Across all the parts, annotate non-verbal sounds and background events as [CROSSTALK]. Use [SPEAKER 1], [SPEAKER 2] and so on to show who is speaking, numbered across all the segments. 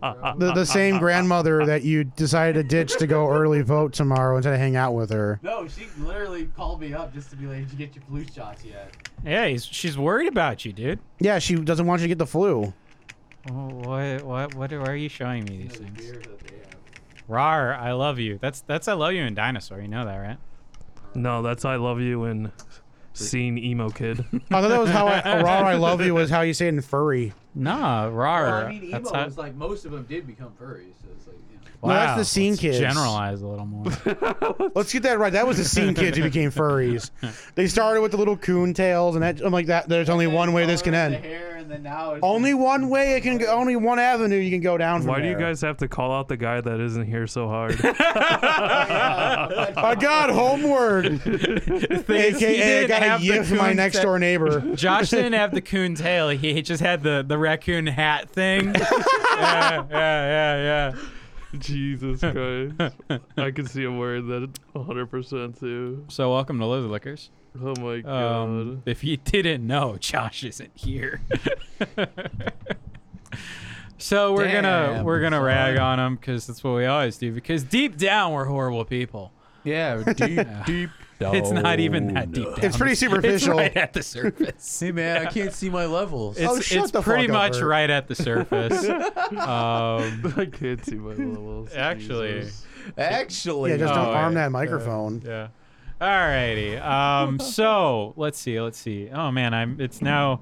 [SPEAKER 1] the, [LAUGHS] the same grandmother that you decided to ditch to go early vote tomorrow instead of hang out with her.
[SPEAKER 2] No, she literally called me up just to be like, "Did you get your flu shots yet?"
[SPEAKER 3] Yeah, he's, she's worried about you, dude.
[SPEAKER 1] Yeah, she doesn't want you to get the flu.
[SPEAKER 3] Oh, what, what, what? Why are you showing me
[SPEAKER 2] You
[SPEAKER 3] these
[SPEAKER 2] know, the
[SPEAKER 3] things?
[SPEAKER 2] beer that they have.
[SPEAKER 3] Rar, I love you. That's that's I love you in Dinosaur. You know that, right?
[SPEAKER 4] No, that's I love you and seeing emo
[SPEAKER 1] [LAUGHS]
[SPEAKER 4] kid.
[SPEAKER 1] I thought that was
[SPEAKER 3] [LAUGHS]
[SPEAKER 1] how I, Aurora, I love you was how you say it in furry.
[SPEAKER 3] Nah, rar.
[SPEAKER 2] Well, I mean, emo
[SPEAKER 3] that's
[SPEAKER 2] was
[SPEAKER 3] how-
[SPEAKER 2] like most of them did become furries, so it's like, you know.
[SPEAKER 1] No, that's the
[SPEAKER 3] Wow,
[SPEAKER 1] scene
[SPEAKER 3] let's
[SPEAKER 1] kids.
[SPEAKER 3] Generalize a
[SPEAKER 1] [LAUGHS]
[SPEAKER 3] little [LAUGHS] more.
[SPEAKER 1] Let's get that right. That was the scene kids who became furries. They started with the little coon tails, and that I'm like that. There's only one way this can
[SPEAKER 2] Colored the
[SPEAKER 1] end.
[SPEAKER 2] hair, and then now it's
[SPEAKER 1] Only
[SPEAKER 2] just-
[SPEAKER 1] one way it can go. Only one avenue you can go down. From
[SPEAKER 4] Why do you
[SPEAKER 1] there.
[SPEAKER 4] guys have to call out the guy that isn't here so
[SPEAKER 1] [LAUGHS]
[SPEAKER 4] hard?
[SPEAKER 2] uh,
[SPEAKER 1] I got homework.
[SPEAKER 3] [LAUGHS]
[SPEAKER 1] AKA, I
[SPEAKER 3] didn't
[SPEAKER 1] got
[SPEAKER 3] have
[SPEAKER 1] to
[SPEAKER 3] the
[SPEAKER 1] yiff my
[SPEAKER 3] coon
[SPEAKER 1] next
[SPEAKER 3] ta-
[SPEAKER 1] door
[SPEAKER 3] [LAUGHS]
[SPEAKER 1] neighbor. [LAUGHS]
[SPEAKER 3] Josh didn't have the coon tail. He just had the the raccoon
[SPEAKER 1] [LAUGHS]
[SPEAKER 3] hat thing. yeah, yeah, yeah, yeah.
[SPEAKER 4] Jesus Christ.
[SPEAKER 1] [LAUGHS]
[SPEAKER 4] I can see a word that 100% too.
[SPEAKER 3] So welcome to Lizard Lickers.
[SPEAKER 4] Oh my
[SPEAKER 3] Um,
[SPEAKER 4] god.
[SPEAKER 3] if you didn't know, Josh isn't here. so we're gonna
[SPEAKER 5] Damn,
[SPEAKER 3] we're gonna
[SPEAKER 5] son.
[SPEAKER 3] rag on him because that's what we always do. Because deep down, we're horrible people.
[SPEAKER 1] [LAUGHS]
[SPEAKER 5] Yeah, deep, deep.
[SPEAKER 3] it's not even that deep down.
[SPEAKER 1] It's pretty
[SPEAKER 3] [LAUGHS]
[SPEAKER 1] superficial.
[SPEAKER 3] It's right at the surface.
[SPEAKER 5] Hey man, I can't see my levels.
[SPEAKER 1] [LAUGHS]
[SPEAKER 3] It's,
[SPEAKER 1] Oh, shut
[SPEAKER 3] it's
[SPEAKER 1] the fuck
[SPEAKER 3] pretty
[SPEAKER 1] up,
[SPEAKER 3] much
[SPEAKER 1] Bert.
[SPEAKER 3] right at
[SPEAKER 1] [LAUGHS]
[SPEAKER 3] the surface. um,
[SPEAKER 4] [LAUGHS] I can't
[SPEAKER 3] [LAUGHS]
[SPEAKER 4] see my levels.
[SPEAKER 3] Actually-
[SPEAKER 4] Jesus.
[SPEAKER 5] Actually,
[SPEAKER 1] Yeah, just
[SPEAKER 3] Oh,
[SPEAKER 1] don't arm
[SPEAKER 3] yeah.
[SPEAKER 1] that microphone.
[SPEAKER 3] yeah. Alrighty. Um, so let's see. Let's see. Oh man, I'm. It's now.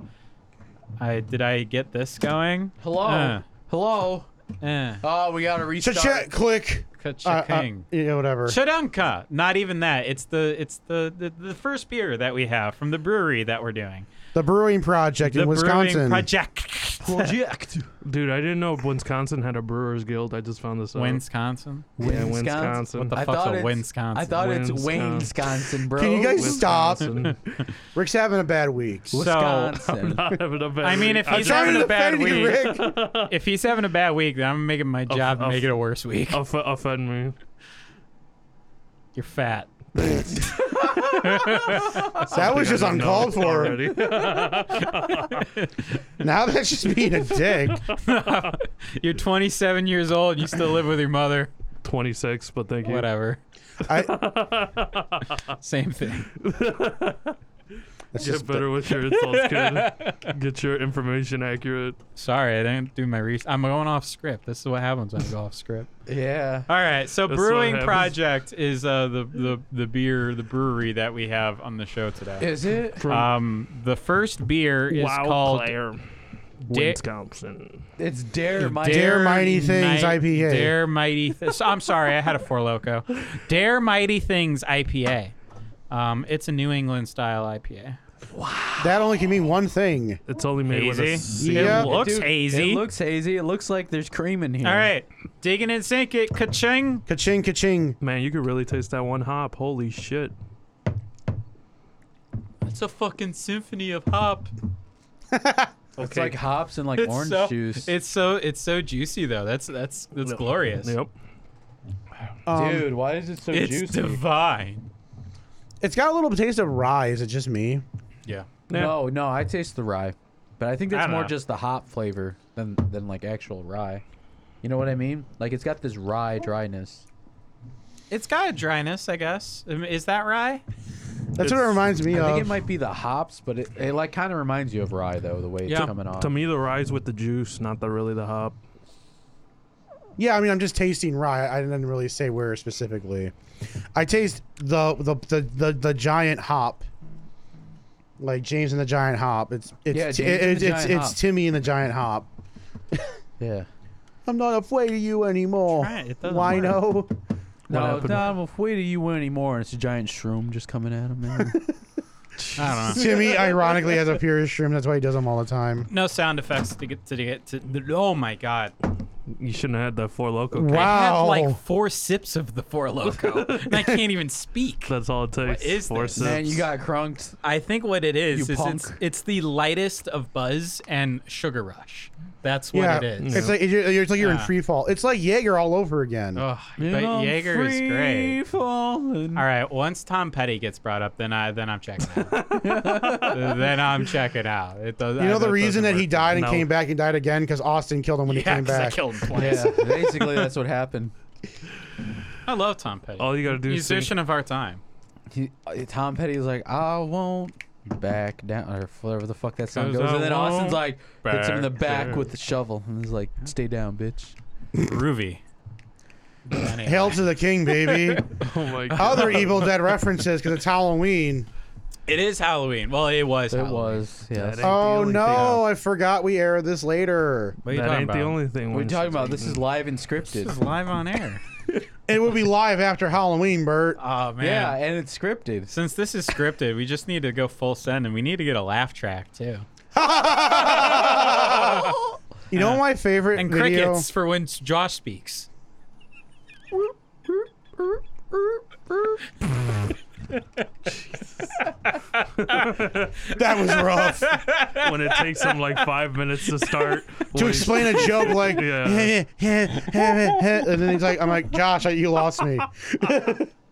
[SPEAKER 3] I did I get this going?
[SPEAKER 5] hello,
[SPEAKER 3] Uh,
[SPEAKER 5] hello.
[SPEAKER 3] eh.
[SPEAKER 5] Oh, we gotta restart.
[SPEAKER 1] Cha-cha, click. Uh, uh,
[SPEAKER 3] Ka-ching.
[SPEAKER 1] yeah, whatever.
[SPEAKER 3] Chadunka. Not even that. It's the it's the, the the first beer that we have from the brewery that we're doing.
[SPEAKER 1] The Brewing Project
[SPEAKER 3] the
[SPEAKER 1] in Wisconsin.
[SPEAKER 3] brewing project.
[SPEAKER 5] Project.
[SPEAKER 4] Dude, I didn't know Wisconsin had a Brewers Guild. I just found this out.
[SPEAKER 3] Wisconsin.
[SPEAKER 4] Yeah,
[SPEAKER 5] Wisconsin?
[SPEAKER 4] Wisconsin.
[SPEAKER 3] What the
[SPEAKER 5] I
[SPEAKER 3] fuck's
[SPEAKER 5] thought
[SPEAKER 3] a
[SPEAKER 5] it's
[SPEAKER 3] Wisconsin?
[SPEAKER 5] I thought it's
[SPEAKER 4] Wisconsin.
[SPEAKER 5] Wayne, Wisconsin, bro.
[SPEAKER 1] Can you guys stop?
[SPEAKER 4] Wisconsin. [LAUGHS]
[SPEAKER 1] Rick's having a bad week.
[SPEAKER 3] So-
[SPEAKER 5] Wisconsin.
[SPEAKER 4] Not having a bad
[SPEAKER 3] I mean, if
[SPEAKER 4] week. I
[SPEAKER 3] he's
[SPEAKER 4] just-
[SPEAKER 3] having
[SPEAKER 1] Sorry
[SPEAKER 3] a
[SPEAKER 1] to
[SPEAKER 3] bad
[SPEAKER 1] offend you,
[SPEAKER 3] week,
[SPEAKER 1] Rick.
[SPEAKER 3] [LAUGHS] if he's having a bad week, then I'm making my job
[SPEAKER 4] I'll-
[SPEAKER 3] make it a worse week.
[SPEAKER 4] Off- offend me.
[SPEAKER 3] You're fat. [LAUGHS]
[SPEAKER 1] That was just
[SPEAKER 4] I know [LAUGHS]
[SPEAKER 1] uncalled for.
[SPEAKER 4] already.
[SPEAKER 1] [LAUGHS]
[SPEAKER 4] [LAUGHS]
[SPEAKER 1] Now that's just being a dick.
[SPEAKER 3] You're 27 years old. and You still live with your mother.
[SPEAKER 4] 26, but thank you.
[SPEAKER 3] Whatever.
[SPEAKER 1] I,
[SPEAKER 3] [LAUGHS] Same thing.
[SPEAKER 1] that's
[SPEAKER 4] Get
[SPEAKER 1] just-
[SPEAKER 4] better with your
[SPEAKER 3] [LAUGHS]
[SPEAKER 4] insults, kid. Get your information accurate.
[SPEAKER 3] [LAUGHS] Sorry, I didn't do my research. I'm going off script. This is what happens when I go off script.
[SPEAKER 5] yeah.
[SPEAKER 3] All right, so
[SPEAKER 4] That's what
[SPEAKER 3] Brewing
[SPEAKER 4] happens.
[SPEAKER 3] Project is uh, the, the the beer, the brewery that we have on the show today.
[SPEAKER 5] Is it?
[SPEAKER 3] Um, the first beer is
[SPEAKER 4] wow,
[SPEAKER 3] called
[SPEAKER 4] player.
[SPEAKER 3] Da-
[SPEAKER 4] Wisconsin.
[SPEAKER 5] It's Dare Mike.
[SPEAKER 1] Dare Mighty Things
[SPEAKER 3] Mi-
[SPEAKER 1] IPA.
[SPEAKER 3] Dare Mighty. Th- I'm sorry, I had a four
[SPEAKER 4] [LAUGHS]
[SPEAKER 3] loco. Dare Mighty Things IPA. Um, it's a New England style IPA.
[SPEAKER 1] that only can mean one thing.
[SPEAKER 4] It's only made with a
[SPEAKER 3] Hazy.
[SPEAKER 4] C.
[SPEAKER 1] Yeah.
[SPEAKER 3] It looks
[SPEAKER 5] Dude,
[SPEAKER 3] hazy.
[SPEAKER 5] It looks hazy. It looks like there's cream in here.
[SPEAKER 3] All right, dig it and sink it. Ka-ching.
[SPEAKER 1] Ka-ching, ka-ching.
[SPEAKER 4] Man, you could really taste that one hop. Holy shit.
[SPEAKER 3] It's a fucking symphony of hop.
[SPEAKER 5] It's like hops and like
[SPEAKER 3] It's
[SPEAKER 5] orange
[SPEAKER 3] so,
[SPEAKER 5] juice.
[SPEAKER 3] It's so it's so juicy though. That's that's that's
[SPEAKER 4] Yep.
[SPEAKER 3] glorious.
[SPEAKER 4] Yep.
[SPEAKER 1] Um,
[SPEAKER 5] Dude, why is it so
[SPEAKER 3] It's
[SPEAKER 5] juicy?
[SPEAKER 3] divine.
[SPEAKER 1] It's got a little taste of rye. Is it just me?
[SPEAKER 3] Yeah.
[SPEAKER 5] no, no, I taste the rye, but I think
[SPEAKER 3] I
[SPEAKER 5] that's
[SPEAKER 3] don't
[SPEAKER 5] more
[SPEAKER 3] know.
[SPEAKER 5] just the hop flavor than than like actual rye. You know what I mean? Like it's got this rye dryness.
[SPEAKER 3] It's got a dryness, I guess. Um, Is that
[SPEAKER 1] [LAUGHS]
[SPEAKER 3] rye?
[SPEAKER 1] That's what it
[SPEAKER 4] It's-
[SPEAKER 1] reminds me
[SPEAKER 5] I think it
[SPEAKER 1] of.
[SPEAKER 5] might be the hops, but it, it like kind of reminds you of rye though, the way it's
[SPEAKER 3] Yeah.
[SPEAKER 5] coming off.
[SPEAKER 4] To me, the rye's with the juice, not the really the hop.
[SPEAKER 1] yeah, I mean, I'm just tasting rye. I didn't really say where specifically. I taste the the the the, the giant hop. Like James and the Giant Hop. It's it's
[SPEAKER 5] Yeah,
[SPEAKER 1] it-
[SPEAKER 5] James and
[SPEAKER 1] it's
[SPEAKER 5] the
[SPEAKER 1] it's,
[SPEAKER 5] Giant
[SPEAKER 1] it's
[SPEAKER 5] Hop.
[SPEAKER 1] Timmy and the Giant Hop.
[SPEAKER 5] yeah.
[SPEAKER 1] I'm not afraid of you anymore.
[SPEAKER 3] Try it, it doesn't
[SPEAKER 1] Why
[SPEAKER 3] work. [LAUGHS]
[SPEAKER 1] no?
[SPEAKER 5] No,
[SPEAKER 4] happened?
[SPEAKER 5] Dom, if we do you win anymore, and it's a giant shroom just coming at
[SPEAKER 6] [LAUGHS]
[SPEAKER 5] him, man.
[SPEAKER 3] I don't know.
[SPEAKER 1] Timmy ironically has a pure stream. That's why he does them all the time.
[SPEAKER 3] No sound effects to get to get to. The, oh my god!
[SPEAKER 4] You shouldn't have had that four loco.
[SPEAKER 1] Wow.
[SPEAKER 3] I have like four sips of the Four Loco, and I can't
[SPEAKER 1] [LAUGHS]
[SPEAKER 3] even speak.
[SPEAKER 4] [LAUGHS] That's all it takes.
[SPEAKER 3] is
[SPEAKER 4] four
[SPEAKER 3] this?
[SPEAKER 4] sips.
[SPEAKER 5] man, you got crunked.
[SPEAKER 3] I think what it is
[SPEAKER 5] You
[SPEAKER 3] is it's
[SPEAKER 5] punk.
[SPEAKER 3] it's the lightest of Buzz and Sugar Rush. That's what
[SPEAKER 1] yeah,
[SPEAKER 3] it is.
[SPEAKER 1] It's like it, it's like you're in
[SPEAKER 6] Yeah.
[SPEAKER 1] free fall. It's like Jaeger all over again.
[SPEAKER 3] Oh,
[SPEAKER 6] Ugh, but Jaeger is great.
[SPEAKER 5] Falling.
[SPEAKER 6] All right, once Tom Petty gets brought up, then I then I'm checking out.
[SPEAKER 1] [LAUGHS]
[SPEAKER 6] then I'm checking out. It does,
[SPEAKER 1] you know the reason that he died and
[SPEAKER 4] No.
[SPEAKER 1] came back and died again because Austin killed him when he
[SPEAKER 3] [LAUGHS] yeah,
[SPEAKER 1] came
[SPEAKER 3] 'cause I
[SPEAKER 1] back.
[SPEAKER 3] killed him twice.
[SPEAKER 5] Yeah, basically that's what happened.
[SPEAKER 6] I love Tom Petty.
[SPEAKER 4] All you gotta do is sing.
[SPEAKER 6] musician of our time.
[SPEAKER 5] He, uh, Tom Petty was like, I won't back down, or whatever the fuck that song
[SPEAKER 4] 'Cause
[SPEAKER 5] goes.
[SPEAKER 4] I
[SPEAKER 5] And then Austin's
[SPEAKER 4] won't
[SPEAKER 5] like, hits him in the
[SPEAKER 4] back
[SPEAKER 5] back with the shovel, and he's like, stay down, bitch.
[SPEAKER 6] Groovy. Anyway.
[SPEAKER 1] Hail to the king, baby.
[SPEAKER 4] [LAUGHS] Oh my
[SPEAKER 1] [LAUGHS]
[SPEAKER 4] god.
[SPEAKER 1] Other Evil Dead references because it's Halloween.
[SPEAKER 6] It is Halloween. Well, it was.
[SPEAKER 5] It
[SPEAKER 6] Halloween.
[SPEAKER 5] was, yes.
[SPEAKER 4] That ain't- the
[SPEAKER 1] Oh
[SPEAKER 4] only
[SPEAKER 1] no,
[SPEAKER 4] thing.
[SPEAKER 1] I forgot we air this later.
[SPEAKER 6] What are you
[SPEAKER 4] That
[SPEAKER 6] talking
[SPEAKER 4] ain't
[SPEAKER 6] about?
[SPEAKER 4] the only thing.
[SPEAKER 5] What are you talking about? This is
[SPEAKER 4] Winston's
[SPEAKER 5] live and
[SPEAKER 6] This is
[SPEAKER 5] scripted.
[SPEAKER 6] live on
[SPEAKER 4] [LAUGHS]
[SPEAKER 6] air.
[SPEAKER 1] It will be live after Halloween, Bert.
[SPEAKER 6] Oh man.
[SPEAKER 5] Yeah, and it's scripted.
[SPEAKER 6] Since this is scripted, we just need to go full send, and we need to get a laugh track too,
[SPEAKER 1] You know my favorite
[SPEAKER 3] And
[SPEAKER 1] video?
[SPEAKER 3] crickets for when Josh speaks.
[SPEAKER 1] That was rough.
[SPEAKER 4] meeting. when it takes them like five minutes to start.
[SPEAKER 1] [LAUGHS] to explain a joke like,
[SPEAKER 4] Yeah.
[SPEAKER 1] [LAUGHS] and then he's like, I'm like, Josh, I- you lost
[SPEAKER 3] [LAUGHS]
[SPEAKER 1] me.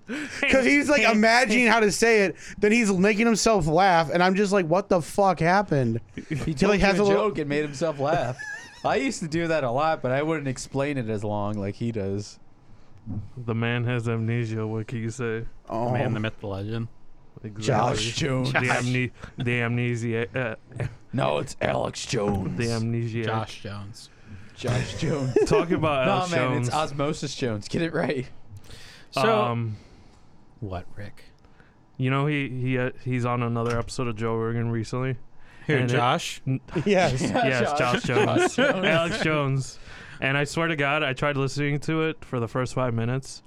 [SPEAKER 1] Because he's like imagining how to say it, then he's making himself laugh, and I'm just like, what the fuck happened?
[SPEAKER 5] He
[SPEAKER 1] Till
[SPEAKER 5] told
[SPEAKER 1] he
[SPEAKER 5] you
[SPEAKER 1] has
[SPEAKER 5] a
[SPEAKER 1] a little-
[SPEAKER 5] joke and made himself laugh. I used to do that a lot, but I wouldn't explain it as long like he does.
[SPEAKER 4] the man has amnesia. What can you say?
[SPEAKER 1] Oh,
[SPEAKER 6] man. The myth, the legend.
[SPEAKER 4] Exactly.
[SPEAKER 5] Josh Jones.
[SPEAKER 4] The, amne- the amnesia. Uh,
[SPEAKER 5] No, it's Alex Jones.
[SPEAKER 4] the amnesia.
[SPEAKER 3] Josh Jones.
[SPEAKER 5] Josh Jones.
[SPEAKER 4] Talk
[SPEAKER 5] [LAUGHS]
[SPEAKER 4] about
[SPEAKER 5] no,
[SPEAKER 4] Alex
[SPEAKER 5] man,
[SPEAKER 4] Jones.
[SPEAKER 5] it's Osmosis Jones. Get it right. [LAUGHS]
[SPEAKER 3] So
[SPEAKER 4] um,
[SPEAKER 3] what, Rick?
[SPEAKER 4] you know he he uh, he's on another episode of Joe Rogan recently.
[SPEAKER 6] Who,
[SPEAKER 4] And it-
[SPEAKER 6] Josh?
[SPEAKER 1] [LAUGHS] Yes.
[SPEAKER 4] yes, Josh, Jones.
[SPEAKER 5] Josh Jones.
[SPEAKER 4] Alex Jones. And I swear to God, I tried listening to it for the first five minutes.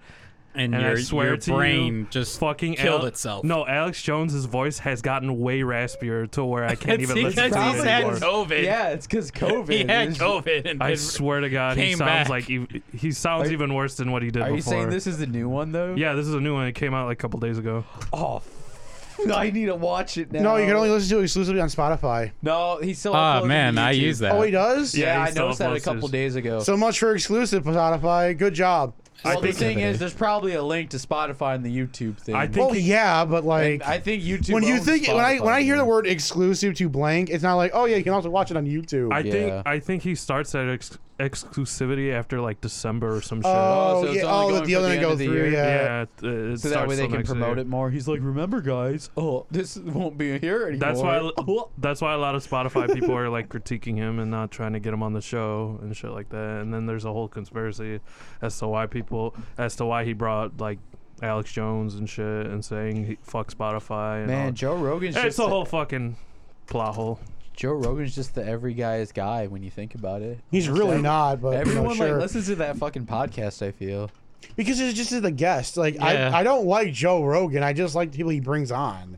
[SPEAKER 6] And,
[SPEAKER 4] And I
[SPEAKER 6] your,
[SPEAKER 4] swear
[SPEAKER 6] your
[SPEAKER 4] to you,
[SPEAKER 6] brain just [LAUGHS]
[SPEAKER 4] Fucking
[SPEAKER 3] Killed
[SPEAKER 4] Ale-
[SPEAKER 3] itself.
[SPEAKER 4] No, Alex Jones's voice has gotten way raspier to where I can't
[SPEAKER 3] It's
[SPEAKER 4] even
[SPEAKER 3] because
[SPEAKER 4] listen
[SPEAKER 3] he's
[SPEAKER 4] to
[SPEAKER 5] probably
[SPEAKER 4] it
[SPEAKER 3] had
[SPEAKER 4] anymore.
[SPEAKER 3] COVID.
[SPEAKER 5] Yeah, it's because COVID.
[SPEAKER 3] He had
[SPEAKER 5] It's-
[SPEAKER 3] COVID and
[SPEAKER 4] I
[SPEAKER 3] then-
[SPEAKER 4] swear to God, he
[SPEAKER 3] Came
[SPEAKER 4] sounds
[SPEAKER 3] back.
[SPEAKER 4] like he, he sounds
[SPEAKER 5] Are-
[SPEAKER 4] even worse than what he did
[SPEAKER 5] Are
[SPEAKER 4] before.
[SPEAKER 5] you saying this is the new one though?
[SPEAKER 4] Yeah, this is a new one. It came out like a couple days ago.
[SPEAKER 5] Oh, f- I need to watch it now.
[SPEAKER 1] No, you can only listen to it exclusively on Spotify.
[SPEAKER 5] No, he's still.
[SPEAKER 3] Ah,
[SPEAKER 6] Oh
[SPEAKER 5] uploading
[SPEAKER 6] man,
[SPEAKER 5] to
[SPEAKER 6] I
[SPEAKER 5] YouTube.
[SPEAKER 6] use that.
[SPEAKER 1] Oh, he does?
[SPEAKER 4] Yeah,
[SPEAKER 5] Yeah,
[SPEAKER 4] he
[SPEAKER 5] I
[SPEAKER 4] still
[SPEAKER 5] noticed that a
[SPEAKER 4] uploads
[SPEAKER 5] couple
[SPEAKER 4] his-
[SPEAKER 5] days ago.
[SPEAKER 1] So much for exclusive Spotify. Good job.
[SPEAKER 5] well, the
[SPEAKER 4] think-
[SPEAKER 5] thing is, there's probably a link to Spotify and the YouTube thing.
[SPEAKER 4] I think
[SPEAKER 1] Well,
[SPEAKER 4] he-
[SPEAKER 1] yeah, but like
[SPEAKER 5] And I think YouTube.
[SPEAKER 1] when you
[SPEAKER 5] owns
[SPEAKER 1] think when I when I
[SPEAKER 5] Spotify,
[SPEAKER 1] hear the
[SPEAKER 5] dude.
[SPEAKER 1] word exclusive to blank, it's not like oh yeah, you can also watch it on YouTube.
[SPEAKER 4] I
[SPEAKER 5] Yeah.
[SPEAKER 4] think I think he starts at ex- exclusivity after like December or some shit.
[SPEAKER 1] oh
[SPEAKER 5] so it's
[SPEAKER 1] yeah,
[SPEAKER 5] only going
[SPEAKER 1] oh the
[SPEAKER 5] for
[SPEAKER 1] other
[SPEAKER 5] the
[SPEAKER 1] didn't
[SPEAKER 5] end
[SPEAKER 1] go
[SPEAKER 5] of the
[SPEAKER 1] through.
[SPEAKER 5] year.
[SPEAKER 1] Yeah.
[SPEAKER 4] yeah, it- it
[SPEAKER 5] so that
[SPEAKER 4] starts
[SPEAKER 5] way they
[SPEAKER 4] till
[SPEAKER 5] can
[SPEAKER 4] next
[SPEAKER 5] promote
[SPEAKER 4] year.
[SPEAKER 5] it more. He's like, remember, guys, oh, this [LAUGHS] won't be here anymore.
[SPEAKER 4] That's why that's why a lot of Spotify people are like critiquing him and not trying to get him on the show and shit like that. And then there's a whole conspiracy as to why people as to why he brought like Alex Jones and shit and saying he, fuck Spotify. And
[SPEAKER 5] Man,
[SPEAKER 4] all.
[SPEAKER 5] Joe Rogan's
[SPEAKER 4] it's
[SPEAKER 5] just
[SPEAKER 4] a
[SPEAKER 5] the-
[SPEAKER 4] whole fucking plot hole.
[SPEAKER 5] Joe Rogan's just the every guy's guy when you think about it.
[SPEAKER 1] He's really not, but you know,
[SPEAKER 5] Everyone
[SPEAKER 1] sure.
[SPEAKER 5] like listens to that fucking podcast. I feel.
[SPEAKER 1] because it's just the guest. Like
[SPEAKER 6] Yeah.
[SPEAKER 1] I, I don't like Joe Rogan. I just like the people he brings on,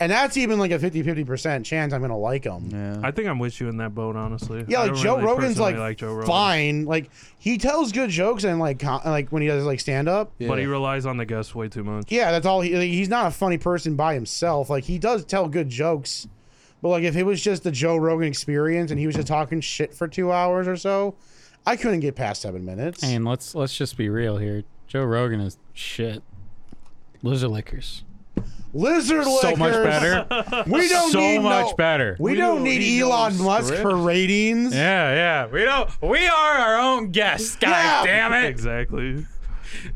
[SPEAKER 1] and that's even like a 50 percent chance I'm gonna like him. Yeah,
[SPEAKER 5] Yeah.
[SPEAKER 4] I think I'm with you in that boat, honestly. I
[SPEAKER 1] like
[SPEAKER 4] don't
[SPEAKER 1] Joe
[SPEAKER 4] really
[SPEAKER 1] Rogan's
[SPEAKER 4] personally
[SPEAKER 1] like,
[SPEAKER 4] Joe Rogan.
[SPEAKER 1] fine. Like he tells good jokes and like con- like when he does like stand up. Yeah.
[SPEAKER 4] but he relies on the guests way too much.
[SPEAKER 1] that's all. He, like, he's not a funny person by himself. Like he does tell good jokes, but like if it was just the Joe Rogan experience and he was just talking shit for two hours or so, I couldn't get past seven minutes.
[SPEAKER 3] And let's let's just be real here. Joe Rogan is shit. Lizard lickers.
[SPEAKER 1] Lizard lickers.
[SPEAKER 6] so much
[SPEAKER 4] [LAUGHS]
[SPEAKER 6] better.
[SPEAKER 1] We don't
[SPEAKER 6] so
[SPEAKER 1] need no-
[SPEAKER 6] much better.
[SPEAKER 1] We,
[SPEAKER 5] We
[SPEAKER 1] don't,
[SPEAKER 5] don't
[SPEAKER 1] need,
[SPEAKER 5] need no
[SPEAKER 1] Elon Musk
[SPEAKER 5] script.
[SPEAKER 1] for ratings.
[SPEAKER 6] yeah, yeah. We don't. We are our own guests. God
[SPEAKER 1] Yeah.
[SPEAKER 6] damn it!
[SPEAKER 4] Exactly.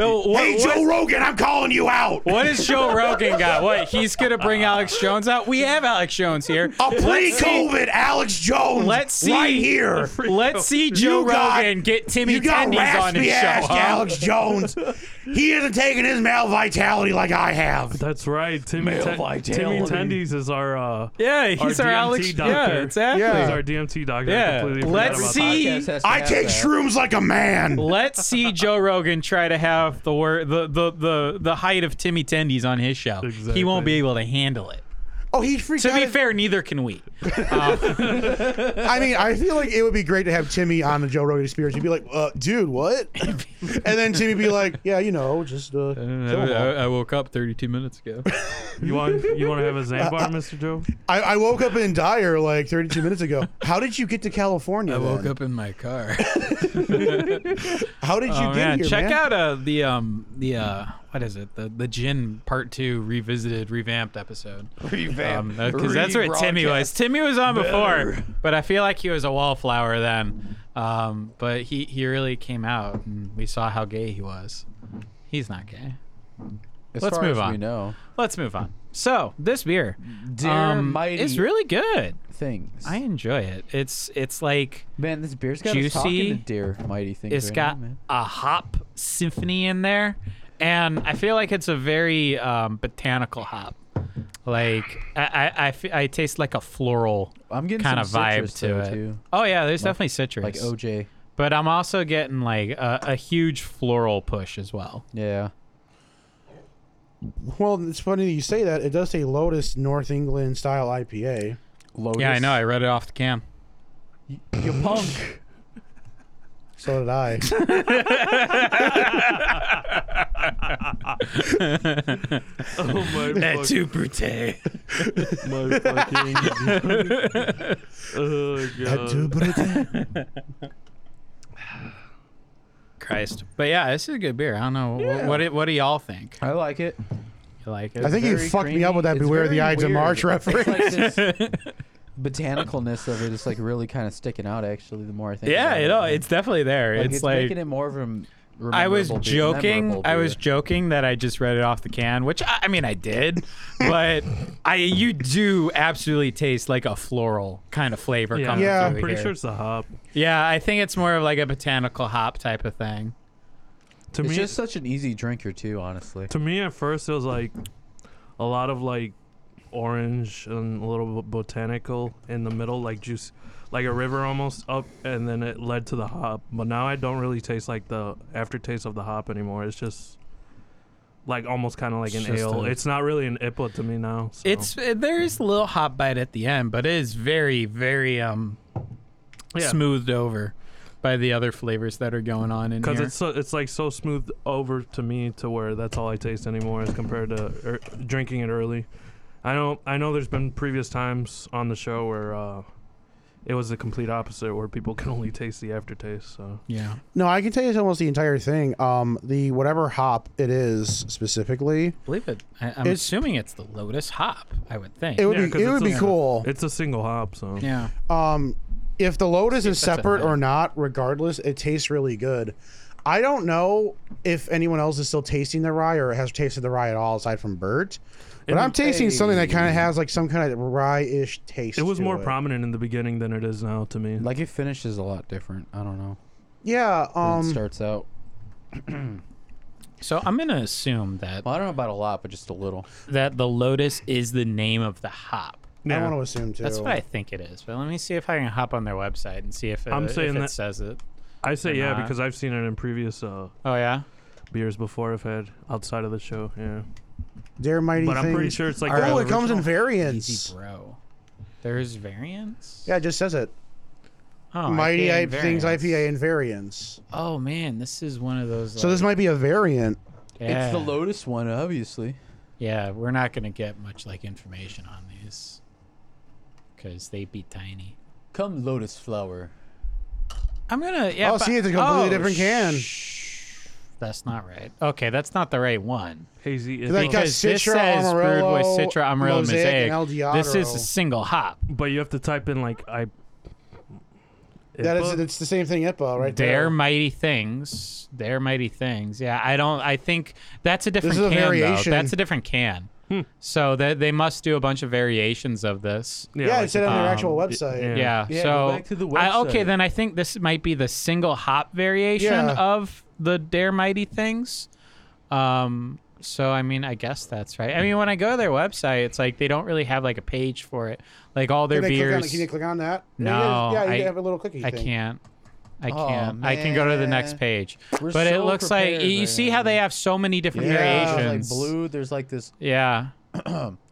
[SPEAKER 6] Oh, What,
[SPEAKER 1] Hey,
[SPEAKER 6] what-
[SPEAKER 1] Joe Rogan, I'm calling you out.
[SPEAKER 6] what is Joe Rogan got? What he's gonna bring
[SPEAKER 4] Uh,
[SPEAKER 6] Alex Jones out? We have Alex Jones here.
[SPEAKER 1] A pre-COVID Alex Jones.
[SPEAKER 6] Let's see.
[SPEAKER 1] right here.
[SPEAKER 6] Let's see Joe
[SPEAKER 1] You got-
[SPEAKER 6] Rogan get Timmy
[SPEAKER 1] You got
[SPEAKER 6] Tendies on his
[SPEAKER 1] raspy
[SPEAKER 6] show.
[SPEAKER 1] ass
[SPEAKER 6] huh?
[SPEAKER 1] Alex Jones. he isn't taking his male vitality like I have.
[SPEAKER 4] That's right. Timmy,
[SPEAKER 5] Male
[SPEAKER 4] Ten- Timmy
[SPEAKER 5] vitality.
[SPEAKER 4] Tendies is our uh,
[SPEAKER 6] Yeah, he's our,
[SPEAKER 4] Our
[SPEAKER 6] Alex.
[SPEAKER 4] DMT doctor.
[SPEAKER 6] Yeah, exactly.
[SPEAKER 1] Yeah.
[SPEAKER 4] he's our DMT doctor. I
[SPEAKER 6] Yeah.
[SPEAKER 4] completely forgot
[SPEAKER 6] Let's
[SPEAKER 4] about
[SPEAKER 6] see-
[SPEAKER 5] Podcast has to
[SPEAKER 1] I
[SPEAKER 5] have
[SPEAKER 1] take
[SPEAKER 5] that.
[SPEAKER 1] shrooms like a man.
[SPEAKER 6] Let's see Joe Rogan try to have the wor- the, the the the height of Timmy Tendies on his show. He
[SPEAKER 4] Exactly.
[SPEAKER 6] won't be able to handle it.
[SPEAKER 1] Oh, he freaked
[SPEAKER 3] To
[SPEAKER 1] out.
[SPEAKER 3] be
[SPEAKER 1] at-
[SPEAKER 3] fair, neither can we.
[SPEAKER 7] Uh,
[SPEAKER 1] I mean, I feel like it would be great to have Timmy on the Joe Rogan Experience. He'd be like, uh, "Dude, what?" and then Timmy be like, "Yeah, you know, just uh,
[SPEAKER 7] I,
[SPEAKER 1] kill 'em all."
[SPEAKER 7] woke up 32 minutes ago.
[SPEAKER 4] You want you want to have a Zambar, Mr. Joe?
[SPEAKER 1] I, I woke up in Dyer like 32 minutes ago. How did you get to California?
[SPEAKER 7] I woke
[SPEAKER 1] then?
[SPEAKER 7] up in my
[SPEAKER 1] [LAUGHS]
[SPEAKER 7] car.
[SPEAKER 1] How did you
[SPEAKER 3] oh
[SPEAKER 1] get
[SPEAKER 3] man,
[SPEAKER 1] here,
[SPEAKER 3] check
[SPEAKER 1] man?
[SPEAKER 3] out uh, the um the uh what is it the the Gin Part Two revisited revamped episode. Um, because that's where Timmy was. Timmy was on before, but I feel like he was a wallflower then. Um, but he he really came out, and we saw how gay he was. He's not gay.
[SPEAKER 5] As
[SPEAKER 3] Let's
[SPEAKER 5] far
[SPEAKER 3] move
[SPEAKER 5] as we
[SPEAKER 3] on.
[SPEAKER 5] know,
[SPEAKER 3] Let's move on. So this beer,
[SPEAKER 5] Dear
[SPEAKER 3] um,
[SPEAKER 5] mighty-
[SPEAKER 3] it's really good.
[SPEAKER 5] things.
[SPEAKER 3] I enjoy it. It's it's like
[SPEAKER 5] man, this beer's got us
[SPEAKER 3] Juicy.
[SPEAKER 5] talking to dear mighty things.
[SPEAKER 3] It's
[SPEAKER 5] right
[SPEAKER 3] got
[SPEAKER 5] now, man.
[SPEAKER 3] a hop symphony in there, and I feel like it's a very um, botanical hop. Like I, I, I, fe- I taste like a floral
[SPEAKER 5] I'm getting
[SPEAKER 3] kind of
[SPEAKER 5] some
[SPEAKER 3] vibe
[SPEAKER 5] citrus,
[SPEAKER 3] to
[SPEAKER 5] though,
[SPEAKER 3] it.
[SPEAKER 5] too.
[SPEAKER 3] Oh yeah, there's definitely citrus.
[SPEAKER 5] like OJ.
[SPEAKER 3] but I'm also getting like a, a huge floral push as well.
[SPEAKER 5] Yeah.
[SPEAKER 1] Well, it's funny that you say that. It does say Lotus North England style IPA.
[SPEAKER 5] Lotus.
[SPEAKER 7] yeah, I know. I read it off the can.
[SPEAKER 5] You punk.
[SPEAKER 1] So did I.
[SPEAKER 4] Oh [LAUGHS] my, fuck- my [LAUGHS] fucking oh god.
[SPEAKER 3] [LAUGHS] Christ. But yeah, this is a good beer. I don't know what what, do- what do y'all think?
[SPEAKER 5] I like it.
[SPEAKER 3] You like it?
[SPEAKER 1] I think you
[SPEAKER 5] Very
[SPEAKER 1] fucked me up with that
[SPEAKER 5] creamy. It's
[SPEAKER 1] Beware the
[SPEAKER 5] very
[SPEAKER 1] Ides of
[SPEAKER 5] weird.
[SPEAKER 1] March reference.
[SPEAKER 5] It's
[SPEAKER 3] [LAUGHS]
[SPEAKER 5] like this botanicalness of it is like really kind of sticking out. Actually, the more I think.
[SPEAKER 3] yeah,
[SPEAKER 5] about it,
[SPEAKER 3] you know, it's definitely there.
[SPEAKER 5] like,
[SPEAKER 3] it's,
[SPEAKER 5] it's
[SPEAKER 3] like
[SPEAKER 5] making it more of a. m-
[SPEAKER 3] I was
[SPEAKER 5] rememberable beer-
[SPEAKER 3] joking.
[SPEAKER 5] memorable
[SPEAKER 3] I was
[SPEAKER 5] beer.
[SPEAKER 3] joking that I just read it off the can, which I, I mean
[SPEAKER 5] [LAUGHS]
[SPEAKER 3] I did, but I you do absolutely taste like a floral kind of flavor
[SPEAKER 4] Yeah,
[SPEAKER 3] coming
[SPEAKER 1] Yeah.
[SPEAKER 4] I'm
[SPEAKER 3] through
[SPEAKER 4] pretty
[SPEAKER 3] here.
[SPEAKER 4] sure it's the hop.
[SPEAKER 3] Yeah, I think it's more of like a botanical hop type of thing.
[SPEAKER 4] To
[SPEAKER 5] It's
[SPEAKER 4] me,
[SPEAKER 5] just such an easy drinker too, honestly.
[SPEAKER 4] to me at first it was like a lot of like orange and a little bit botanical in the middle like juice like a river almost up and then it led to the hop but now i don't really taste like the aftertaste of the hop anymore it's just like almost kind of like
[SPEAKER 7] It's
[SPEAKER 4] an
[SPEAKER 7] just a-
[SPEAKER 4] ale it's not really an ipa to me now so.
[SPEAKER 3] It's eh, there is a little hop bite at the end, but it is very very um
[SPEAKER 4] Yeah.
[SPEAKER 3] smoothed over by the other flavors that are going on in
[SPEAKER 4] because
[SPEAKER 3] here.
[SPEAKER 4] it's so, it's like so smooth over to me to where that's all I taste anymore as compared to er, drinking it early. I know I know there's been previous times on the show where uh, it was the complete opposite where people [LAUGHS] can only taste the aftertaste. So
[SPEAKER 3] yeah.
[SPEAKER 1] [LAUGHS] No, I can tell you it's almost the entire thing. Um, the whatever hop it is specifically,
[SPEAKER 3] Believe it. I, I'm
[SPEAKER 1] It's-
[SPEAKER 3] assuming it's the lotus hop. I would think.
[SPEAKER 1] it would
[SPEAKER 4] Yeah,
[SPEAKER 1] be
[SPEAKER 4] 'cause
[SPEAKER 1] it would
[SPEAKER 4] it's
[SPEAKER 1] be
[SPEAKER 4] a-
[SPEAKER 1] cool.
[SPEAKER 4] it's a single hop. So
[SPEAKER 3] yeah.
[SPEAKER 1] Um, if the lotus is
[SPEAKER 3] if that's a
[SPEAKER 1] separate or
[SPEAKER 3] thing.
[SPEAKER 1] not, regardless, it tastes really good. I don't know if anyone else is still tasting the rye or has tasted the rye at all aside from Bert. But
[SPEAKER 4] It-
[SPEAKER 1] I'm tasting something that kind of has like some kind of rye-ish taste.
[SPEAKER 4] it was
[SPEAKER 1] to
[SPEAKER 4] more prominent in the beginning than it is now to me.
[SPEAKER 5] Like it finishes a lot different. I don't know.
[SPEAKER 1] Yeah.
[SPEAKER 5] When
[SPEAKER 1] Um.
[SPEAKER 5] it starts out.
[SPEAKER 3] So I'm gonna assume that
[SPEAKER 5] Well, I don't know about a lot, but just a little.
[SPEAKER 3] that the lotus is the name of the hop.
[SPEAKER 1] I
[SPEAKER 4] Yeah.
[SPEAKER 1] want to assume too.
[SPEAKER 3] That's what I think it is. But let me see if I can hop on their website and see if it,
[SPEAKER 4] I'm
[SPEAKER 3] if
[SPEAKER 4] saying
[SPEAKER 3] it
[SPEAKER 4] that-
[SPEAKER 3] says it.
[SPEAKER 4] I say yeah
[SPEAKER 3] not.
[SPEAKER 4] because I've seen it in previous uh,
[SPEAKER 3] Oh yeah.
[SPEAKER 4] beers before I've had outside of the show. Yeah,
[SPEAKER 1] Dare mighty
[SPEAKER 4] but I'm pretty
[SPEAKER 1] things.
[SPEAKER 4] sure it's like
[SPEAKER 1] Oh,
[SPEAKER 4] the
[SPEAKER 1] it comes in
[SPEAKER 4] original-
[SPEAKER 1] variants.
[SPEAKER 3] bro. There's variants.
[SPEAKER 1] Yeah, it just says it.
[SPEAKER 3] Oh,
[SPEAKER 1] Mighty
[SPEAKER 3] IPA
[SPEAKER 1] I-
[SPEAKER 3] and
[SPEAKER 1] things
[SPEAKER 3] variants.
[SPEAKER 1] IPA and variants.
[SPEAKER 3] Oh man, this is one of those.
[SPEAKER 1] So this
[SPEAKER 3] like-
[SPEAKER 1] might be a variant.
[SPEAKER 3] yeah.
[SPEAKER 5] It's the Lotus one, obviously.
[SPEAKER 3] Yeah, we're not gonna get much like information on these because they be tiny.
[SPEAKER 5] Come Lotus flower.
[SPEAKER 3] I'm gonna. Yeah.
[SPEAKER 1] Oh,
[SPEAKER 3] but-
[SPEAKER 1] see, it's a completely
[SPEAKER 3] oh,
[SPEAKER 1] different can.
[SPEAKER 3] shh. That's not right. Okay, that's not the right one.
[SPEAKER 4] hazy.
[SPEAKER 1] They
[SPEAKER 4] Ipa.
[SPEAKER 1] got
[SPEAKER 3] Because this
[SPEAKER 1] Citra,
[SPEAKER 3] says brewed with
[SPEAKER 1] Amarillo,
[SPEAKER 3] Citra, Amarillo,
[SPEAKER 1] Mosaic, and El
[SPEAKER 3] Mosaic. This is a
[SPEAKER 1] Diablo.
[SPEAKER 3] single hop.
[SPEAKER 4] but you have to type in like I.
[SPEAKER 1] That is,
[SPEAKER 4] Ipa?
[SPEAKER 1] it's the same thing. IPA, right?
[SPEAKER 3] They're
[SPEAKER 1] there.
[SPEAKER 3] mighty things. They're mighty things. Yeah, I don't. I think that's a different
[SPEAKER 1] is a
[SPEAKER 3] can. though.
[SPEAKER 1] variation. Hmm.
[SPEAKER 3] That's a different can. So that they must do a bunch of variations of this.
[SPEAKER 1] Yeah,
[SPEAKER 4] like
[SPEAKER 1] it said
[SPEAKER 4] the-
[SPEAKER 1] on their
[SPEAKER 3] um,
[SPEAKER 1] actual
[SPEAKER 4] y-
[SPEAKER 1] website.
[SPEAKER 4] yeah.
[SPEAKER 3] Yeah.
[SPEAKER 5] Yeah,
[SPEAKER 3] so
[SPEAKER 5] go back to the
[SPEAKER 3] I- okay,
[SPEAKER 5] website.
[SPEAKER 3] then I think this might be the single hop variation
[SPEAKER 1] Yeah.
[SPEAKER 3] of the Dare Mighty things. Um. So I mean, I guess that's right. I mean, when I go to their website, it's like they don't really have like a page for it. Like all their
[SPEAKER 1] Can I click on
[SPEAKER 3] beers.
[SPEAKER 1] it? Can you click on that?
[SPEAKER 3] No,
[SPEAKER 1] Yeah, you gotta- yeah, you
[SPEAKER 3] I-
[SPEAKER 1] have a little cookie
[SPEAKER 3] I
[SPEAKER 1] thing.
[SPEAKER 3] can't. I
[SPEAKER 5] Aw,
[SPEAKER 3] can't. I can go to the next
[SPEAKER 5] man.
[SPEAKER 3] page.
[SPEAKER 5] We're
[SPEAKER 3] but it
[SPEAKER 5] so
[SPEAKER 3] looks like
[SPEAKER 5] prepared
[SPEAKER 3] you
[SPEAKER 5] right
[SPEAKER 3] see
[SPEAKER 5] now,
[SPEAKER 3] how they
[SPEAKER 5] man.
[SPEAKER 3] have so many different
[SPEAKER 1] Yeah,
[SPEAKER 5] There's,
[SPEAKER 3] variations.
[SPEAKER 5] Like blue. There's like this
[SPEAKER 3] Yeah.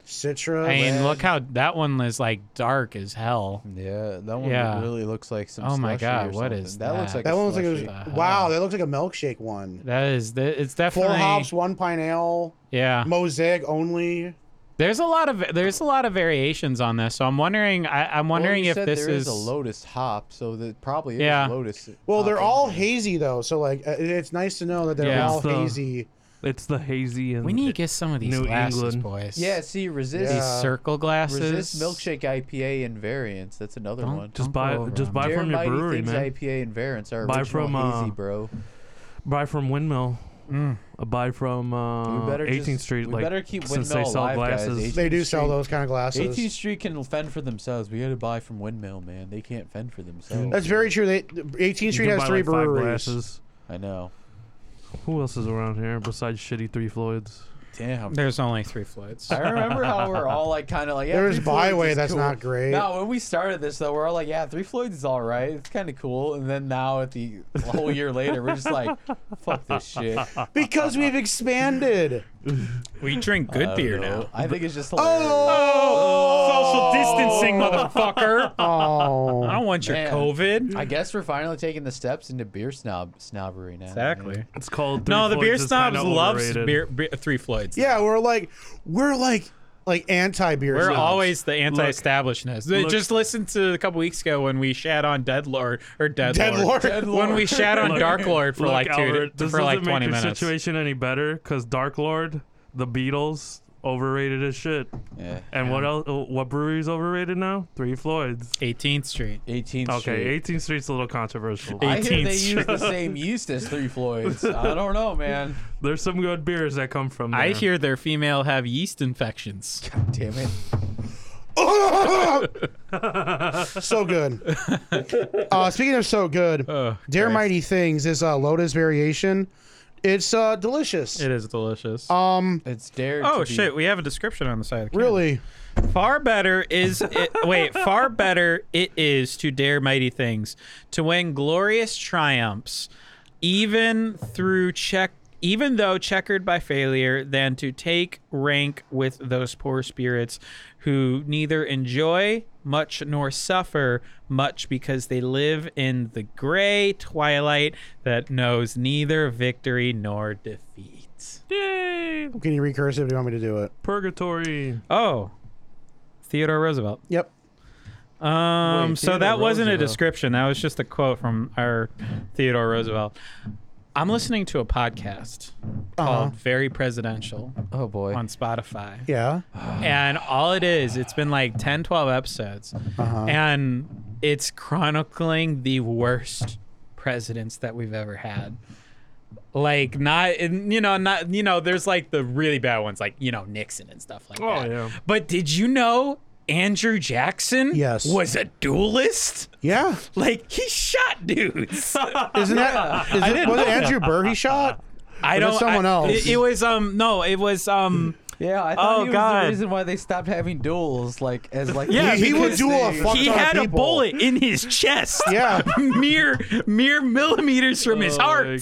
[SPEAKER 1] Citra.
[SPEAKER 3] I mean,
[SPEAKER 1] red.
[SPEAKER 3] look how that one is like dark as hell.
[SPEAKER 5] Yeah, that one
[SPEAKER 3] Yeah.
[SPEAKER 5] really looks like some.
[SPEAKER 3] Oh my
[SPEAKER 5] slushy
[SPEAKER 3] God,
[SPEAKER 5] or
[SPEAKER 3] what
[SPEAKER 5] something.
[SPEAKER 3] is
[SPEAKER 5] that? looks
[SPEAKER 3] that?
[SPEAKER 5] like
[SPEAKER 1] that
[SPEAKER 5] a
[SPEAKER 1] one looks like
[SPEAKER 5] slushy.
[SPEAKER 1] it was, wow. That looks like a milkshake one.
[SPEAKER 3] That is, that- it's
[SPEAKER 1] Four
[SPEAKER 3] definitely
[SPEAKER 1] hops, one pine ale,
[SPEAKER 3] yeah.
[SPEAKER 1] mosaic only.
[SPEAKER 3] There's a lot of there's a lot of variations on this, so I'm wondering. I, I'm
[SPEAKER 5] Well,
[SPEAKER 3] wondering
[SPEAKER 5] you
[SPEAKER 3] if
[SPEAKER 5] said
[SPEAKER 3] this
[SPEAKER 5] there
[SPEAKER 3] is
[SPEAKER 5] a lotus hop, so that probably is
[SPEAKER 3] Yeah.
[SPEAKER 5] lotus.
[SPEAKER 1] Well,
[SPEAKER 5] hop
[SPEAKER 1] they're
[SPEAKER 5] in
[SPEAKER 1] all
[SPEAKER 5] there.
[SPEAKER 1] hazy though, so like uh, it- it's nice to know that they're
[SPEAKER 3] Yeah.
[SPEAKER 1] all
[SPEAKER 4] So-
[SPEAKER 1] hazy.
[SPEAKER 4] It's the hazy and
[SPEAKER 3] We need to get some of these
[SPEAKER 4] New
[SPEAKER 3] glasses,
[SPEAKER 4] England.
[SPEAKER 3] boys.
[SPEAKER 5] Yeah, see, resist
[SPEAKER 1] Yeah.
[SPEAKER 3] These circle glasses.
[SPEAKER 5] uh, resist milkshake IPA invariants. That's another
[SPEAKER 3] Don't-
[SPEAKER 5] one.
[SPEAKER 3] Don't
[SPEAKER 4] just buy
[SPEAKER 3] go over
[SPEAKER 4] just
[SPEAKER 3] on
[SPEAKER 4] buy
[SPEAKER 5] Darren
[SPEAKER 4] from your
[SPEAKER 5] Mighty
[SPEAKER 4] brewery,
[SPEAKER 5] thinks
[SPEAKER 4] man.
[SPEAKER 5] IPA invariants are
[SPEAKER 4] Buy
[SPEAKER 5] original
[SPEAKER 4] from, uh,
[SPEAKER 5] hazy, bro.
[SPEAKER 4] buy from Windmill.
[SPEAKER 3] Mm.
[SPEAKER 4] Uh, buy from
[SPEAKER 5] We
[SPEAKER 4] uh,
[SPEAKER 5] better
[SPEAKER 4] 18th
[SPEAKER 5] just-
[SPEAKER 4] Street.
[SPEAKER 5] We
[SPEAKER 4] Like
[SPEAKER 5] better keep
[SPEAKER 4] since they
[SPEAKER 5] Windmill
[SPEAKER 4] sell
[SPEAKER 5] alive, guys.
[SPEAKER 4] glasses.
[SPEAKER 1] They do
[SPEAKER 5] 18th
[SPEAKER 1] sell
[SPEAKER 5] Street-
[SPEAKER 1] those kind of
[SPEAKER 5] 18th
[SPEAKER 1] glasses.
[SPEAKER 5] Street can fend for themselves. We got to buy from Windmill, man. They can't fend for themselves.
[SPEAKER 1] That's very true. They, 18th Street has three breweries.
[SPEAKER 4] glasses.
[SPEAKER 5] I know.
[SPEAKER 4] Who else is around here besides shitty Three Floyds?
[SPEAKER 5] Damn.
[SPEAKER 3] There's only three floats.
[SPEAKER 5] I remember how [LAUGHS] we're all like kind of like yeah,
[SPEAKER 1] There was
[SPEAKER 5] Three Floyds
[SPEAKER 1] Byway,
[SPEAKER 5] is
[SPEAKER 1] that's
[SPEAKER 5] cool.
[SPEAKER 1] not great.
[SPEAKER 5] No, when we started this though, we're all like, yeah, Three Floyds is all right. It's kind of cool. And then now at the a whole year later, we're just like, fuck this shit.
[SPEAKER 1] Because
[SPEAKER 5] [LAUGHS]
[SPEAKER 1] we've expanded.
[SPEAKER 3] We drink
[SPEAKER 5] I
[SPEAKER 3] good
[SPEAKER 5] don't
[SPEAKER 3] beer
[SPEAKER 5] know.
[SPEAKER 3] now.
[SPEAKER 5] I think it's just hilarious.
[SPEAKER 1] Oh,
[SPEAKER 3] motherfucker. [LAUGHS] I
[SPEAKER 1] Oh,
[SPEAKER 3] don't want your
[SPEAKER 5] Man.
[SPEAKER 3] COVID.
[SPEAKER 5] I guess we're finally taking the steps into beer snob snobbery now.
[SPEAKER 3] Exactly.
[SPEAKER 4] It's called. Three
[SPEAKER 3] No, the beer
[SPEAKER 4] Floyds is kinda
[SPEAKER 3] snobs loves
[SPEAKER 4] overrated.
[SPEAKER 3] beer, beer Three Floyds.
[SPEAKER 1] yeah. We're like, we're like, like anti-beer.
[SPEAKER 3] We're
[SPEAKER 1] snobs.
[SPEAKER 3] always the anti-establishment.
[SPEAKER 4] look-
[SPEAKER 3] Just listen to a couple weeks ago when we shat on Dead Lord or Dead,
[SPEAKER 1] Dead Lord.
[SPEAKER 3] [LAUGHS]
[SPEAKER 1] [LAUGHS]
[SPEAKER 3] When we shat on
[SPEAKER 4] Look-
[SPEAKER 3] Dark Lord for
[SPEAKER 4] Look,
[SPEAKER 3] like two
[SPEAKER 4] Albert, this
[SPEAKER 3] for like
[SPEAKER 4] doesn't make
[SPEAKER 3] 20
[SPEAKER 4] your
[SPEAKER 3] minutes.
[SPEAKER 4] situation any better because Dark Lord, the Beatles, overrated as shit.
[SPEAKER 5] Yeah.
[SPEAKER 4] And what else? What brewery's overrated now? Three Floyds.
[SPEAKER 3] 18th Street.
[SPEAKER 5] 18th Street.
[SPEAKER 4] Okay, 18th Street's a little controversial.
[SPEAKER 5] I hear
[SPEAKER 3] 18th
[SPEAKER 5] they use the same yeast as Three Floyds. I don't know, man.
[SPEAKER 4] There's some good beers that come from there.
[SPEAKER 3] I hear their female have yeast infections.
[SPEAKER 5] Damn it.
[SPEAKER 1] so good. Uh, speaking of so good,
[SPEAKER 3] Oh,
[SPEAKER 1] Dare Mighty Things is a Lotus variation. It's uh, delicious.
[SPEAKER 3] It is delicious.
[SPEAKER 1] Um,
[SPEAKER 5] It's dare.
[SPEAKER 3] oh
[SPEAKER 5] to be-
[SPEAKER 3] shit, we have a description on the side. Of the can.
[SPEAKER 1] really,
[SPEAKER 3] Far better is it, wait, far better it is to dare mighty things, to win glorious triumphs, even through check even though checkered by failure, than to take rank with those poor spirits who neither enjoy much nor suffer much because they live in the gray twilight that knows neither victory nor defeat.
[SPEAKER 4] Yay!
[SPEAKER 1] can you recurse it? Do you want me to do it?
[SPEAKER 4] Purgatory.
[SPEAKER 3] Oh, Theodore Roosevelt.
[SPEAKER 1] Yep.
[SPEAKER 3] Um,
[SPEAKER 5] Wait,
[SPEAKER 3] so that
[SPEAKER 5] Theodore
[SPEAKER 3] wasn't a
[SPEAKER 5] Roosevelt.
[SPEAKER 3] description. That was just a quote from our Theodore Roosevelt. I'm listening to a podcast
[SPEAKER 1] Uh-huh.
[SPEAKER 3] called Very Presidential
[SPEAKER 5] Oh boy. [LAUGHS]
[SPEAKER 3] on Spotify.
[SPEAKER 1] Yeah.
[SPEAKER 3] And all it is, it's been like 10, 12 episodes.
[SPEAKER 1] Uh-huh.
[SPEAKER 3] And it's chronicling the worst presidents that we've ever had. Like not, and, you know, not you know. There's like the really bad ones, like you know Nixon and stuff like
[SPEAKER 4] Oh
[SPEAKER 3] that.
[SPEAKER 4] yeah.
[SPEAKER 3] But did you know Andrew Jackson
[SPEAKER 1] Yes.
[SPEAKER 3] was a duelist?
[SPEAKER 1] Yeah.
[SPEAKER 3] Like he shot dudes.
[SPEAKER 1] Isn't that? Is it, was it Andrew Burr he shot?
[SPEAKER 3] I
[SPEAKER 1] Or
[SPEAKER 3] don't
[SPEAKER 1] was it someone
[SPEAKER 3] I-
[SPEAKER 1] else?
[SPEAKER 3] It, it was um no, it was um
[SPEAKER 5] Yeah, I thought
[SPEAKER 3] Oh,
[SPEAKER 5] he was
[SPEAKER 3] God.
[SPEAKER 5] the reason why they stopped having duels. Like as like
[SPEAKER 3] Yeah,
[SPEAKER 1] he, he would
[SPEAKER 5] because
[SPEAKER 1] do a
[SPEAKER 5] they-
[SPEAKER 1] fuck
[SPEAKER 3] he
[SPEAKER 1] ton of
[SPEAKER 3] had a
[SPEAKER 1] people.
[SPEAKER 3] bullet in his
[SPEAKER 1] [LAUGHS]
[SPEAKER 3] chest.
[SPEAKER 1] Yeah.
[SPEAKER 3] [LAUGHS] mere mere millimeters from his
[SPEAKER 4] oh
[SPEAKER 3] heart.
[SPEAKER 4] my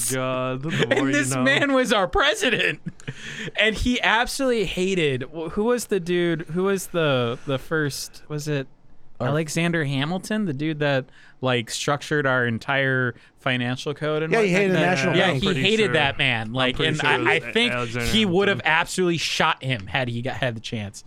[SPEAKER 3] [LAUGHS]
[SPEAKER 4] god. The more
[SPEAKER 3] And this
[SPEAKER 4] you know.
[SPEAKER 3] man was our president, and he absolutely hated. wh- Who was the dude? Who was the the first? Was it Alexander Hamilton, the dude that like structured our entire financial code? And
[SPEAKER 1] Yeah, he
[SPEAKER 3] whatnot?
[SPEAKER 1] hated the
[SPEAKER 3] That-
[SPEAKER 1] national
[SPEAKER 3] Yeah,
[SPEAKER 1] bank.
[SPEAKER 3] he
[SPEAKER 4] Pretty
[SPEAKER 3] hated
[SPEAKER 4] sure-
[SPEAKER 3] that man. Like,
[SPEAKER 4] pretty
[SPEAKER 3] and
[SPEAKER 4] sure it was
[SPEAKER 3] I, I
[SPEAKER 4] A-
[SPEAKER 3] think
[SPEAKER 4] Alexander
[SPEAKER 3] he would have
[SPEAKER 4] Hamilton.
[SPEAKER 3] absolutely shot him had he got, had the chance.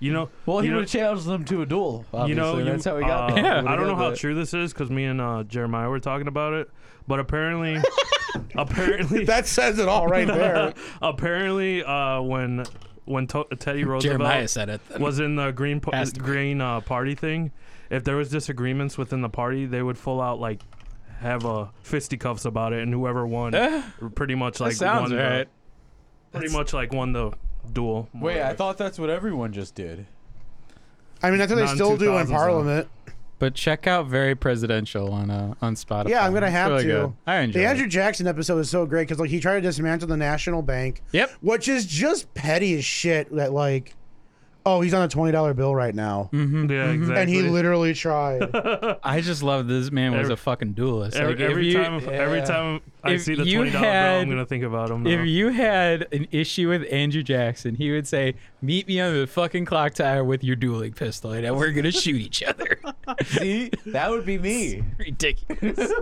[SPEAKER 4] You know.
[SPEAKER 5] Well, he
[SPEAKER 4] you know,
[SPEAKER 5] would challenge them to a duel.
[SPEAKER 4] you know,
[SPEAKER 5] obviously.
[SPEAKER 4] you-
[SPEAKER 5] that's how we got
[SPEAKER 4] uh,
[SPEAKER 5] there.
[SPEAKER 4] I don't
[SPEAKER 5] [LAUGHS]
[SPEAKER 4] know how true this is because me and uh, Jeremiah were talking about it, but apparently,
[SPEAKER 5] [LAUGHS]
[SPEAKER 4] apparently, [LAUGHS]
[SPEAKER 1] That says it all right there.
[SPEAKER 4] apparently, uh, when when to-
[SPEAKER 5] [LAUGHS]
[SPEAKER 4] Teddy
[SPEAKER 3] Jeremiah
[SPEAKER 4] Roosevelt
[SPEAKER 3] said it.
[SPEAKER 4] was in the Green pa-
[SPEAKER 3] Passed away.
[SPEAKER 4] Green uh, Party thing, if there was disagreements within the party, they would full out like have a fisticuffs about it, and whoever won, pretty much like
[SPEAKER 3] Eh. sounds
[SPEAKER 4] won the-
[SPEAKER 3] right.
[SPEAKER 4] pretty much like won the duel. more
[SPEAKER 5] Wait,
[SPEAKER 4] or
[SPEAKER 5] I
[SPEAKER 4] less.
[SPEAKER 5] thought that's what everyone just did.
[SPEAKER 1] I mean, that's what they
[SPEAKER 4] Non-
[SPEAKER 1] still do in
[SPEAKER 4] 2000s, though.
[SPEAKER 1] Parliament.
[SPEAKER 3] But check out very presidential on uh, on Spotify.
[SPEAKER 1] Yeah, I'm gonna have
[SPEAKER 3] really
[SPEAKER 1] to.
[SPEAKER 3] Good. I enjoy.
[SPEAKER 1] The
[SPEAKER 3] it.
[SPEAKER 1] Andrew Jackson episode is so great because like he tried to dismantle the national bank,
[SPEAKER 3] Yep.
[SPEAKER 1] which is just petty as shit. That like, oh, he's on a twenty dollar bill right now,
[SPEAKER 8] Mm-hmm.
[SPEAKER 4] Yeah, exactly.
[SPEAKER 1] mm-hmm. and he
[SPEAKER 8] [LAUGHS]
[SPEAKER 1] literally tried.
[SPEAKER 3] I just love this man was
[SPEAKER 4] Every-
[SPEAKER 3] a fucking duelist.
[SPEAKER 4] every,
[SPEAKER 3] like,
[SPEAKER 4] every
[SPEAKER 3] if you,
[SPEAKER 4] time every
[SPEAKER 8] yeah.
[SPEAKER 4] time I
[SPEAKER 3] If
[SPEAKER 4] see the
[SPEAKER 3] you
[SPEAKER 4] twenty dollar bill,
[SPEAKER 3] had-
[SPEAKER 4] I'm gonna think about him. now.
[SPEAKER 3] If you had an issue with Andrew Jackson, he would say, "Meet me under the fucking clock tower with your dueling pistol, and we're gonna shoot each other." [LAUGHS]
[SPEAKER 8] See, that would be me.
[SPEAKER 4] [LAUGHS]
[SPEAKER 3] Ridiculous.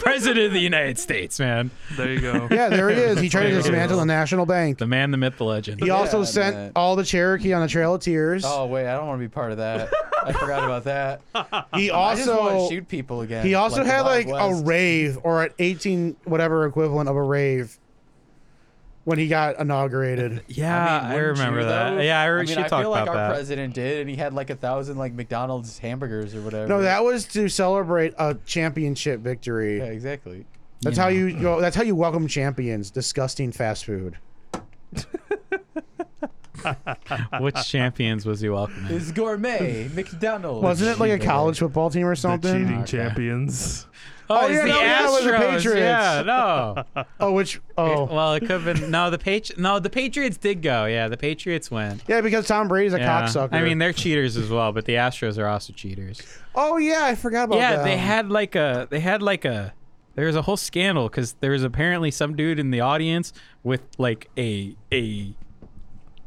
[SPEAKER 3] President of the United States, man,
[SPEAKER 4] there you go.
[SPEAKER 1] [LAUGHS] yeah, there he is. He tried to
[SPEAKER 4] There you
[SPEAKER 1] dismantle
[SPEAKER 4] go.
[SPEAKER 1] the national bank.
[SPEAKER 3] the man, the myth, the legend.
[SPEAKER 1] He also
[SPEAKER 8] Yeah,
[SPEAKER 1] sent
[SPEAKER 8] man.
[SPEAKER 1] all the Cherokee on the Trail of Tears.
[SPEAKER 8] Oh wait, I don't want to be part of that. I forgot about that.
[SPEAKER 1] he
[SPEAKER 8] I just want to
[SPEAKER 1] also
[SPEAKER 8] shoot people again.
[SPEAKER 1] he also
[SPEAKER 8] the
[SPEAKER 1] had like
[SPEAKER 8] Wild
[SPEAKER 1] a
[SPEAKER 8] West.
[SPEAKER 1] rave or an eighteen whatever equivalent of a rave when he
[SPEAKER 8] [LAUGHS]
[SPEAKER 1] got inaugurated.
[SPEAKER 3] Yeah, I,
[SPEAKER 8] wouldn't
[SPEAKER 3] remember
[SPEAKER 8] you,
[SPEAKER 3] that.
[SPEAKER 8] though?
[SPEAKER 3] Yeah, I, re-
[SPEAKER 8] mean,
[SPEAKER 3] she
[SPEAKER 8] I
[SPEAKER 3] talked
[SPEAKER 8] feel like our
[SPEAKER 3] about that.
[SPEAKER 8] president did, and he had like a thousand like McDonald's hamburgers or whatever.
[SPEAKER 1] No, that was to celebrate a championship victory.
[SPEAKER 8] Yeah, exactly.
[SPEAKER 1] That's
[SPEAKER 3] Yeah.
[SPEAKER 1] how you go. That's how you welcome champions. Disgusting fast food.
[SPEAKER 3] Which champions was he welcoming?
[SPEAKER 8] It's
[SPEAKER 4] [LAUGHS]
[SPEAKER 8] gourmet McDonald's.
[SPEAKER 1] Wasn't it like a college football team or
[SPEAKER 4] The
[SPEAKER 1] something?
[SPEAKER 4] cheating
[SPEAKER 3] Okay. [LAUGHS]
[SPEAKER 4] champions.
[SPEAKER 1] Oh, yeah, no, yeah, it was the Patriots.
[SPEAKER 3] Yeah, no.
[SPEAKER 1] Oh, which oh
[SPEAKER 3] Well, it could have been no. The Patri- no, the Patriots did go. Yeah, the Patriots went.
[SPEAKER 1] yeah, because Tom Brady's a
[SPEAKER 3] Yeah.
[SPEAKER 1] cocksucker.
[SPEAKER 3] I mean, they're cheaters as well, but the Astros are also cheaters.
[SPEAKER 1] oh yeah, I forgot about
[SPEAKER 3] yeah,
[SPEAKER 1] that.
[SPEAKER 3] they had like a they had like a there was a whole scandal because there was apparently some dude in the audience with like a a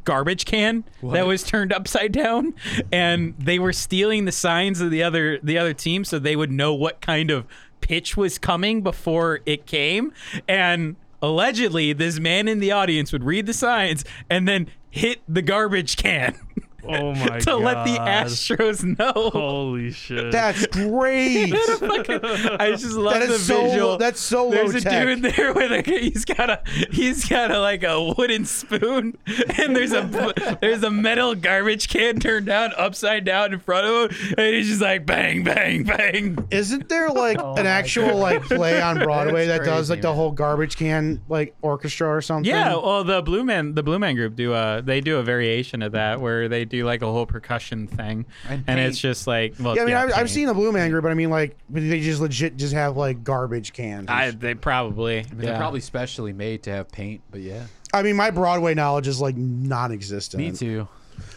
[SPEAKER 3] garbage can that was turned upside down and they were stealing the signs of the other the other team so they would know what kind of pitch was coming before it came and allegedly this man in the audience would read the signs and then hit the garbage can [LAUGHS]
[SPEAKER 4] Oh my god.
[SPEAKER 3] to let the Astros know [LAUGHS]
[SPEAKER 4] Holy
[SPEAKER 1] [LAUGHS]
[SPEAKER 4] shit.
[SPEAKER 1] That's great.
[SPEAKER 3] fucking- I just love
[SPEAKER 1] that
[SPEAKER 3] the
[SPEAKER 1] is so.
[SPEAKER 3] visual.
[SPEAKER 1] That's so
[SPEAKER 3] There's
[SPEAKER 1] low
[SPEAKER 3] a
[SPEAKER 1] tech.
[SPEAKER 3] dude there [LAUGHS] with a he's got a he's got a like a wooden spoon [LAUGHS] and there's a there's a metal garbage can turned down upside down in front of him and he's just like bang bang bang.
[SPEAKER 1] Isn't
[SPEAKER 3] [LAUGHS]
[SPEAKER 1] there like
[SPEAKER 3] Oh
[SPEAKER 1] an actual like play on Broadway that
[SPEAKER 8] That's
[SPEAKER 1] does like
[SPEAKER 8] crazy,
[SPEAKER 1] the
[SPEAKER 8] man.
[SPEAKER 1] whole garbage can like orchestra or something?
[SPEAKER 3] Yeah, oh, well the Blue Man the Blue Man group do uh they do a variation of that where they do like a whole percussion thing and,
[SPEAKER 8] And
[SPEAKER 3] it's just like well
[SPEAKER 1] Yeah, I mean, I've, I've
[SPEAKER 3] paint.
[SPEAKER 1] seen the Blue Man Group, but I mean, like, they just legit just have like garbage cans.
[SPEAKER 3] I,
[SPEAKER 1] I,
[SPEAKER 3] they probably
[SPEAKER 5] They're
[SPEAKER 3] yeah.
[SPEAKER 5] probably specially made to have paint, but yeah.
[SPEAKER 1] mean, my Broadway knowledge is like non-existent.
[SPEAKER 5] Me too.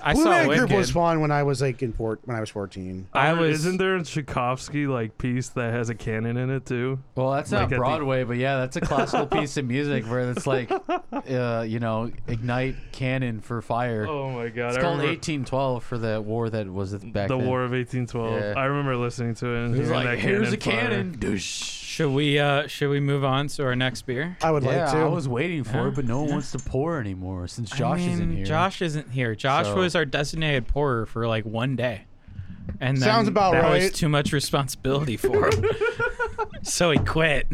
[SPEAKER 3] I
[SPEAKER 1] Blue
[SPEAKER 3] saw
[SPEAKER 1] Man
[SPEAKER 3] Wicked.
[SPEAKER 1] Group was fun when I was like in port when I was fourteen.
[SPEAKER 3] I was
[SPEAKER 4] Isn't there a Tchaikovsky like piece that has a cannon in it too?
[SPEAKER 5] Well, that's
[SPEAKER 4] Like at
[SPEAKER 5] not
[SPEAKER 4] the-
[SPEAKER 5] Broadway, but yeah, that's a
[SPEAKER 4] [LAUGHS]
[SPEAKER 5] classical piece of music where it's like, uh, you know, ignite cannon for fire. [LAUGHS]
[SPEAKER 4] Oh my god!
[SPEAKER 5] it's
[SPEAKER 4] I
[SPEAKER 5] called
[SPEAKER 4] remember
[SPEAKER 5] 1812 for that war that was back
[SPEAKER 4] the
[SPEAKER 5] then.
[SPEAKER 4] War of 1812.
[SPEAKER 5] Yeah.
[SPEAKER 4] I remember listening to it. And
[SPEAKER 5] It was
[SPEAKER 4] hearing
[SPEAKER 5] like,
[SPEAKER 4] that
[SPEAKER 5] here's a
[SPEAKER 4] cannon fire."
[SPEAKER 5] cannon. Douche.
[SPEAKER 3] should we uh should we move on to our next beer?
[SPEAKER 1] I would
[SPEAKER 5] Yeah,
[SPEAKER 1] like to.
[SPEAKER 5] I was waiting for it, but no one wants to pour anymore since Josh
[SPEAKER 3] I
[SPEAKER 5] is in
[SPEAKER 3] mean,
[SPEAKER 5] here.
[SPEAKER 3] Josh isn't here. Josh
[SPEAKER 5] So-
[SPEAKER 3] was our designated pourer for like one day. And then
[SPEAKER 1] Sounds about
[SPEAKER 3] that was
[SPEAKER 1] right.
[SPEAKER 3] too much responsibility
[SPEAKER 5] [LAUGHS]
[SPEAKER 3] for him. so he quit.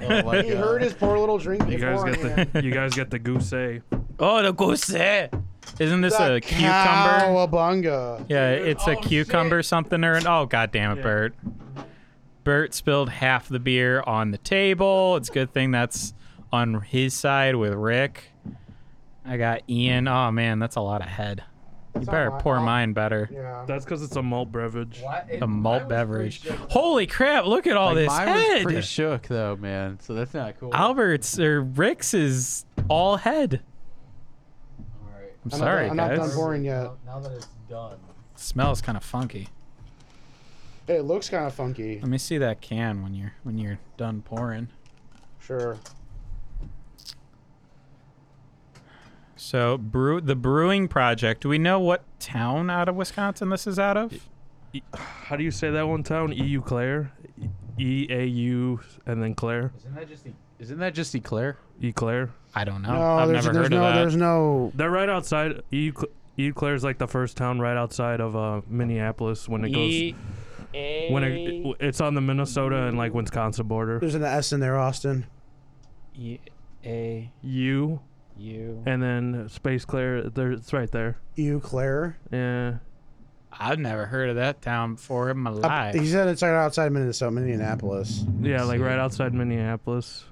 [SPEAKER 5] Oh my
[SPEAKER 1] he heard his poor little drink.
[SPEAKER 4] You guys get the [LAUGHS] you guys get the goose egg.
[SPEAKER 3] [LAUGHS] Oh, the goose. eh? Isn't this a cucumber?
[SPEAKER 1] Cowabunga.
[SPEAKER 3] Yeah, it's a
[SPEAKER 2] Oh,
[SPEAKER 3] cucumber something or an Oh, god damn it, Bert. Bert spilled half the beer on the table. It's a good thing that's on his side with Rick. I got Ian. Oh man, that's a lot of head. You better
[SPEAKER 1] alright.
[SPEAKER 3] pour
[SPEAKER 1] I'll-
[SPEAKER 3] mine better.
[SPEAKER 1] Oh. Yeah.
[SPEAKER 4] That's because it's a malt beverage.
[SPEAKER 3] a malt beverage. Holy crap! Look at all
[SPEAKER 5] Like,
[SPEAKER 3] this
[SPEAKER 5] mine was
[SPEAKER 3] head.
[SPEAKER 5] pretty shook though, man. So that's not cool.
[SPEAKER 3] Albert's or Rick's is all head.
[SPEAKER 8] All right.
[SPEAKER 3] I'm
[SPEAKER 1] I'm
[SPEAKER 3] sorry,
[SPEAKER 1] not, I'm not
[SPEAKER 3] guys.
[SPEAKER 1] done pouring yet.
[SPEAKER 8] Now, now that it's done.
[SPEAKER 3] Smells kind of funky.
[SPEAKER 1] It looks kind of funky.
[SPEAKER 3] Let me see that can when you're when you're done pouring.
[SPEAKER 1] Sure.
[SPEAKER 3] So brew the brewing project. Do we know what town out of Wisconsin this is out of?
[SPEAKER 4] E, How do you say that one town? EU Claire, E A U, and then Claire,
[SPEAKER 8] Isn't that just the?
[SPEAKER 5] Isn't that just Eclair?
[SPEAKER 4] E Claire.
[SPEAKER 3] I don't know.
[SPEAKER 1] No,
[SPEAKER 3] I've
[SPEAKER 1] there's,
[SPEAKER 3] never
[SPEAKER 1] there's
[SPEAKER 3] heard
[SPEAKER 1] no,
[SPEAKER 3] of that.
[SPEAKER 1] there's no.
[SPEAKER 4] They're right outside. EU Cl- EU Claire is like the first town right outside of uh, Minneapolis when it goes when
[SPEAKER 5] E
[SPEAKER 4] it, it's on the Minnesota and like Wisconsin border.
[SPEAKER 1] There's an S in there, Austin.
[SPEAKER 3] E A
[SPEAKER 4] U
[SPEAKER 3] U.
[SPEAKER 4] and then Space Claire. There, it's right there.
[SPEAKER 1] You, Claire.
[SPEAKER 4] Yeah.
[SPEAKER 3] I've never heard of that town before in my
[SPEAKER 1] Up-
[SPEAKER 3] life.
[SPEAKER 1] he said it's right outside Minnesota, Minneapolis.
[SPEAKER 4] Yeah, like right outside Minneapolis.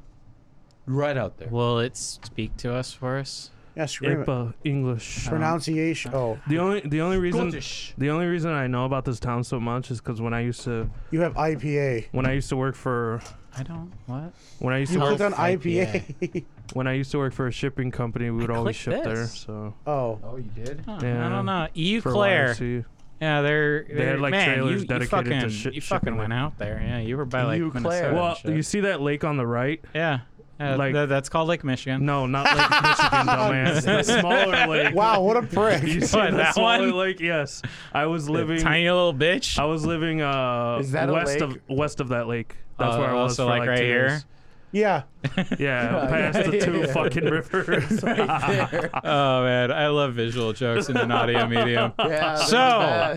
[SPEAKER 5] Right out there.
[SPEAKER 3] Will it speak to us for us?
[SPEAKER 1] Yeah, scream it.
[SPEAKER 4] IPA English.
[SPEAKER 1] Pronunciation. Oh,
[SPEAKER 4] The only the only reason
[SPEAKER 8] Scottish.
[SPEAKER 4] the only reason I know about this town so much is because when I used to
[SPEAKER 1] you have IPA.
[SPEAKER 4] when I used to work for
[SPEAKER 3] I don't. What?
[SPEAKER 4] when I used
[SPEAKER 1] You
[SPEAKER 4] to work,
[SPEAKER 1] clicked on IPA.
[SPEAKER 4] when I used to work for a shipping company, we would always ship
[SPEAKER 3] clicked
[SPEAKER 4] there.
[SPEAKER 3] this.
[SPEAKER 4] So
[SPEAKER 1] [LAUGHS] oh,
[SPEAKER 8] Oh, you
[SPEAKER 3] [LAUGHS]
[SPEAKER 5] [LAUGHS]
[SPEAKER 8] did?
[SPEAKER 3] Huh,
[SPEAKER 4] Yeah.
[SPEAKER 3] I don't know. EU
[SPEAKER 4] for
[SPEAKER 3] Claire.
[SPEAKER 4] YFC.
[SPEAKER 3] Yeah, they're,
[SPEAKER 4] They had,
[SPEAKER 3] they're-
[SPEAKER 4] like,
[SPEAKER 3] man,
[SPEAKER 4] trailers
[SPEAKER 3] you, you
[SPEAKER 4] dedicated to
[SPEAKER 3] fucking,
[SPEAKER 4] shit-
[SPEAKER 3] You fucking
[SPEAKER 4] shipping
[SPEAKER 3] went
[SPEAKER 4] them.
[SPEAKER 3] out there. Yeah, you were by
[SPEAKER 1] E
[SPEAKER 3] like
[SPEAKER 8] EU Claire.
[SPEAKER 3] Minnesota. and
[SPEAKER 4] Well,
[SPEAKER 3] shit.
[SPEAKER 4] you see that lake on the right?
[SPEAKER 3] yeah, yeah
[SPEAKER 4] Like-
[SPEAKER 3] th- that's called Lake Michigan.
[SPEAKER 4] No,
[SPEAKER 3] [LAUGHS]
[SPEAKER 4] not Lake Michigan, dumbass. The smaller lake.
[SPEAKER 1] wow, what a prick.
[SPEAKER 3] [LAUGHS]
[SPEAKER 4] You see
[SPEAKER 3] What,
[SPEAKER 4] the
[SPEAKER 3] that
[SPEAKER 4] smaller
[SPEAKER 3] one?
[SPEAKER 4] lake? Yes. I was living.
[SPEAKER 3] Tiny little bitch.
[SPEAKER 4] I was living uh
[SPEAKER 5] Is that a
[SPEAKER 4] west
[SPEAKER 5] lake?
[SPEAKER 4] of west of that lake. That's
[SPEAKER 3] Oh,
[SPEAKER 4] where I was
[SPEAKER 3] also,
[SPEAKER 4] for
[SPEAKER 3] like,
[SPEAKER 4] like
[SPEAKER 3] right
[SPEAKER 4] two
[SPEAKER 3] here?
[SPEAKER 4] years.
[SPEAKER 1] yeah,
[SPEAKER 4] Yeah,
[SPEAKER 8] Yeah,
[SPEAKER 4] past
[SPEAKER 8] yeah,
[SPEAKER 4] the two
[SPEAKER 8] yeah.
[SPEAKER 4] fucking rivers.
[SPEAKER 8] Right there.
[SPEAKER 3] oh man, I love visual jokes in an audio medium.
[SPEAKER 8] Yeah.
[SPEAKER 3] So-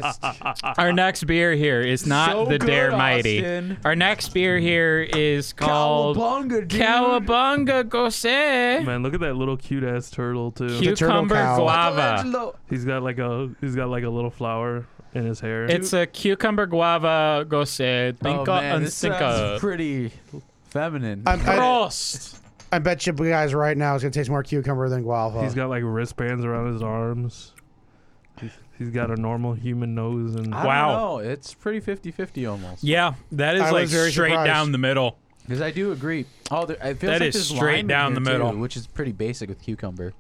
[SPEAKER 3] Our next beer here is not
[SPEAKER 8] So
[SPEAKER 3] the
[SPEAKER 8] good,
[SPEAKER 3] Dare Mighty.
[SPEAKER 8] Austin.
[SPEAKER 3] Our next beer here is called
[SPEAKER 8] Cowabunga, dude.
[SPEAKER 3] Cowabunga Gose
[SPEAKER 4] [LAUGHS] Man, look at that little cute ass turtle too.
[SPEAKER 1] Cute. turtle
[SPEAKER 3] Cucumber
[SPEAKER 1] cow.
[SPEAKER 3] Guava.
[SPEAKER 8] Michelangelo.
[SPEAKER 4] He's got like a he's got like a little flower in his hair.
[SPEAKER 3] It's a cucumber guava gose.
[SPEAKER 8] Oh,
[SPEAKER 3] Think
[SPEAKER 8] man,
[SPEAKER 3] and
[SPEAKER 8] this sounds pretty feminine.
[SPEAKER 1] I'm, I,
[SPEAKER 3] Prost.
[SPEAKER 1] I bet you guys right now it's gonna taste more cucumber than guava.
[SPEAKER 4] he's got like wristbands around his arms. He's, he's got a normal human nose and
[SPEAKER 8] I
[SPEAKER 3] Wow.
[SPEAKER 8] don't know. It's pretty 50-50 almost.
[SPEAKER 3] Yeah, that is
[SPEAKER 1] I
[SPEAKER 3] like
[SPEAKER 1] was very
[SPEAKER 3] straight
[SPEAKER 1] surprised.
[SPEAKER 3] down the middle.
[SPEAKER 8] Because I do agree. Oh, there, it feels
[SPEAKER 3] That
[SPEAKER 8] like
[SPEAKER 3] is
[SPEAKER 8] there's
[SPEAKER 3] straight
[SPEAKER 8] lime in
[SPEAKER 3] down
[SPEAKER 8] here,
[SPEAKER 3] the middle.
[SPEAKER 8] too, which is pretty basic with cucumber.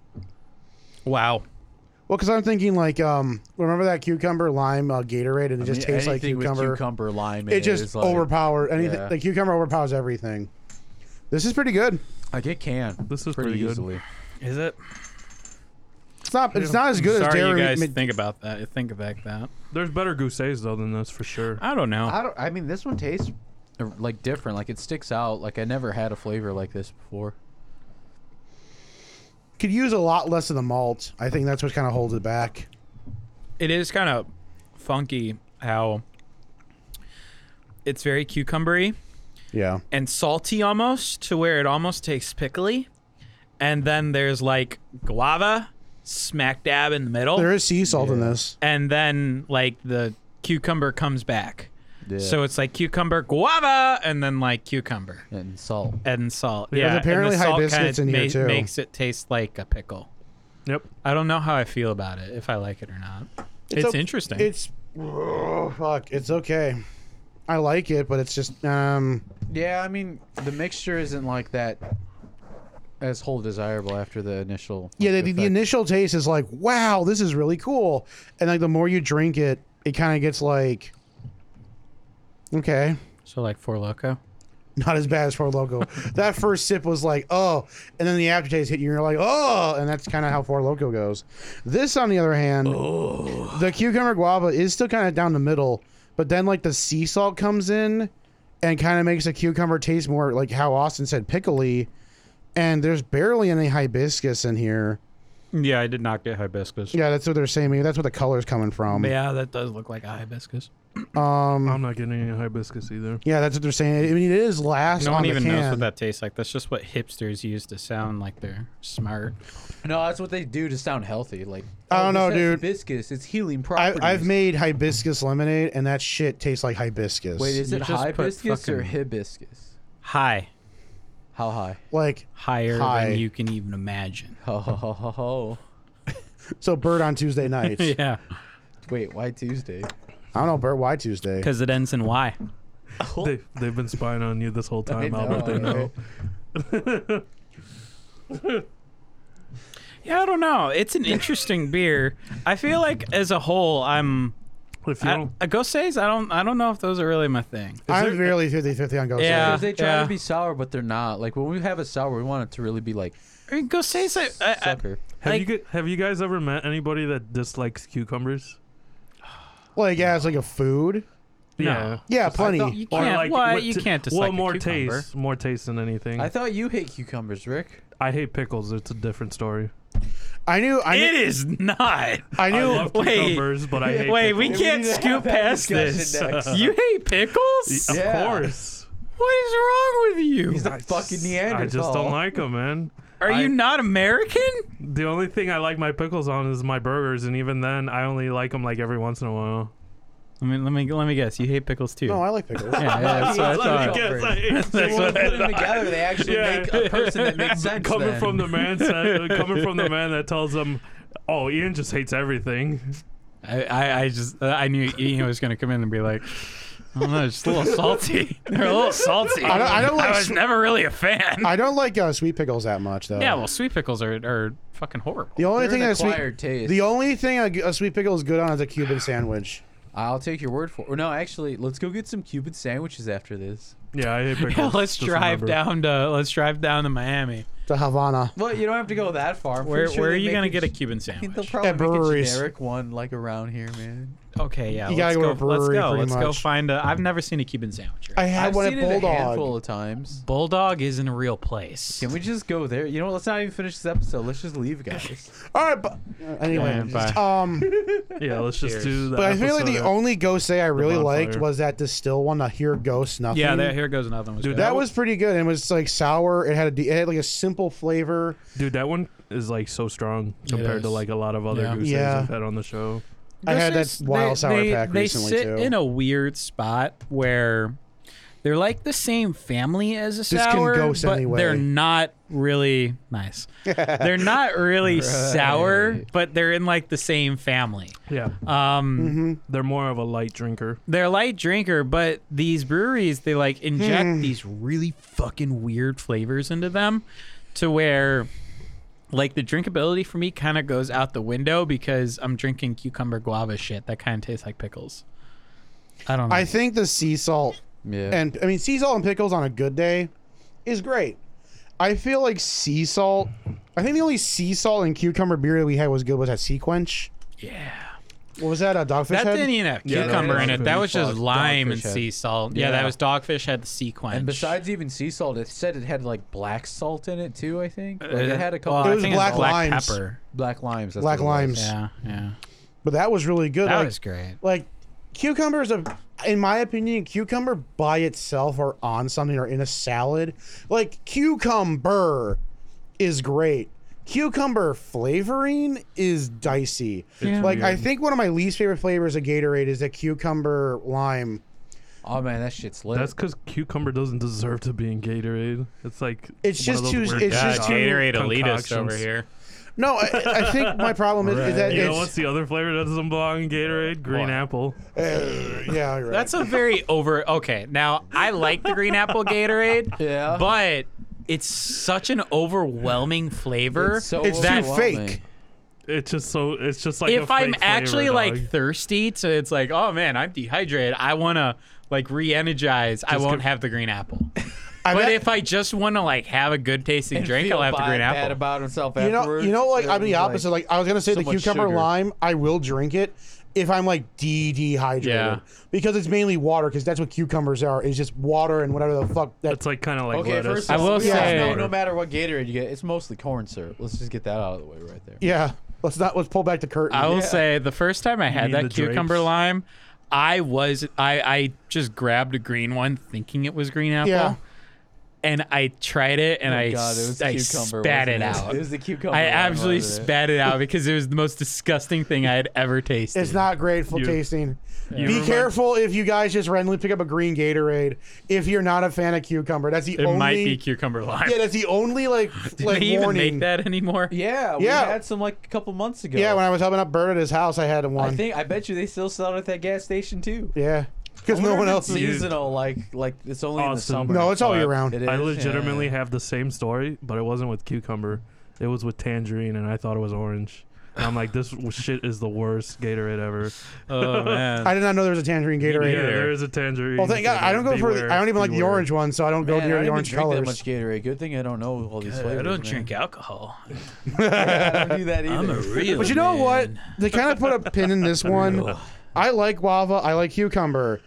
[SPEAKER 3] Wow.
[SPEAKER 1] Well, because I'm thinking like, um, remember that cucumber lime uh, Gatorade, and it
[SPEAKER 8] I
[SPEAKER 1] just
[SPEAKER 8] mean,
[SPEAKER 1] tastes like
[SPEAKER 8] anything with
[SPEAKER 1] cucumber.
[SPEAKER 8] cucumber lime. in
[SPEAKER 1] It just
[SPEAKER 8] is like,
[SPEAKER 1] overpowered anything.
[SPEAKER 8] yeah.
[SPEAKER 1] Like cucumber overpowers everything. This is pretty good.
[SPEAKER 8] Like it can.
[SPEAKER 4] This is
[SPEAKER 8] pretty,
[SPEAKER 4] pretty good.
[SPEAKER 8] easily.
[SPEAKER 3] Is it?
[SPEAKER 1] It's not. It's not as good as
[SPEAKER 3] Sorry,
[SPEAKER 1] dairy.
[SPEAKER 3] you guys
[SPEAKER 1] mid-
[SPEAKER 3] think about that. Think about that.
[SPEAKER 4] there's better gousses though than this for sure.
[SPEAKER 3] I don't know.
[SPEAKER 8] I don't. I mean, this one tastes uh, like different. Like it sticks out. Like I never had a flavor like this before.
[SPEAKER 1] could use a lot less of the malt. I think that's what kind of holds it back.
[SPEAKER 3] it is kind of funky how it's very cucumbery
[SPEAKER 1] Yeah.
[SPEAKER 3] and salty almost to where it almost tastes pickly and then there's like guava smack dab in the middle
[SPEAKER 1] There is sea salt in
[SPEAKER 8] Yeah.
[SPEAKER 1] this.
[SPEAKER 3] and then like the cucumber comes back
[SPEAKER 8] Yeah.
[SPEAKER 3] so it's like cucumber guava and then like cucumber
[SPEAKER 8] and salt.
[SPEAKER 3] and salt yeah and the
[SPEAKER 1] apparently
[SPEAKER 3] salt kinda
[SPEAKER 1] hibiscus in here,
[SPEAKER 3] ma-
[SPEAKER 1] too.
[SPEAKER 3] makes it taste like a pickle
[SPEAKER 4] Yep.
[SPEAKER 3] i don't know how i feel about it if i like it or not it's,
[SPEAKER 1] o-
[SPEAKER 3] interesting
[SPEAKER 1] It's oh, fuck. It's okay. I like it, but it's just um.
[SPEAKER 8] Yeah, I mean, the mixture isn't like that as whole desirable after the initial.
[SPEAKER 1] Yeah. The, the, the
[SPEAKER 8] effect.
[SPEAKER 1] initial taste is like, wow, this is really cool, and like the more you drink it, it kind of gets like, okay. [LAUGHS]
[SPEAKER 3] so like four loco
[SPEAKER 1] not as bad as Four Loco. that first sip was like, oh, and then the aftertaste hit you, and you're like, oh, and that's kind of how Four Loco goes. This, on the other hand, the cucumber guava is still kind of down the middle, but then like the sea salt comes in and kind of makes the cucumber taste more like how Austin said, pickly. And there's barely any hibiscus in here.
[SPEAKER 3] Yeah, I did not get hibiscus.
[SPEAKER 1] Yeah, that's what they're saying. Maybe that's where the color's coming from.
[SPEAKER 3] Yeah, that does look like a hibiscus.
[SPEAKER 1] Um.
[SPEAKER 4] I'm not getting any hibiscus either.
[SPEAKER 1] Yeah, that's what they're saying. I mean, it is last.
[SPEAKER 3] no
[SPEAKER 1] on
[SPEAKER 3] one
[SPEAKER 1] the
[SPEAKER 3] even
[SPEAKER 1] can.
[SPEAKER 3] knows what that tastes like. That's just what hipsters use to sound like they're smart.
[SPEAKER 8] No, that's what they do to sound healthy. Like
[SPEAKER 1] I
[SPEAKER 8] oh,
[SPEAKER 1] don't know,
[SPEAKER 8] this has
[SPEAKER 1] dude.
[SPEAKER 8] Hibiscus, it's healing
[SPEAKER 1] I,
[SPEAKER 8] properties.
[SPEAKER 1] I've made hibiscus lemonade, and that shit tastes like hibiscus.
[SPEAKER 8] Wait, is
[SPEAKER 3] You
[SPEAKER 8] it
[SPEAKER 3] just put
[SPEAKER 8] hibiscus or
[SPEAKER 3] fucking-
[SPEAKER 8] hibiscus?
[SPEAKER 3] High,
[SPEAKER 8] How high? [LAUGHS]
[SPEAKER 1] like
[SPEAKER 3] higher
[SPEAKER 1] High.
[SPEAKER 3] than you can even imagine.
[SPEAKER 8] Ho ho ho ho ho.
[SPEAKER 1] so bird on Tuesday nights.
[SPEAKER 3] [LAUGHS] [LAUGHS] Yeah,
[SPEAKER 8] Wait, why Tuesday?
[SPEAKER 1] I don't know bird why Tuesday.
[SPEAKER 3] because it ends in Y.
[SPEAKER 4] They they've been spying on you this whole time,
[SPEAKER 8] know,
[SPEAKER 4] Albert. They
[SPEAKER 8] [LAUGHS] I
[SPEAKER 4] know.
[SPEAKER 8] know.
[SPEAKER 4] [LAUGHS]
[SPEAKER 3] Yeah, I don't know. It's an [LAUGHS] interesting beer. I feel like as a whole, I'm.
[SPEAKER 4] If you
[SPEAKER 3] I,
[SPEAKER 4] don't,
[SPEAKER 3] I go says I don't. I don't know if those are really my thing.
[SPEAKER 1] I'm barely 50-50 on Ghost.
[SPEAKER 3] Yeah.
[SPEAKER 8] Because they try
[SPEAKER 3] yeah.
[SPEAKER 8] to be sour, but they're not. Like when we have a sour, we want it to really be like
[SPEAKER 3] I mean, go says I, I, I
[SPEAKER 8] sucker.
[SPEAKER 4] have you
[SPEAKER 3] like-
[SPEAKER 4] get, have you guys ever met anybody that dislikes cucumbers?
[SPEAKER 1] Like yeah, it's like a food.
[SPEAKER 4] Yeah.
[SPEAKER 1] Yeah, plenty.
[SPEAKER 3] you can't. what? you can't
[SPEAKER 4] just
[SPEAKER 3] dislike
[SPEAKER 4] Well,
[SPEAKER 3] a
[SPEAKER 4] more
[SPEAKER 3] cucumber.
[SPEAKER 4] taste, more taste than anything.
[SPEAKER 8] I
[SPEAKER 4] I,
[SPEAKER 8] thought you hate cucumbers, Rick.
[SPEAKER 4] hate pickles. It's a different story.
[SPEAKER 1] I knew. I knew.
[SPEAKER 3] It is
[SPEAKER 4] [LAUGHS]
[SPEAKER 3] not.
[SPEAKER 1] I
[SPEAKER 4] I
[SPEAKER 1] knew.
[SPEAKER 3] [LAUGHS]
[SPEAKER 4] love
[SPEAKER 3] wait.
[SPEAKER 4] cucumbers, but I
[SPEAKER 3] [LAUGHS]
[SPEAKER 4] hate.
[SPEAKER 3] Wait, we
[SPEAKER 4] pickles.
[SPEAKER 3] can't scoop past this. [LAUGHS] You hate pickles? [LAUGHS]
[SPEAKER 4] Of
[SPEAKER 8] Yeah.
[SPEAKER 4] course.
[SPEAKER 3] What is wrong with you?
[SPEAKER 8] He's a fucking Neanderthal.
[SPEAKER 4] I just
[SPEAKER 8] [LAUGHS]
[SPEAKER 4] don't like them, man.
[SPEAKER 3] Are
[SPEAKER 4] I-
[SPEAKER 3] you not American?
[SPEAKER 4] The only thing I like my pickles on is my burgers, and even then, I only like them like every once in a while.
[SPEAKER 3] I mean, let me let me guess. You hate pickles too.
[SPEAKER 1] No, I like pickles.
[SPEAKER 3] yeah, yeah, that's what I
[SPEAKER 4] [LAUGHS] Let me
[SPEAKER 3] thought.
[SPEAKER 4] guess, I hate
[SPEAKER 3] That's
[SPEAKER 5] Well,
[SPEAKER 3] what
[SPEAKER 5] put them
[SPEAKER 3] I thought.
[SPEAKER 5] together, they actually
[SPEAKER 4] Yeah.
[SPEAKER 5] make a person that
[SPEAKER 4] [LAUGHS]
[SPEAKER 5] makes sense.
[SPEAKER 4] coming
[SPEAKER 5] then.
[SPEAKER 4] from the man said, coming from the man that tells them, "Oh, Ian just hates everything."
[SPEAKER 3] I, I, I just uh, I knew Ian was gonna come in and be like, I don't know, just a little [LAUGHS] salty. They're a little salty.
[SPEAKER 1] I don't- I don't like
[SPEAKER 3] was
[SPEAKER 1] swe-
[SPEAKER 3] never really a fan.
[SPEAKER 1] I don't like uh, sweet pickles that much though.
[SPEAKER 3] [LAUGHS] yeah, well, sweet pickles are, are fucking horrible. [LAUGHS]
[SPEAKER 1] the only
[SPEAKER 5] They're
[SPEAKER 1] thing
[SPEAKER 5] an
[SPEAKER 1] that
[SPEAKER 5] acquired
[SPEAKER 1] sweet
[SPEAKER 5] taste.
[SPEAKER 1] the only thing a, a sweet pickle is good on is a Cuban sandwich.
[SPEAKER 5] I'll take your word for it. Or no, actually, let's go get some Cupid sandwiches after this.
[SPEAKER 4] Yeah, I
[SPEAKER 3] [LAUGHS]
[SPEAKER 4] hate pickles.
[SPEAKER 3] let's
[SPEAKER 4] just
[SPEAKER 3] drive
[SPEAKER 4] remember.
[SPEAKER 3] down to let's drive down to Miami.
[SPEAKER 1] The Havana.
[SPEAKER 5] Well, you don't have to go that far. I'm pretty
[SPEAKER 3] Where
[SPEAKER 5] sure
[SPEAKER 3] where are
[SPEAKER 5] they
[SPEAKER 3] you
[SPEAKER 5] make
[SPEAKER 3] gonna
[SPEAKER 5] a
[SPEAKER 3] get a
[SPEAKER 5] [LAUGHS] ge-
[SPEAKER 3] Cuban
[SPEAKER 5] They'll
[SPEAKER 3] sandwich?
[SPEAKER 5] probably make a
[SPEAKER 1] breweries.
[SPEAKER 5] generic one like around here, man.
[SPEAKER 3] Okay, yeah,
[SPEAKER 1] You gotta
[SPEAKER 3] let's
[SPEAKER 1] go to a
[SPEAKER 3] let's
[SPEAKER 1] brewery
[SPEAKER 3] go.
[SPEAKER 1] pretty
[SPEAKER 3] Let's go
[SPEAKER 1] much.
[SPEAKER 3] find a. I've never seen a Cuban sandwich.
[SPEAKER 1] I had
[SPEAKER 5] I've
[SPEAKER 1] one
[SPEAKER 5] seen
[SPEAKER 1] at
[SPEAKER 5] it a handful
[SPEAKER 1] Bulldog.
[SPEAKER 5] of times.
[SPEAKER 3] Bulldog isn't a real place.
[SPEAKER 5] Can we just go there? You know what? Let's not even finish this episode. Let's just leave, guys. [LAUGHS]
[SPEAKER 1] All right, but anyway,
[SPEAKER 3] Yeah, bye.
[SPEAKER 1] um,
[SPEAKER 4] Yeah, let's just
[SPEAKER 3] Cheers.
[SPEAKER 4] do that.
[SPEAKER 1] but I feel like the only ghost say I really liked
[SPEAKER 4] bonfire.
[SPEAKER 1] was that distill one, the Here Ghost Nothing.
[SPEAKER 3] yeah, there, here goes another one.
[SPEAKER 4] Dude,
[SPEAKER 1] That was pretty good. and It was like sour. It had a de- it had like a simple flavor.
[SPEAKER 4] dude, that one is like so strong compared to
[SPEAKER 3] is.
[SPEAKER 4] like a lot of other
[SPEAKER 3] Yeah.
[SPEAKER 4] goose eggs
[SPEAKER 1] Yeah.
[SPEAKER 4] I've had on the show.
[SPEAKER 1] I had that
[SPEAKER 3] Ghosters,
[SPEAKER 1] wild sour
[SPEAKER 3] they,
[SPEAKER 1] pack
[SPEAKER 3] they
[SPEAKER 1] recently
[SPEAKER 3] sit
[SPEAKER 1] too.
[SPEAKER 3] in a weird spot where they're like the same family as a
[SPEAKER 1] can
[SPEAKER 3] sour,
[SPEAKER 1] go
[SPEAKER 3] but
[SPEAKER 1] any way.
[SPEAKER 3] they're not really nice.
[SPEAKER 1] [LAUGHS]
[SPEAKER 3] they're not really sour, but they're in like the same family.
[SPEAKER 4] Yeah,
[SPEAKER 3] Um,
[SPEAKER 1] Mm-hmm.
[SPEAKER 4] they're more of a light drinker.
[SPEAKER 3] They're a light drinker, but these breweries they like inject
[SPEAKER 1] Hmm.
[SPEAKER 3] these really fucking weird flavors into them, to where. Like the drinkability for me kind of goes out the window because I'm drinking cucumber guava shit that kind of tastes like pickles. I don't know.
[SPEAKER 1] I think the sea salt
[SPEAKER 5] Yeah.
[SPEAKER 1] and I mean sea salt and pickles on a good day is great. I feel like sea salt. I think the only sea salt and cucumber beer that we had was good was that Sea Quench.
[SPEAKER 3] yeah.
[SPEAKER 1] What was that? A dogfish
[SPEAKER 3] That
[SPEAKER 1] head.
[SPEAKER 3] didn't e- even have
[SPEAKER 4] Yeah, that
[SPEAKER 3] cucumber
[SPEAKER 4] was
[SPEAKER 3] in it. That was just
[SPEAKER 5] dogfish
[SPEAKER 3] lime and
[SPEAKER 5] head.
[SPEAKER 3] sea salt. Yeah,
[SPEAKER 5] Yeah.
[SPEAKER 3] that was dogfish had the sequence.
[SPEAKER 5] and besides even sea salt, it said it had like black salt in it too. I think
[SPEAKER 3] Uh,
[SPEAKER 5] like, it had a couple.
[SPEAKER 1] It was black limes.
[SPEAKER 3] pepper.
[SPEAKER 5] black limes. That's
[SPEAKER 1] Black
[SPEAKER 5] what it was.
[SPEAKER 1] limes.
[SPEAKER 3] Yeah, yeah.
[SPEAKER 1] But that was really good.
[SPEAKER 3] That
[SPEAKER 1] like,
[SPEAKER 3] was great.
[SPEAKER 1] like cucumbers of in my opinion cucumber by itself or on something or in a salad like cucumber is great cucumber flavoring is dicey
[SPEAKER 3] Yeah.
[SPEAKER 1] like i think one of my least favorite flavors of gatorade is the cucumber lime
[SPEAKER 5] Oh man, that shit's lit.
[SPEAKER 4] That's because cucumber doesn't deserve to be in Gatorade. It's like
[SPEAKER 1] It's
[SPEAKER 4] one of
[SPEAKER 1] just
[SPEAKER 4] those
[SPEAKER 1] too-
[SPEAKER 4] weird
[SPEAKER 1] it's just
[SPEAKER 4] concoct-
[SPEAKER 1] too- Gatorade
[SPEAKER 4] concoctions.
[SPEAKER 1] no i, I think my problem is, is that
[SPEAKER 4] You know what's
[SPEAKER 1] it's
[SPEAKER 4] the other flavor that doesn't belong in Gatorade? Green
[SPEAKER 3] What?
[SPEAKER 4] apple.
[SPEAKER 1] uh, yeah you're right.
[SPEAKER 3] That's a very over. Okay, now I like the green apple Gatorade.
[SPEAKER 5] Yeah.
[SPEAKER 3] but it's such an overwhelming flavor.
[SPEAKER 5] It's so
[SPEAKER 1] it's too
[SPEAKER 5] overwhelming.
[SPEAKER 1] fake
[SPEAKER 4] It's just so. It's just like a
[SPEAKER 3] if I'm
[SPEAKER 4] fake flavor,
[SPEAKER 3] actually
[SPEAKER 4] dog.
[SPEAKER 3] like thirsty, so it's like, oh man, I'm dehydrated. I wanna like re-energize. I won't
[SPEAKER 4] go-
[SPEAKER 3] have the green apple.
[SPEAKER 1] I
[SPEAKER 3] But
[SPEAKER 1] bet-
[SPEAKER 3] if I just want to like have a good tasting drink, I'll have the green apple.
[SPEAKER 5] about himself
[SPEAKER 1] you know, you know, like I'm the opposite. Like, I was gonna say
[SPEAKER 5] so
[SPEAKER 1] the
[SPEAKER 5] much
[SPEAKER 1] cucumber
[SPEAKER 5] sugar.
[SPEAKER 1] lime, I will drink it if I'm like de dehydrated
[SPEAKER 3] Yeah.
[SPEAKER 1] because it's mainly water. Because that's what cucumbers are. It's just water and whatever the fuck that.
[SPEAKER 4] It's like kind of like
[SPEAKER 5] okay,
[SPEAKER 4] lettuce.
[SPEAKER 5] first
[SPEAKER 3] I
[SPEAKER 5] of all,
[SPEAKER 3] will
[SPEAKER 5] yeah,
[SPEAKER 3] say-
[SPEAKER 5] no, no matter what Gatorade you get, it's mostly corn syrup. Let's just get that out of the way right there.
[SPEAKER 1] yeah, let's not let's pull back the curtain.
[SPEAKER 3] I will say the first time I had
[SPEAKER 4] mean the
[SPEAKER 3] that cucumber
[SPEAKER 4] drapes?
[SPEAKER 3] lime, I was I I just grabbed a green one thinking it was green apple.
[SPEAKER 1] Yeah.
[SPEAKER 3] And I tried it and
[SPEAKER 5] Oh,
[SPEAKER 3] I,
[SPEAKER 5] God, it was
[SPEAKER 3] s- I
[SPEAKER 5] cucumber,
[SPEAKER 3] spat it
[SPEAKER 5] wasn't [LAUGHS]
[SPEAKER 3] out.
[SPEAKER 5] It was the cucumber.
[SPEAKER 3] I
[SPEAKER 5] one,
[SPEAKER 3] absolutely
[SPEAKER 5] wasn't it?
[SPEAKER 3] spat it out because it was the most disgusting thing I had ever tasted.
[SPEAKER 1] It's not grateful
[SPEAKER 4] You-
[SPEAKER 1] tasting. Be
[SPEAKER 4] remind-
[SPEAKER 1] careful if you guys just randomly pick up a green Gatorade if you're not a fan of cucumber. That's the
[SPEAKER 3] it
[SPEAKER 1] only.
[SPEAKER 3] might be cucumber lime. [LAUGHS]
[SPEAKER 1] yeah, that's the only like
[SPEAKER 3] Do
[SPEAKER 1] like
[SPEAKER 3] they even
[SPEAKER 1] warning.
[SPEAKER 3] make that anymore?
[SPEAKER 5] Yeah, we
[SPEAKER 1] Yeah.
[SPEAKER 5] had some like a couple months ago.
[SPEAKER 1] Yeah, when I was helping up Bert at his house, I had
[SPEAKER 5] I
[SPEAKER 1] one.
[SPEAKER 5] think I bet you they still sell it at that gas station too.
[SPEAKER 1] yeah, because
[SPEAKER 5] I
[SPEAKER 1] no
[SPEAKER 5] wonder
[SPEAKER 1] one
[SPEAKER 5] if
[SPEAKER 1] else.
[SPEAKER 5] it's seasonal, like like it's only in the
[SPEAKER 4] Austin.
[SPEAKER 5] summer.
[SPEAKER 1] No, it's all year round.
[SPEAKER 5] It is,
[SPEAKER 4] I
[SPEAKER 5] yeah.
[SPEAKER 4] legitimately have the same story, but it wasn't with cucumber. It was with tangerine, and I thought it was orange. And I'm like, this w- shit is the worst Gatorade ever.
[SPEAKER 3] Oh man.
[SPEAKER 1] I did not know there was a tangerine Gatorade.
[SPEAKER 4] Yeah, there is a tangerine.
[SPEAKER 1] Well, thank God. I don't go for. The, I don't even like the orange one, so I don't go
[SPEAKER 5] Man,
[SPEAKER 1] near
[SPEAKER 5] I
[SPEAKER 1] the
[SPEAKER 5] don't
[SPEAKER 1] orange
[SPEAKER 5] even
[SPEAKER 1] colors.
[SPEAKER 5] drink that much Gatorade. Good thing I don't know all these flavors.
[SPEAKER 3] I don't
[SPEAKER 5] man. [LAUGHS]
[SPEAKER 3] drink alcohol.
[SPEAKER 5] I don't do that either.
[SPEAKER 3] I'm a real
[SPEAKER 1] But you know
[SPEAKER 3] man.
[SPEAKER 1] what? They kind of put a pin in this one. I like guava. I like cucumber.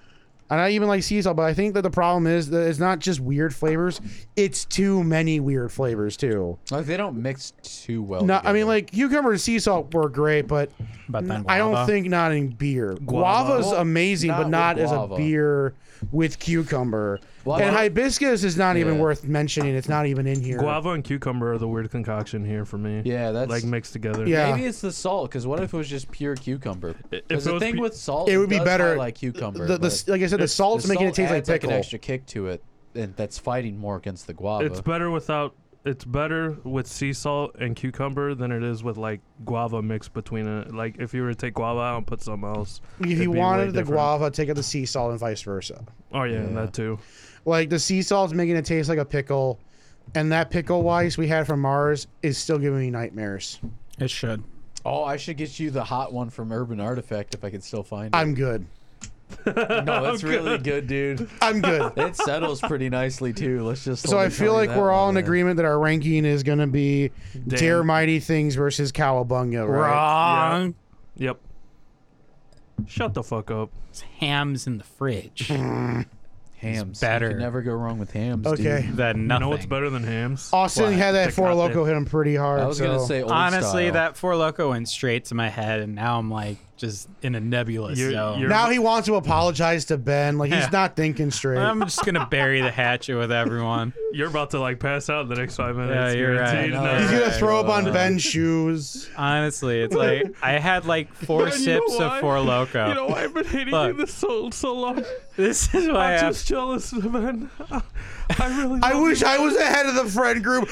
[SPEAKER 1] And I even like sea salt, but I think that the problem is that it's not just weird flavors; it's too many weird flavors too.
[SPEAKER 5] [LAUGHS] Like they don't mix too well.
[SPEAKER 1] No, I mean
[SPEAKER 5] together.
[SPEAKER 1] like cucumber and sea salt were great, but
[SPEAKER 3] But then
[SPEAKER 1] I don't
[SPEAKER 3] guava.
[SPEAKER 1] think not in beer.
[SPEAKER 4] Guava.
[SPEAKER 1] Guava's amazing, but
[SPEAKER 5] Not
[SPEAKER 1] not
[SPEAKER 5] with
[SPEAKER 1] as a
[SPEAKER 5] guava.
[SPEAKER 1] beer. with cucumber.
[SPEAKER 5] Guava-
[SPEAKER 1] and hibiscus is not even
[SPEAKER 5] Yeah.
[SPEAKER 1] worth mentioning. It's not even in here.
[SPEAKER 4] Guava and cucumber are the weird concoction here for me.
[SPEAKER 5] Yeah, that's
[SPEAKER 4] like mixed together.
[SPEAKER 1] Yeah.
[SPEAKER 5] Maybe it's the salt, because what if it was just pure cucumber?
[SPEAKER 4] If
[SPEAKER 5] Because
[SPEAKER 4] it
[SPEAKER 5] the
[SPEAKER 4] was
[SPEAKER 5] thing
[SPEAKER 4] pu-
[SPEAKER 5] with salt,
[SPEAKER 1] It would be
[SPEAKER 5] does
[SPEAKER 1] better-
[SPEAKER 5] Like cucumber,
[SPEAKER 1] The, the, like I said, the salt's making it taste like
[SPEAKER 5] pickle.
[SPEAKER 1] pickle.
[SPEAKER 5] an extra kick to it, and that's fighting more against the guava.
[SPEAKER 4] It's better without. It's better with sea salt and cucumber than it is with like guava mixed between it. Like if you were to take guava out and put something else.
[SPEAKER 1] if
[SPEAKER 4] it'd
[SPEAKER 1] you
[SPEAKER 4] be way
[SPEAKER 1] wanted the
[SPEAKER 4] different.
[SPEAKER 1] guava, take out the sea salt and vice versa.
[SPEAKER 4] Oh yeah, and that too.
[SPEAKER 1] Like the sea salt's making it taste like a pickle, and that pickle ice we had from Mars is still giving me nightmares.
[SPEAKER 3] It should.
[SPEAKER 5] oh, I should get you the hot one from Urban Artifact if I can still find it.
[SPEAKER 1] I'm good.
[SPEAKER 5] no, that's really good, dude.
[SPEAKER 1] I'm good.
[SPEAKER 5] It settles pretty nicely too. Let's just.
[SPEAKER 1] so
[SPEAKER 5] let
[SPEAKER 1] I
[SPEAKER 5] me
[SPEAKER 1] feel
[SPEAKER 5] tell you
[SPEAKER 1] like
[SPEAKER 5] that
[SPEAKER 1] we're all
[SPEAKER 5] one,
[SPEAKER 1] in
[SPEAKER 5] man.
[SPEAKER 1] agreement that our ranking is going to be
[SPEAKER 4] Damn.
[SPEAKER 1] Dare Mighty Things versus Cowabunga, right?
[SPEAKER 3] Wrong.
[SPEAKER 4] Yep. Shut the fuck up.
[SPEAKER 3] It's hams in the fridge.
[SPEAKER 5] Hams You
[SPEAKER 3] better.
[SPEAKER 5] can never go wrong with hams. dude.
[SPEAKER 1] Okay.
[SPEAKER 3] that nothing.
[SPEAKER 4] You know what's better than hams?
[SPEAKER 1] Austin
[SPEAKER 5] Why?
[SPEAKER 1] had that
[SPEAKER 4] They
[SPEAKER 1] four
[SPEAKER 4] got
[SPEAKER 1] loco
[SPEAKER 4] it.
[SPEAKER 1] hit him pretty hard.
[SPEAKER 5] I was gonna
[SPEAKER 1] so-
[SPEAKER 5] say old
[SPEAKER 3] Honestly,
[SPEAKER 5] style.
[SPEAKER 3] that four loco went straight to my head, and now I'm like just in a nebulous
[SPEAKER 4] You're-
[SPEAKER 3] zone.
[SPEAKER 4] you're-
[SPEAKER 1] now he wants to apologize to Ben. Like he's
[SPEAKER 3] Yeah.
[SPEAKER 1] not thinking straight.
[SPEAKER 3] I'm just gonna bury the hatchet with everyone.
[SPEAKER 4] You're about to like pass out in the next five minutes.
[SPEAKER 3] you're right.
[SPEAKER 4] guaranteed.
[SPEAKER 3] I know,
[SPEAKER 4] No.
[SPEAKER 1] he's gonna throw up on
[SPEAKER 5] Uh,
[SPEAKER 1] Ben's shoes.
[SPEAKER 3] Honestly, it's like I had like four
[SPEAKER 4] Man, [LAUGHS] you know
[SPEAKER 3] sips of
[SPEAKER 4] why?
[SPEAKER 3] four loco.
[SPEAKER 4] You know, I've been hating you
[SPEAKER 3] Look.
[SPEAKER 4] this so, so long.
[SPEAKER 3] [LAUGHS] this is why
[SPEAKER 4] I'm
[SPEAKER 3] I
[SPEAKER 4] just jealous, man. [LAUGHS] I really.
[SPEAKER 1] I
[SPEAKER 4] love
[SPEAKER 1] wish
[SPEAKER 4] you.
[SPEAKER 1] I was ahead of the friend group.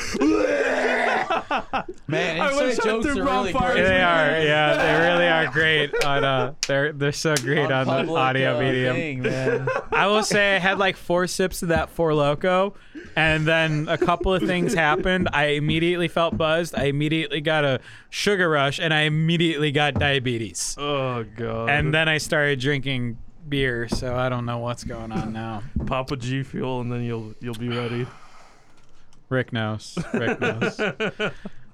[SPEAKER 5] man,
[SPEAKER 4] I
[SPEAKER 5] inside
[SPEAKER 4] wish I
[SPEAKER 5] jokes are
[SPEAKER 4] threw
[SPEAKER 5] really
[SPEAKER 4] bonfires
[SPEAKER 5] great.
[SPEAKER 4] in
[SPEAKER 3] they
[SPEAKER 5] [LAUGHS]
[SPEAKER 3] are, yeah, they really
[SPEAKER 4] [LAUGHS]
[SPEAKER 3] are great on uh, they're they're so great on, the
[SPEAKER 5] public,
[SPEAKER 3] audio
[SPEAKER 5] uh,
[SPEAKER 3] medium.
[SPEAKER 5] thing, man.
[SPEAKER 3] I will say I had like four sips of that four loco, and then a couple of things happened. I immediately felt buzzed. I immediately got a sugar rush, and I immediately got diabetes.
[SPEAKER 4] Oh god.
[SPEAKER 3] And then I started drinking beer, so I don't know what's going on now.
[SPEAKER 4] pop a G fuel, and then you'll you'll be ready.
[SPEAKER 3] Rick knows. Rick
[SPEAKER 4] [LAUGHS]
[SPEAKER 3] knows.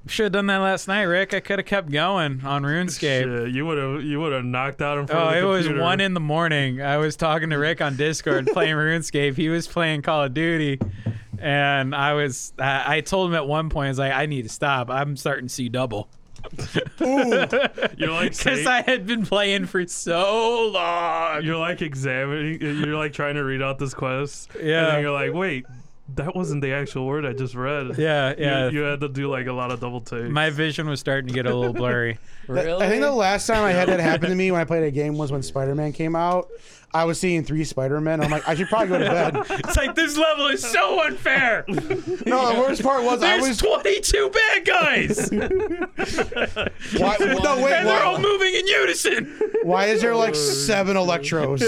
[SPEAKER 3] Should have done that last night, Rick. I could have kept going on RuneScape.
[SPEAKER 4] Shit, you would have you would have knocked out in front
[SPEAKER 3] Oh,
[SPEAKER 4] of the
[SPEAKER 3] it was
[SPEAKER 4] computer.
[SPEAKER 3] one in the morning. I was talking to Rick on Discord
[SPEAKER 4] [LAUGHS]
[SPEAKER 3] playing RuneScape. He was playing Call of Duty, and I was. I, I told him at one point, "I was like, I need to stop. I'm starting to see double [LAUGHS]
[SPEAKER 4] You're like
[SPEAKER 3] because
[SPEAKER 4] saying-
[SPEAKER 3] I had been playing for so long."
[SPEAKER 4] you're like examining. You're like trying to read out this quest. And
[SPEAKER 3] Yeah.
[SPEAKER 4] then you're like, wait, that wasn't the actual word I just read.
[SPEAKER 3] Yeah,
[SPEAKER 4] You-
[SPEAKER 3] yeah.
[SPEAKER 4] You, had to do like a lot of double takes.
[SPEAKER 3] My vision was starting to get a little
[SPEAKER 4] [LAUGHS]
[SPEAKER 3] blurry.
[SPEAKER 5] Really?
[SPEAKER 1] I think the last time I had that happen
[SPEAKER 3] [LAUGHS]
[SPEAKER 1] to me when I played a game was when Spider Man came out. I was seeing three Spider Men. I'm like, I should probably go to bed.
[SPEAKER 3] it's like this level is so
[SPEAKER 4] [LAUGHS]
[SPEAKER 3] unfair.
[SPEAKER 1] No, the worst part was I
[SPEAKER 3] There's
[SPEAKER 1] was.
[SPEAKER 3] 22 bad [LAUGHS] guys, and [LAUGHS]
[SPEAKER 1] Why, no, wait,
[SPEAKER 3] they're all
[SPEAKER 1] why,
[SPEAKER 3] moving in [LAUGHS] unison.
[SPEAKER 1] why is there like seven
[SPEAKER 3] [LAUGHS]
[SPEAKER 1] electros?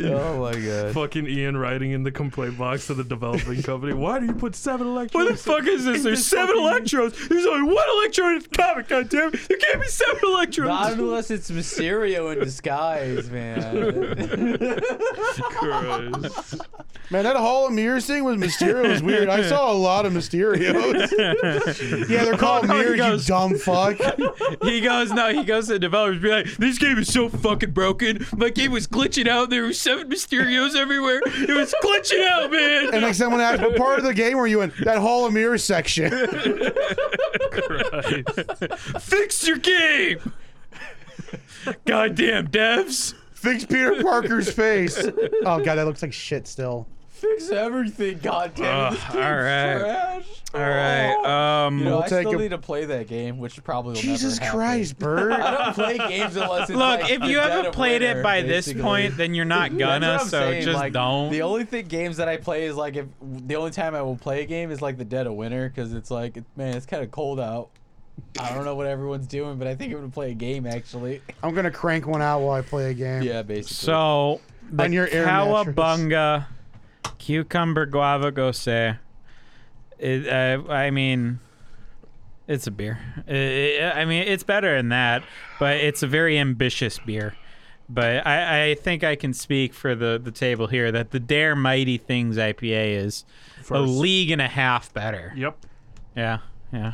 [SPEAKER 5] oh my god.
[SPEAKER 4] fucking Ian writing in the complaint box to the developing company. Why do you put seven electrons?
[SPEAKER 3] What the fuck is this? There's seven electrodes. There's only one electrode in the comic. Goddamn it! There can't be seven
[SPEAKER 5] Not
[SPEAKER 3] electrodes.
[SPEAKER 5] unless it's Mysterio in disguise, man.
[SPEAKER 3] [LAUGHS]
[SPEAKER 4] Christ.
[SPEAKER 1] Man, that Hall of Mirrors thing with Mysterio was weird. I saw a lot of Mysterios.
[SPEAKER 3] [LAUGHS]
[SPEAKER 1] yeah, they're called
[SPEAKER 3] Oh, no, he
[SPEAKER 1] mirrors, you
[SPEAKER 3] goes-
[SPEAKER 1] dumb fuck.
[SPEAKER 3] he goes, no. He goes to the developers, be like, this game is so fucking broken. My game was glitching out. There were seven Mysterios everywhere. It was glitching out, man.
[SPEAKER 1] And like someone asked, what part of the game were you in? That Hall of Mirrors section.
[SPEAKER 3] [LAUGHS]
[SPEAKER 4] Christ.
[SPEAKER 3] Fix your [LAUGHS] game. Goddamn devs.
[SPEAKER 1] Fix Peter Parker's
[SPEAKER 3] [LAUGHS]
[SPEAKER 1] face. Oh god, that looks like shit still.
[SPEAKER 5] Fix everything, goddamn.
[SPEAKER 3] all right.
[SPEAKER 5] Trash. Oh.
[SPEAKER 3] All right. Um.
[SPEAKER 5] You know,
[SPEAKER 1] We'll
[SPEAKER 5] I
[SPEAKER 1] take
[SPEAKER 5] still
[SPEAKER 1] a-
[SPEAKER 5] need to play that game, which probably will
[SPEAKER 1] Jesus
[SPEAKER 5] never happen.
[SPEAKER 1] Christ, Bird.
[SPEAKER 3] [LAUGHS]
[SPEAKER 5] I don't play games unless it's
[SPEAKER 3] Look,
[SPEAKER 5] like
[SPEAKER 3] if
[SPEAKER 5] the
[SPEAKER 3] you
[SPEAKER 5] dead
[SPEAKER 3] haven't
[SPEAKER 5] of
[SPEAKER 3] played
[SPEAKER 5] winter,
[SPEAKER 3] it by
[SPEAKER 5] basically.
[SPEAKER 3] this point, then you're
[SPEAKER 5] [LAUGHS]
[SPEAKER 3] not
[SPEAKER 5] That's
[SPEAKER 3] gonna.
[SPEAKER 5] what I'm
[SPEAKER 3] So
[SPEAKER 5] saying,
[SPEAKER 3] just
[SPEAKER 5] like,
[SPEAKER 3] don't.
[SPEAKER 5] The only thing games that I play is like if the only time I will play a game is like the dead of winter because it's like it- man, it's kind of cold out. I don't know what everyone's doing, but I think I'm gonna play a game actually.
[SPEAKER 1] I'm gonna crank one out while I play a game.
[SPEAKER 5] Yeah, basically.
[SPEAKER 3] So the
[SPEAKER 1] On your air mattress.
[SPEAKER 3] cowabunga, cucumber guava gose. It, uh, I mean, it's a beer. I- I I mean, it's better than that, but it's a very ambitious beer. But I, I think I can speak for the, the table here that the Dare Mighty Things IPA is a
[SPEAKER 4] [LAUGHS] First.
[SPEAKER 3] league and a half better.
[SPEAKER 4] Yep.
[SPEAKER 3] Yeah, yeah.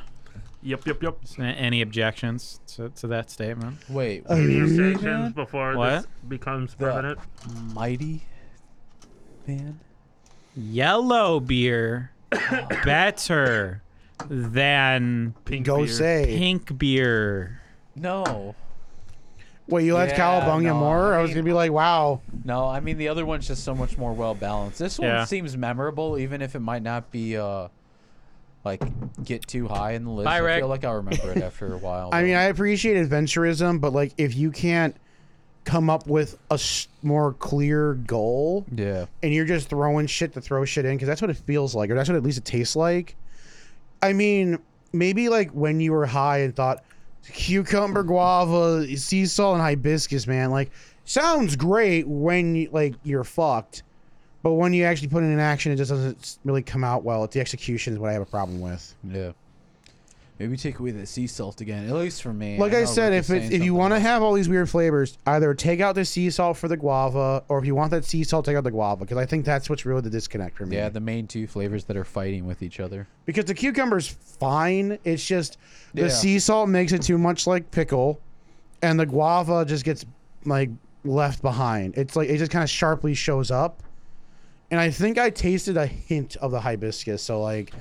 [SPEAKER 4] Yep. Yep. Yep.
[SPEAKER 3] A- Any objections to, to that statement?
[SPEAKER 5] wait,
[SPEAKER 4] Conversations before
[SPEAKER 3] What?
[SPEAKER 4] this becomes
[SPEAKER 5] permanent. mighty man.
[SPEAKER 3] Yellow beer [COUGHS] better than
[SPEAKER 4] Pink
[SPEAKER 1] Go
[SPEAKER 4] beer.
[SPEAKER 1] say.
[SPEAKER 3] pink beer.
[SPEAKER 5] No,
[SPEAKER 1] Wait, you left
[SPEAKER 5] Yeah,
[SPEAKER 1] Calabunga
[SPEAKER 5] no,
[SPEAKER 1] more? I was
[SPEAKER 5] I
[SPEAKER 1] gonna be like, wow.
[SPEAKER 5] No, I mean the other one's just so much more well balanced. This one
[SPEAKER 3] Yeah.
[SPEAKER 5] seems memorable, even if it might not be uh like get too high in the list.
[SPEAKER 3] Bye,
[SPEAKER 5] I
[SPEAKER 3] Rick.
[SPEAKER 5] feel like I'll remember it after a while.
[SPEAKER 1] I mean,
[SPEAKER 5] though.
[SPEAKER 1] I appreciate adventurism, but like, if you can't come up with a s- more clear goal,
[SPEAKER 5] yeah,
[SPEAKER 1] and you're just throwing shit to throw shit in because that's what it feels like, or that's what at least it tastes like. I mean, maybe like when you were high and thought cucumber, guava, sea salt, and hibiscus, man. Like, sounds great when you, like you're fucked, but when you actually put it in action, it just doesn't s- really come out well. It's the execution is what I have a problem with.
[SPEAKER 5] yeah. Maybe take away the sea salt again, at least for me.
[SPEAKER 1] Like I,
[SPEAKER 5] know
[SPEAKER 1] said,
[SPEAKER 5] Rick is
[SPEAKER 1] if it,
[SPEAKER 5] saying
[SPEAKER 1] if you
[SPEAKER 5] something
[SPEAKER 1] want to
[SPEAKER 5] else.
[SPEAKER 1] have all these weird flavors, either take out the sea salt for the guava, or if you want that sea salt, take out the guava, because I think that's what's really the disconnect for me.
[SPEAKER 5] yeah, the main two flavors that are fighting with each other.
[SPEAKER 1] because the cucumber's fine. It's just the
[SPEAKER 5] Yeah.
[SPEAKER 1] sea salt makes it too much like pickle, and the guava just gets like left behind. It's like it just kind of sharply shows up. And I think I tasted a hint of the hibiscus. So like,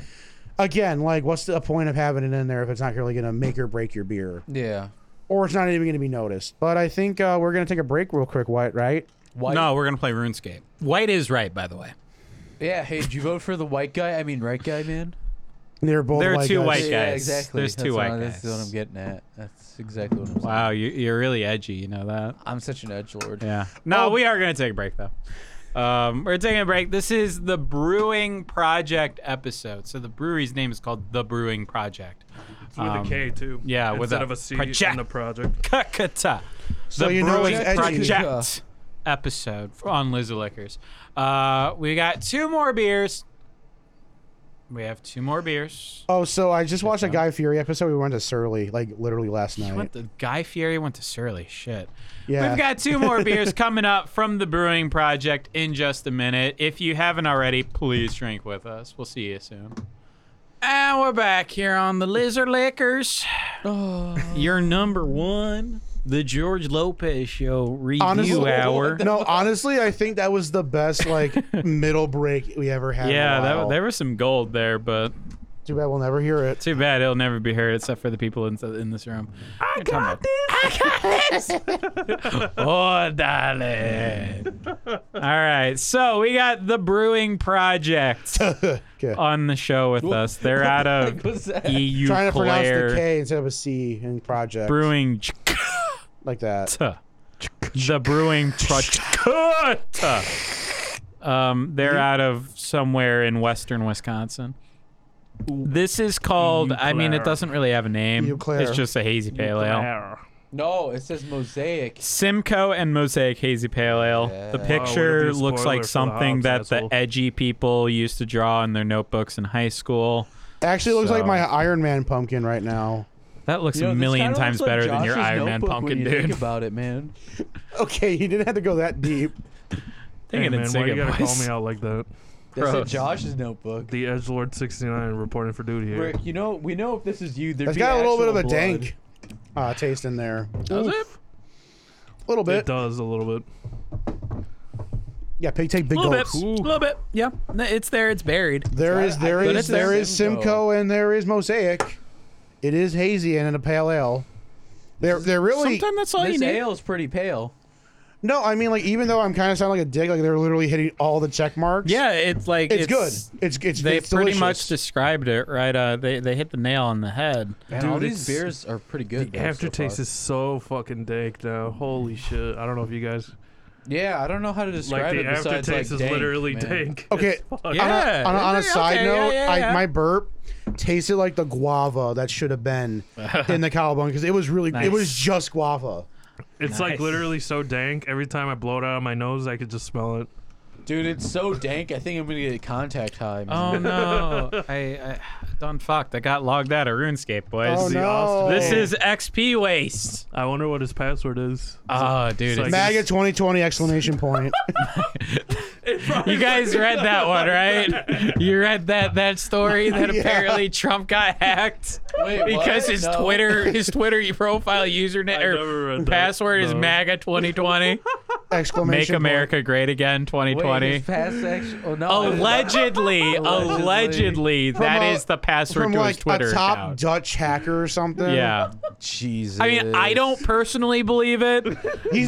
[SPEAKER 1] again, like what's the point of having it in there if it's not really gonna make or break your beer,
[SPEAKER 5] Yeah.
[SPEAKER 1] or it's not even gonna be noticed? But I think uh, we're gonna take a break real quick, White. Right?
[SPEAKER 5] White.
[SPEAKER 9] No, we're gonna play RuneScape. White is right, by the way.
[SPEAKER 5] Yeah. Hey, did you vote for the white guy? I mean, right guy, man.
[SPEAKER 1] They're both.
[SPEAKER 3] There are two
[SPEAKER 1] guys.
[SPEAKER 3] white
[SPEAKER 5] yeah,
[SPEAKER 3] guys.
[SPEAKER 5] exactly.
[SPEAKER 3] There's two
[SPEAKER 5] That's
[SPEAKER 3] white
[SPEAKER 5] what I-
[SPEAKER 3] guys.
[SPEAKER 5] That's what I'm getting at. That's exactly what I'm saying.
[SPEAKER 3] Wow, you, you're really edgy. You know that?
[SPEAKER 5] I'm such an edge lord. [LAUGHS]
[SPEAKER 3] Yeah.
[SPEAKER 9] Oh.
[SPEAKER 3] No, we are gonna take a break though. Um, we're taking a break. This is the Brewing Project episode. So the brewery's name is called the Brewing Project. Um,
[SPEAKER 4] It's with a K too.
[SPEAKER 3] yeah,
[SPEAKER 4] instead
[SPEAKER 3] with a
[SPEAKER 4] of a C
[SPEAKER 3] project.
[SPEAKER 4] in the project.
[SPEAKER 3] Kakata.
[SPEAKER 1] So
[SPEAKER 3] the
[SPEAKER 1] you know
[SPEAKER 3] Brewing
[SPEAKER 1] it's edgy.
[SPEAKER 3] Project episode f- on Liz Liquors. Uh, we got two more beers. We have two more beers.
[SPEAKER 1] Oh, so I just watched a Guy Fury episode. We went to Surly like literally last night.
[SPEAKER 3] Went the Guy Fieri went to Surly. Shit.
[SPEAKER 1] yeah.
[SPEAKER 3] We've got two
[SPEAKER 1] [LAUGHS]
[SPEAKER 3] more beers coming up from the Brewing Project in just a minute. If you haven't already, please drink with us. We'll see you soon. And we're back here on the Lizard Liquors.
[SPEAKER 1] Oh.
[SPEAKER 3] Your number one, the George Lopez Show review
[SPEAKER 1] Honestly- [LAUGHS]
[SPEAKER 3] hour.
[SPEAKER 1] No, honestly, I think that was the best
[SPEAKER 3] [LAUGHS]
[SPEAKER 1] like middle break we ever had. in a
[SPEAKER 3] Yeah,
[SPEAKER 1] while.
[SPEAKER 3] that, there was some gold there, but
[SPEAKER 1] Too bad we'll never hear it. [LAUGHS]
[SPEAKER 3] too bad it'll never be heard except for the people in, in this room. I got this. I got this. [LAUGHS] oh, darling. All right, so we got the
[SPEAKER 1] [LAUGHS]
[SPEAKER 3] Brewing Project [LAUGHS]
[SPEAKER 1] Okay.
[SPEAKER 3] on the show with us. They're
[SPEAKER 1] [LAUGHS]
[SPEAKER 3] out of EU
[SPEAKER 1] Trying to pronounce the
[SPEAKER 3] Claire
[SPEAKER 1] K instead of a C in project
[SPEAKER 3] Brewing.
[SPEAKER 1] like that.
[SPEAKER 3] the Brewing Project. Um, they're out of somewhere in western Wisconsin. This is called. I mean, it
[SPEAKER 4] Euclid.
[SPEAKER 3] doesn't really have a name.
[SPEAKER 1] Euclid.
[SPEAKER 3] It's just a hazy pale ale.
[SPEAKER 5] No, it says mosaic.
[SPEAKER 3] Simcoe and Mosaic Hazy Pale Ale. The
[SPEAKER 5] Yeah.
[SPEAKER 4] Oh,
[SPEAKER 3] picture
[SPEAKER 4] would it be a
[SPEAKER 3] looks
[SPEAKER 4] spoiler
[SPEAKER 3] like
[SPEAKER 4] for the
[SPEAKER 3] something
[SPEAKER 4] hops,
[SPEAKER 3] that
[SPEAKER 4] asshole?
[SPEAKER 3] the edgy people used to draw in their notebooks in high school.
[SPEAKER 1] Actually, it looks like
[SPEAKER 3] So-
[SPEAKER 1] my Iron Man pumpkin right now.
[SPEAKER 3] That looks
[SPEAKER 5] You know,
[SPEAKER 3] a
[SPEAKER 5] this
[SPEAKER 3] million
[SPEAKER 5] kinda
[SPEAKER 3] times
[SPEAKER 5] looks like
[SPEAKER 3] better than your
[SPEAKER 5] Josh's
[SPEAKER 3] Iron Man
[SPEAKER 5] notebook when
[SPEAKER 3] pumpkin,
[SPEAKER 5] you
[SPEAKER 3] dude.
[SPEAKER 5] Think about it,
[SPEAKER 3] [LAUGHS]
[SPEAKER 5] man.
[SPEAKER 1] Okay, you didn't have to go that deep.
[SPEAKER 4] Hey,
[SPEAKER 3] Thinking and
[SPEAKER 4] man, why you
[SPEAKER 3] singing,
[SPEAKER 4] gotta call
[SPEAKER 3] boys.
[SPEAKER 4] me out like that?
[SPEAKER 5] That's in
[SPEAKER 3] Gross.
[SPEAKER 5] Josh's notebook.
[SPEAKER 4] The Edge Lord 69 reporting for duty here.
[SPEAKER 5] Rick, you know, we know if this is you. There's
[SPEAKER 1] It's got a little bit of a dank uh, taste in there.
[SPEAKER 3] Does it?
[SPEAKER 1] A little
[SPEAKER 4] It
[SPEAKER 1] bit.
[SPEAKER 4] does a little bit.
[SPEAKER 1] Yeah, pig take big
[SPEAKER 3] A little bit.
[SPEAKER 1] gulps.
[SPEAKER 3] A little bit. Yeah. No, It's there. It's buried.
[SPEAKER 1] There
[SPEAKER 5] I-
[SPEAKER 1] is
[SPEAKER 5] I
[SPEAKER 1] there
[SPEAKER 5] think
[SPEAKER 1] is
[SPEAKER 5] it's
[SPEAKER 1] there is
[SPEAKER 5] Simcoe.
[SPEAKER 1] Simcoe and there is Mosaic. It is hazy and in a pale ale. They're they're really
[SPEAKER 3] Sometimes that's all you
[SPEAKER 5] This
[SPEAKER 3] need.
[SPEAKER 5] ale's pretty pale.
[SPEAKER 1] No, I mean like even though I'm kind of sounding like a dick, like they're literally hitting all the check marks.
[SPEAKER 3] Yeah, it's like
[SPEAKER 1] it's, good. It's it's
[SPEAKER 3] They
[SPEAKER 1] it's
[SPEAKER 3] pretty
[SPEAKER 1] delicious.
[SPEAKER 3] much described it right. Uh, they they hit the nail on the head.
[SPEAKER 5] Man,
[SPEAKER 4] Dude,
[SPEAKER 5] all these
[SPEAKER 4] it's-
[SPEAKER 5] beers are pretty good.
[SPEAKER 4] The
[SPEAKER 5] though, so
[SPEAKER 4] aftertaste
[SPEAKER 5] far.
[SPEAKER 4] is so fucking dank now. Holy shit. I don't know if you guys.
[SPEAKER 5] Yeah, I don't know how to describe
[SPEAKER 4] Like,
[SPEAKER 5] it.
[SPEAKER 4] the
[SPEAKER 5] besides, like,
[SPEAKER 4] aftertaste is
[SPEAKER 5] dank,
[SPEAKER 4] literally
[SPEAKER 5] man.
[SPEAKER 4] dank.
[SPEAKER 3] [LAUGHS]
[SPEAKER 1] Okay.
[SPEAKER 4] as fuck.
[SPEAKER 3] Yeah.
[SPEAKER 1] On a, on a
[SPEAKER 3] Okay,
[SPEAKER 1] side
[SPEAKER 3] yeah,
[SPEAKER 1] note,
[SPEAKER 3] yeah, yeah.
[SPEAKER 1] I, my burp tasted like the guava that should have
[SPEAKER 3] [LAUGHS]
[SPEAKER 1] been in the cowabunga because it was really it was
[SPEAKER 3] Nice.
[SPEAKER 1] just guava.
[SPEAKER 4] It's like
[SPEAKER 3] Nice.
[SPEAKER 4] literally so dank. Every time I blow it out of my nose, I could just smell it.
[SPEAKER 5] Dude, it's so dank. I think I'm gonna get contact high. Man.
[SPEAKER 3] [LAUGHS] Oh no! I, I done fucked. I got logged out of RuneScape, boys.
[SPEAKER 1] Oh
[SPEAKER 4] the
[SPEAKER 1] no!
[SPEAKER 4] Austin-
[SPEAKER 3] This is XP waste.
[SPEAKER 4] I wonder what his password is.
[SPEAKER 1] Ah,
[SPEAKER 3] Oh, dude,
[SPEAKER 4] like-
[SPEAKER 3] it's-
[SPEAKER 1] MAGA 2020 exclamation
[SPEAKER 3] [LAUGHS]
[SPEAKER 1] point. [LAUGHS]
[SPEAKER 3] you guys read that one, right? You read that
[SPEAKER 1] [LAUGHS]
[SPEAKER 3] that story that
[SPEAKER 1] Yeah.
[SPEAKER 3] apparently Trump got
[SPEAKER 1] [LAUGHS]
[SPEAKER 3] hacked
[SPEAKER 5] Wait, what?
[SPEAKER 3] because his
[SPEAKER 5] No.
[SPEAKER 3] Twitter his Twitter profile username
[SPEAKER 4] never
[SPEAKER 3] or
[SPEAKER 4] read that.
[SPEAKER 3] password is
[SPEAKER 4] No.
[SPEAKER 1] [LAUGHS]
[SPEAKER 3] MAGA 2020.
[SPEAKER 1] Exclamation
[SPEAKER 6] Make
[SPEAKER 1] point.
[SPEAKER 6] America Great Again 2020.
[SPEAKER 5] Wait, it's past action. Oh no.
[SPEAKER 6] allegedly,
[SPEAKER 5] Allegedly.
[SPEAKER 6] allegedly, that
[SPEAKER 1] a-
[SPEAKER 6] is the password
[SPEAKER 1] From
[SPEAKER 6] to
[SPEAKER 1] like
[SPEAKER 6] his Twitter
[SPEAKER 1] a top
[SPEAKER 6] account.
[SPEAKER 1] Dutch hacker or
[SPEAKER 6] [LAUGHS]
[SPEAKER 1] something.
[SPEAKER 6] yeah.
[SPEAKER 5] Jesus.
[SPEAKER 6] I mean, I don't personally believe it.
[SPEAKER 1] He's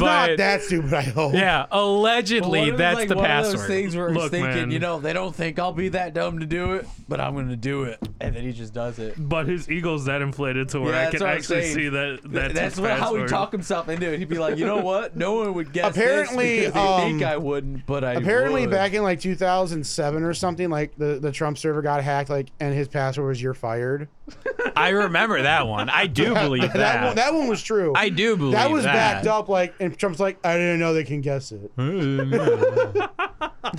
[SPEAKER 6] [LAUGHS] but,
[SPEAKER 1] not that stupid, I hope.
[SPEAKER 6] Yeah, allegedly, that's the
[SPEAKER 5] One of those
[SPEAKER 6] password.
[SPEAKER 5] things where he's
[SPEAKER 4] Look,
[SPEAKER 5] thinking,
[SPEAKER 4] man.
[SPEAKER 5] you know, they don't think I'll be that dumb to do it, but I'm gonna do it, and then he just does it.
[SPEAKER 4] But his ego's that inflated to where
[SPEAKER 5] Yeah,
[SPEAKER 4] I
[SPEAKER 5] that's
[SPEAKER 4] can
[SPEAKER 5] what I'm
[SPEAKER 4] actually
[SPEAKER 5] saying.
[SPEAKER 4] see that. That's,
[SPEAKER 5] That's
[SPEAKER 4] his
[SPEAKER 5] what, how he
[SPEAKER 4] password.
[SPEAKER 5] talk himself into it. He'd be like, you know what? No one would guess.
[SPEAKER 1] Apparently,
[SPEAKER 5] this [LAUGHS] because they think
[SPEAKER 1] um,
[SPEAKER 5] I wouldn't, but I
[SPEAKER 1] Apparently,
[SPEAKER 5] would.
[SPEAKER 1] back in like 2007 or something, like the, the Trump server got hacked, like, and his password was "You're fired."
[SPEAKER 6] I remember [LAUGHS] that one. I do believe
[SPEAKER 1] That
[SPEAKER 6] that.
[SPEAKER 1] one, that one was true.
[SPEAKER 6] I do believe
[SPEAKER 1] that was
[SPEAKER 6] that.
[SPEAKER 1] backed up, like, and Trump's like, "I didn't know they can guess it."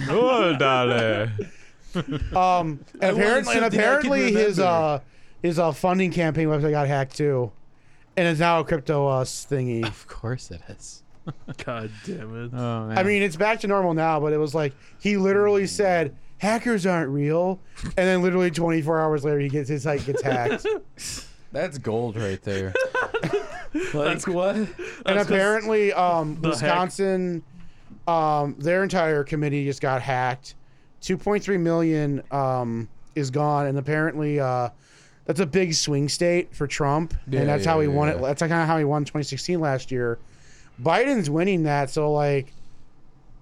[SPEAKER 6] Oh, darling.
[SPEAKER 1] Um, and apparently, and
[SPEAKER 5] something I can
[SPEAKER 1] apparently his uh
[SPEAKER 5] remember.
[SPEAKER 1] his uh funding campaign website got hacked too, and it's now a crypto
[SPEAKER 6] [LAUGHS]
[SPEAKER 1] uh thingy.
[SPEAKER 5] of course it is.
[SPEAKER 4] God damn it.
[SPEAKER 6] Oh, man.
[SPEAKER 1] I mean, it's back to normal now, but it was like he literally said hackers aren't real, and then literally 24 hours later he gets his site gets hacked,
[SPEAKER 5] That's gold right there. like what?
[SPEAKER 1] and
[SPEAKER 4] That's 'cause
[SPEAKER 1] apparently um
[SPEAKER 4] the hack-
[SPEAKER 1] Wisconsin, um their entire committee just got hacked. 2.3 million um is gone, and apparently uh. That's a big swing state for Trump,
[SPEAKER 5] Yeah,
[SPEAKER 1] and that's how
[SPEAKER 5] yeah,
[SPEAKER 1] he won
[SPEAKER 5] yeah.
[SPEAKER 1] it. That's kind of how he won 2016 last year. Biden's winning that, so like,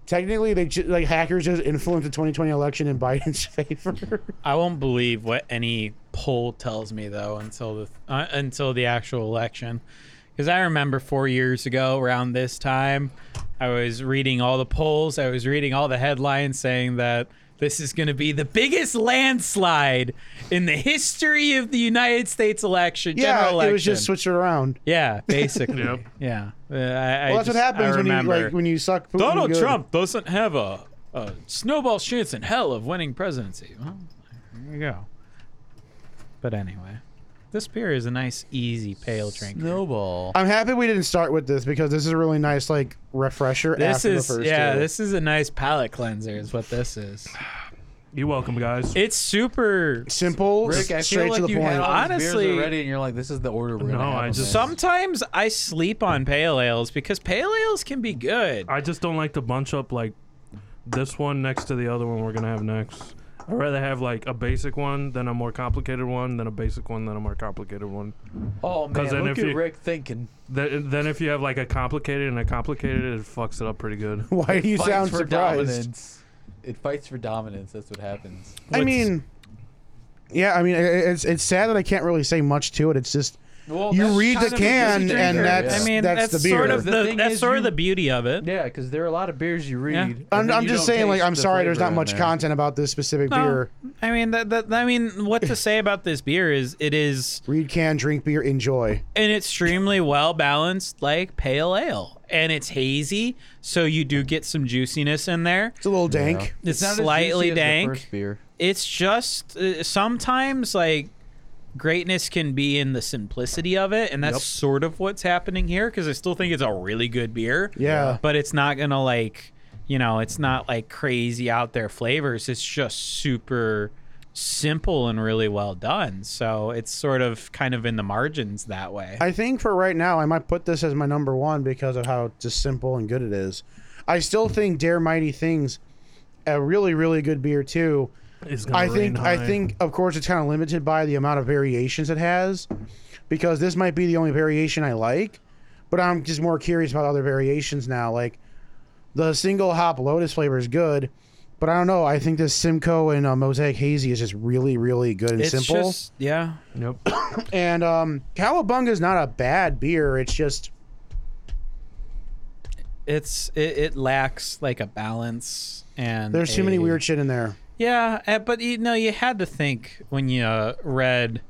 [SPEAKER 1] technically, they ju- like hackers just influenced the 2020 election in Biden's [LAUGHS] favor.
[SPEAKER 3] I won't believe what any poll tells me though until the uh, until the actual election, because I remember four years ago around this time, I was reading all the polls. I was reading all the headlines saying that this is going to be the biggest landslide in the history of the United States election.
[SPEAKER 1] yeah,
[SPEAKER 3] general election.
[SPEAKER 1] it was just switched around.
[SPEAKER 3] yeah, basically.
[SPEAKER 4] Yep.
[SPEAKER 3] Yeah. Uh, I, I
[SPEAKER 1] Well, that's
[SPEAKER 3] just-
[SPEAKER 1] what
[SPEAKER 3] I
[SPEAKER 1] happens when you
[SPEAKER 3] remember.
[SPEAKER 1] like when you suck. Putin
[SPEAKER 3] Donald
[SPEAKER 1] good.
[SPEAKER 3] Trump doesn't have a, a snowball chance in hell of winning presidency. Well, there you go. But anyway, this beer is a nice, easy pale Uh, drink.
[SPEAKER 5] Snowball.
[SPEAKER 1] I'm happy we didn't start with this because this is a really nice like refresher.
[SPEAKER 3] This
[SPEAKER 1] after
[SPEAKER 3] is
[SPEAKER 1] the first
[SPEAKER 3] yeah.
[SPEAKER 1] two.
[SPEAKER 3] This is a nice palate cleanser. Is what this is.
[SPEAKER 4] You're welcome, guys.
[SPEAKER 3] It's super.
[SPEAKER 1] simple,
[SPEAKER 5] Rick, I
[SPEAKER 1] straight
[SPEAKER 5] feel like
[SPEAKER 1] to the
[SPEAKER 5] you
[SPEAKER 1] point.
[SPEAKER 5] had all these beers
[SPEAKER 3] Honestly-
[SPEAKER 5] already, and you're like, this is the order we're
[SPEAKER 4] No,
[SPEAKER 5] gonna have
[SPEAKER 4] I
[SPEAKER 5] them
[SPEAKER 4] just-
[SPEAKER 5] in.
[SPEAKER 3] Sometimes I sleep on pale ales because pale ales can be good.
[SPEAKER 4] I just don't like to bunch up like this one next to the other one we're gonna have next. I'd rather have like a basic one than a more complicated one than a basic one than a more complicated one.
[SPEAKER 5] Oh man,
[SPEAKER 4] 'Cause then
[SPEAKER 5] look
[SPEAKER 4] if
[SPEAKER 5] at
[SPEAKER 4] you-
[SPEAKER 5] Rick thinking.
[SPEAKER 4] Th- then if you have like a complicated and a complicated, it fucks it up pretty good.
[SPEAKER 1] [LAUGHS]
[SPEAKER 5] [LAUGHS]
[SPEAKER 1] Why do you
[SPEAKER 5] fights
[SPEAKER 1] sound
[SPEAKER 5] for
[SPEAKER 1] surprised?
[SPEAKER 5] dominance. It fights for dominance. That's what happens.
[SPEAKER 1] I mean, yeah, I mean, i- i- it's it's sad that I can't really say much to it. It's just
[SPEAKER 5] Well,
[SPEAKER 1] you read the can,
[SPEAKER 5] drinker,
[SPEAKER 1] and
[SPEAKER 5] yeah.
[SPEAKER 1] that's
[SPEAKER 3] I mean,
[SPEAKER 1] that's,
[SPEAKER 3] that's,
[SPEAKER 1] the beer.
[SPEAKER 3] sort of
[SPEAKER 5] The
[SPEAKER 3] the,
[SPEAKER 5] thing
[SPEAKER 3] that's
[SPEAKER 5] is
[SPEAKER 3] sort of
[SPEAKER 5] you-
[SPEAKER 3] the beauty of it.
[SPEAKER 5] Yeah, because there are a lot of beers you read.
[SPEAKER 3] Yeah.
[SPEAKER 5] and
[SPEAKER 1] I'm,
[SPEAKER 5] then
[SPEAKER 1] I'm
[SPEAKER 5] you
[SPEAKER 1] just
[SPEAKER 5] don't
[SPEAKER 1] saying, like,
[SPEAKER 5] taste
[SPEAKER 1] I'm
[SPEAKER 5] the
[SPEAKER 1] sorry, there's
[SPEAKER 5] flavor
[SPEAKER 1] not
[SPEAKER 5] in
[SPEAKER 1] much
[SPEAKER 5] there.
[SPEAKER 1] content about this specific
[SPEAKER 3] No,
[SPEAKER 1] beer.
[SPEAKER 3] I mean that, that. I mean, what to say about this beer is it is
[SPEAKER 1] Read, can, drink beer, enjoy.
[SPEAKER 3] an extremely well balanced like pale ale, and it's hazy, so you do get some juiciness in there.
[SPEAKER 1] It's a little dank.
[SPEAKER 3] It's,
[SPEAKER 5] not as juicy
[SPEAKER 3] slightly
[SPEAKER 5] as the
[SPEAKER 3] dank.
[SPEAKER 5] first beer.
[SPEAKER 3] It's just uh, sometimes like greatness can be in the simplicity of it, and that's sort of what's happening here. Because I still think it's a really good beer.
[SPEAKER 1] Yeah.
[SPEAKER 3] but it's not gonna like you know it's not like crazy out there flavors it's just super simple and really well done so it's sort of kind of in the margins that way
[SPEAKER 1] I think for right now, I might put this as my number one because of how just simple and good it is. I still think Dare Mighty Things, a really really good beer too.
[SPEAKER 4] It's gonna
[SPEAKER 1] I
[SPEAKER 4] rain
[SPEAKER 1] think I
[SPEAKER 4] high.
[SPEAKER 1] think of course it's kind of limited by the amount of variations it has, because this might be the only variation I like, but I'm just more curious about other variations now. Like the single hop Lotus flavor is good, but I don't know. I think this Simcoe and uh, Mosaic Hazy is just really really good and
[SPEAKER 3] it's
[SPEAKER 1] simple.
[SPEAKER 3] just yeah
[SPEAKER 5] [COUGHS]
[SPEAKER 4] Yep.
[SPEAKER 1] And um, Cowabunga is not a bad beer. It's just
[SPEAKER 3] it's it, it lacks like a balance and
[SPEAKER 1] there's too many
[SPEAKER 3] a-
[SPEAKER 1] weird shit in there.
[SPEAKER 3] yeah eh, but you know you had to think when you uh, read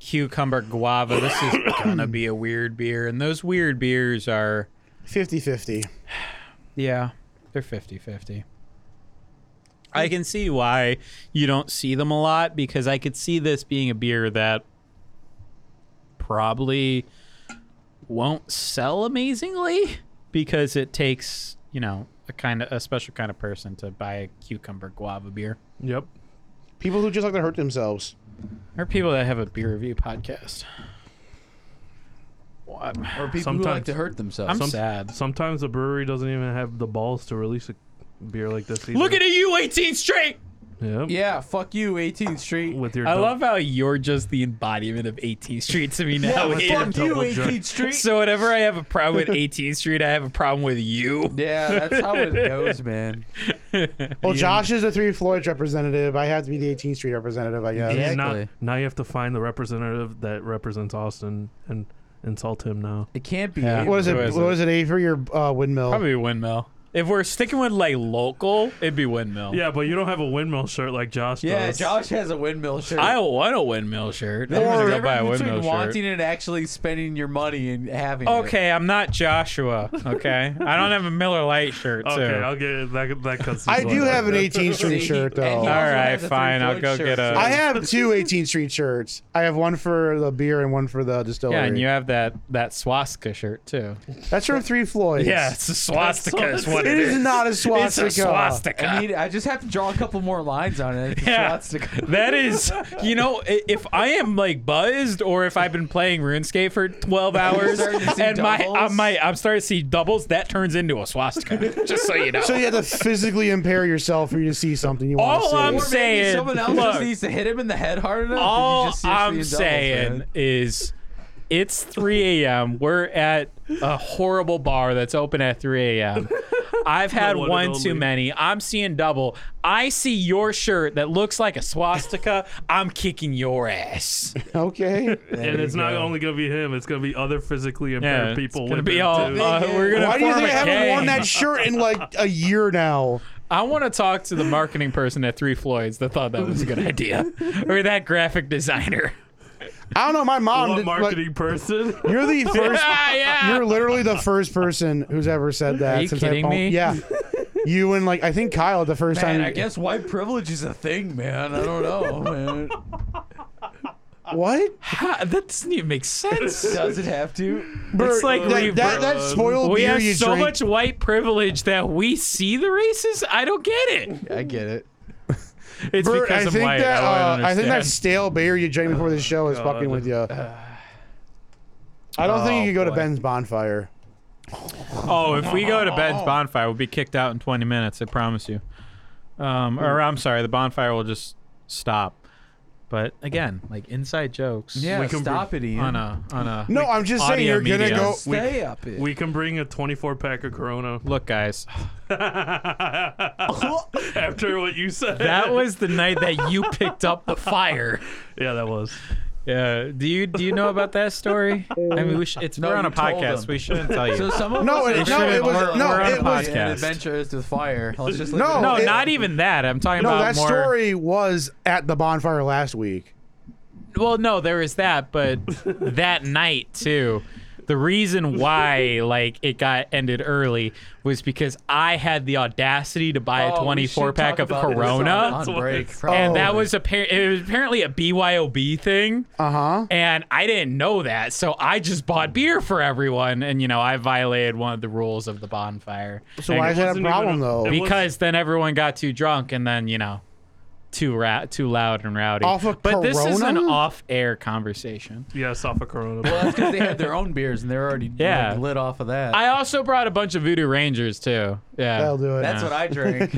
[SPEAKER 3] cucumber guava this is [COUGHS] gonna be a weird beer and those weird beers are
[SPEAKER 1] 50-50.
[SPEAKER 3] Yeah, they're 50 50. I can see why you don't see them a lot because I could see this being a beer that probably won't sell amazingly because it takes, you know, a kind of a special kind of person to buy a cucumber guava beer.
[SPEAKER 4] Yep.
[SPEAKER 1] People who just like to hurt themselves.
[SPEAKER 3] Or people that have a beer review podcast. Wow.
[SPEAKER 6] I'm,
[SPEAKER 8] Or people who
[SPEAKER 4] Sometimes-
[SPEAKER 8] like to hurt themselves.
[SPEAKER 6] I'm sad.
[SPEAKER 4] Sometimes the brewery doesn't even have the balls to release a beer like this. Either.
[SPEAKER 6] Look at you, 18th Street.
[SPEAKER 4] Yep.
[SPEAKER 8] yeah, fuck you, 18th Street.
[SPEAKER 4] With [LAUGHS] your
[SPEAKER 3] I
[SPEAKER 4] dou-
[SPEAKER 3] love how you're just the embodiment of 18th Street to me now.
[SPEAKER 8] fuck
[SPEAKER 3] Ian.
[SPEAKER 8] you,
[SPEAKER 4] double jerk.
[SPEAKER 8] 18th Street.
[SPEAKER 3] So whenever I have a problem with 18th Street, I have a problem with you.
[SPEAKER 8] yeah, that's how it
[SPEAKER 1] [LAUGHS]
[SPEAKER 8] goes, man.
[SPEAKER 1] Well, Josh is the Three Floyds representative. I have to be the 18th Street representative, I guess.
[SPEAKER 8] Yeah.
[SPEAKER 4] And now,
[SPEAKER 8] Exactly.
[SPEAKER 4] now you have to find the representative that represents Austin and insult him now.
[SPEAKER 8] It can't be.
[SPEAKER 3] Yeah.
[SPEAKER 1] What is it?
[SPEAKER 3] Who is
[SPEAKER 1] What
[SPEAKER 3] it?
[SPEAKER 1] is it? Avery or uh, Windmill?
[SPEAKER 3] Probably windmill. If we're sticking with like local, it'd be windmill.
[SPEAKER 4] Yeah, but you don't have a windmill shirt like Josh
[SPEAKER 8] Yeah,
[SPEAKER 4] does.
[SPEAKER 8] Josh has a windmill shirt.
[SPEAKER 3] I want a windmill shirt. I'm
[SPEAKER 8] There's
[SPEAKER 3] gonna
[SPEAKER 8] a
[SPEAKER 3] go buy a
[SPEAKER 8] difference
[SPEAKER 3] windmill
[SPEAKER 8] between
[SPEAKER 3] shirt.
[SPEAKER 8] wanting and actually spending your money and having it.
[SPEAKER 3] Okay, I'm not Joshua. Okay, I don't have a Miller Light shirt. Too.
[SPEAKER 4] Okay, I'll get that. That cuts.
[SPEAKER 1] I
[SPEAKER 4] this
[SPEAKER 1] do
[SPEAKER 4] one
[SPEAKER 1] have an
[SPEAKER 4] out.
[SPEAKER 1] 18th Street
[SPEAKER 8] See,
[SPEAKER 1] shirt,
[SPEAKER 8] and he also
[SPEAKER 1] though.
[SPEAKER 3] All right,
[SPEAKER 8] has a
[SPEAKER 3] fine, I'll
[SPEAKER 8] three-fold
[SPEAKER 3] go
[SPEAKER 8] shirt,
[SPEAKER 3] get a-
[SPEAKER 8] so-
[SPEAKER 1] I have two 18th Street shirts. I have one for the beer and one for the distillery.
[SPEAKER 3] yeah, and you have that that swastika shirt too.
[SPEAKER 1] That's from Three Floyds.
[SPEAKER 3] Yeah, it's a swastika. Is
[SPEAKER 1] It
[SPEAKER 3] what it
[SPEAKER 1] is not a
[SPEAKER 3] [LAUGHS] It's
[SPEAKER 1] swastika.
[SPEAKER 3] a swastika.
[SPEAKER 8] I need. I just have to draw a couple more lines on it.
[SPEAKER 3] Yeah.
[SPEAKER 8] Swastika.
[SPEAKER 3] That is, you know, i- if I am like buzzed or if I've been playing RuneScape
[SPEAKER 8] [LAUGHS]
[SPEAKER 3] for 12 hours
[SPEAKER 8] starting to see
[SPEAKER 3] and my, uh,
[SPEAKER 8] doubles?
[SPEAKER 3] my I'm starting to see doubles, that turns into a swastika. just so you know.
[SPEAKER 1] So you have to physically impair yourself for you to see something you want to
[SPEAKER 3] All
[SPEAKER 1] see.
[SPEAKER 3] I'm
[SPEAKER 8] Or maybe
[SPEAKER 3] saying,
[SPEAKER 8] someone else
[SPEAKER 3] look,
[SPEAKER 8] just needs to hit him in the head hard enough. and you
[SPEAKER 3] all
[SPEAKER 8] just see if
[SPEAKER 3] I'm
[SPEAKER 8] he doubles,
[SPEAKER 3] saying
[SPEAKER 8] man.
[SPEAKER 3] is it's 3 a.m. We're at a horrible bar that's open at
[SPEAKER 8] [LAUGHS]
[SPEAKER 3] 3 a.m. I've had
[SPEAKER 4] one
[SPEAKER 3] one,
[SPEAKER 4] and
[SPEAKER 3] too
[SPEAKER 4] only.
[SPEAKER 3] many. I'm seeing double. I see your shirt that looks like a swastika. I'm kicking your ass.
[SPEAKER 1] [LAUGHS] Okay.
[SPEAKER 4] And it's not only gonna be him. It's gonna be other physically impaired
[SPEAKER 3] it's
[SPEAKER 4] people.
[SPEAKER 3] gonna
[SPEAKER 4] with
[SPEAKER 3] be
[SPEAKER 4] him,
[SPEAKER 3] all.
[SPEAKER 4] too.
[SPEAKER 3] uh, we're gonna
[SPEAKER 1] Why do you
[SPEAKER 3] form
[SPEAKER 1] think I
[SPEAKER 3] a
[SPEAKER 1] haven't worn
[SPEAKER 3] gang.
[SPEAKER 1] that shirt in like a year now?
[SPEAKER 3] I want to talk to the marketing person at Three Floyds that thought that
[SPEAKER 1] [LAUGHS]
[SPEAKER 3] was a good idea, or that graphic designer.
[SPEAKER 1] I don't know. My mom.
[SPEAKER 4] what
[SPEAKER 1] did, like,
[SPEAKER 4] marketing person?
[SPEAKER 1] you're
[SPEAKER 3] [LAUGHS]
[SPEAKER 1] the first.
[SPEAKER 3] ah,
[SPEAKER 1] [LAUGHS]
[SPEAKER 3] yeah.
[SPEAKER 1] You're literally the first person who's ever said that.
[SPEAKER 3] Are you
[SPEAKER 1] since
[SPEAKER 3] kidding
[SPEAKER 1] I, phoned-
[SPEAKER 3] me?
[SPEAKER 1] Yeah. You and like I think Kyle the first
[SPEAKER 8] Man,
[SPEAKER 1] time.
[SPEAKER 8] I guess white privilege is a thing, man. I don't
[SPEAKER 3] [LAUGHS]
[SPEAKER 8] know, man.
[SPEAKER 1] What?
[SPEAKER 3] Ha, that doesn't even
[SPEAKER 1] [LAUGHS]
[SPEAKER 3] make sense.
[SPEAKER 8] Does it have to?
[SPEAKER 1] Bert,
[SPEAKER 3] like we-
[SPEAKER 1] that, that, that spoiled
[SPEAKER 3] We
[SPEAKER 1] beer
[SPEAKER 3] have
[SPEAKER 1] you
[SPEAKER 3] so
[SPEAKER 1] drink.
[SPEAKER 3] much white privilege that we see the races. I don't get it.
[SPEAKER 8] I get it.
[SPEAKER 3] It's
[SPEAKER 1] Bert,
[SPEAKER 3] because
[SPEAKER 1] I
[SPEAKER 3] I'm
[SPEAKER 1] think
[SPEAKER 3] white.
[SPEAKER 1] that
[SPEAKER 3] I,
[SPEAKER 1] uh,
[SPEAKER 3] don't
[SPEAKER 1] I think that
[SPEAKER 3] understand.
[SPEAKER 1] stale beer you drank before the show is
[SPEAKER 4] God.
[SPEAKER 1] fucking with you. I don't think you could go to Ben's bonfire.
[SPEAKER 3] Oh, if we go to Ben's bonfire, we'll be kicked out in 20 minutes. I promise you. Um, or I'm sorry, the bonfire will just stop. But again, like inside jokes.
[SPEAKER 8] Yeah,
[SPEAKER 4] can
[SPEAKER 8] stop it, Ian.
[SPEAKER 3] On a on a
[SPEAKER 1] No, I'm just saying
[SPEAKER 3] audio
[SPEAKER 1] you're gonna
[SPEAKER 3] media.
[SPEAKER 1] go.
[SPEAKER 8] Stay up it.
[SPEAKER 4] [LAUGHS] We can bring a 24 pack of Corona [LAUGHS]
[SPEAKER 3] Look, guys,
[SPEAKER 4] after what you said.
[SPEAKER 3] that was the night that you picked up the fire.
[SPEAKER 4] yeah, that was.
[SPEAKER 3] Yeah. Do you do you know about that story? I mean, we should, it's
[SPEAKER 8] No,
[SPEAKER 3] we're on
[SPEAKER 8] you
[SPEAKER 3] a
[SPEAKER 8] told
[SPEAKER 3] podcast.
[SPEAKER 8] them.
[SPEAKER 3] We shouldn't tell you.
[SPEAKER 8] so some of
[SPEAKER 1] No,
[SPEAKER 8] us
[SPEAKER 1] it-
[SPEAKER 8] are
[SPEAKER 1] no,
[SPEAKER 8] sure
[SPEAKER 1] it was-
[SPEAKER 8] we're-
[SPEAKER 1] no,
[SPEAKER 8] we're on
[SPEAKER 1] it was-
[SPEAKER 8] an adventurous with fire. Let's just leave
[SPEAKER 1] No,
[SPEAKER 8] it at
[SPEAKER 3] no,
[SPEAKER 1] it-
[SPEAKER 3] not even that. I'm talking
[SPEAKER 1] No,
[SPEAKER 3] about
[SPEAKER 1] that
[SPEAKER 3] more.
[SPEAKER 1] story was at the bonfire last week.
[SPEAKER 3] Well, no, there is that, but that night too. The reason why like it got ended early was because I had the audacity to buy a
[SPEAKER 8] Oh, we
[SPEAKER 3] 24
[SPEAKER 8] should
[SPEAKER 3] pack
[SPEAKER 8] talk
[SPEAKER 3] of
[SPEAKER 8] about this on-
[SPEAKER 3] Corona,
[SPEAKER 8] on break,
[SPEAKER 3] and
[SPEAKER 8] probably.
[SPEAKER 3] that was apparent. It was apparently a BYOB thing.
[SPEAKER 1] Uh huh.
[SPEAKER 3] and I didn't know that, so I just bought beer for everyone, and you know I violated one of the rules of the bonfire.
[SPEAKER 1] So
[SPEAKER 3] And-
[SPEAKER 1] why is that a
[SPEAKER 4] wasn't
[SPEAKER 1] problem
[SPEAKER 4] even-
[SPEAKER 1] though?
[SPEAKER 4] it-
[SPEAKER 3] Because then everyone got too drunk, and then you know, too ra- too loud and rowdy.
[SPEAKER 1] Off of
[SPEAKER 3] but this is an
[SPEAKER 1] Corona?
[SPEAKER 3] off-air conversation.
[SPEAKER 4] Yes, off of Corona.
[SPEAKER 8] Well, that's because they had their own beers and they're already like,
[SPEAKER 3] Yeah.
[SPEAKER 8] lit off of that.
[SPEAKER 3] I also brought a bunch of Voodoo Rangers too. Yeah,
[SPEAKER 1] That'll do it.
[SPEAKER 8] that's what I
[SPEAKER 3] [LAUGHS]
[SPEAKER 8] drink.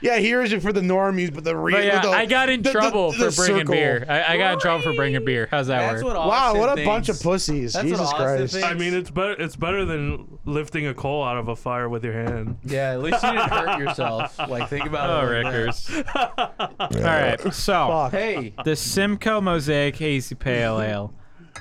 [SPEAKER 1] yeah, here's it for the normies, but the real.
[SPEAKER 3] But yeah,
[SPEAKER 1] the,
[SPEAKER 3] I got in
[SPEAKER 1] the- the-
[SPEAKER 3] trouble
[SPEAKER 1] the
[SPEAKER 3] for bringing
[SPEAKER 1] circle.
[SPEAKER 3] beer. I, I got in trouble for bringing beer. How's that
[SPEAKER 8] that's
[SPEAKER 3] work?
[SPEAKER 8] what
[SPEAKER 1] Wow,
[SPEAKER 8] Austin
[SPEAKER 1] what a
[SPEAKER 8] thinks.
[SPEAKER 1] bunch of pussies!
[SPEAKER 8] That's what
[SPEAKER 1] Jesus
[SPEAKER 8] Austin
[SPEAKER 1] Christ.
[SPEAKER 8] thinks.
[SPEAKER 4] I mean, it's better. It's better than lifting a coal out of a fire with your hand.
[SPEAKER 8] Yeah, at least you didn't hurt yourself. Like, think about
[SPEAKER 3] Oh,
[SPEAKER 8] it. like that.
[SPEAKER 3] Rickers.
[SPEAKER 1] [LAUGHS]
[SPEAKER 3] All right, so.
[SPEAKER 1] Fuck.
[SPEAKER 8] Hey,
[SPEAKER 3] the Simcoe Mosaic Hazy Pale Ale.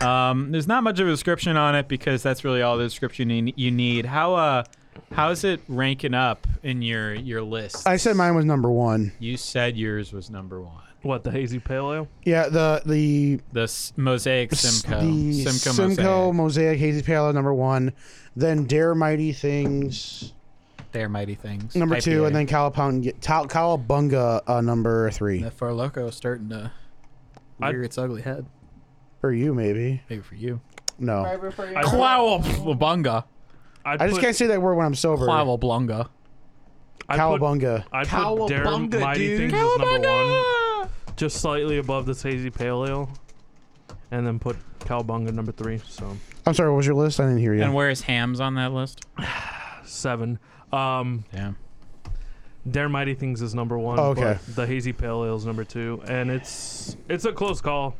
[SPEAKER 3] Um, there's not much of a description on it because that's really all the description you- you need. How uh, how is it ranking up in your your list?
[SPEAKER 1] I said mine was number one.
[SPEAKER 3] You said yours was number one.
[SPEAKER 4] What the hazy pale ale?
[SPEAKER 1] Yeah, the the
[SPEAKER 3] The S- Mosaic Simcoe.
[SPEAKER 1] the
[SPEAKER 3] Simcoe,
[SPEAKER 1] Simcoe
[SPEAKER 3] Mosaic.
[SPEAKER 1] Mosaic Hazy Pale Ale, number one, then Dare Mighty Things
[SPEAKER 3] They're mighty things.
[SPEAKER 1] number two,
[SPEAKER 3] IPA.
[SPEAKER 1] and then Calapound Tal- Calabunga uh, number three
[SPEAKER 3] the Far Loco starting to
[SPEAKER 4] I-
[SPEAKER 3] rear its ugly head.
[SPEAKER 1] for you maybe
[SPEAKER 3] Maybe for you.
[SPEAKER 1] no.
[SPEAKER 4] I,
[SPEAKER 3] Cowabunga.
[SPEAKER 4] I'd
[SPEAKER 1] I just
[SPEAKER 4] put-
[SPEAKER 1] can't say that word when I'm sober.
[SPEAKER 3] Cowabunga.
[SPEAKER 4] I'd put-
[SPEAKER 1] Calabunga.
[SPEAKER 4] I put Dare
[SPEAKER 8] Cowabunga,
[SPEAKER 4] Mighty
[SPEAKER 8] dude.
[SPEAKER 4] Things as number one, just slightly above this hazy pale ale. and then put Cowabunga number three. So
[SPEAKER 1] I'm sorry, what was your list? I didn't hear you.
[SPEAKER 3] And where is Hams on that list?
[SPEAKER 4] seven. Um,
[SPEAKER 3] Damn.
[SPEAKER 4] Dare Mighty Things is number one.
[SPEAKER 1] Oh, okay.
[SPEAKER 4] But the Hazy Pale Ale is number two, and it's it's a close call,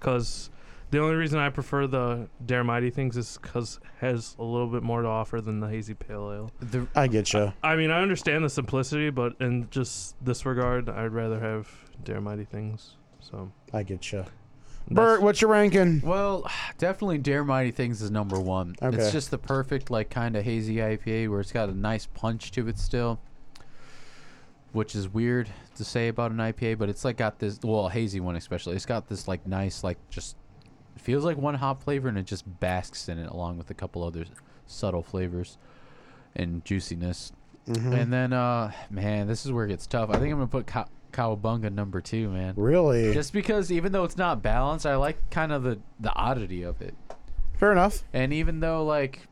[SPEAKER 4] because the only reason I prefer the Dare Mighty Things is because has a little bit more to offer than the Hazy Pale Ale.
[SPEAKER 5] The,
[SPEAKER 1] I get you.
[SPEAKER 4] I mean, I understand the simplicity, but in just this regard, I'd rather have Dare Mighty Things. So,
[SPEAKER 1] I get you.
[SPEAKER 4] that's-
[SPEAKER 1] Bert, what's your ranking?
[SPEAKER 5] well, [SIGHS] definitely Dare Mighty Things is number one.
[SPEAKER 1] Okay.
[SPEAKER 5] It's just the perfect, like, kind of hazy IPA where it's got a nice punch to it still, which is weird to say about an IPA, but it's, like, got this, well, a hazy one especially. It's got this, like, nice, like, just it feels like one hop flavor and it just basks in it along with a couple other subtle flavors and juiciness. And then, uh, man, this is where it gets tough. I think I'm going to put Ka- Kawabunga number two, man.
[SPEAKER 1] Really?
[SPEAKER 5] Just because even though it's not balanced, I like kind of the the oddity of it.
[SPEAKER 1] Fair enough.
[SPEAKER 5] And even though like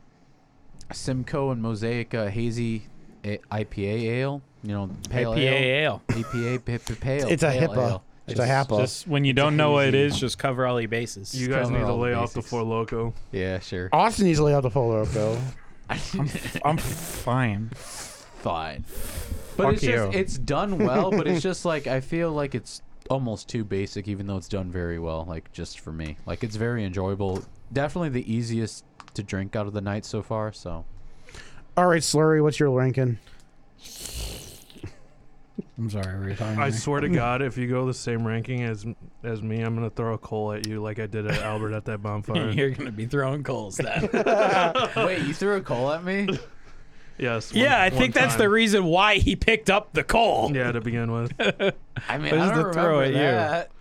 [SPEAKER 5] Simcoe and Mosaic uh, hazy eh, a- IPA ale, you know, pale
[SPEAKER 3] IPA
[SPEAKER 5] ale,
[SPEAKER 3] ale.
[SPEAKER 5] IPA p- p- pale.
[SPEAKER 1] [LAUGHS] It's a
[SPEAKER 5] pale
[SPEAKER 1] HIPAA.
[SPEAKER 5] ale.
[SPEAKER 1] It's a HAPA.
[SPEAKER 3] Just when you don't know what it is, just cover all your bases. [LAUGHS]
[SPEAKER 4] you guys
[SPEAKER 5] cover
[SPEAKER 4] need to
[SPEAKER 5] all the
[SPEAKER 4] lay off the
[SPEAKER 5] basics.
[SPEAKER 4] Four Loco.
[SPEAKER 3] Mm-hmm.
[SPEAKER 5] Yeah, sure.
[SPEAKER 1] Austin easily out the polo though.
[SPEAKER 3] I'm fine.
[SPEAKER 5] Fine. But
[SPEAKER 3] Fuck
[SPEAKER 5] it's just
[SPEAKER 3] you.
[SPEAKER 5] it's done well, but it's just like I feel like it's almost too basic, even though it's done very well. Like just for me, like it's very enjoyable. Definitely the easiest to drink out of the night so far. So
[SPEAKER 1] All right, Slurry, what's your ranking?
[SPEAKER 3] I'm sorry, were you talking?
[SPEAKER 4] I
[SPEAKER 3] to me? [LAUGHS]
[SPEAKER 4] swear to God, if you go the same ranking as as me, I'm gonna throw a coal at you like I did at Albert
[SPEAKER 3] [LAUGHS]
[SPEAKER 4] at that bonfire.
[SPEAKER 3] You're gonna be throwing coals then.
[SPEAKER 5] wait, you threw a coal at me?
[SPEAKER 4] yes. one-
[SPEAKER 3] yeah, I
[SPEAKER 4] one
[SPEAKER 3] think that's the
[SPEAKER 4] time.
[SPEAKER 3] reason why he picked up the coal.
[SPEAKER 4] Yeah, to begin with,
[SPEAKER 3] [LAUGHS]
[SPEAKER 5] I mean,
[SPEAKER 3] What
[SPEAKER 5] I don't
[SPEAKER 3] is the
[SPEAKER 5] remember
[SPEAKER 3] throw at you?
[SPEAKER 5] that.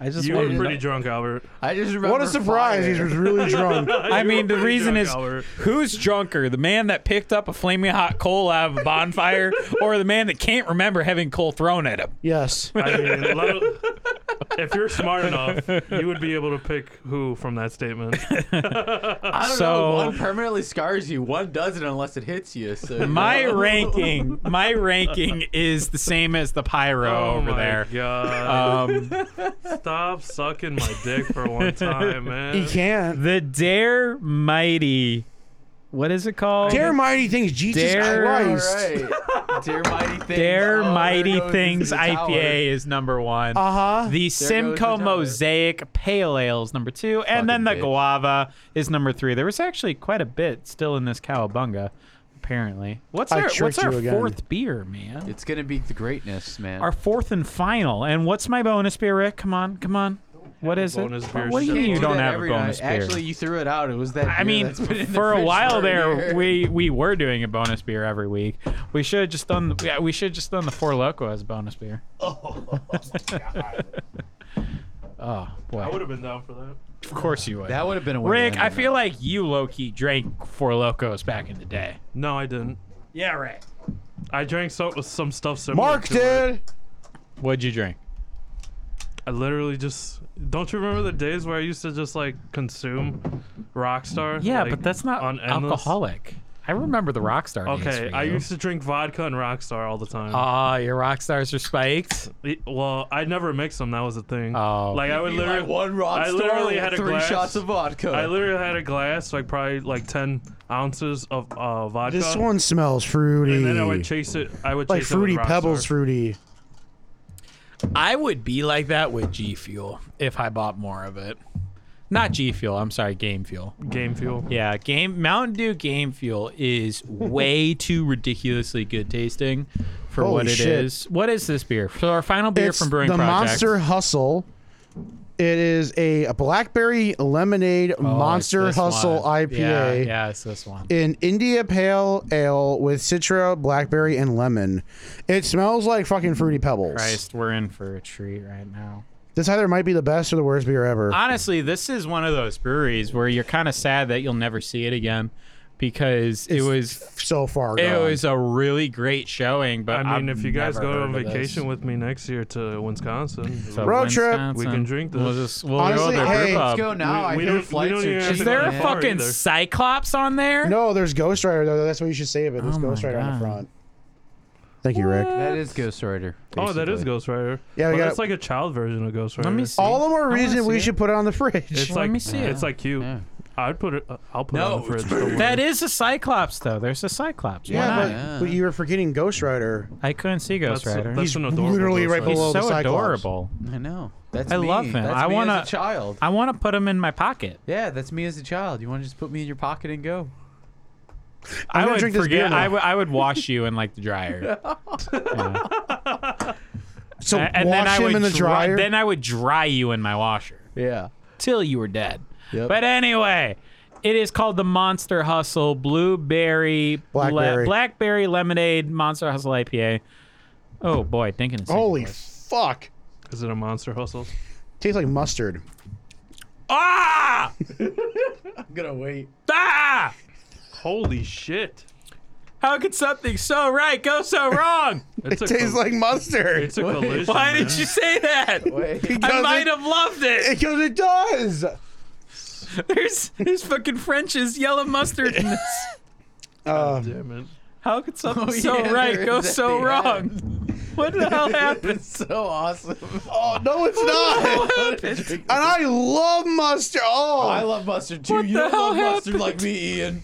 [SPEAKER 3] I just
[SPEAKER 4] you
[SPEAKER 3] wanted
[SPEAKER 4] were
[SPEAKER 3] to
[SPEAKER 4] pretty
[SPEAKER 3] know-
[SPEAKER 4] drunk, Albert.
[SPEAKER 5] I just remember.
[SPEAKER 1] What a surprise! He
[SPEAKER 5] fire.
[SPEAKER 1] was really drunk.
[SPEAKER 3] I
[SPEAKER 4] You
[SPEAKER 3] mean,
[SPEAKER 4] were
[SPEAKER 3] the
[SPEAKER 4] pretty
[SPEAKER 3] reason
[SPEAKER 4] drunk,
[SPEAKER 3] is
[SPEAKER 4] Albert.
[SPEAKER 3] who's drunker, the man that picked up a flaming hot coal out of a bonfire, or the man that can't remember having coal thrown at him?
[SPEAKER 1] yes.
[SPEAKER 4] I mean, let al-
[SPEAKER 3] [LAUGHS]
[SPEAKER 4] if you're smart enough, you would be able to pick who from that statement.
[SPEAKER 5] [LAUGHS] I don't
[SPEAKER 3] So-
[SPEAKER 5] know. One permanently scars you. One doesn't unless it hits you. So
[SPEAKER 3] My
[SPEAKER 5] [LAUGHS]
[SPEAKER 3] ranking, my ranking is the same as the pyro
[SPEAKER 4] oh
[SPEAKER 3] [LAUGHS] over
[SPEAKER 4] my
[SPEAKER 3] there.
[SPEAKER 4] God!
[SPEAKER 3] Um,
[SPEAKER 4] Stop sucking my dick for
[SPEAKER 3] [LAUGHS]
[SPEAKER 4] one time, man.
[SPEAKER 1] He can't.
[SPEAKER 3] the Dare Mighty, what is it called?
[SPEAKER 1] Dare mighty things, Jesus
[SPEAKER 3] Dare-
[SPEAKER 1] Christ.
[SPEAKER 5] right. Dear mighty things.
[SPEAKER 3] Dare
[SPEAKER 5] Oh, there
[SPEAKER 3] Mighty
[SPEAKER 5] goes
[SPEAKER 3] Things
[SPEAKER 5] the tower.
[SPEAKER 3] IPA is number one.
[SPEAKER 1] Uh huh.
[SPEAKER 3] the
[SPEAKER 5] goes the
[SPEAKER 3] Simcoe
[SPEAKER 5] tower.
[SPEAKER 3] Mosaic Pale Ale is number two,
[SPEAKER 5] Fucking
[SPEAKER 3] and then the
[SPEAKER 5] bitch.
[SPEAKER 3] Guava is number three. There was actually quite a bit still in this Cowabunga, apparently. What's
[SPEAKER 1] I
[SPEAKER 3] our what's
[SPEAKER 1] tricked
[SPEAKER 3] our
[SPEAKER 1] you again.
[SPEAKER 3] fourth beer, man?
[SPEAKER 5] It's gonna be the greatness, man.
[SPEAKER 3] our fourth and final. And what's my bonus beer, Rick? Come on, come on. What is it?
[SPEAKER 4] bonus beer
[SPEAKER 3] What do you
[SPEAKER 4] show.
[SPEAKER 3] mean you
[SPEAKER 5] do
[SPEAKER 3] don't
[SPEAKER 5] that
[SPEAKER 3] have a
[SPEAKER 5] every
[SPEAKER 3] bonus
[SPEAKER 5] night.
[SPEAKER 3] beer?
[SPEAKER 5] Actually, you threw it out. It was that.
[SPEAKER 3] I
[SPEAKER 5] beer
[SPEAKER 3] mean,
[SPEAKER 5] that's been in the
[SPEAKER 3] for a
[SPEAKER 5] fridge
[SPEAKER 3] while
[SPEAKER 5] a
[SPEAKER 3] there,
[SPEAKER 5] year.
[SPEAKER 3] we we were doing a bonus beer every week. We should have just done yeah, we should have just done the four loco as bonus beer.
[SPEAKER 5] [LAUGHS] oh
[SPEAKER 3] [LAUGHS] Oh
[SPEAKER 4] I would
[SPEAKER 3] boy,
[SPEAKER 4] have been down for that.
[SPEAKER 3] of course you
[SPEAKER 5] [LAUGHS]
[SPEAKER 3] would.
[SPEAKER 5] That would have been a win.
[SPEAKER 3] Rick, I feel like you low key drank four locos back in the day.
[SPEAKER 4] No, I didn't.
[SPEAKER 3] Yeah, right.
[SPEAKER 4] I drank so, some stuff similar.
[SPEAKER 1] Mark
[SPEAKER 4] to it.
[SPEAKER 1] did.
[SPEAKER 3] What'd you drink?
[SPEAKER 4] I literally just don't you remember the days where I used to just like consume Rockstar?
[SPEAKER 3] Yeah,
[SPEAKER 4] Like,
[SPEAKER 3] but that's not
[SPEAKER 4] on endless-
[SPEAKER 3] alcoholic. I remember the rock star.
[SPEAKER 4] Okay, I used to drink vodka and Rockstar all the time.
[SPEAKER 3] Ah, your rock stars are spiked.
[SPEAKER 4] It- well, I never mixed them. That was the thing.
[SPEAKER 3] Oh.
[SPEAKER 4] like I would
[SPEAKER 5] Be
[SPEAKER 4] literally
[SPEAKER 5] like one rock
[SPEAKER 4] I
[SPEAKER 5] star,
[SPEAKER 4] literally had a
[SPEAKER 5] three
[SPEAKER 4] glass.
[SPEAKER 5] shots of vodka.
[SPEAKER 4] I literally had a glass, like probably like ten ounces of uh, vodka.
[SPEAKER 1] This one smells fruity.
[SPEAKER 4] And then I would chase it. I would
[SPEAKER 1] like
[SPEAKER 4] chase
[SPEAKER 1] fruity
[SPEAKER 4] it with
[SPEAKER 1] pebbles,
[SPEAKER 4] Rockstar.
[SPEAKER 1] fruity.
[SPEAKER 3] I would be like that with G Fuel if I bought more of it. Not G Fuel, I'm sorry, Game Fuel.
[SPEAKER 4] Game fuel.
[SPEAKER 3] Yeah, game Mountain Dew Game Fuel [LAUGHS] is way too ridiculously good tasting for
[SPEAKER 1] Holy
[SPEAKER 3] what it is.
[SPEAKER 1] shit.
[SPEAKER 3] What is this beer? So our final beer
[SPEAKER 1] it's
[SPEAKER 3] from Brewing
[SPEAKER 1] the
[SPEAKER 3] Project.
[SPEAKER 1] Monster Hustle. It is a blackberry lemonade
[SPEAKER 3] Oh, it's
[SPEAKER 1] Monster
[SPEAKER 3] this
[SPEAKER 1] Hustle
[SPEAKER 3] one.
[SPEAKER 1] IPA.
[SPEAKER 3] Yeah, yeah, it's this one.
[SPEAKER 1] an India Pale Ale with Citra, blackberry, and lemon. It smells like fucking fruity pebbles.
[SPEAKER 3] Christ, we're in for a treat right now.
[SPEAKER 1] This either might be the best or the worst beer ever.
[SPEAKER 3] Honestly, this is one of those breweries where you're kind of sad that you'll never see it again because it was
[SPEAKER 1] so far,
[SPEAKER 3] it
[SPEAKER 1] gone.
[SPEAKER 3] was a really great showing. But
[SPEAKER 4] I mean,
[SPEAKER 3] I've
[SPEAKER 4] if you guys
[SPEAKER 3] never
[SPEAKER 4] go on
[SPEAKER 3] heard of this.
[SPEAKER 4] vacation with me next year to Wisconsin,
[SPEAKER 3] So
[SPEAKER 1] Road trip.
[SPEAKER 3] Wisconsin.
[SPEAKER 4] We can drink
[SPEAKER 3] We'll
[SPEAKER 4] this.
[SPEAKER 3] just we'll
[SPEAKER 1] Honestly,
[SPEAKER 3] go to
[SPEAKER 1] hey, let's
[SPEAKER 3] a brew
[SPEAKER 5] Let's
[SPEAKER 3] pub.
[SPEAKER 5] go now.
[SPEAKER 4] we
[SPEAKER 5] I
[SPEAKER 4] don't-
[SPEAKER 5] hear
[SPEAKER 4] we don't
[SPEAKER 5] flights
[SPEAKER 4] even
[SPEAKER 5] are
[SPEAKER 4] have
[SPEAKER 5] cheap.
[SPEAKER 4] to
[SPEAKER 3] Is there a
[SPEAKER 4] Yeah.
[SPEAKER 5] man.
[SPEAKER 3] fucking
[SPEAKER 4] Either.
[SPEAKER 3] cyclops on there?
[SPEAKER 1] no, there's Ghost Rider though. That's why you should save it. There's
[SPEAKER 3] Oh my
[SPEAKER 1] Ghost Rider on the
[SPEAKER 3] God.
[SPEAKER 1] front. Thank you, Rick.
[SPEAKER 5] That is Ghost Rider.
[SPEAKER 4] Oh, that is
[SPEAKER 5] basically.
[SPEAKER 4] Ghost Rider.
[SPEAKER 1] Yeah, we
[SPEAKER 4] Well,
[SPEAKER 1] got-
[SPEAKER 4] that's like a child version of Ghost Rider.
[SPEAKER 3] Let me see.
[SPEAKER 1] All the more
[SPEAKER 3] wanna
[SPEAKER 1] reason we
[SPEAKER 3] see it.
[SPEAKER 1] should put it on the fridge.
[SPEAKER 4] It's
[SPEAKER 3] Let
[SPEAKER 4] like
[SPEAKER 3] me see
[SPEAKER 4] it's
[SPEAKER 3] it.
[SPEAKER 4] like cute.
[SPEAKER 5] Yeah.
[SPEAKER 4] I'd put it. I'll put it on
[SPEAKER 3] [LAUGHS]
[SPEAKER 4] the fridge. don't worry.
[SPEAKER 3] That is a Cyclops, though. There's a Cyclops. Why
[SPEAKER 1] yeah,
[SPEAKER 3] not?
[SPEAKER 1] but, but you were forgetting Ghost Rider.
[SPEAKER 3] I couldn't see Ghost
[SPEAKER 4] That's-
[SPEAKER 3] Rider.
[SPEAKER 4] that's-
[SPEAKER 1] He's
[SPEAKER 4] an adorable
[SPEAKER 1] literally
[SPEAKER 4] Ghost
[SPEAKER 1] right
[SPEAKER 4] Rider.
[SPEAKER 1] below
[SPEAKER 3] He's
[SPEAKER 1] the
[SPEAKER 3] so
[SPEAKER 1] Cyclops.
[SPEAKER 3] adorable.
[SPEAKER 5] I know. That's
[SPEAKER 3] I
[SPEAKER 5] me.
[SPEAKER 3] love him.
[SPEAKER 5] That's
[SPEAKER 3] I
[SPEAKER 5] me
[SPEAKER 3] wanna-
[SPEAKER 5] as a child.
[SPEAKER 3] I want to put him in my pocket.
[SPEAKER 5] yeah, that's me as a child. You want to just put me in your pocket
[SPEAKER 8] [LAUGHS]
[SPEAKER 5] and go?
[SPEAKER 1] I'm
[SPEAKER 3] I
[SPEAKER 1] gonna
[SPEAKER 3] would
[SPEAKER 1] drink this beer
[SPEAKER 3] forget.
[SPEAKER 1] now.
[SPEAKER 3] I would. I would wash you in like the
[SPEAKER 4] [LAUGHS]
[SPEAKER 3] dryer.
[SPEAKER 1] So
[SPEAKER 3] A- and
[SPEAKER 1] wash
[SPEAKER 3] then I
[SPEAKER 1] him
[SPEAKER 3] would
[SPEAKER 1] in the
[SPEAKER 3] dry,
[SPEAKER 1] dryer.
[SPEAKER 3] Then I would dry you in my washer
[SPEAKER 5] Yeah.
[SPEAKER 3] till you were dead.
[SPEAKER 5] Yep.
[SPEAKER 3] But anyway, it is called the Monster Hustle Blueberry Bla-
[SPEAKER 1] Blackberry.
[SPEAKER 3] Blackberry Lemonade Monster Hustle IPA. Oh boy, thinking it's
[SPEAKER 1] Holy fuck!
[SPEAKER 4] Is it a monster hustle?
[SPEAKER 1] Tastes like mustard.
[SPEAKER 3] ah
[SPEAKER 8] I'm gonna wait.
[SPEAKER 3] ah!
[SPEAKER 4] Holy shit!
[SPEAKER 3] How could something so right go
[SPEAKER 1] [LAUGHS]
[SPEAKER 3] so wrong?
[SPEAKER 4] It's a
[SPEAKER 1] Tastes
[SPEAKER 4] col-
[SPEAKER 1] like mustard.
[SPEAKER 4] it's a collision.
[SPEAKER 3] Why
[SPEAKER 4] man.
[SPEAKER 3] did you say that?
[SPEAKER 5] [LAUGHS] Wait.
[SPEAKER 1] [LAUGHS] Because
[SPEAKER 3] I
[SPEAKER 1] it-
[SPEAKER 3] might have
[SPEAKER 1] [LAUGHS]
[SPEAKER 3] loved it.
[SPEAKER 1] Because it does.
[SPEAKER 3] There's there's fucking French's yellow mustard in this.
[SPEAKER 1] Um,
[SPEAKER 4] Damn it.
[SPEAKER 3] How could something
[SPEAKER 5] Oh,
[SPEAKER 3] so
[SPEAKER 5] yeah,
[SPEAKER 3] right
[SPEAKER 5] there
[SPEAKER 3] go
[SPEAKER 5] is at
[SPEAKER 3] so
[SPEAKER 5] the
[SPEAKER 3] wrong? What the hell happened?
[SPEAKER 5] It's so awesome.
[SPEAKER 1] oh no,
[SPEAKER 3] [LAUGHS]
[SPEAKER 1] it's not.
[SPEAKER 5] Drink
[SPEAKER 1] and I love mustard. Oh,
[SPEAKER 8] [LAUGHS] I love mustard too.
[SPEAKER 3] What
[SPEAKER 8] you
[SPEAKER 3] the
[SPEAKER 8] don't
[SPEAKER 3] hell
[SPEAKER 8] love mustard like me, Ian.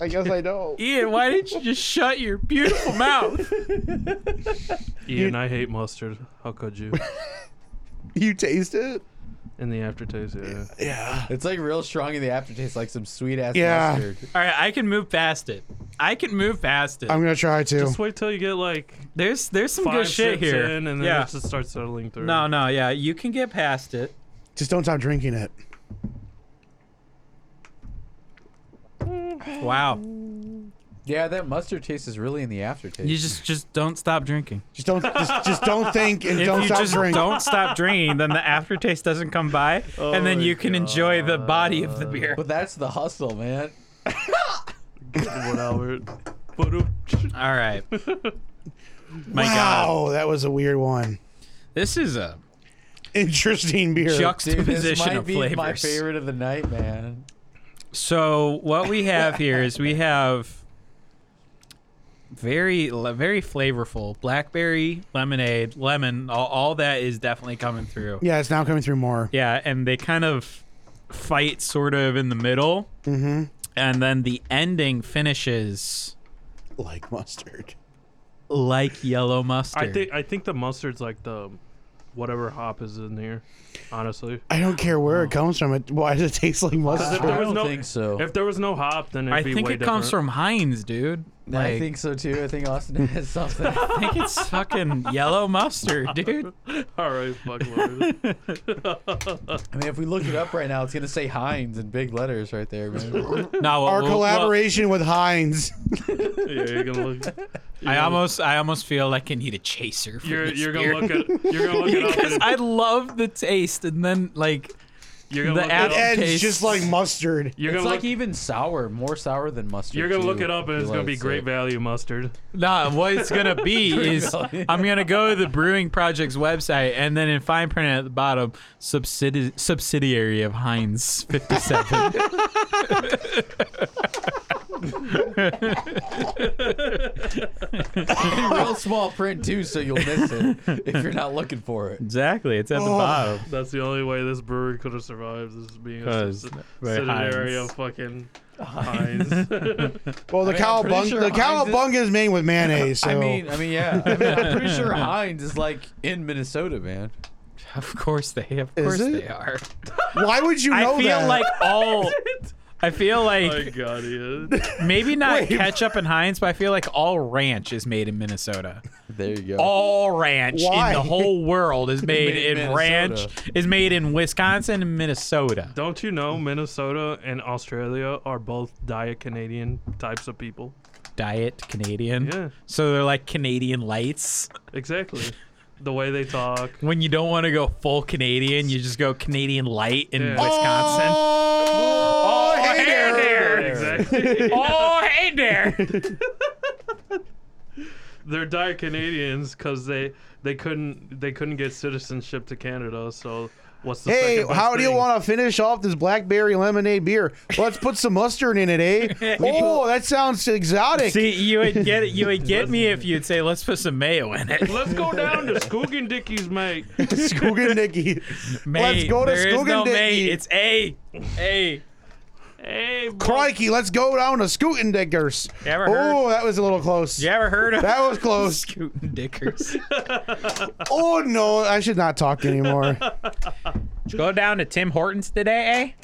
[SPEAKER 1] I guess I know.
[SPEAKER 3] Ian, why didn't you just shut your beautiful mouth?
[SPEAKER 4] Ian, I hate mustard. How could you?
[SPEAKER 1] You taste it?
[SPEAKER 4] In the aftertaste, yeah.
[SPEAKER 1] Yeah.
[SPEAKER 5] It's like real strong in the aftertaste, like some sweet ass
[SPEAKER 1] Yeah.
[SPEAKER 5] mustard.
[SPEAKER 3] All right, I can move past it. I can move past it.
[SPEAKER 1] I'm gonna try to.
[SPEAKER 4] Just wait till you get like
[SPEAKER 3] there's there's some
[SPEAKER 4] five
[SPEAKER 3] good shit
[SPEAKER 4] sips
[SPEAKER 3] here.
[SPEAKER 4] in, and then
[SPEAKER 3] yeah.
[SPEAKER 4] it just starts settling through.
[SPEAKER 3] No, no, yeah, you can get past it.
[SPEAKER 1] Just don't stop drinking it.
[SPEAKER 3] Wow.
[SPEAKER 5] Yeah, that mustard taste is really in the aftertaste.
[SPEAKER 3] You just just don't stop drinking.
[SPEAKER 1] Just don't. Just, just don't think and
[SPEAKER 3] If
[SPEAKER 1] don't
[SPEAKER 3] you
[SPEAKER 1] stop
[SPEAKER 3] just
[SPEAKER 1] drinking.
[SPEAKER 3] don't stop drinking, then the aftertaste doesn't come by, and then
[SPEAKER 4] my
[SPEAKER 3] you can enjoy the body of the beer.
[SPEAKER 5] but that's the hustle,
[SPEAKER 4] [LAUGHS]
[SPEAKER 5] man.
[SPEAKER 3] [LAUGHS]
[SPEAKER 4] Whatever. Ba-dum.
[SPEAKER 3] All right. My God,
[SPEAKER 1] wow, that was a weird one.
[SPEAKER 3] this is a
[SPEAKER 1] Interesting beer.
[SPEAKER 5] Dude, this
[SPEAKER 3] juxtaposition
[SPEAKER 5] might
[SPEAKER 3] of
[SPEAKER 5] be
[SPEAKER 3] flavors.
[SPEAKER 5] my favorite of the night, man.
[SPEAKER 3] So what we have here is we have very le- very flavorful blackberry lemonade, lemon, all, all that is definitely coming through.
[SPEAKER 1] yeah, it's now coming through more.
[SPEAKER 3] Yeah, and they kind of fight sort of in the middle,
[SPEAKER 1] Mm-hmm.
[SPEAKER 3] and then the ending finishes
[SPEAKER 1] Like mustard.
[SPEAKER 3] like yellow mustard.
[SPEAKER 4] I think I think the mustard's like the whatever hop is in here. Honestly,
[SPEAKER 1] I don't care where it comes from. It, why does it taste like
[SPEAKER 4] if
[SPEAKER 1] mustard?
[SPEAKER 4] there
[SPEAKER 5] I
[SPEAKER 4] was
[SPEAKER 5] don't
[SPEAKER 4] no-
[SPEAKER 5] think so.
[SPEAKER 4] if there was no hop, then it'd
[SPEAKER 3] I
[SPEAKER 4] be
[SPEAKER 3] think
[SPEAKER 4] way
[SPEAKER 3] it comes
[SPEAKER 4] different.
[SPEAKER 3] from Heinz, dude.
[SPEAKER 5] I
[SPEAKER 3] Like,
[SPEAKER 5] think so too. I think Austin [LAUGHS] has
[SPEAKER 4] [LAUGHS]
[SPEAKER 5] something.
[SPEAKER 3] I think it's
[SPEAKER 5] [LAUGHS]
[SPEAKER 3] fucking yellow mustard, dude.
[SPEAKER 4] All right, fuck.
[SPEAKER 3] [LAUGHS]
[SPEAKER 4] whatever.
[SPEAKER 5] I mean, if we look it up right now, it's gonna say Heinz in big letters right there,
[SPEAKER 4] [LAUGHS]
[SPEAKER 5] man.
[SPEAKER 3] No,
[SPEAKER 1] Our
[SPEAKER 3] well, well,
[SPEAKER 1] collaboration with Heinz.
[SPEAKER 4] yeah, you're gonna look.
[SPEAKER 3] I almost, I almost feel like I need a chaser. For
[SPEAKER 4] You're
[SPEAKER 3] this
[SPEAKER 4] you're
[SPEAKER 3] beer. [LAUGHS]
[SPEAKER 4] gonna look at you're gonna look it up.
[SPEAKER 3] because
[SPEAKER 4] And,
[SPEAKER 3] I love the taste, and then like
[SPEAKER 4] you're gonna
[SPEAKER 3] the
[SPEAKER 4] look
[SPEAKER 3] ad-
[SPEAKER 4] it up.
[SPEAKER 1] It's
[SPEAKER 3] tastes-
[SPEAKER 1] just like mustard.
[SPEAKER 4] You're
[SPEAKER 5] It's
[SPEAKER 4] gonna
[SPEAKER 5] like
[SPEAKER 4] look,
[SPEAKER 5] even sour, more sour than mustard.
[SPEAKER 4] you're gonna
[SPEAKER 5] too,
[SPEAKER 4] look it up, and it's
[SPEAKER 5] you
[SPEAKER 4] gonna
[SPEAKER 5] would
[SPEAKER 4] be great
[SPEAKER 5] say.
[SPEAKER 4] value mustard.
[SPEAKER 3] nah, what it's gonna [LAUGHS] be is I'm gonna go to the Brewing Project's website, and then in fine print at the bottom, subsidi- subsidiary of Heinz [LAUGHS] 57.
[SPEAKER 5] In real small print too, so you'll miss it if you're not looking for it.
[SPEAKER 3] exactly, it's at the
[SPEAKER 1] Oh.
[SPEAKER 3] bottom.
[SPEAKER 4] That's the only way this brewery could have survived is being a
[SPEAKER 3] 'Cause we're
[SPEAKER 4] subsidiary
[SPEAKER 3] Heinz.
[SPEAKER 4] of fucking Heinz. [LAUGHS]
[SPEAKER 1] Well,
[SPEAKER 5] mean, I'm
[SPEAKER 1] the
[SPEAKER 5] pretty
[SPEAKER 1] cowabunga,
[SPEAKER 5] sure
[SPEAKER 1] the
[SPEAKER 5] Heinz is-
[SPEAKER 1] cowabunga is made with mayonnaise.
[SPEAKER 5] [LAUGHS]
[SPEAKER 1] So
[SPEAKER 5] I mean, I mean, yeah. I mean, I'm pretty sure Heinz is like in Minnesota, man.
[SPEAKER 3] Of course they, of
[SPEAKER 1] Is
[SPEAKER 3] course
[SPEAKER 1] it?
[SPEAKER 3] they are.
[SPEAKER 1] why would you know
[SPEAKER 3] I feel
[SPEAKER 1] that?
[SPEAKER 3] like
[SPEAKER 1] [LAUGHS]
[SPEAKER 3] all. I feel
[SPEAKER 4] My
[SPEAKER 3] like
[SPEAKER 4] God, Ian.
[SPEAKER 3] maybe not ketchup and Heinz, but I feel like all ranch is made in Minnesota.
[SPEAKER 5] There you go.
[SPEAKER 3] all ranch
[SPEAKER 1] Why?
[SPEAKER 3] in the whole world is made,
[SPEAKER 5] Made
[SPEAKER 3] in
[SPEAKER 5] in
[SPEAKER 3] ranch
[SPEAKER 5] Minnesota.
[SPEAKER 3] is made in Wisconsin and Minnesota.
[SPEAKER 4] Don't you know Minnesota and Australia are both diet Canadian types of people?
[SPEAKER 3] Diet Canadian.
[SPEAKER 4] Yeah.
[SPEAKER 3] So they're like Canadian lights.
[SPEAKER 4] Exactly. the way they talk.
[SPEAKER 3] When you don't want to go full Canadian, you just go Canadian light in
[SPEAKER 4] Yeah.
[SPEAKER 3] Wisconsin. [LAUGHS]
[SPEAKER 1] Oh, hey there.
[SPEAKER 4] Exactly.
[SPEAKER 3] Oh, hey there.
[SPEAKER 4] [LAUGHS] they're dire Canadians because they they couldn't they couldn't get citizenship to Canada. So what's the
[SPEAKER 1] Hey,
[SPEAKER 4] second best
[SPEAKER 1] how do you
[SPEAKER 4] thing?
[SPEAKER 1] want to finish off this blackberry lemonade beer? Let's put some mustard in it,
[SPEAKER 3] [LAUGHS]
[SPEAKER 1] eh? Oh, that sounds exotic. [LAUGHS]
[SPEAKER 3] See, you would get it. You would get me if you'd say, "Let's put some mayo in it."
[SPEAKER 4] Let's go down to Skoogin Dickies, mate.
[SPEAKER 1] Skoogin
[SPEAKER 3] [LAUGHS]
[SPEAKER 1] Nicky. Let's
[SPEAKER 3] Mate,
[SPEAKER 1] go to
[SPEAKER 3] there is
[SPEAKER 1] Skoogin
[SPEAKER 3] no mate.
[SPEAKER 1] Dicky.
[SPEAKER 3] It's a, a.
[SPEAKER 4] Hey, bro.
[SPEAKER 1] Crikey, let's go down to Scootin' Dickers.
[SPEAKER 3] You ever heard?
[SPEAKER 1] Oh, that was a little close.
[SPEAKER 3] You ever heard of
[SPEAKER 1] That was
[SPEAKER 3] [LAUGHS]
[SPEAKER 1] close.
[SPEAKER 3] Scootin' Dickers?
[SPEAKER 1] Oh no, I should not talk
[SPEAKER 3] [LAUGHS]
[SPEAKER 1] anymore.
[SPEAKER 3] go down to Tim Hortons today,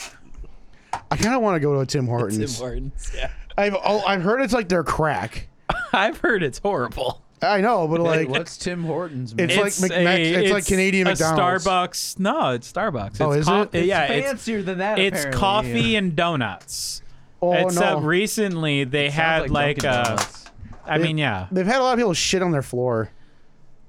[SPEAKER 3] eh?
[SPEAKER 1] I kind of want to go to a Tim Hortons.
[SPEAKER 3] Hortons. Yeah.
[SPEAKER 1] I've oh, I've heard it's like their crack.
[SPEAKER 3] [LAUGHS] I've heard it's horrible.
[SPEAKER 1] I know, but
[SPEAKER 5] Hey,
[SPEAKER 1] like
[SPEAKER 5] what's Tim Hortons? Man?
[SPEAKER 1] it's, like McMac- it's, like Canadian
[SPEAKER 3] a
[SPEAKER 1] McDonald's.
[SPEAKER 3] Starbucks. No, it's Starbucks. It's
[SPEAKER 1] Oh, is
[SPEAKER 3] co-
[SPEAKER 1] it? It's
[SPEAKER 3] yeah, it's,
[SPEAKER 8] fancier than that.
[SPEAKER 3] it's
[SPEAKER 8] apparently.
[SPEAKER 3] coffee and donuts.
[SPEAKER 1] Oh no,
[SPEAKER 3] Except recently they
[SPEAKER 8] Sounds
[SPEAKER 3] had like,
[SPEAKER 8] Dunkin'
[SPEAKER 3] uh,
[SPEAKER 8] Donuts.
[SPEAKER 3] I mean, yeah,
[SPEAKER 1] they've had a lot of people shit on their floor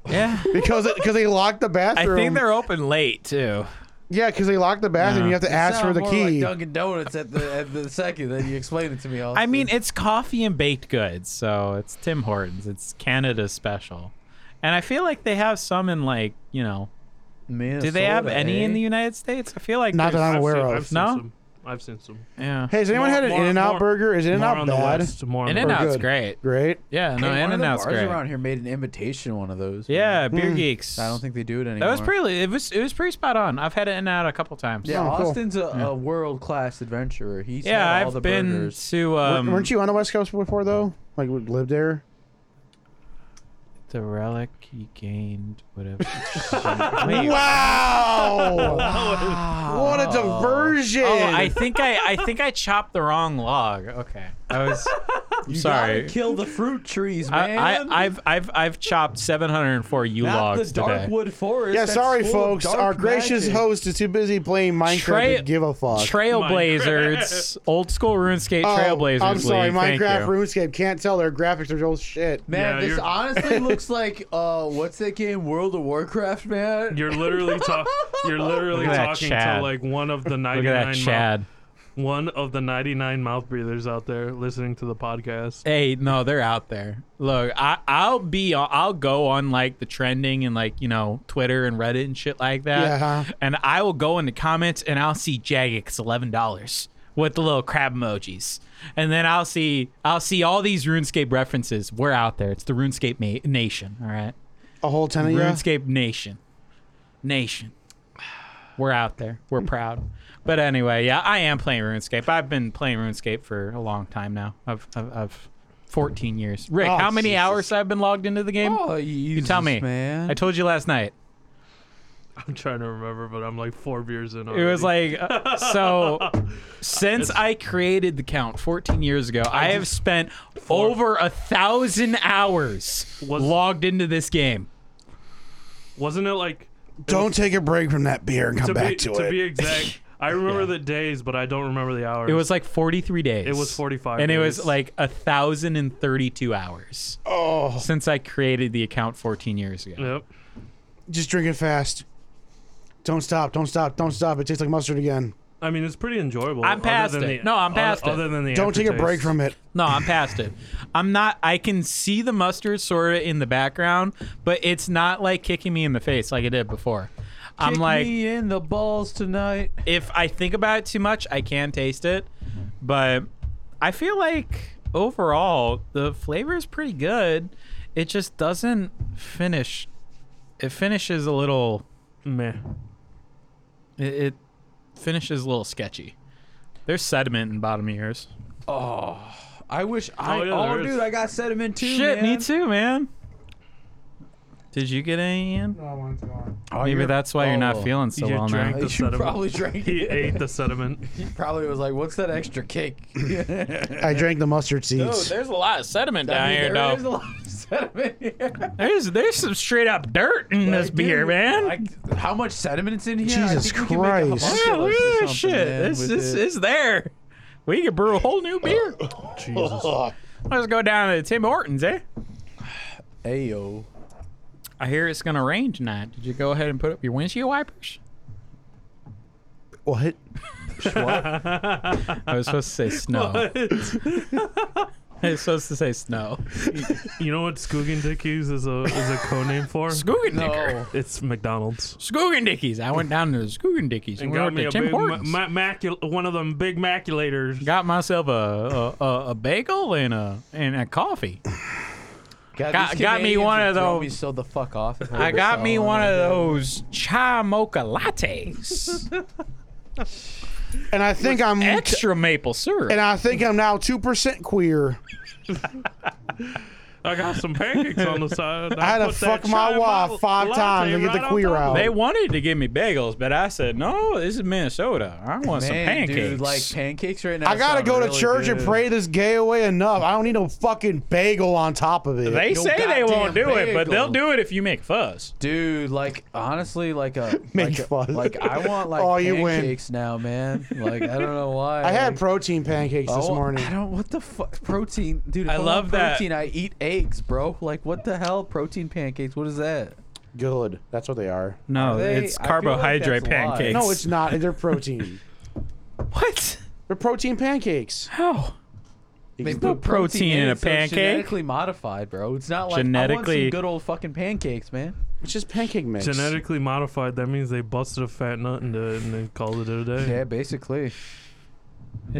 [SPEAKER 3] yeah.
[SPEAKER 1] because because they locked the
[SPEAKER 3] [LAUGHS] I
[SPEAKER 1] bathroom.
[SPEAKER 3] think they're open late too.
[SPEAKER 1] yeah, because they locked the bathroom.
[SPEAKER 3] Yeah.
[SPEAKER 1] You have to
[SPEAKER 8] It
[SPEAKER 1] ask for
[SPEAKER 8] sounds
[SPEAKER 1] the
[SPEAKER 8] more
[SPEAKER 1] key.
[SPEAKER 8] Like Dunkin' Donuts at the at the second that you explained it to me. All
[SPEAKER 3] I mean, it's coffee and baked goods, so it's Tim Hortons. It's Canada special, and I feel like they have some in like you know.
[SPEAKER 8] Minnesota,
[SPEAKER 3] Do they have any
[SPEAKER 8] eh?
[SPEAKER 3] in the United States? I feel like
[SPEAKER 1] Not that
[SPEAKER 3] there's-
[SPEAKER 1] I'm aware
[SPEAKER 4] seen,
[SPEAKER 1] of.
[SPEAKER 4] I've seen
[SPEAKER 3] No?
[SPEAKER 4] some. I've seen some.
[SPEAKER 3] Yeah,
[SPEAKER 1] hey, has anyone
[SPEAKER 4] More-
[SPEAKER 1] had an
[SPEAKER 4] more-
[SPEAKER 1] In-N-Out
[SPEAKER 4] more-
[SPEAKER 1] burger? Is
[SPEAKER 4] More
[SPEAKER 1] In-N-Out
[SPEAKER 4] on the
[SPEAKER 1] bad?
[SPEAKER 4] west. More on
[SPEAKER 3] In
[SPEAKER 4] the
[SPEAKER 3] and
[SPEAKER 1] We're
[SPEAKER 4] west.
[SPEAKER 3] Out's
[SPEAKER 1] good.
[SPEAKER 3] great.
[SPEAKER 1] Great.
[SPEAKER 3] Yeah, no,
[SPEAKER 8] Hey,
[SPEAKER 3] In
[SPEAKER 8] one of
[SPEAKER 3] and
[SPEAKER 8] the
[SPEAKER 3] Out's
[SPEAKER 8] bars
[SPEAKER 3] great.
[SPEAKER 8] around here made an invitation one of those. man.
[SPEAKER 3] Yeah, Beer Geeks.
[SPEAKER 8] I don't think they do it
[SPEAKER 3] that
[SPEAKER 8] anymore.
[SPEAKER 3] was pretty. It was it was pretty spot on. I've had it in and out a couple times.
[SPEAKER 8] Yeah,
[SPEAKER 1] Oh, cool.
[SPEAKER 8] Austin's a, a world class adventurer. He's
[SPEAKER 3] yeah.
[SPEAKER 8] had all
[SPEAKER 3] I've
[SPEAKER 8] the
[SPEAKER 3] been
[SPEAKER 8] burgers.
[SPEAKER 3] to um,
[SPEAKER 1] Weren't you on the West Coast before though? Like we lived there?
[SPEAKER 3] the relic he gained
[SPEAKER 8] [LAUGHS]
[SPEAKER 3] whatever.
[SPEAKER 1] Wow! What a diversion!
[SPEAKER 3] Oh, I think I I think I chopped the wrong log. Okay, I
[SPEAKER 8] [LAUGHS]
[SPEAKER 3] was. I'm sorry.
[SPEAKER 8] Kill the fruit trees,
[SPEAKER 3] I,
[SPEAKER 8] man.
[SPEAKER 3] I, I've I've I've chopped 704 U
[SPEAKER 8] Not
[SPEAKER 3] logs
[SPEAKER 8] the
[SPEAKER 3] today.
[SPEAKER 8] Darkwood Forest.
[SPEAKER 1] yeah,
[SPEAKER 8] that's
[SPEAKER 1] sorry,
[SPEAKER 8] full of
[SPEAKER 1] folks.
[SPEAKER 8] dark
[SPEAKER 1] Our gracious
[SPEAKER 8] magic.
[SPEAKER 1] host is too busy playing Minecraft
[SPEAKER 3] Trail-
[SPEAKER 1] to give a fuck.
[SPEAKER 3] Trailblazers, old school RuneScape
[SPEAKER 1] Oh,
[SPEAKER 3] Trailblazers.
[SPEAKER 1] I'm sorry,
[SPEAKER 3] League, thank
[SPEAKER 1] Minecraft
[SPEAKER 3] you.
[SPEAKER 1] RuneScape can't tell their graphics are old shit.
[SPEAKER 8] Man,
[SPEAKER 4] Yeah,
[SPEAKER 8] this
[SPEAKER 4] you're-
[SPEAKER 3] [LAUGHS]
[SPEAKER 8] honestly looks like uh, what's that game, World of Warcraft, man?
[SPEAKER 4] You're literally
[SPEAKER 1] [LAUGHS]
[SPEAKER 4] talking. You're literally
[SPEAKER 3] Look at that
[SPEAKER 4] talking to
[SPEAKER 3] Chad.
[SPEAKER 4] like one of the
[SPEAKER 3] Look
[SPEAKER 4] 99
[SPEAKER 3] at that,
[SPEAKER 4] mouth-
[SPEAKER 3] Chad.
[SPEAKER 4] one of the 99 mouth breathers out there listening to the podcast. [LAUGHS]
[SPEAKER 3] Hey, no, they're out there. Look, I, I'll be, I'll go on like the trending and like you know Twitter and Reddit and shit like that,
[SPEAKER 1] Yeah, huh.
[SPEAKER 3] and I will go in the comments and I'll see Jagex eleven dollars with the little crab emojis, and then I'll see, I'll see all these RuneScape references. We're out there. It's the RuneScape ma- nation. All right,
[SPEAKER 1] A whole ton of you.
[SPEAKER 3] RuneScape nation, nation. We're out there. We're proud. But anyway, yeah, I am playing RuneScape. I've been playing RuneScape for a long time now. I've, I've, I've 14 years. Rick,
[SPEAKER 1] Oh,
[SPEAKER 3] how many
[SPEAKER 1] Jesus.
[SPEAKER 3] hours I've been logged into the game?
[SPEAKER 8] Oh,
[SPEAKER 3] you tell me.
[SPEAKER 8] man.
[SPEAKER 3] I told you last night.
[SPEAKER 4] I'm trying to remember, but I'm like four beers in.
[SPEAKER 3] It was
[SPEAKER 4] already.
[SPEAKER 3] like uh, so. Since I created the count 14 years ago, I, have spent over a thousand hours
[SPEAKER 4] Was-
[SPEAKER 3] logged into this game.
[SPEAKER 4] wasn't it like
[SPEAKER 1] Don't take a break from that beer and come
[SPEAKER 4] to
[SPEAKER 1] back
[SPEAKER 4] be
[SPEAKER 1] to,
[SPEAKER 4] to
[SPEAKER 1] it.
[SPEAKER 4] be exact?
[SPEAKER 1] [LAUGHS]
[SPEAKER 4] I remember the days, but I don't remember the hours.
[SPEAKER 3] It was like 43 days.
[SPEAKER 4] It was 45
[SPEAKER 3] And it was
[SPEAKER 4] days.
[SPEAKER 3] like 1,032 hours
[SPEAKER 1] oh,
[SPEAKER 3] since I created the account 14 years ago.
[SPEAKER 4] Yep.
[SPEAKER 1] just drink it fast. Don't stop. Don't stop. Don't stop. It tastes like mustard again.
[SPEAKER 4] I mean, it's pretty enjoyable.
[SPEAKER 3] I'm
[SPEAKER 4] other
[SPEAKER 3] past
[SPEAKER 4] than
[SPEAKER 3] it.
[SPEAKER 4] the-
[SPEAKER 3] No, I'm past it.
[SPEAKER 4] other, Other than the
[SPEAKER 1] Don't take a break
[SPEAKER 4] aftertaste.
[SPEAKER 1] from it.
[SPEAKER 3] No, I'm past it. I'm not, I can see the mustard sort of in the background, but it's not like kicking me in the face like it did before. I'm
[SPEAKER 8] Kick
[SPEAKER 3] like,
[SPEAKER 8] me in the balls tonight.
[SPEAKER 3] if I think about it too much, I can taste it, but I feel like overall the flavor is pretty good. It just doesn't finish. It finishes a little.
[SPEAKER 4] Meh.
[SPEAKER 3] It, it finishes a little sketchy. There's sediment in bottom of yours.
[SPEAKER 8] Oh, I wish I.
[SPEAKER 4] Oh,
[SPEAKER 8] Oh,
[SPEAKER 4] yeah, there is.
[SPEAKER 8] dude, I got sediment too.
[SPEAKER 3] Shit,
[SPEAKER 8] man.
[SPEAKER 3] me too, man. Did you get any in?
[SPEAKER 8] Oh,
[SPEAKER 3] Maybe
[SPEAKER 8] you're-
[SPEAKER 3] that's why you're
[SPEAKER 8] oh.
[SPEAKER 3] not feeling so
[SPEAKER 4] you
[SPEAKER 3] well now.
[SPEAKER 4] drank the
[SPEAKER 8] You
[SPEAKER 4] sediment.
[SPEAKER 8] probably drank
[SPEAKER 4] He
[SPEAKER 8] it.
[SPEAKER 4] ate the sediment.
[SPEAKER 1] [LAUGHS]
[SPEAKER 4] [LAUGHS]
[SPEAKER 8] Probably was like, "What's that extra
[SPEAKER 3] [LAUGHS]
[SPEAKER 8] cake?" [LAUGHS]
[SPEAKER 1] I drank the mustard seeds.
[SPEAKER 3] a lot of sediment
[SPEAKER 8] I mean, there is a lot of sediment here.
[SPEAKER 3] There's there's some straight up dirt in [LAUGHS] this
[SPEAKER 8] Like,
[SPEAKER 3] beer,
[SPEAKER 8] dude,
[SPEAKER 3] man.
[SPEAKER 8] I- how much sediment's in here? I
[SPEAKER 1] Jesus
[SPEAKER 8] think we can make a homunculus
[SPEAKER 1] Christ.
[SPEAKER 3] Yeah,
[SPEAKER 8] or
[SPEAKER 3] look at this
[SPEAKER 8] something,
[SPEAKER 3] shit.
[SPEAKER 8] man,
[SPEAKER 3] This
[SPEAKER 8] with
[SPEAKER 3] is
[SPEAKER 8] it.
[SPEAKER 3] it's there. We could brew a whole new
[SPEAKER 8] [LAUGHS]
[SPEAKER 3] beer.
[SPEAKER 4] Jesus.
[SPEAKER 3] Let's go down to Tim Hortons, eh?
[SPEAKER 8] Ayo.
[SPEAKER 3] I hear it's gonna rain tonight. Did you go ahead and put up your windshield wipers?
[SPEAKER 1] What?
[SPEAKER 8] [LAUGHS]
[SPEAKER 3] I was supposed to say snow. It's supposed to say snow.
[SPEAKER 4] You know what Skoogin Dickies is a is a code name for?
[SPEAKER 3] Skoogin Dicker. [LAUGHS]
[SPEAKER 4] it's McDonald's.
[SPEAKER 3] Skoogin Dickies. I went down to the Skoogin Dickies and,
[SPEAKER 4] And
[SPEAKER 3] we
[SPEAKER 4] got
[SPEAKER 3] went
[SPEAKER 4] me
[SPEAKER 3] to
[SPEAKER 4] a
[SPEAKER 3] Tim
[SPEAKER 4] big ma-
[SPEAKER 3] Hortons.
[SPEAKER 4] ma- macul- one of them big
[SPEAKER 1] [LAUGHS]
[SPEAKER 4] maculators.
[SPEAKER 3] got myself a, a, a, a bagel and a and a coffee.
[SPEAKER 5] God,
[SPEAKER 3] Got-
[SPEAKER 5] these
[SPEAKER 3] got me one
[SPEAKER 5] Canadians
[SPEAKER 3] of
[SPEAKER 5] would throw
[SPEAKER 3] those-
[SPEAKER 5] Me so the fuck off. if
[SPEAKER 3] I
[SPEAKER 5] ever
[SPEAKER 3] got
[SPEAKER 5] saw
[SPEAKER 3] me one
[SPEAKER 5] like
[SPEAKER 3] of
[SPEAKER 5] that.
[SPEAKER 3] those chai mocha lattes.
[SPEAKER 1] And I think I'm
[SPEAKER 3] Extra maple syrup.
[SPEAKER 1] and I think I'm now two percent queer.
[SPEAKER 4] I got some pancakes on the side.
[SPEAKER 1] I had to
[SPEAKER 4] put that
[SPEAKER 1] fuck my
[SPEAKER 4] chai
[SPEAKER 1] wife
[SPEAKER 4] bottle-
[SPEAKER 1] five
[SPEAKER 4] latte
[SPEAKER 1] times to get the
[SPEAKER 4] right on
[SPEAKER 1] queer
[SPEAKER 4] top of
[SPEAKER 1] out.
[SPEAKER 4] it.
[SPEAKER 3] They wanted to give me bagels, but I said, no, this is Minnesota. I want some
[SPEAKER 5] Man,
[SPEAKER 3] pancakes.
[SPEAKER 5] dude, like pancakes right now.
[SPEAKER 1] I gotta
[SPEAKER 5] sound
[SPEAKER 1] go to
[SPEAKER 5] really
[SPEAKER 1] church and
[SPEAKER 5] good.
[SPEAKER 1] pray this gay away enough. I don't need no fucking bagel on top of it.
[SPEAKER 3] they
[SPEAKER 5] No
[SPEAKER 3] say they won't do
[SPEAKER 5] goddamn
[SPEAKER 3] it, but they'll
[SPEAKER 5] bagel.
[SPEAKER 3] do it if you make fuss.
[SPEAKER 5] Dude, like honestly, like a
[SPEAKER 1] [LAUGHS]
[SPEAKER 5] like,
[SPEAKER 1] Make
[SPEAKER 5] a-
[SPEAKER 1] fun.
[SPEAKER 5] like I want like
[SPEAKER 1] Oh, you win.
[SPEAKER 5] pancakes now, man. Like I don't know why.
[SPEAKER 1] I had
[SPEAKER 5] like,
[SPEAKER 1] protein pancakes this
[SPEAKER 5] oh,
[SPEAKER 1] morning.
[SPEAKER 5] I don't. What the fuck? Protein, dude. If
[SPEAKER 3] I
[SPEAKER 5] I, want
[SPEAKER 3] love that.
[SPEAKER 5] protein. I eat eggs, bro. Like what the hell? Protein pancakes. What is that?
[SPEAKER 1] Good. That's what they are.
[SPEAKER 3] No,
[SPEAKER 5] Are they-
[SPEAKER 3] it's
[SPEAKER 5] I feel like
[SPEAKER 3] carbohydrate
[SPEAKER 5] that's a lie.
[SPEAKER 3] pancakes.
[SPEAKER 1] No, it's not. They're protein.
[SPEAKER 3] [LAUGHS]
[SPEAKER 1] [LAUGHS]
[SPEAKER 3] what?
[SPEAKER 1] They're protein pancakes.
[SPEAKER 3] How?
[SPEAKER 1] You
[SPEAKER 5] They
[SPEAKER 1] can-
[SPEAKER 5] put
[SPEAKER 3] protein in
[SPEAKER 5] it, so
[SPEAKER 3] a
[SPEAKER 5] it's
[SPEAKER 3] pancake?
[SPEAKER 5] genetically modified, bro. It's not like I want
[SPEAKER 3] Genetically-
[SPEAKER 5] some good old fucking pancakes, man.
[SPEAKER 1] It's just pancake mix.
[SPEAKER 4] Genetically modified. That means they busted a fat nut into it and they called it a day.
[SPEAKER 5] Yeah, basically.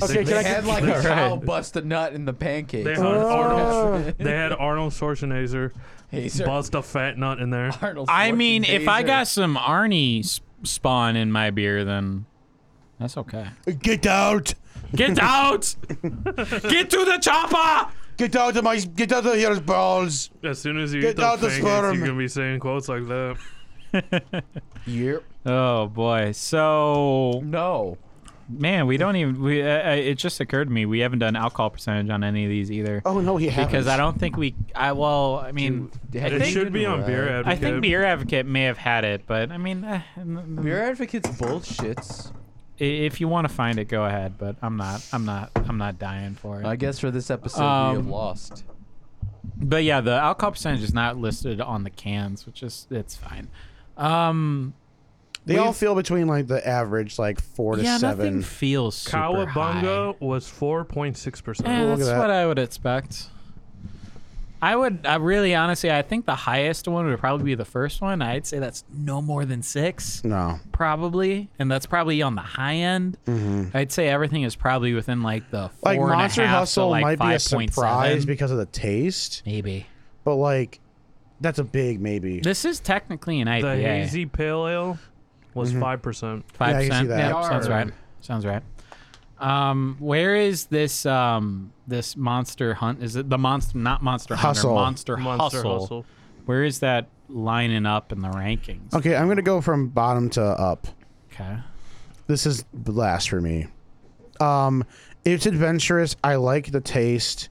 [SPEAKER 1] Okay,
[SPEAKER 5] They
[SPEAKER 1] can I
[SPEAKER 5] had
[SPEAKER 1] get,
[SPEAKER 5] like a
[SPEAKER 4] Alright.
[SPEAKER 5] cow bust a nut in the pancakes.
[SPEAKER 4] They had,
[SPEAKER 1] Oh. [LAUGHS]
[SPEAKER 4] Arnold, they had Arnold Schwarzenegger
[SPEAKER 5] Hazer.
[SPEAKER 4] bust a fat nut in there.
[SPEAKER 5] Arnold
[SPEAKER 3] I mean, if I
[SPEAKER 5] Schwarzenegger.
[SPEAKER 3] got some Arnie s- spawn in my beer, then that's okay.
[SPEAKER 1] get out?
[SPEAKER 3] Get out! Get to the chopper!
[SPEAKER 1] Get out of my get out of here, balls.
[SPEAKER 4] As soon as you
[SPEAKER 1] Get
[SPEAKER 4] eat those
[SPEAKER 1] out the
[SPEAKER 4] pancakes,
[SPEAKER 1] sperm.
[SPEAKER 4] you're gonna be saying quotes like that.
[SPEAKER 5] Yep.
[SPEAKER 3] Oh boy. So,
[SPEAKER 5] No.
[SPEAKER 3] man, we don't even. We uh, uh, it just occurred to me we haven't done alcohol percentage on any of these either.
[SPEAKER 1] Oh no, he has.
[SPEAKER 3] because I don't think we. I well, I mean,
[SPEAKER 5] Dude,
[SPEAKER 3] I
[SPEAKER 5] have
[SPEAKER 4] It
[SPEAKER 5] you
[SPEAKER 3] think
[SPEAKER 4] should be on beer
[SPEAKER 5] Right.
[SPEAKER 4] advocate.
[SPEAKER 3] I think Beer Advocate may have had it, but I mean, eh, n- n-
[SPEAKER 5] Beer advocates bullshits.
[SPEAKER 3] i- if you want to find it, go ahead. But I'm not. I'm not. I'm not dying for it.
[SPEAKER 5] I guess for this episode we
[SPEAKER 3] Um,
[SPEAKER 5] have lost.
[SPEAKER 3] But yeah, the alcohol percentage is not listed on the cans, which is it's fine. Um,
[SPEAKER 1] They all feel between like the average, like four to
[SPEAKER 3] yeah, nothing
[SPEAKER 1] seven.
[SPEAKER 3] feels super high.
[SPEAKER 4] Cowabunga was 4.6
[SPEAKER 3] Eh,
[SPEAKER 4] percent.
[SPEAKER 1] Look at
[SPEAKER 3] that's
[SPEAKER 1] that.
[SPEAKER 3] what I would expect. I would. I really, honestly, I think the highest one would probably be the first one. I'd say that's no more than six.
[SPEAKER 1] No,
[SPEAKER 3] probably, and that's probably on the high end. I'd say everything is probably within like the four
[SPEAKER 1] Mm-hmm. like
[SPEAKER 3] and a
[SPEAKER 1] Monster
[SPEAKER 3] half to,
[SPEAKER 1] Hustle
[SPEAKER 3] like
[SPEAKER 1] might be a
[SPEAKER 3] 5.7.
[SPEAKER 1] surprise because of the taste,
[SPEAKER 3] maybe.
[SPEAKER 1] but like that's a big maybe.
[SPEAKER 3] This is technically an
[SPEAKER 4] The
[SPEAKER 3] IPA.
[SPEAKER 4] hazy pale ale was
[SPEAKER 1] Mm-hmm.
[SPEAKER 4] 5 percent.
[SPEAKER 3] Five
[SPEAKER 1] Yeah, I can
[SPEAKER 3] percent.
[SPEAKER 1] see that.
[SPEAKER 3] Yep, sounds
[SPEAKER 5] Yar.
[SPEAKER 3] right. Sounds right. Um, where is this um this monster hunt? Is it the monster? Not monster Hunter,
[SPEAKER 1] Hustle.
[SPEAKER 3] Monster,
[SPEAKER 4] Monster
[SPEAKER 3] hustle.
[SPEAKER 4] hustle.
[SPEAKER 3] Where is that lining up in the rankings?
[SPEAKER 1] Okay, I'm gonna go from bottom to up.
[SPEAKER 3] Okay.
[SPEAKER 1] This is last for me. Um, it's adventurous. I like the taste.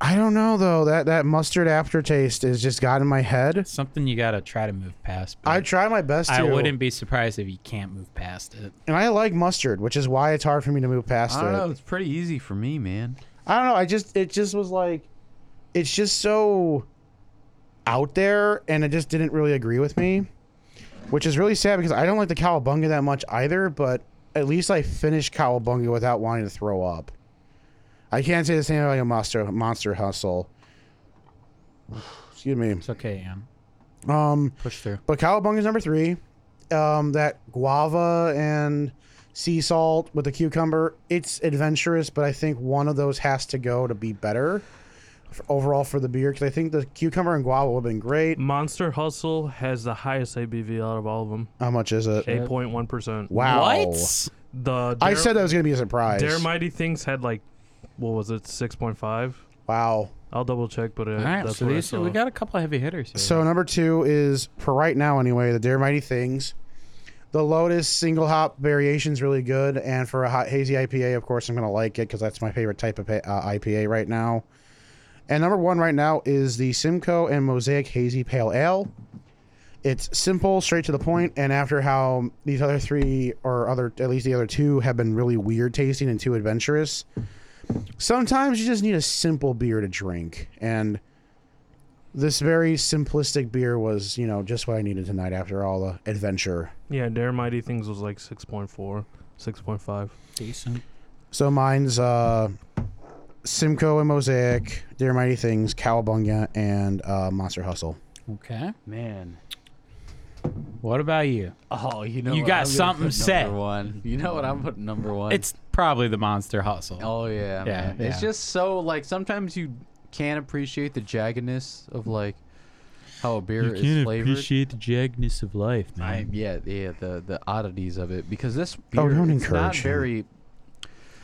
[SPEAKER 1] I don't know though. That that mustard aftertaste has just got in my head.
[SPEAKER 3] Something you gotta try to move past. but
[SPEAKER 1] I try my best. To,
[SPEAKER 3] I wouldn't be surprised if you can't move past it.
[SPEAKER 1] and I like mustard, which is why it's hard for me to move past
[SPEAKER 5] I don't
[SPEAKER 1] it.
[SPEAKER 5] know. It's pretty easy for me, man.
[SPEAKER 1] I don't know. I just it just was like, it's just so out there, and it just didn't really agree with me, which is really sad because I don't like the cowabunga that much either. But at least I finished cowabunga without wanting to throw up. I can't say the same about a monster monster hustle. [SIGHS] Excuse me.
[SPEAKER 3] It's okay, Ian.
[SPEAKER 1] Um,
[SPEAKER 3] Push through.
[SPEAKER 1] but cowabunga is number three. Um, that guava and sea salt with the cucumber, it's adventurous, but I think one of those has to go to be better for overall for the beer because I think the cucumber and guava would have been great.
[SPEAKER 4] Monster Hustle has the highest ABV out of all of them,
[SPEAKER 1] How much is it?
[SPEAKER 4] 8.1 percent.
[SPEAKER 1] Wow.
[SPEAKER 3] What?
[SPEAKER 4] The
[SPEAKER 1] I
[SPEAKER 4] Dare-
[SPEAKER 1] said that was going to be a surprise.
[SPEAKER 4] Dare Mighty Things had like, what was it, 6.5?
[SPEAKER 1] wow.
[SPEAKER 4] I'll double check, but it,
[SPEAKER 3] All right,
[SPEAKER 4] that's
[SPEAKER 3] so
[SPEAKER 4] what I
[SPEAKER 3] these,
[SPEAKER 4] saw.
[SPEAKER 3] we got a couple heavy hitters here.
[SPEAKER 1] So number two is for right now anyway. The Dare Mighty Things, the Lotus single hop variation is really good, and for a hot hazy IPA, of course, I'm gonna like it because that's my favorite type of uh, IPA right now. And number one right now is the Simcoe and Mosaic Hazy Pale Ale. It's simple, straight to the point, and after how these other three, or other at least the other two, have been really weird tasting and too adventurous, sometimes you just need a simple beer to drink, and this very simplistic beer was, you know, just what I needed tonight after all the adventure.
[SPEAKER 4] Yeah, Dare Mighty Things was like 6.4, 6.5.
[SPEAKER 3] decent.
[SPEAKER 1] So mine's uh Simcoe and Mosaic, Dear Mighty Things, Cowabunga, and uh, Monster Hustle.
[SPEAKER 3] Okay.
[SPEAKER 5] Man.
[SPEAKER 3] What about you?
[SPEAKER 5] Oh, you know
[SPEAKER 3] You
[SPEAKER 5] what?
[SPEAKER 3] got
[SPEAKER 5] I'm gonna
[SPEAKER 3] something
[SPEAKER 5] put
[SPEAKER 3] set.
[SPEAKER 5] Number one. You know what I'm putting number one.
[SPEAKER 3] It's probably the monster hustle.
[SPEAKER 5] oh yeah,
[SPEAKER 3] Yeah,
[SPEAKER 5] man. It's
[SPEAKER 3] yeah.
[SPEAKER 5] just so like sometimes you can't appreciate the jaggedness of like how a beer is flavored.
[SPEAKER 3] the jagness of life,
[SPEAKER 5] I, yeah, yeah, the the oddities of it because this beer
[SPEAKER 1] Oh, don't
[SPEAKER 5] it's not
[SPEAKER 1] encourage him.
[SPEAKER 5] very.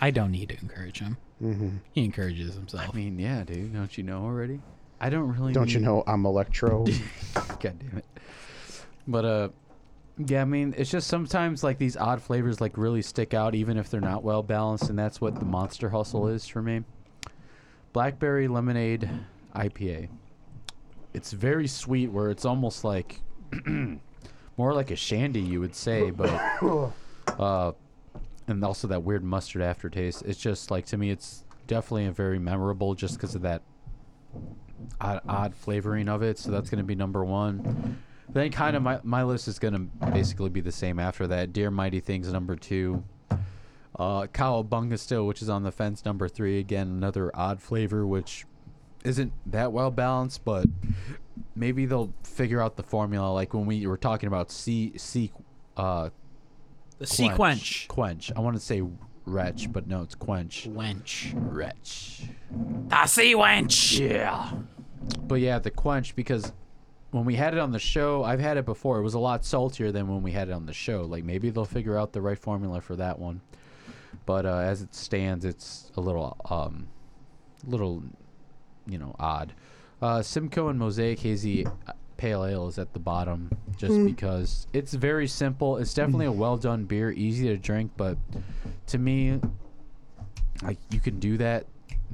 [SPEAKER 3] I, don't need to encourage him.
[SPEAKER 1] Mm-hmm.
[SPEAKER 3] He encourages himself.
[SPEAKER 5] I mean, yeah, dude, don't you know already? I don't really.
[SPEAKER 1] Don't you
[SPEAKER 3] Mm.
[SPEAKER 5] need-
[SPEAKER 1] know I'm
[SPEAKER 3] [LAUGHS]
[SPEAKER 1] Electro?
[SPEAKER 5] [LAUGHS] God damn it. But uh yeah, I mean, it's just sometimes like these odd flavors like really stick out even if they're not well balanced and that's what the Monster Hustle is for me. Blackberry lemonade IPA. It's very sweet where it's almost like [CLEARS THROAT] more like a shandy you would
[SPEAKER 1] [COUGHS]
[SPEAKER 5] say, but uh and also that weird mustard aftertaste. It's just like to me it's definitely a very memorable just because of that odd, odd flavoring of it. So that's going to be number one. Then kind of my, my list is going to basically be the same after that. Dear Mighty Things number two. Uh, Cowabunga still, which is on the fence, number three. Again, another odd flavor, which isn't that well balanced, but maybe they'll figure out the formula. Like when we were talking about C, C, uh,
[SPEAKER 3] the
[SPEAKER 5] quench. Quench. I want to say wretch, but no, it's quench.
[SPEAKER 3] Wench.
[SPEAKER 5] Wretch.
[SPEAKER 3] The sea wench.
[SPEAKER 5] Yeah. But yeah, the quench because when we had it on the show, I've had it before. It was a lot saltier than when we had it on the show. Like maybe they'll figure out the right formula for that one. But uh, as it stands, it's a little, um, little, you know, odd. Uh, Simcoe and Mosaic Hazy Pale Ale is at the bottom just because it's very simple. It's definitely a well done beer, easy to drink, but to me, like you can do that,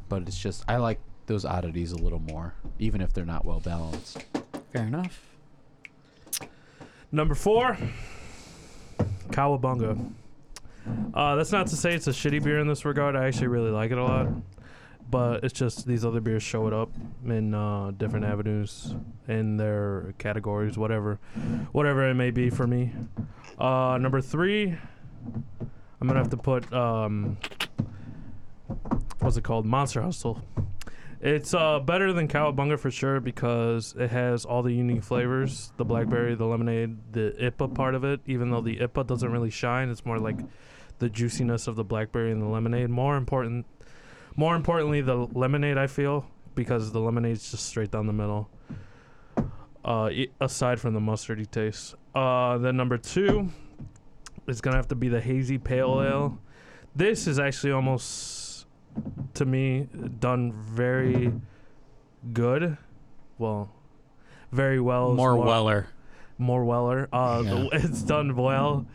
[SPEAKER 5] but it's just I like those oddities a little more, even if they're not well balanced.
[SPEAKER 3] Fair enough.
[SPEAKER 4] Number four, Cowabunga. Uh, that's not to say it's a shitty beer in this regard. I actually really like it a lot, but it's just these other beers show it up in uh, different avenues, in their categories, whatever, whatever it may be for me. Uh, number three, I'm gonna have to put um, what's it called? Monster Hustle. It's uh, better than Cowabunga for sure because it has all the unique flavors the blackberry, the lemonade, the IPA part of it, even though the IPA doesn't really shine. It's more like the juiciness of the blackberry and the lemonade. More important, more importantly, the lemonade, I feel, because the lemonade's just straight down the middle. Uh, i- aside from the mustardy taste. Uh, then number two is going to have to be the hazy pale ale. This is actually almost to me done very good well very well is
[SPEAKER 3] More
[SPEAKER 4] what-
[SPEAKER 3] Weller.
[SPEAKER 4] more weller uh
[SPEAKER 3] Yeah.
[SPEAKER 4] [LAUGHS] it's done well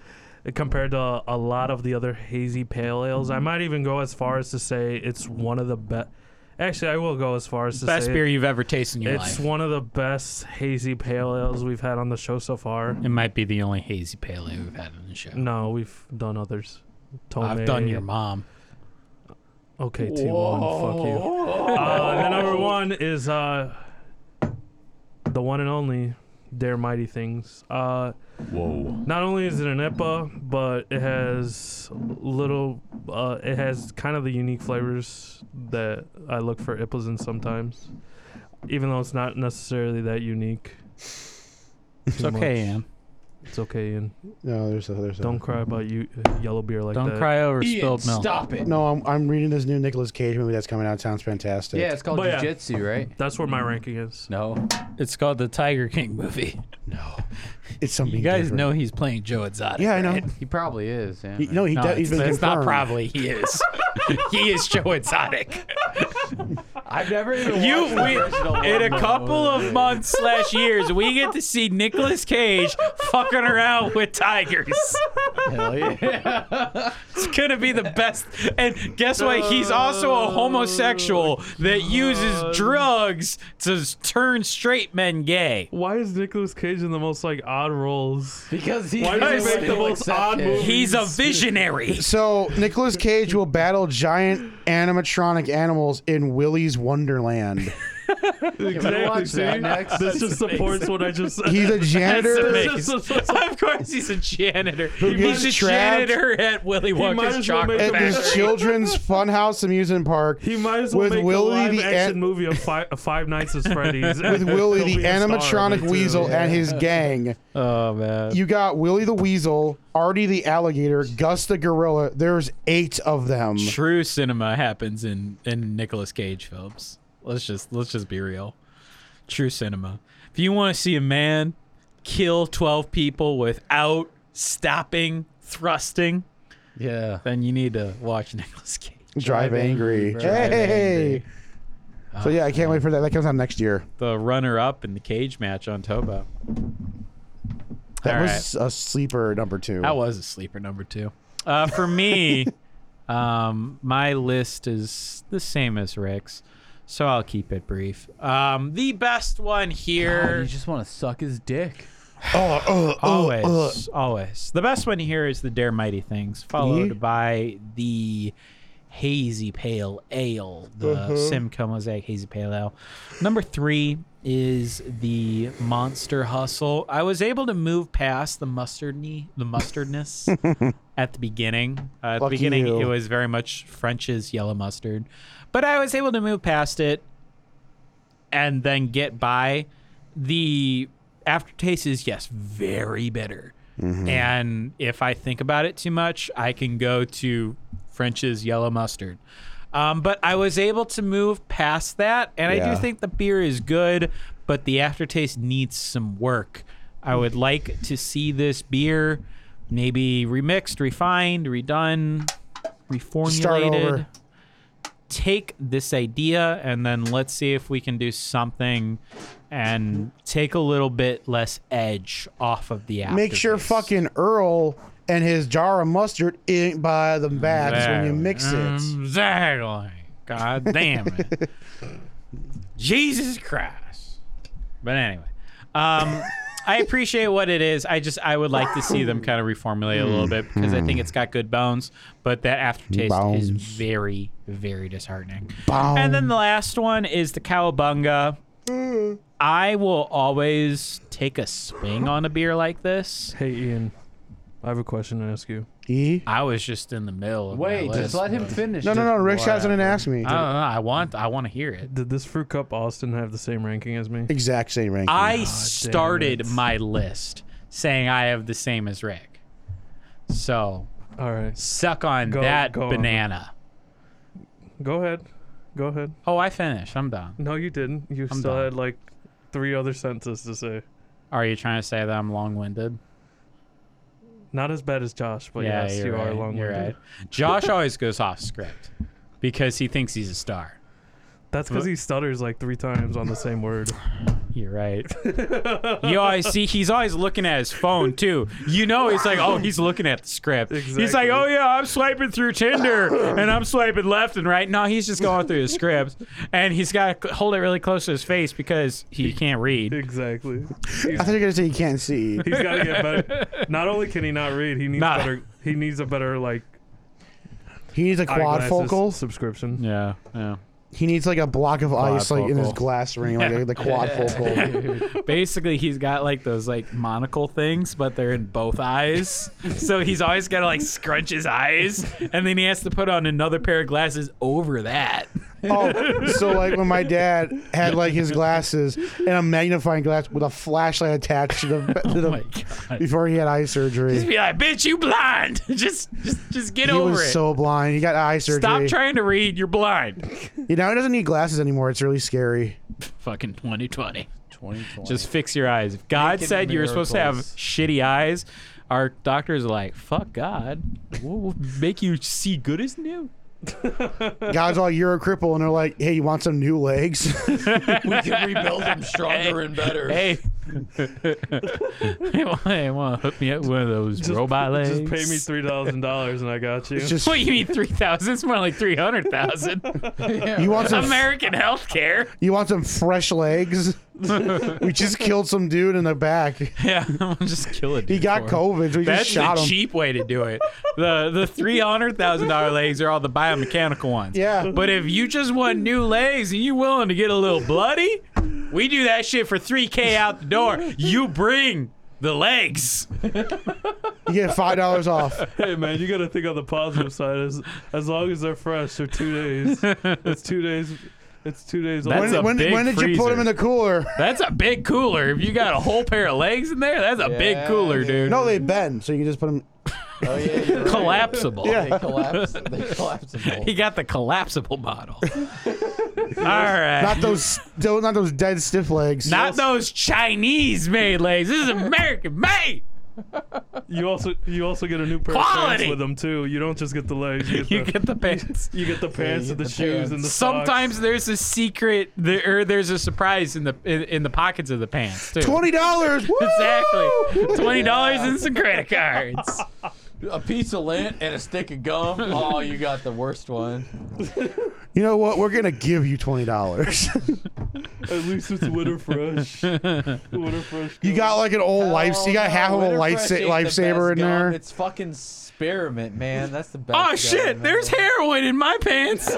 [SPEAKER 4] compared to a lot of the other hazy pale ales
[SPEAKER 3] Mm-hmm.
[SPEAKER 4] i might even go as far as to say it's one of the best actually i will go as far as to
[SPEAKER 3] Best
[SPEAKER 4] say
[SPEAKER 3] beer you've ever tasted in your
[SPEAKER 4] it's
[SPEAKER 3] life.
[SPEAKER 4] one of the best hazy pale ales we've had on the show so far
[SPEAKER 3] It might be the only hazy pale ale we've had on the show.
[SPEAKER 4] no we've done others
[SPEAKER 3] I've done
[SPEAKER 4] Tomei.
[SPEAKER 3] your mom.
[SPEAKER 4] Okay, T1, fuck you. Uh, the number one is uh, the one and only Dare Mighty Things. Uh, Whoa. Not only is it an IPA, but it has little, uh, it has kind of the unique flavors that I look for IPAs in sometimes, even though it's not necessarily that unique.
[SPEAKER 3] It's okay, Ian.
[SPEAKER 4] It's okay, Ian.
[SPEAKER 1] no, there's a, there's a-
[SPEAKER 4] Don't cry about you uh, yellow beer like
[SPEAKER 3] Don't
[SPEAKER 4] that.
[SPEAKER 3] cry over spilled milk.
[SPEAKER 5] Stop it.
[SPEAKER 1] No, I'm, I'm reading this new Nicolas Cage movie that's coming out. Sounds fantastic.
[SPEAKER 5] Yeah, it's called
[SPEAKER 4] But yeah.
[SPEAKER 5] jujitsu, right?
[SPEAKER 4] That's where my ranking is.
[SPEAKER 5] No.
[SPEAKER 3] It's called the Tiger King movie.
[SPEAKER 1] it's something
[SPEAKER 3] You guys
[SPEAKER 1] different.
[SPEAKER 3] know he's playing Joe Exotic.
[SPEAKER 1] Yeah, I know.
[SPEAKER 3] right?
[SPEAKER 5] He probably is. Yeah.
[SPEAKER 1] He, no, he
[SPEAKER 3] No,
[SPEAKER 1] de- he's
[SPEAKER 3] it's,
[SPEAKER 1] been
[SPEAKER 3] it's not
[SPEAKER 1] confirmed.
[SPEAKER 3] probably. He is. he is Joe Exotic.
[SPEAKER 5] I've never even
[SPEAKER 3] You,
[SPEAKER 5] watched the
[SPEAKER 3] we,
[SPEAKER 5] original
[SPEAKER 3] in
[SPEAKER 5] one,
[SPEAKER 3] a
[SPEAKER 5] but-
[SPEAKER 3] couple of months slash years, we get to see Nicolas Cage fucking around with tigers.
[SPEAKER 5] Hell
[SPEAKER 8] [LAUGHS]
[SPEAKER 5] yeah.
[SPEAKER 3] It's gonna be the best. And guess what? He's also a homosexual that
[SPEAKER 4] Uh,
[SPEAKER 3] uses drugs to turn straight men gay.
[SPEAKER 4] Why is Nicolas Cage in the most like odd roles?
[SPEAKER 5] Because he
[SPEAKER 4] Why does he make the most odd movies?
[SPEAKER 3] He's a visionary.
[SPEAKER 4] [LAUGHS]
[SPEAKER 1] So Nicolas Cage will battle giant animatronic animals in Willy's Wonderland.
[SPEAKER 4] exactly.
[SPEAKER 2] watch that
[SPEAKER 4] see?
[SPEAKER 2] next.
[SPEAKER 4] This just supports what I just said.
[SPEAKER 1] He's a
[SPEAKER 4] [LAUGHS] This
[SPEAKER 1] janitor.
[SPEAKER 4] is-
[SPEAKER 3] amazing.
[SPEAKER 4] this is-
[SPEAKER 3] of course, he's a janitor.
[SPEAKER 1] gets
[SPEAKER 3] He's a
[SPEAKER 1] trapped.
[SPEAKER 3] janitor at Willy
[SPEAKER 4] might
[SPEAKER 3] Wonka's
[SPEAKER 4] as well
[SPEAKER 3] chocolate
[SPEAKER 4] make
[SPEAKER 1] At
[SPEAKER 4] a
[SPEAKER 3] factory.
[SPEAKER 1] this
[SPEAKER 3] [LAUGHS]
[SPEAKER 1] children's funhouse amusement park.
[SPEAKER 4] He might as well
[SPEAKER 1] With
[SPEAKER 4] make
[SPEAKER 1] Willy
[SPEAKER 4] a live
[SPEAKER 1] the
[SPEAKER 4] action
[SPEAKER 1] an-
[SPEAKER 4] movie of five, of five Nights at Freddy's.
[SPEAKER 1] with Willie the animatronic weasel and his gang.
[SPEAKER 3] [LAUGHS] Oh man.
[SPEAKER 1] You got Willie the weasel, Artie the alligator, Gus the gorilla. There's eight of them.
[SPEAKER 3] True cinema happens in in Nicolas Cage films. Let's just let's just be real. True cinema. If you want to see a man kill 12 people without stopping thrusting,
[SPEAKER 5] Yeah.
[SPEAKER 3] then you need to watch [LAUGHS] Nicolas Cage.
[SPEAKER 1] Drive angry. Hey. So yeah, I can't wait for that. That comes out next year.
[SPEAKER 3] The runner up in the cage match on Toba.
[SPEAKER 1] That
[SPEAKER 3] All
[SPEAKER 1] was a sleeper number two.
[SPEAKER 3] That was a sleeper number two. Uh, for me, um, my list is the same as Rick's, so I'll keep it brief. Um, the best one
[SPEAKER 5] You
[SPEAKER 3] here,
[SPEAKER 5] just want to suck his dick.
[SPEAKER 1] Oh, oh, oh,
[SPEAKER 3] always,
[SPEAKER 1] oh.
[SPEAKER 3] always. The best one here is the Dare Mighty Things, followed
[SPEAKER 1] Yeah.
[SPEAKER 3] by the Hazy Pale Ale, the
[SPEAKER 1] Uh-huh.
[SPEAKER 3] Simcoe Mosaic Hazy Pale Ale. Number three is the Monster Hustle. I was able to move past the mustardney, the mustardness.
[SPEAKER 1] [LAUGHS]
[SPEAKER 3] at the beginning. Uh, at the
[SPEAKER 1] Fuck
[SPEAKER 3] beginning,
[SPEAKER 1] you.
[SPEAKER 3] it was very much French's yellow mustard, but I was able to move past it and then get by. The aftertaste is yes, very bitter,
[SPEAKER 1] Mm-hmm.
[SPEAKER 3] and if I think about it too much, I can go to French's yellow mustard. Um, but I was able to move past that, and I
[SPEAKER 1] Yeah.
[SPEAKER 3] do think the beer is good, but the aftertaste needs some work. I would like to see this beer maybe remixed, refined, redone, reformulated.
[SPEAKER 1] over.
[SPEAKER 3] Take this idea and then let's see if we can do something and take a little bit less edge off of the aftertaste.
[SPEAKER 1] Make sure fucking Earl and his jar of mustard ain't by the backs when you mix it.
[SPEAKER 3] Mm. Exactly.
[SPEAKER 1] [LAUGHS]
[SPEAKER 3] God damn it. Jesus Christ. But anyway,
[SPEAKER 1] [LAUGHS]
[SPEAKER 3] um, I appreciate what it is. I just I would like to see them kind of reformulate a little
[SPEAKER 1] Hmm.
[SPEAKER 3] bit because I think it's got good bones, but that aftertaste
[SPEAKER 1] Bones.
[SPEAKER 3] is very very disheartening.
[SPEAKER 1] Boom.
[SPEAKER 3] And
[SPEAKER 4] Um,
[SPEAKER 3] then the last one is the cowabunga.
[SPEAKER 4] Mm-hmm.
[SPEAKER 3] I will always take a swing on a beer like this.
[SPEAKER 4] Hey, Ian, I have a question to ask you.
[SPEAKER 1] E?
[SPEAKER 3] I was just in the middle. Of my
[SPEAKER 5] Wait, just
[SPEAKER 3] list.
[SPEAKER 5] let him finish.
[SPEAKER 1] No, no, no. Rick's
[SPEAKER 5] Why?
[SPEAKER 1] hasn't even asked me.
[SPEAKER 3] I don't know. I want I want to hear it.
[SPEAKER 4] Did this Fruit Cup Austin have the same ranking as me?
[SPEAKER 1] Exact same ranking.
[SPEAKER 3] I started my list saying I have the same as Rick. So
[SPEAKER 4] All right.
[SPEAKER 3] suck on
[SPEAKER 4] Go-
[SPEAKER 3] that
[SPEAKER 4] go on.
[SPEAKER 3] banana.
[SPEAKER 4] Go ahead. Go ahead.
[SPEAKER 3] Oh, I finished. I'm done.
[SPEAKER 4] No, you didn't. You
[SPEAKER 3] I'm
[SPEAKER 4] still
[SPEAKER 3] done.
[SPEAKER 4] had like three other sentences to say.
[SPEAKER 3] Are you trying to say that I'm long winded?
[SPEAKER 4] Not as bad as Josh, but yes, you are long
[SPEAKER 3] You're
[SPEAKER 4] winded.
[SPEAKER 3] right. Josh always goes off script because he thinks he's a star.
[SPEAKER 4] That's because he stutters like three times on the same word.
[SPEAKER 1] [LAUGHS]
[SPEAKER 3] You're right. you always see he's always looking at his phone too. You know he's like, oh, he's looking at the script. He's like,
[SPEAKER 4] Exactly.
[SPEAKER 3] oh yeah, I'm swiping through Tinder and I'm swiping left and right. No, he's just going through the script and he's got to hold it really close to his face because he can't read.
[SPEAKER 4] Exactly.
[SPEAKER 1] I thought you were gonna say you can't see.
[SPEAKER 3] [LAUGHS]
[SPEAKER 4] He's got to get better. Not only can he not read, he needs
[SPEAKER 3] Nah.
[SPEAKER 4] better. He needs a better like
[SPEAKER 1] He needs a quad
[SPEAKER 4] eyeglasses
[SPEAKER 1] focal.
[SPEAKER 4] subscription.
[SPEAKER 3] Yeah, yeah.
[SPEAKER 1] He needs like a block of ice like in his
[SPEAKER 3] focal.
[SPEAKER 1] glass ring, like the
[SPEAKER 3] [LAUGHS]
[SPEAKER 1] quad focal.
[SPEAKER 3] Basically, he's got like those like monocle things, but they're in both eyes. so he's always got to like scrunch his eyes, and then he has to put on another pair of glasses over that.
[SPEAKER 1] Oh, so like when my dad had like his glasses and a magnifying glass with a flashlight attached to the,
[SPEAKER 3] [LAUGHS]
[SPEAKER 1] to
[SPEAKER 3] Oh my
[SPEAKER 1] the
[SPEAKER 3] God.
[SPEAKER 1] before he had eye
[SPEAKER 3] Just
[SPEAKER 1] surgery.
[SPEAKER 3] be like, bitch, you blind. [LAUGHS] just, just, just get
[SPEAKER 1] He
[SPEAKER 3] over
[SPEAKER 1] was
[SPEAKER 3] it.
[SPEAKER 1] so blind. He got eye surgery.
[SPEAKER 3] Stop trying to read. You're blind. [LAUGHS]
[SPEAKER 1] You know, he doesn't need glasses anymore. It's really scary.
[SPEAKER 3] Fucking 2020.
[SPEAKER 5] 2020.
[SPEAKER 3] Just fix your eyes. If God
[SPEAKER 5] Making
[SPEAKER 3] said you were supposed to have
[SPEAKER 5] miracles.
[SPEAKER 3] shitty eyes, our doctors are like, fuck God. We'll we'll make you see good as
[SPEAKER 4] [LAUGHS]
[SPEAKER 3] new.
[SPEAKER 1] Guys are like you're a cripple, and they're like, "Hey, you want some new legs?" [LAUGHS]
[SPEAKER 8] we can rebuild him stronger and better.
[SPEAKER 3] Hey, [LAUGHS] They want, they want to hook me up with one of those robot legs.
[SPEAKER 4] Just pay me three thousand dollars and I got you.
[SPEAKER 1] It's just
[SPEAKER 3] [LAUGHS] What you mean three thousand? It's more like three hundred
[SPEAKER 4] [LAUGHS]
[SPEAKER 3] thousand.
[SPEAKER 8] [LAUGHS]
[SPEAKER 1] you want some
[SPEAKER 3] American healthcare. [LAUGHS]
[SPEAKER 1] you want some fresh legs. [LAUGHS] we just killed some dude in the back.
[SPEAKER 3] Yeah, I'll just kill it.
[SPEAKER 1] He got COVID. We
[SPEAKER 3] That's
[SPEAKER 1] just shot
[SPEAKER 3] the
[SPEAKER 1] him.
[SPEAKER 3] cheap way to do it. The the three hundred thousand dollar legs are all the biomechanical ones.
[SPEAKER 1] Yeah.
[SPEAKER 3] But if you just want new legs and you willing to get a little bloody, we do that shit for three k out the door. You bring the legs.
[SPEAKER 1] You get five dollars
[SPEAKER 3] [LAUGHS]
[SPEAKER 1] off.
[SPEAKER 4] hey man, you gotta think on the positive side. As as long as they're fresh, they're two days.
[SPEAKER 3] [LAUGHS]
[SPEAKER 4] It's two days. It's two days old.
[SPEAKER 3] That's
[SPEAKER 1] When,
[SPEAKER 3] a
[SPEAKER 1] when,
[SPEAKER 3] big
[SPEAKER 1] when did you put him
[SPEAKER 3] freezer.
[SPEAKER 1] in the cooler? [LAUGHS]
[SPEAKER 3] That's a big cooler. If you got a whole pair of legs in there, that's a big
[SPEAKER 8] Yeah,
[SPEAKER 3] cooler, dude.
[SPEAKER 1] No, they bend, so you can just put him.
[SPEAKER 8] Oh yeah, you're right.
[SPEAKER 3] Collapsible.
[SPEAKER 1] Yeah.
[SPEAKER 8] They collapse. They collapsible.
[SPEAKER 3] He got the
[SPEAKER 1] [LAUGHS]
[SPEAKER 3] collapsible model. All right.
[SPEAKER 1] Not those, don't- not those dead stiff legs.
[SPEAKER 3] Not those Chinese made legs. This is American made.
[SPEAKER 4] You also you also get a new pair of
[SPEAKER 3] Quality!
[SPEAKER 4] pants with them too. You don't just get the legs. [LAUGHS] You get
[SPEAKER 3] You
[SPEAKER 4] the,
[SPEAKER 3] get the pants.
[SPEAKER 4] you get the pants
[SPEAKER 8] you get
[SPEAKER 4] and the,
[SPEAKER 8] the
[SPEAKER 4] shoes
[SPEAKER 8] pants.
[SPEAKER 4] and the socks.
[SPEAKER 3] Sometimes there's a secret, there, or there's a surprise in the in, in the pockets of the pants too.
[SPEAKER 1] Twenty dollars.
[SPEAKER 3] exactly. Twenty dollars and some credit cards.
[SPEAKER 8] a piece of lint and a stick of gum. Oh, you got the worst one.
[SPEAKER 1] You know what? We're gonna give you twenty dollars. [LAUGHS]
[SPEAKER 4] At least it's winter
[SPEAKER 3] [LAUGHS]
[SPEAKER 4] fresh. winter fresh.
[SPEAKER 1] you got like an old life. You got
[SPEAKER 8] Hell
[SPEAKER 1] half
[SPEAKER 8] no,
[SPEAKER 1] of a
[SPEAKER 8] Winter
[SPEAKER 1] life,
[SPEAKER 8] Fresh ain't the best
[SPEAKER 1] lifesaver
[SPEAKER 8] gum.
[SPEAKER 1] in there.
[SPEAKER 8] It's fucking spearmint, man. That's the best.
[SPEAKER 3] Oh
[SPEAKER 8] gum
[SPEAKER 3] shit!
[SPEAKER 8] ever.
[SPEAKER 3] There's heroin in my pants.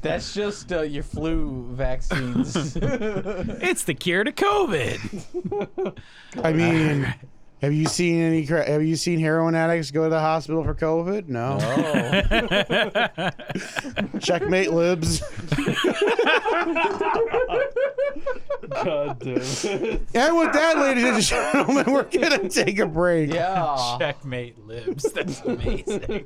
[SPEAKER 8] That's just uh, your flu
[SPEAKER 1] [LAUGHS]
[SPEAKER 8] vaccines.
[SPEAKER 3] It's the cure to COVID.
[SPEAKER 1] I mean, have you seen any? cra- Have you seen heroin addicts go to the hospital for COVID? No.
[SPEAKER 8] oh,
[SPEAKER 1] [LAUGHS] Checkmate libs.
[SPEAKER 4] God damn. it.
[SPEAKER 1] And with that, ladies and gentlemen, we're gonna take a break.
[SPEAKER 8] yeah.
[SPEAKER 3] Checkmate lives. That's amazing.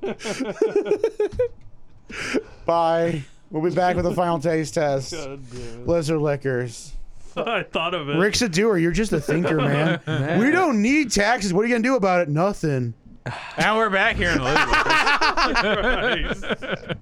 [SPEAKER 1] Bye. We'll be back with a final taste test.
[SPEAKER 4] God damn.
[SPEAKER 1] Blizzard liquors.
[SPEAKER 4] it. I thought of it.
[SPEAKER 1] Rick's a doer. You're just a thinker, man. We don't need taxes. What are you gonna do about it? Nothing.
[SPEAKER 3] Now we're back here in Elizabeth.
[SPEAKER 4] Christ.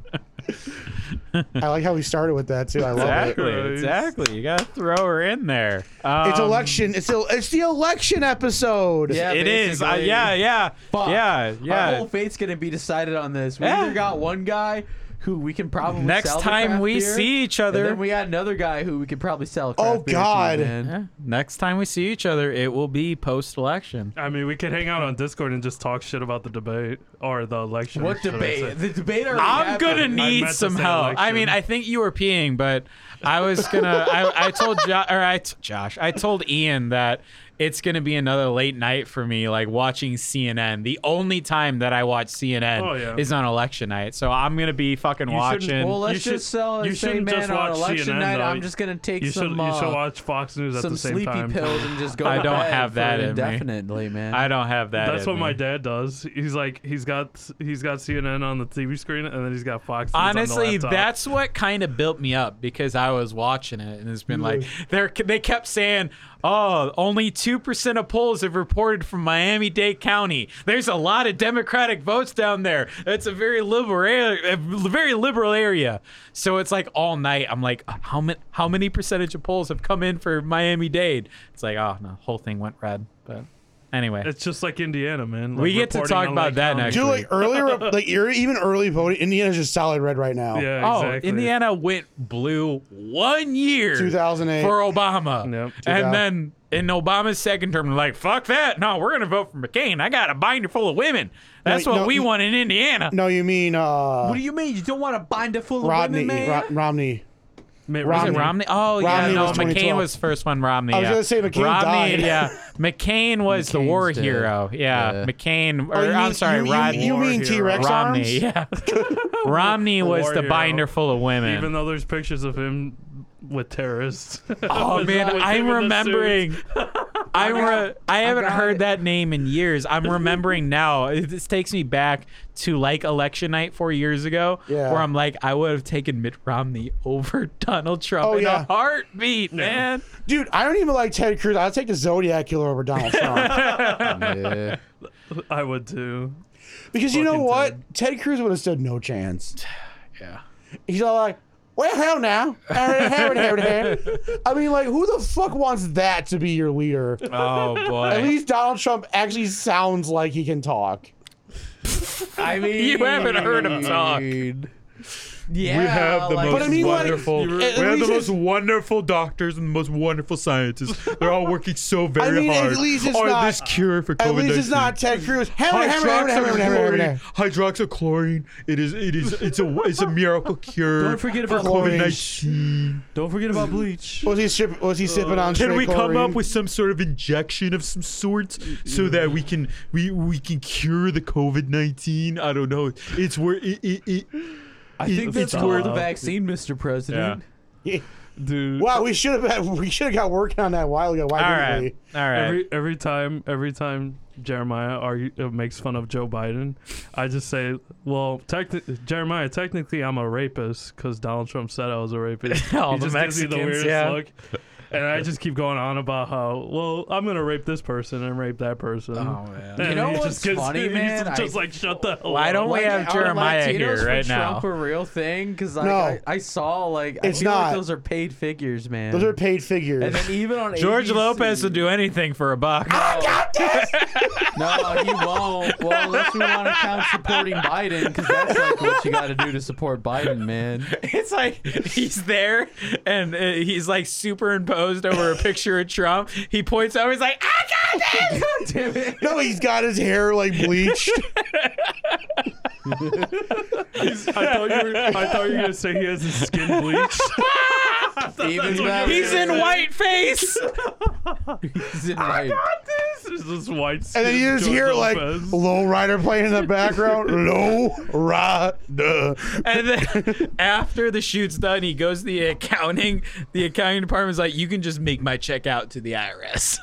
[SPEAKER 1] I like how we started with that too. I love it.
[SPEAKER 3] exactly.
[SPEAKER 4] Christ.
[SPEAKER 3] Exactly. You gotta throw her in there. Um,
[SPEAKER 1] It's election. It's the, it's the election episode.
[SPEAKER 8] Yeah.
[SPEAKER 3] It is. Uh,
[SPEAKER 8] basically.
[SPEAKER 3] yeah. Yeah.
[SPEAKER 8] Fuck.
[SPEAKER 3] Yeah.
[SPEAKER 8] Our
[SPEAKER 3] Yeah.
[SPEAKER 8] whole fate's gonna be decided on this. We
[SPEAKER 3] Yeah.
[SPEAKER 8] either got one guy who we can probably
[SPEAKER 3] Next
[SPEAKER 8] sell the
[SPEAKER 3] time
[SPEAKER 8] craft
[SPEAKER 3] we
[SPEAKER 8] beer,
[SPEAKER 3] see each
[SPEAKER 8] and
[SPEAKER 3] other,
[SPEAKER 8] then we got another guy who we could probably sell. Craft
[SPEAKER 1] Oh,
[SPEAKER 8] beer to,
[SPEAKER 1] God.
[SPEAKER 8] man.
[SPEAKER 3] Yeah. Next time we see each other, it will be post election.
[SPEAKER 4] I mean, we could hang out on Discord and just talk shit about the debate or the election.
[SPEAKER 8] What
[SPEAKER 4] should I say.
[SPEAKER 8] debate? The debate already
[SPEAKER 3] I'm
[SPEAKER 8] happened.
[SPEAKER 3] gonna
[SPEAKER 4] meant
[SPEAKER 3] need
[SPEAKER 4] to
[SPEAKER 3] some
[SPEAKER 4] say
[SPEAKER 3] help. I
[SPEAKER 4] election.
[SPEAKER 3] mean, I think you were peeing, but I was gonna. I, I told jo- or I t- Josh, I told Ian that it's gonna be another late night for me, like watching CNN. The only time that I watch CNN
[SPEAKER 4] Oh, yeah.
[SPEAKER 3] is on election night, so I'm gonna be fucking
[SPEAKER 4] shouldn't-
[SPEAKER 3] watching.
[SPEAKER 8] Well, let's
[SPEAKER 4] You should-
[SPEAKER 8] just sell and
[SPEAKER 4] you
[SPEAKER 8] say,
[SPEAKER 4] shouldn't
[SPEAKER 8] man,
[SPEAKER 4] just
[SPEAKER 8] on
[SPEAKER 4] watch
[SPEAKER 8] election
[SPEAKER 4] CNN
[SPEAKER 8] night,
[SPEAKER 4] though.
[SPEAKER 8] I'm just gonna take
[SPEAKER 4] You should,
[SPEAKER 8] some
[SPEAKER 4] you should
[SPEAKER 8] uh,
[SPEAKER 4] watch Fox News at
[SPEAKER 8] some
[SPEAKER 4] the same
[SPEAKER 8] sleepy
[SPEAKER 4] time.
[SPEAKER 8] pills and just go.
[SPEAKER 3] I
[SPEAKER 8] to
[SPEAKER 3] don't
[SPEAKER 8] bed
[SPEAKER 3] have
[SPEAKER 8] for
[SPEAKER 3] that in me.
[SPEAKER 8] indefinitely, man.
[SPEAKER 3] I don't have that.
[SPEAKER 4] [LAUGHS] That's
[SPEAKER 3] in
[SPEAKER 4] what
[SPEAKER 3] me.
[SPEAKER 4] my dad does. He's like, he's got he's got CNN on the TV screen, and then he's got Fox. News on the
[SPEAKER 3] Honestly,
[SPEAKER 4] laptop.
[SPEAKER 3] that's what kind of built me up because I was watching it and it's been like they're they kept saying, "Oh, only 2% of polls have reported from Miami-Dade County. There's a lot of democratic votes down there. It's a very liberal area, a very liberal area." So it's like all night I'm like, "How many how many percentage of polls have come in for Miami-Dade?" It's like, "Oh, no, whole thing went red." But anyway,
[SPEAKER 4] It's just like Indiana, man. Like
[SPEAKER 3] We get to
[SPEAKER 4] reporting
[SPEAKER 3] talk
[SPEAKER 4] on,
[SPEAKER 3] about
[SPEAKER 4] like,
[SPEAKER 3] that
[SPEAKER 4] county-
[SPEAKER 3] next
[SPEAKER 1] Dude, like earlier, like you're- even early voting, Indiana's just solid red right now.
[SPEAKER 4] Yeah,
[SPEAKER 3] Oh,
[SPEAKER 4] exactly.
[SPEAKER 3] Indiana went blue one year
[SPEAKER 1] 2008.
[SPEAKER 3] for Obama.
[SPEAKER 4] Yep.
[SPEAKER 3] And then in Obama's second term, they're like, fuck that. No, we're going to vote for McCain. I got a binder full of women. That's
[SPEAKER 1] No,
[SPEAKER 3] what
[SPEAKER 1] no,
[SPEAKER 3] we
[SPEAKER 1] you-
[SPEAKER 3] want in Indiana.
[SPEAKER 1] No, you mean uh,
[SPEAKER 8] What do you mean? You don't want to bind a full of
[SPEAKER 1] Rodney?
[SPEAKER 8] women, man?
[SPEAKER 1] Ro- Romney.
[SPEAKER 4] Mitt
[SPEAKER 1] Romney.
[SPEAKER 3] Was it Romney? Oh, yeah.
[SPEAKER 1] Romney
[SPEAKER 3] No,
[SPEAKER 1] was
[SPEAKER 3] McCain
[SPEAKER 1] 2012.
[SPEAKER 3] was first one. Romney.
[SPEAKER 1] I was
[SPEAKER 3] yeah.
[SPEAKER 1] gonna say McCain
[SPEAKER 3] Romney,
[SPEAKER 1] died.
[SPEAKER 3] Yeah. McCain was the war
[SPEAKER 8] McCain's dead.
[SPEAKER 3] hero. Yeah.
[SPEAKER 8] Yeah.
[SPEAKER 3] McCain. Or,
[SPEAKER 1] Oh, you mean-
[SPEAKER 3] I'm sorry,
[SPEAKER 1] you, you-
[SPEAKER 3] Rodney.
[SPEAKER 1] You mean
[SPEAKER 4] War
[SPEAKER 1] T Rex
[SPEAKER 3] Romney.
[SPEAKER 1] arms? [LAUGHS]
[SPEAKER 3] Yeah. Romney was
[SPEAKER 4] war
[SPEAKER 3] the
[SPEAKER 4] hero.
[SPEAKER 3] binder full of women.
[SPEAKER 4] Even though there's pictures of him with terrorists.
[SPEAKER 3] Oh
[SPEAKER 4] [LAUGHS] With-
[SPEAKER 3] man,
[SPEAKER 4] with him
[SPEAKER 3] I'm
[SPEAKER 4] in the
[SPEAKER 10] [LAUGHS]
[SPEAKER 3] remembering. I'm re- I haven't heard that name in years. I'm
[SPEAKER 10] [LAUGHS]
[SPEAKER 3] remembering now. It- This takes me back to like election night four years ago,
[SPEAKER 1] Yeah.
[SPEAKER 3] where I'm like, I would have taken Mitt Romney over [LAUGHS] Donald Trump
[SPEAKER 1] Oh,
[SPEAKER 3] in
[SPEAKER 1] yeah.
[SPEAKER 3] a heartbeat, man.
[SPEAKER 1] Dude, I don't even like Ted Cruz. I'll take the Zodiac killer over Donald Trump
[SPEAKER 5] Yeah.
[SPEAKER 4] suit. I would too.
[SPEAKER 1] because you know
[SPEAKER 4] Fucking
[SPEAKER 1] what? Ted Cruz would have stood no chance.
[SPEAKER 3] Yeah.
[SPEAKER 1] He's all like, Well, hell now. I mean, like, who the fuck wants that to be your leader?
[SPEAKER 3] Oh
[SPEAKER 1] At
[SPEAKER 3] boy.
[SPEAKER 1] least Donald Trump actually sounds like he can talk.
[SPEAKER 5] I mean,
[SPEAKER 3] You haven't heard him talk.
[SPEAKER 5] Yeah,
[SPEAKER 10] we have the
[SPEAKER 5] like-
[SPEAKER 10] most
[SPEAKER 1] But I mean, like,
[SPEAKER 10] wonderful.
[SPEAKER 1] you were-
[SPEAKER 10] we
[SPEAKER 1] at
[SPEAKER 10] have the
[SPEAKER 1] least
[SPEAKER 10] most
[SPEAKER 1] it's-
[SPEAKER 10] wonderful doctors and the most wonderful scientists. They're all working so very
[SPEAKER 1] mean, at
[SPEAKER 10] hard
[SPEAKER 1] least it's
[SPEAKER 10] on
[SPEAKER 1] not-
[SPEAKER 10] this cure for COVID.
[SPEAKER 1] At least it's not Ted Cruz. Hammer, hammer, hammer, hammer, hammer, hammer,
[SPEAKER 10] Hydroxychloroquine.
[SPEAKER 1] hammer.
[SPEAKER 10] Hydroxychloroquine. It is. It is. It's a. It's a miracle cure.
[SPEAKER 4] Don't forget
[SPEAKER 10] for
[SPEAKER 4] about
[SPEAKER 1] chlorine.
[SPEAKER 10] COVID nineteen.
[SPEAKER 4] Don't forget about bleach.
[SPEAKER 1] Was he, sip- was he sipping on
[SPEAKER 10] Can
[SPEAKER 1] straight
[SPEAKER 10] we come up
[SPEAKER 1] chlorine?
[SPEAKER 10] with some sort of injection of some sort so that we can we we can cure the COVID nineteen? I don't know. It's where it, it, it
[SPEAKER 5] I
[SPEAKER 10] It-
[SPEAKER 5] think
[SPEAKER 10] it's
[SPEAKER 5] that's called
[SPEAKER 10] worth-
[SPEAKER 5] the vaccine, Mr. President.
[SPEAKER 1] [LAUGHS]
[SPEAKER 4] Dude.
[SPEAKER 1] Wow, we should have we should have got working on that a while ago. Why
[SPEAKER 3] All
[SPEAKER 1] didn't
[SPEAKER 3] right. All right.
[SPEAKER 4] Every every time every time Jeremiah argue, uh, makes fun of Joe Biden, I just say, "Well, techni- Jeremiah, technically I'm a rapist because Donald Trump said I was a rapist."
[SPEAKER 3] All
[SPEAKER 4] he
[SPEAKER 3] the
[SPEAKER 4] just gives me the
[SPEAKER 3] Mexicans,
[SPEAKER 4] weirdest
[SPEAKER 3] yeah.
[SPEAKER 4] look, and I just keep going on about how, "Well, I'm gonna rape this person and rape that person."
[SPEAKER 3] Oh man.
[SPEAKER 4] And
[SPEAKER 5] You know
[SPEAKER 4] [LAUGHS] he
[SPEAKER 5] what's
[SPEAKER 4] just gets-
[SPEAKER 5] funny,
[SPEAKER 4] he's
[SPEAKER 5] man? I-
[SPEAKER 4] just like shut the hell
[SPEAKER 3] Why
[SPEAKER 4] up."
[SPEAKER 3] don't we
[SPEAKER 5] Like,
[SPEAKER 3] have
[SPEAKER 5] are
[SPEAKER 3] Jeremiah
[SPEAKER 5] Latinos
[SPEAKER 3] here
[SPEAKER 5] for
[SPEAKER 3] right
[SPEAKER 5] Trump
[SPEAKER 3] now?
[SPEAKER 5] a real thing? Because like,
[SPEAKER 1] No.
[SPEAKER 5] I, I saw like I
[SPEAKER 1] It's
[SPEAKER 5] feel like
[SPEAKER 1] not.
[SPEAKER 5] those are paid figures, man.
[SPEAKER 1] we? Those are paid figures.
[SPEAKER 5] and then even on
[SPEAKER 3] George
[SPEAKER 5] ABC,
[SPEAKER 3] Lopez will do anything for a buck.
[SPEAKER 5] No, he won't. Well, unless you want to count supporting Biden, because that's like what you got to do to support Biden, man.
[SPEAKER 3] [LAUGHS] It's like he's there and uh, he's like superimposed over a picture of Trump. He points over, he's like, I got that! [LAUGHS]
[SPEAKER 5] Damn it.
[SPEAKER 1] [LAUGHS] no, he's got his hair like bleached.
[SPEAKER 10] [LAUGHS]
[SPEAKER 4] I thought you were. I thought you were gonna say he has his skin bleached. [LAUGHS]
[SPEAKER 5] Even better.
[SPEAKER 3] He's [LAUGHS] in white face!
[SPEAKER 5] He's in white.
[SPEAKER 4] There's this white skin.
[SPEAKER 1] And then you just
[SPEAKER 4] George
[SPEAKER 1] hear like
[SPEAKER 4] Lopez.
[SPEAKER 1] low rider playing in the
[SPEAKER 10] [LAUGHS]
[SPEAKER 1] background. low rider.
[SPEAKER 3] And then [LAUGHS] after the shoot's done, he goes to the accounting. The accounting department's like, you can just make my check out to the IRS.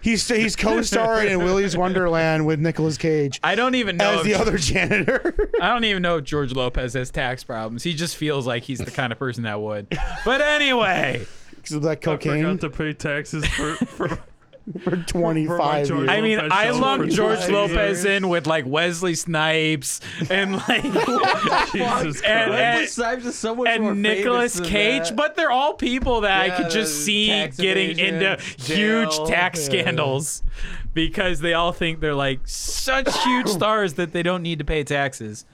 [SPEAKER 1] He's he's co-starring in Willy's Wonderland with Nicolas Cage
[SPEAKER 3] I don't even know.
[SPEAKER 1] [LAUGHS] as
[SPEAKER 3] If,
[SPEAKER 1] the other janitor. [LAUGHS]
[SPEAKER 3] I don't even know if George Lopez has tax problems. He just feels like he's the kind of person that would. But
[SPEAKER 4] [LAUGHS]
[SPEAKER 3] anyway,
[SPEAKER 1] Because of that
[SPEAKER 4] I
[SPEAKER 1] cocaine
[SPEAKER 4] forgot to pay taxes for. for
[SPEAKER 1] for 25
[SPEAKER 4] George.
[SPEAKER 1] years.
[SPEAKER 3] I mean,
[SPEAKER 4] Lopez
[SPEAKER 3] I
[SPEAKER 4] shows
[SPEAKER 3] lump
[SPEAKER 4] for
[SPEAKER 3] George
[SPEAKER 4] tax
[SPEAKER 3] Lopez
[SPEAKER 4] years.
[SPEAKER 3] in with like Wesley Snipes and
[SPEAKER 4] [LAUGHS]
[SPEAKER 3] like [LAUGHS]
[SPEAKER 4] Jesus Christ.
[SPEAKER 3] and, and,
[SPEAKER 5] Snipes is so much more
[SPEAKER 3] and Nicolas
[SPEAKER 5] famous than
[SPEAKER 3] Cage,
[SPEAKER 5] that.
[SPEAKER 3] but they're all people that I
[SPEAKER 5] Yeah,
[SPEAKER 3] could just
[SPEAKER 5] the
[SPEAKER 3] see
[SPEAKER 5] tax
[SPEAKER 3] getting
[SPEAKER 5] evasion,
[SPEAKER 3] into
[SPEAKER 5] jail,
[SPEAKER 3] huge
[SPEAKER 5] [LAUGHS]
[SPEAKER 3] tax
[SPEAKER 5] yeah.
[SPEAKER 3] scandals because they all think they're like such
[SPEAKER 5] [COUGHS]
[SPEAKER 3] huge stars that they don't need to pay taxes.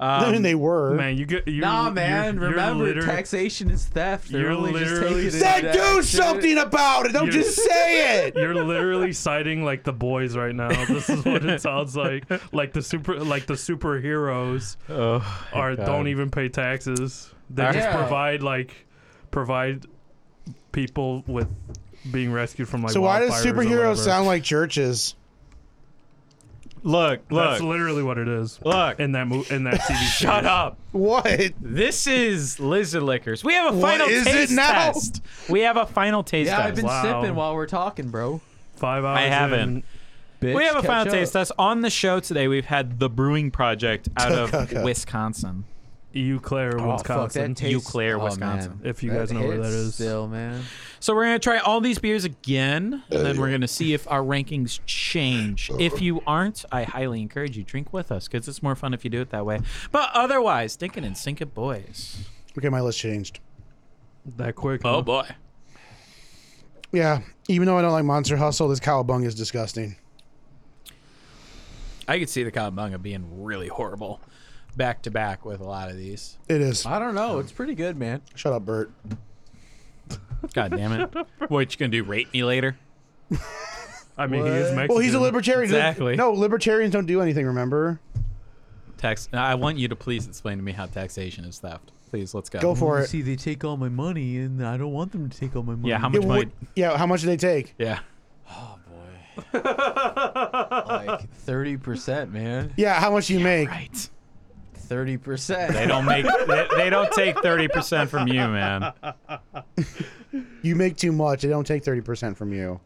[SPEAKER 1] I mean, [LAUGHS]
[SPEAKER 3] Um,
[SPEAKER 1] they were.
[SPEAKER 4] Man, you get you.
[SPEAKER 5] Nah, man.
[SPEAKER 4] You're,
[SPEAKER 5] remember,
[SPEAKER 4] you're liter-
[SPEAKER 5] taxation is theft. They're
[SPEAKER 4] you're
[SPEAKER 5] only just
[SPEAKER 4] literally
[SPEAKER 5] taking it
[SPEAKER 1] Then
[SPEAKER 5] as
[SPEAKER 1] do
[SPEAKER 5] tax.
[SPEAKER 1] something about it. Don't
[SPEAKER 4] You're-
[SPEAKER 1] just say
[SPEAKER 3] [LAUGHS]
[SPEAKER 1] it.
[SPEAKER 4] You're literally citing like the boys right now. This is what it
[SPEAKER 5] [LAUGHS]
[SPEAKER 4] sounds like. Like the super, like the superheroes
[SPEAKER 11] Oh,
[SPEAKER 4] are don't even pay taxes. They just
[SPEAKER 5] Yeah.
[SPEAKER 4] provide like provide people with being rescued from like.
[SPEAKER 1] So why does
[SPEAKER 4] wildfires or whatever.
[SPEAKER 1] superheroes sound like churches?
[SPEAKER 11] Look,
[SPEAKER 4] That's
[SPEAKER 11] look,
[SPEAKER 4] literally what it is
[SPEAKER 11] look.
[SPEAKER 4] in that mo- in that TV.
[SPEAKER 11] [LAUGHS]
[SPEAKER 3] Shut up.
[SPEAKER 1] What?
[SPEAKER 3] This is Lizard Lickers. We have a
[SPEAKER 1] What
[SPEAKER 3] final
[SPEAKER 1] is it
[SPEAKER 3] taste
[SPEAKER 1] now?
[SPEAKER 3] test. We have a final taste
[SPEAKER 5] Yeah, I've
[SPEAKER 3] test.
[SPEAKER 5] been
[SPEAKER 4] Wow.
[SPEAKER 5] sipping while we're talking, bro.
[SPEAKER 4] Five hours.
[SPEAKER 11] haven't.
[SPEAKER 4] in.
[SPEAKER 5] Bitch,
[SPEAKER 3] we have a
[SPEAKER 5] catch
[SPEAKER 3] final
[SPEAKER 5] up.
[SPEAKER 3] taste test on the show today. We've had the Brewing Project out of
[SPEAKER 1] Tuck-tuck-tuck.
[SPEAKER 3] Wisconsin.
[SPEAKER 4] Eau Claire,
[SPEAKER 5] Oh, fuck, that
[SPEAKER 4] Wisconsin.
[SPEAKER 5] tastes-
[SPEAKER 3] Eau Claire,
[SPEAKER 5] oh,
[SPEAKER 3] Wisconsin.
[SPEAKER 5] man.
[SPEAKER 4] If you
[SPEAKER 5] That
[SPEAKER 4] guys know where that
[SPEAKER 5] hits
[SPEAKER 4] is.
[SPEAKER 5] still man.
[SPEAKER 3] So we're gonna try all these beers again, and then we're gonna see if our rankings change. If you aren't, I highly encourage you drink with us because it's more fun if you do it that way. But otherwise, dinkin' and sink it, boys.
[SPEAKER 1] Okay, my list changed.
[SPEAKER 4] that quick.
[SPEAKER 5] Oh,
[SPEAKER 10] Oh,
[SPEAKER 4] huh?
[SPEAKER 3] boy,
[SPEAKER 1] Yeah, even though I don't like Monster Hustle, this cowabunga is disgusting.
[SPEAKER 3] I could see the cowabunga being really horrible back to back with a lot of these.
[SPEAKER 1] It is.
[SPEAKER 5] I don't know. It's pretty good,
[SPEAKER 3] [LAUGHS]
[SPEAKER 5] man.
[SPEAKER 1] Shut up, Bert.
[SPEAKER 3] God damn it! what you gonna do? Rate me later?
[SPEAKER 4] I mean, he is Mexican.
[SPEAKER 1] Well, he's a
[SPEAKER 4] [LAUGHS]
[SPEAKER 1] libertarian.
[SPEAKER 3] Exactly.
[SPEAKER 1] No, libertarians don't do anything. Remember?
[SPEAKER 3] Tax. I want you to please explain to me how taxation is theft. Please, let's go.
[SPEAKER 1] Go for it.
[SPEAKER 5] See, they take all my money, and I don't want them to take all my money.
[SPEAKER 3] yeah, how
[SPEAKER 1] Yeah,
[SPEAKER 3] much
[SPEAKER 1] wha-
[SPEAKER 3] money?
[SPEAKER 1] yeah, how much do they take?
[SPEAKER 3] Yeah.
[SPEAKER 5] like thirty percent, man.
[SPEAKER 1] Yeah, how much do you make?
[SPEAKER 3] Right.
[SPEAKER 5] Thirty percent.
[SPEAKER 3] They don't make. they, they don't take thirty percent from you, man.
[SPEAKER 1] You make too much. They don't take thirty percent from you.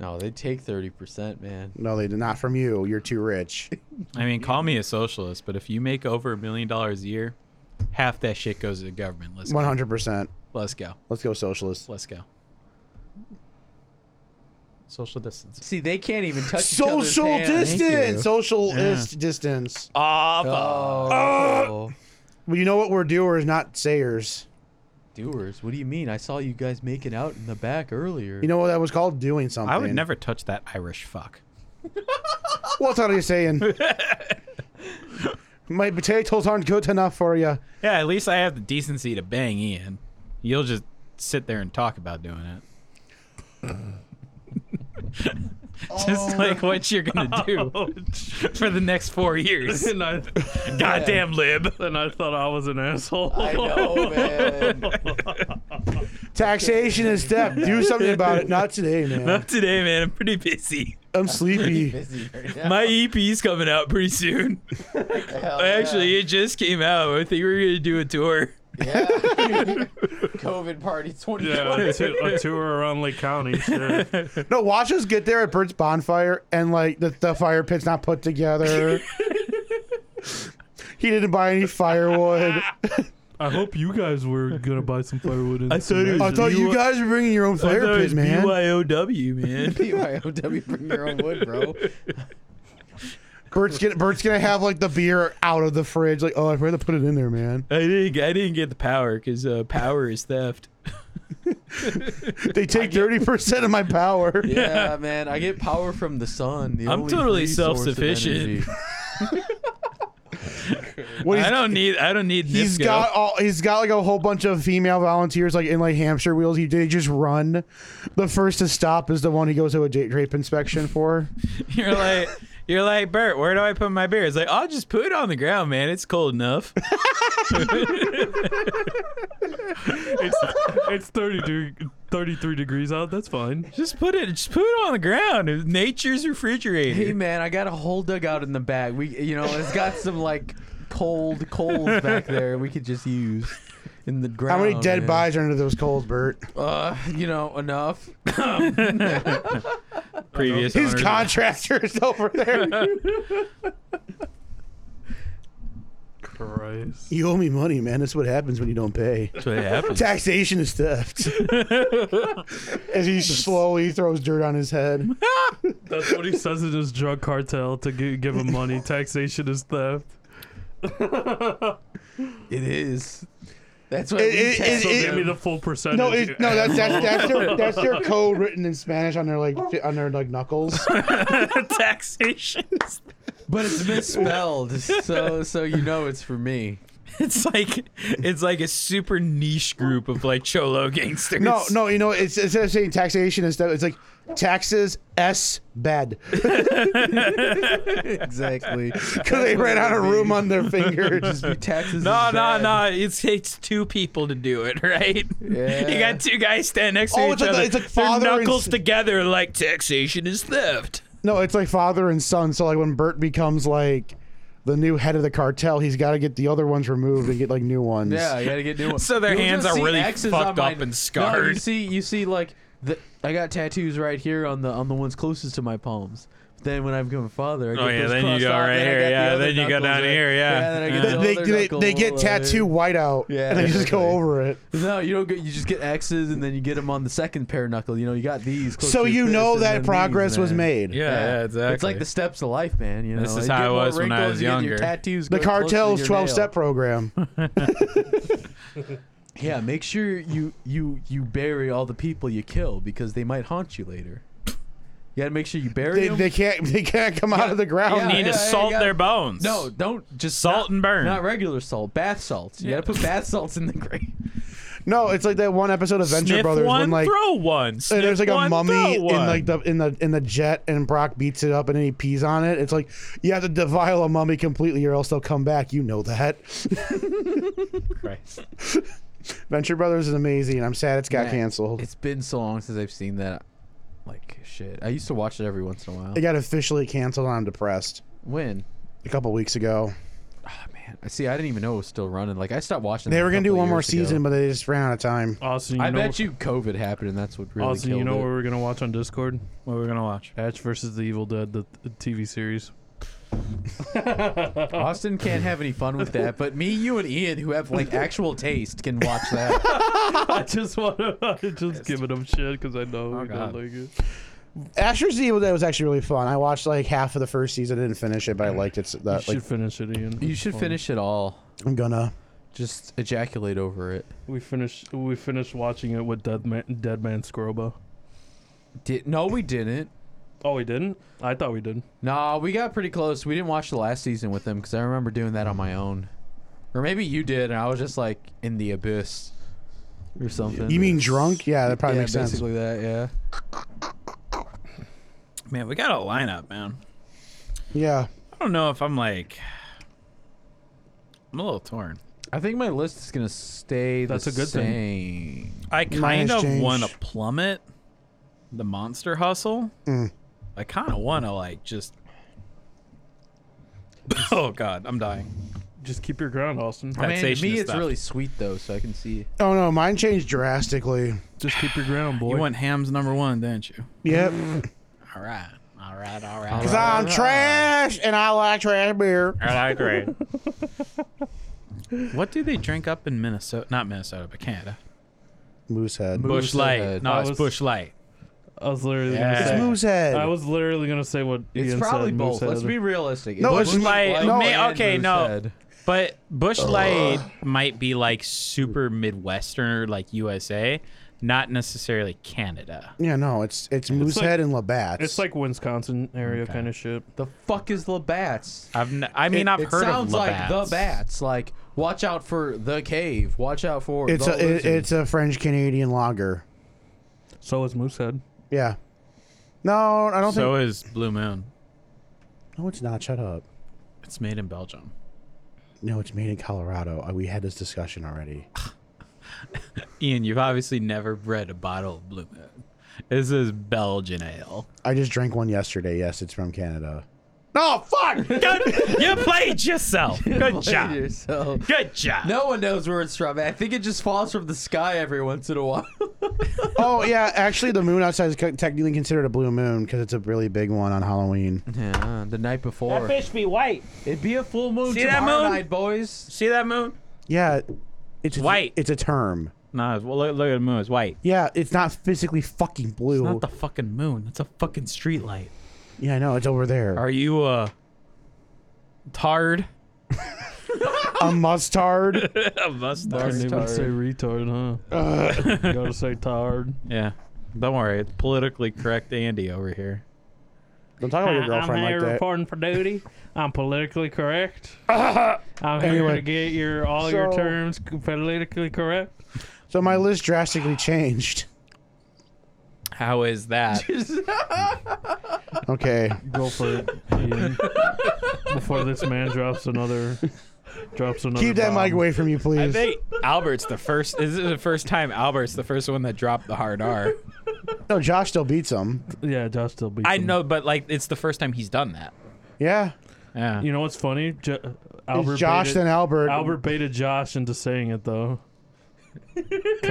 [SPEAKER 5] No, they take thirty percent,
[SPEAKER 3] [LAUGHS]
[SPEAKER 5] man.
[SPEAKER 1] No, they do not from you. You're too rich.
[SPEAKER 3] I mean, call me a socialist, but if you make over a million dollars a year, half that shit goes to the government. Let's
[SPEAKER 1] One
[SPEAKER 3] go.
[SPEAKER 1] hundred percent.
[SPEAKER 3] Let's go.
[SPEAKER 1] Let's go socialist.
[SPEAKER 3] Let's go. Social distance.
[SPEAKER 5] See, they can't even touch each other's
[SPEAKER 1] Social
[SPEAKER 5] hands.
[SPEAKER 1] distance. Socialist distance.
[SPEAKER 3] Ah,
[SPEAKER 5] Oh,
[SPEAKER 1] Well, you know what we're doers, not sayers.
[SPEAKER 10] Doers? What do you mean? I saw you guys making out in the back
[SPEAKER 5] [LAUGHS]
[SPEAKER 1] [LAUGHS]
[SPEAKER 10] earlier.
[SPEAKER 1] You know what that was called? Doing something.
[SPEAKER 3] I would never touch that Irish fuck.
[SPEAKER 1] What are you
[SPEAKER 3] [LAUGHS]
[SPEAKER 1] saying? My potatoes aren't good enough for you.
[SPEAKER 3] Yeah, at least I have the decency to bang Ian. You'll just sit there and talk about doing it. [LAUGHS] just like what you're gonna do
[SPEAKER 4] Oh,
[SPEAKER 3] for the next four years.
[SPEAKER 4] and I,
[SPEAKER 3] Goddamn lib.
[SPEAKER 4] and I thought I was an asshole.
[SPEAKER 5] I know, man.
[SPEAKER 1] Taxation is step. Do something about it. Not today, man.
[SPEAKER 3] Not today, man. I'm pretty busy.
[SPEAKER 1] I'm
[SPEAKER 3] [LAUGHS]
[SPEAKER 1] sleepy.
[SPEAKER 5] Busy right now.
[SPEAKER 3] My EP's coming out pretty soon.
[SPEAKER 5] Hell
[SPEAKER 3] Actually, it just came out. I think we're gonna do a tour.
[SPEAKER 5] yeah. Yeah. COVID party 2020.
[SPEAKER 4] [LAUGHS] Yeah, a, tou- a tour around Lake County. Sure.
[SPEAKER 1] No, watch us get there at Bert's bonfire and like the, the fire pit's not put
[SPEAKER 3] [LAUGHS]
[SPEAKER 1] together. he didn't buy any
[SPEAKER 3] [LAUGHS]
[SPEAKER 1] firewood.
[SPEAKER 4] I hope you guys were gonna buy some firewood. And
[SPEAKER 12] I
[SPEAKER 4] some
[SPEAKER 12] thought it
[SPEAKER 4] matches.
[SPEAKER 1] I thought you
[SPEAKER 12] You-
[SPEAKER 1] guys were bringing your own fire pit, man.
[SPEAKER 3] BYOW, man.
[SPEAKER 1] [LAUGHS]
[SPEAKER 5] BYOW, bring your own wood, bro.
[SPEAKER 1] Bert's gonna Bert's gonna have like the beer out of the fridge. Like, oh, I forgot to put it in there, man.
[SPEAKER 3] I didn't. I didn't get the power because uh, power is theft.
[SPEAKER 1] They take thirty percent of my power.
[SPEAKER 5] Yeah, man. I get power from the sun. The
[SPEAKER 3] I'm
[SPEAKER 5] only
[SPEAKER 3] totally
[SPEAKER 5] free source of
[SPEAKER 3] self-sufficient.
[SPEAKER 5] energy.
[SPEAKER 1] What
[SPEAKER 3] I
[SPEAKER 1] he's-
[SPEAKER 3] don't need. I don't need.
[SPEAKER 1] He's
[SPEAKER 3] Nipco.
[SPEAKER 1] got all. He's got like a whole bunch of female volunteers, like in like hamster wheels. He they just run. The first to stop is the one he goes to a date rape inspection for.
[SPEAKER 3] [LAUGHS] You're like. You're like Bert. Where do I put my beer? It's like I'll just put it on the ground, man. It's
[SPEAKER 1] [LAUGHS]
[SPEAKER 3] cold enough.
[SPEAKER 4] it's, [LAUGHS] it's 30 de- 33 degrees out. That's fine.
[SPEAKER 3] just put it. Just put it on the ground. Nature's refrigerator.
[SPEAKER 10] Hey man, I got a hole dug out in the back. We, you know, it's got some like cold coals back there. We could just use in the
[SPEAKER 1] How
[SPEAKER 10] ground.
[SPEAKER 1] many dead
[SPEAKER 10] Oh, man.
[SPEAKER 1] bodies are under those coals, Bert?
[SPEAKER 10] Uh, you know, enough.
[SPEAKER 3] Previous.
[SPEAKER 1] His
[SPEAKER 3] owners-
[SPEAKER 1] contractor is [LAUGHS] over there.
[SPEAKER 4] Christ.
[SPEAKER 1] you owe me money, man. That's what happens when you don't pay.
[SPEAKER 3] That's what
[SPEAKER 10] [LAUGHS]
[SPEAKER 3] happens.
[SPEAKER 1] Taxation is theft. As he slowly throws dirt on his head.
[SPEAKER 4] That's what he says in his drug cartel to gi- give him money. Taxation is theft.
[SPEAKER 10] It is.
[SPEAKER 5] That's what
[SPEAKER 1] It-
[SPEAKER 5] we
[SPEAKER 1] it-
[SPEAKER 5] tax-
[SPEAKER 1] it-
[SPEAKER 4] So
[SPEAKER 1] it-
[SPEAKER 4] give me the full percentage.
[SPEAKER 1] No, it, no, that's that's that's
[SPEAKER 10] [LAUGHS]
[SPEAKER 1] their that's their code written in Spanish on their like fi- on their like
[SPEAKER 10] [LAUGHS]
[SPEAKER 1] knuckles.
[SPEAKER 3] Taxation.
[SPEAKER 10] But it's misspelled, so so you know it's for
[SPEAKER 3] [LAUGHS]
[SPEAKER 10] me.
[SPEAKER 3] It's like it's like a super niche group of like cholo gangsters.
[SPEAKER 1] No, no, you know, it's instead of saying taxation and stuff, it's like taxes s bed [LAUGHS]
[SPEAKER 3] [LAUGHS]
[SPEAKER 10] Exactly.
[SPEAKER 1] because they ran out of room on their fingers.
[SPEAKER 10] [LAUGHS] Just be taxes.
[SPEAKER 3] No,
[SPEAKER 10] is
[SPEAKER 3] no,
[SPEAKER 10] bad.
[SPEAKER 3] no. It takes two people to do it, [LAUGHS] right? You got two guys standing next to
[SPEAKER 1] Oh,
[SPEAKER 3] each
[SPEAKER 1] it's like the-
[SPEAKER 3] other.
[SPEAKER 1] it's like
[SPEAKER 3] Their
[SPEAKER 1] father and
[SPEAKER 3] knuckles
[SPEAKER 1] s-
[SPEAKER 3] together, like taxation is theft.
[SPEAKER 1] no, it's like father and son. So like when Bert becomes like the new head of the cartel, he's got to get the other ones removed and get like new ones.
[SPEAKER 10] Yeah, you gotta
[SPEAKER 3] [LAUGHS]
[SPEAKER 10] get new ones.
[SPEAKER 3] So their
[SPEAKER 10] You'll
[SPEAKER 3] hands
[SPEAKER 10] just
[SPEAKER 3] are
[SPEAKER 10] see
[SPEAKER 3] really
[SPEAKER 10] X's
[SPEAKER 3] fucked
[SPEAKER 10] on my-
[SPEAKER 3] up and
[SPEAKER 10] No, you
[SPEAKER 3] scarred.
[SPEAKER 10] see, you see, like the, I got tattoos right here on the on the ones closest to my palms. Then when I become a father, I get
[SPEAKER 3] Oh, yeah,
[SPEAKER 10] those
[SPEAKER 3] then you
[SPEAKER 10] crossed
[SPEAKER 3] go
[SPEAKER 10] off,
[SPEAKER 3] right
[SPEAKER 10] then I
[SPEAKER 3] here,
[SPEAKER 10] got the
[SPEAKER 3] yeah,
[SPEAKER 10] other
[SPEAKER 3] then you go
[SPEAKER 10] knuckles,
[SPEAKER 3] down
[SPEAKER 10] right?
[SPEAKER 3] here, yeah.
[SPEAKER 10] then I get
[SPEAKER 3] Yeah.
[SPEAKER 10] the
[SPEAKER 1] They,
[SPEAKER 10] other
[SPEAKER 1] they,
[SPEAKER 10] knuckle,
[SPEAKER 1] they get
[SPEAKER 10] uh,
[SPEAKER 1] tattoo whiteout
[SPEAKER 10] Yeah,
[SPEAKER 1] and they just go
[SPEAKER 10] exactly.
[SPEAKER 1] over it.
[SPEAKER 10] [LAUGHS] No, you don't get. You just get X's, and then you get them on the second pair knuckle. You know, you got these. close
[SPEAKER 1] So
[SPEAKER 10] to your
[SPEAKER 1] you
[SPEAKER 10] fist,
[SPEAKER 1] know
[SPEAKER 10] and then
[SPEAKER 1] that
[SPEAKER 10] these,
[SPEAKER 1] progress was
[SPEAKER 10] man.
[SPEAKER 1] made.
[SPEAKER 10] yeah,
[SPEAKER 3] exactly.
[SPEAKER 10] It's like the steps of life, man. You know,
[SPEAKER 3] This is
[SPEAKER 10] You
[SPEAKER 3] how
[SPEAKER 10] get
[SPEAKER 3] I
[SPEAKER 10] more
[SPEAKER 3] was when I
[SPEAKER 10] wrinkles,
[SPEAKER 3] was
[SPEAKER 10] you get Your
[SPEAKER 3] younger.
[SPEAKER 10] tattoos.
[SPEAKER 1] The
[SPEAKER 10] go closer to
[SPEAKER 1] cartel's
[SPEAKER 10] your
[SPEAKER 1] twelve
[SPEAKER 10] nail.
[SPEAKER 1] step program.
[SPEAKER 10] Yeah, make sure you you you bury all the people you kill because they might haunt you later. You gotta make sure you bury
[SPEAKER 1] They,
[SPEAKER 10] them.
[SPEAKER 1] they can't [LAUGHS] they can't come out of the ground.
[SPEAKER 10] Yeah,
[SPEAKER 3] need
[SPEAKER 10] yeah,
[SPEAKER 3] to
[SPEAKER 10] yeah,
[SPEAKER 3] salt
[SPEAKER 10] yeah.
[SPEAKER 3] their bones.
[SPEAKER 10] No, don't just
[SPEAKER 3] salt
[SPEAKER 10] not,
[SPEAKER 3] and burn.
[SPEAKER 10] Not regular salt, bath salts. You gotta put bath salts in the grave.
[SPEAKER 1] No, it's like that one episode of Venture
[SPEAKER 3] Sniff
[SPEAKER 1] Brothers
[SPEAKER 3] one,
[SPEAKER 1] when like
[SPEAKER 3] throw one. Sniff
[SPEAKER 1] and there's like a
[SPEAKER 3] one, throw
[SPEAKER 1] mummy in
[SPEAKER 3] one.
[SPEAKER 1] like the in the in the jet and Brock beats it up and then he pees on it. It's like you have to defile a mummy completely or else they'll come back. You know that.
[SPEAKER 10] [LAUGHS]
[SPEAKER 3] Christ.
[SPEAKER 1] [LAUGHS] Venture Brothers is amazing. I'm sad it's got
[SPEAKER 10] Man,
[SPEAKER 1] canceled.
[SPEAKER 10] It's been so long since I've seen that. Like shit, I used to watch it every once in a while.
[SPEAKER 1] It got officially canceled and I'm depressed.
[SPEAKER 10] When?
[SPEAKER 1] A couple weeks ago.
[SPEAKER 10] Oh man, I see. I didn't even know it was still running. Like I stopped watching.
[SPEAKER 1] They
[SPEAKER 10] that
[SPEAKER 1] were
[SPEAKER 10] a
[SPEAKER 1] gonna do
[SPEAKER 10] couple
[SPEAKER 1] one more
[SPEAKER 10] years ago.
[SPEAKER 1] season, but they just ran out of time.
[SPEAKER 4] Austin, you
[SPEAKER 10] I
[SPEAKER 4] know,
[SPEAKER 10] bet you [LAUGHS] COVID happened, and that's what really
[SPEAKER 4] Austin,
[SPEAKER 10] killed
[SPEAKER 4] you know
[SPEAKER 10] it.
[SPEAKER 4] what we're gonna watch on Discord?
[SPEAKER 3] What are we gonna watch?
[SPEAKER 4] Ash versus the Evil Dead, the, the TV series.
[SPEAKER 10] Austin can't have any fun with that, but me, you, and Ian, who have like actual taste, can watch [LAUGHS] that.
[SPEAKER 4] [LAUGHS] [LAUGHS] I just Oh, want to just giving him shit because I know we
[SPEAKER 3] God.
[SPEAKER 4] don't like it.
[SPEAKER 1] Asher's the Evil Dead was actually really fun. I watched like half of the
[SPEAKER 10] Mm.
[SPEAKER 1] first season. I didn't finish it, but I liked it. s-
[SPEAKER 4] You
[SPEAKER 1] That
[SPEAKER 4] should
[SPEAKER 1] Uh, like
[SPEAKER 4] finish it, Ian.
[SPEAKER 10] you
[SPEAKER 4] It's
[SPEAKER 10] should
[SPEAKER 4] fun.
[SPEAKER 10] finish it all.
[SPEAKER 1] I'm gonna.
[SPEAKER 5] Just ejaculate over it.
[SPEAKER 4] We finished. We finished watching it with Dead Man, Dead Man Scroba.
[SPEAKER 5] Did no, we didn't.
[SPEAKER 4] Oh, we didn't. I thought we did.
[SPEAKER 5] Nah, we got pretty close. We didn't watch the last season with them because I remember doing that on my own, or maybe you did, and I was just like in the abyss or something.
[SPEAKER 1] You mean drunk? Yeah, that probably
[SPEAKER 5] yeah,
[SPEAKER 1] makes sense.
[SPEAKER 5] basically that. Yeah.
[SPEAKER 3] Man, we got a lineup, man.
[SPEAKER 1] Yeah.
[SPEAKER 3] I don't know if I'm like. I'm a little torn.
[SPEAKER 5] I think my list is gonna stay
[SPEAKER 4] That's
[SPEAKER 5] the
[SPEAKER 4] a good
[SPEAKER 5] same.
[SPEAKER 3] I kind of
[SPEAKER 1] change.
[SPEAKER 3] want to plummet the monster hustle. I kind of want to like just. [COUGHS] Oh God, I'm dying.
[SPEAKER 4] Just keep your ground, Austin.
[SPEAKER 5] I mean, to
[SPEAKER 3] Taxation
[SPEAKER 5] me,
[SPEAKER 3] is
[SPEAKER 5] it's
[SPEAKER 3] theft.
[SPEAKER 5] really sweet though, so I can see.
[SPEAKER 1] Oh no, mine changed drastically.
[SPEAKER 4] Just keep your ground, boy.
[SPEAKER 3] You went hams number one, didn't you?
[SPEAKER 1] Yep. [LAUGHS]
[SPEAKER 3] All right, all right, all right.
[SPEAKER 1] Cause I'm trash and I like trash beer.
[SPEAKER 3] I agree. [LAUGHS] what do they drink up in Minnesota? Not Minnesota, but Canada.
[SPEAKER 1] Moosehead.
[SPEAKER 3] Bush Light.
[SPEAKER 5] Moosehead.
[SPEAKER 3] No,
[SPEAKER 4] I
[SPEAKER 3] it's
[SPEAKER 4] was-
[SPEAKER 3] Bush Light.
[SPEAKER 4] I was literally
[SPEAKER 3] Yeah.
[SPEAKER 1] It's
[SPEAKER 4] gonna say.
[SPEAKER 1] Moosehead.
[SPEAKER 4] I was literally gonna say what
[SPEAKER 5] It's
[SPEAKER 4] Ian
[SPEAKER 5] probably
[SPEAKER 4] said,
[SPEAKER 5] both.
[SPEAKER 4] Moosehead.
[SPEAKER 5] Let's be realistic.
[SPEAKER 1] No,
[SPEAKER 5] It's
[SPEAKER 1] it's
[SPEAKER 3] Light.
[SPEAKER 1] Light no,
[SPEAKER 3] may-
[SPEAKER 5] and
[SPEAKER 3] okay,
[SPEAKER 5] Moose
[SPEAKER 3] no.
[SPEAKER 5] Head.
[SPEAKER 3] But Bush Light might be like super Midwestern, like USA, not necessarily Canada.
[SPEAKER 1] yeah, no, it's it's Moosehead
[SPEAKER 4] like-
[SPEAKER 1] and Labatt's.
[SPEAKER 4] It's like Wisconsin area
[SPEAKER 3] Okay.
[SPEAKER 4] kind of shit.
[SPEAKER 5] The fuck is Labatt's?
[SPEAKER 3] I've n- I mean, I've
[SPEAKER 5] it
[SPEAKER 3] heard
[SPEAKER 5] sounds
[SPEAKER 3] of
[SPEAKER 5] like the
[SPEAKER 3] Labatt's.
[SPEAKER 5] bats. Like, watch out for the cave. Watch out for
[SPEAKER 1] it's
[SPEAKER 5] the
[SPEAKER 1] a it,
[SPEAKER 5] lizard.
[SPEAKER 1] it's a French Canadian lager.
[SPEAKER 4] So is Moosehead.
[SPEAKER 1] Yeah. No, I don't
[SPEAKER 3] So
[SPEAKER 1] think.
[SPEAKER 3] is Blue Moon.
[SPEAKER 1] No, it's not. Shut up.
[SPEAKER 3] It's made in Belgium.
[SPEAKER 1] No, it's made in Colorado. Uh, We had this discussion already.
[SPEAKER 3] Ian, you've obviously never read a bottle of Blue Moon. This is Belgian ale. [LAUGHS]
[SPEAKER 1] I just drank one yesterday. Yes, it's from Canada. No, fuck.
[SPEAKER 3] you played yourself.
[SPEAKER 5] [LAUGHS]
[SPEAKER 3] Good job.
[SPEAKER 5] So
[SPEAKER 3] Good job.
[SPEAKER 5] no one knows where it's from. I think it just falls from the sky every once in a while. [LAUGHS]
[SPEAKER 1] oh yeah, actually, the moon outside is co- technically considered a blue moon because it's a really big one on Halloween.
[SPEAKER 3] Mm-hmm.
[SPEAKER 5] Yeah, the night before.
[SPEAKER 3] be white.
[SPEAKER 5] It'd be a full moon
[SPEAKER 3] See that
[SPEAKER 5] tomorrow
[SPEAKER 3] moon?
[SPEAKER 5] night, boys.
[SPEAKER 3] See that moon?
[SPEAKER 1] Yeah, it's a-
[SPEAKER 3] White.
[SPEAKER 1] It's a term.
[SPEAKER 3] No, it's- well, look, look at the moon. It's white.
[SPEAKER 1] Yeah, it's not physically fucking blue.
[SPEAKER 3] It's not the fucking moon. It's a fucking street light.
[SPEAKER 1] yeah, I know. It's over there.
[SPEAKER 3] Are you uh tard?
[SPEAKER 1] a mustard.
[SPEAKER 3] [LAUGHS] A mustard.
[SPEAKER 4] Couldn't even say retard,
[SPEAKER 1] [LAUGHS]
[SPEAKER 4] huh? Gotta say [LAUGHS] tired.
[SPEAKER 3] Yeah. Don't worry. It's politically correct Andy over here.
[SPEAKER 1] Don't talk about your girlfriend like that.
[SPEAKER 4] reporting for duty. I'm
[SPEAKER 1] [LAUGHS]
[SPEAKER 4] politically correct. I'm here
[SPEAKER 1] Anyway.
[SPEAKER 4] to get your all your
[SPEAKER 1] So-
[SPEAKER 4] terms politically correct.
[SPEAKER 1] So my list drastically changed. [LAUGHS]
[SPEAKER 3] How is [LAUGHS] that?
[SPEAKER 1] Okay.
[SPEAKER 4] Go for it, Ian.
[SPEAKER 1] [LAUGHS]
[SPEAKER 4] Before this man drops another, drops another.
[SPEAKER 1] Keep that
[SPEAKER 4] bomb.
[SPEAKER 1] mic away from you, please.
[SPEAKER 3] I think [LAUGHS] Albert's the first. This is the first time Albert's the first one that dropped the hard R.
[SPEAKER 1] No, Josh still beats him.
[SPEAKER 4] Yeah, Josh still beats.
[SPEAKER 3] I
[SPEAKER 4] him.
[SPEAKER 3] know, but like it's the first time he's done that.
[SPEAKER 1] Yeah.
[SPEAKER 3] Yeah.
[SPEAKER 4] You know what's funny? Jo- Albert
[SPEAKER 1] It's Josh
[SPEAKER 4] baited,
[SPEAKER 1] and Albert.
[SPEAKER 4] Albert baited Josh into saying it [LAUGHS] though.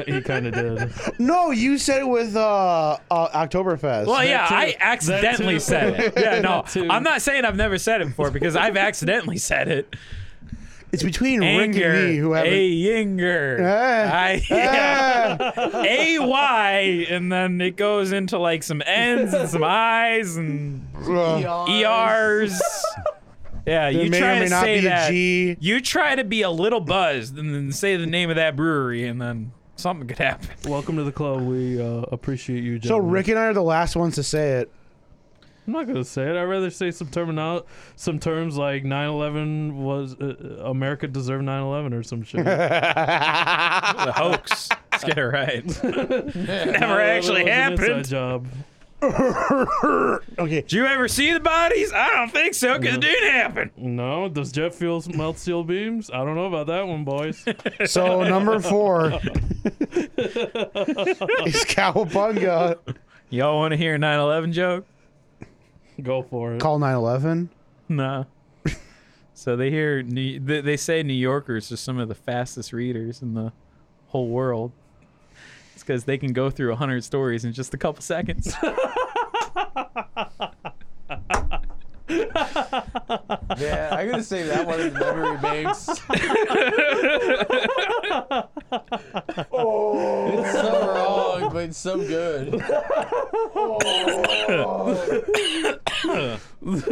[SPEAKER 4] he kind of did.
[SPEAKER 1] No, you said it with uh, uh Oktoberfest.
[SPEAKER 3] Well,
[SPEAKER 4] That
[SPEAKER 3] yeah,
[SPEAKER 4] too.
[SPEAKER 3] I accidentally
[SPEAKER 4] too.
[SPEAKER 3] said it. [LAUGHS] Yeah, no,
[SPEAKER 4] That too.
[SPEAKER 3] I'm not saying I've never said it before because I've accidentally said [LAUGHS] it.
[SPEAKER 1] It's between
[SPEAKER 3] Anger,
[SPEAKER 1] Rick and me who haven't.
[SPEAKER 3] a [LAUGHS] yinger,
[SPEAKER 1] Eh.
[SPEAKER 3] I, yeah, [LAUGHS]
[SPEAKER 1] Eh.
[SPEAKER 3] a y, and then it goes into like some n's and some i's [LAUGHS] and
[SPEAKER 1] Ugh.
[SPEAKER 3] ers. [LAUGHS] Yeah,
[SPEAKER 1] There
[SPEAKER 3] you
[SPEAKER 1] may
[SPEAKER 3] try
[SPEAKER 1] or may
[SPEAKER 3] to
[SPEAKER 1] not
[SPEAKER 3] say
[SPEAKER 1] be
[SPEAKER 3] that.
[SPEAKER 1] a G.
[SPEAKER 3] You try to be a little buzzed and then say the name of that brewery, and then something could happen.
[SPEAKER 4] Welcome to the club. We uh, appreciate you.
[SPEAKER 1] So
[SPEAKER 4] gentlemen.
[SPEAKER 1] Rick and I are the last ones to say it.
[SPEAKER 4] I'm not gonna say it. I'd rather say some terminal, some terms like 9/11 was uh, uh, America deserved 9/11 or some shit. Never
[SPEAKER 3] The hoax. Let's get it right. [LAUGHS] Never actually happened.
[SPEAKER 4] job.
[SPEAKER 1] Okay.
[SPEAKER 3] Do you ever see the bodies? I don't think so, because it didn't happen.
[SPEAKER 4] No, does jet fuel melt steel beams? I don't know about that
[SPEAKER 3] [LAUGHS]
[SPEAKER 4] one, boys.
[SPEAKER 1] So [LAUGHS] number four is Cowabunga.
[SPEAKER 3] Y'all want to hear a 9 11 joke?
[SPEAKER 4] Go for [LAUGHS] it.
[SPEAKER 1] Call 911.
[SPEAKER 3] [LAUGHS] Nah. so they hear, New, they, they say New Yorkers are some of the fastest readers in the whole world. It's because they can go through 100 stories in just a couple seconds.
[SPEAKER 5] Yeah, I'm gonna save that one in the memory
[SPEAKER 3] [LAUGHS]
[SPEAKER 5] banks. [LAUGHS] It's so wrong, but it's so good.
[SPEAKER 4] That's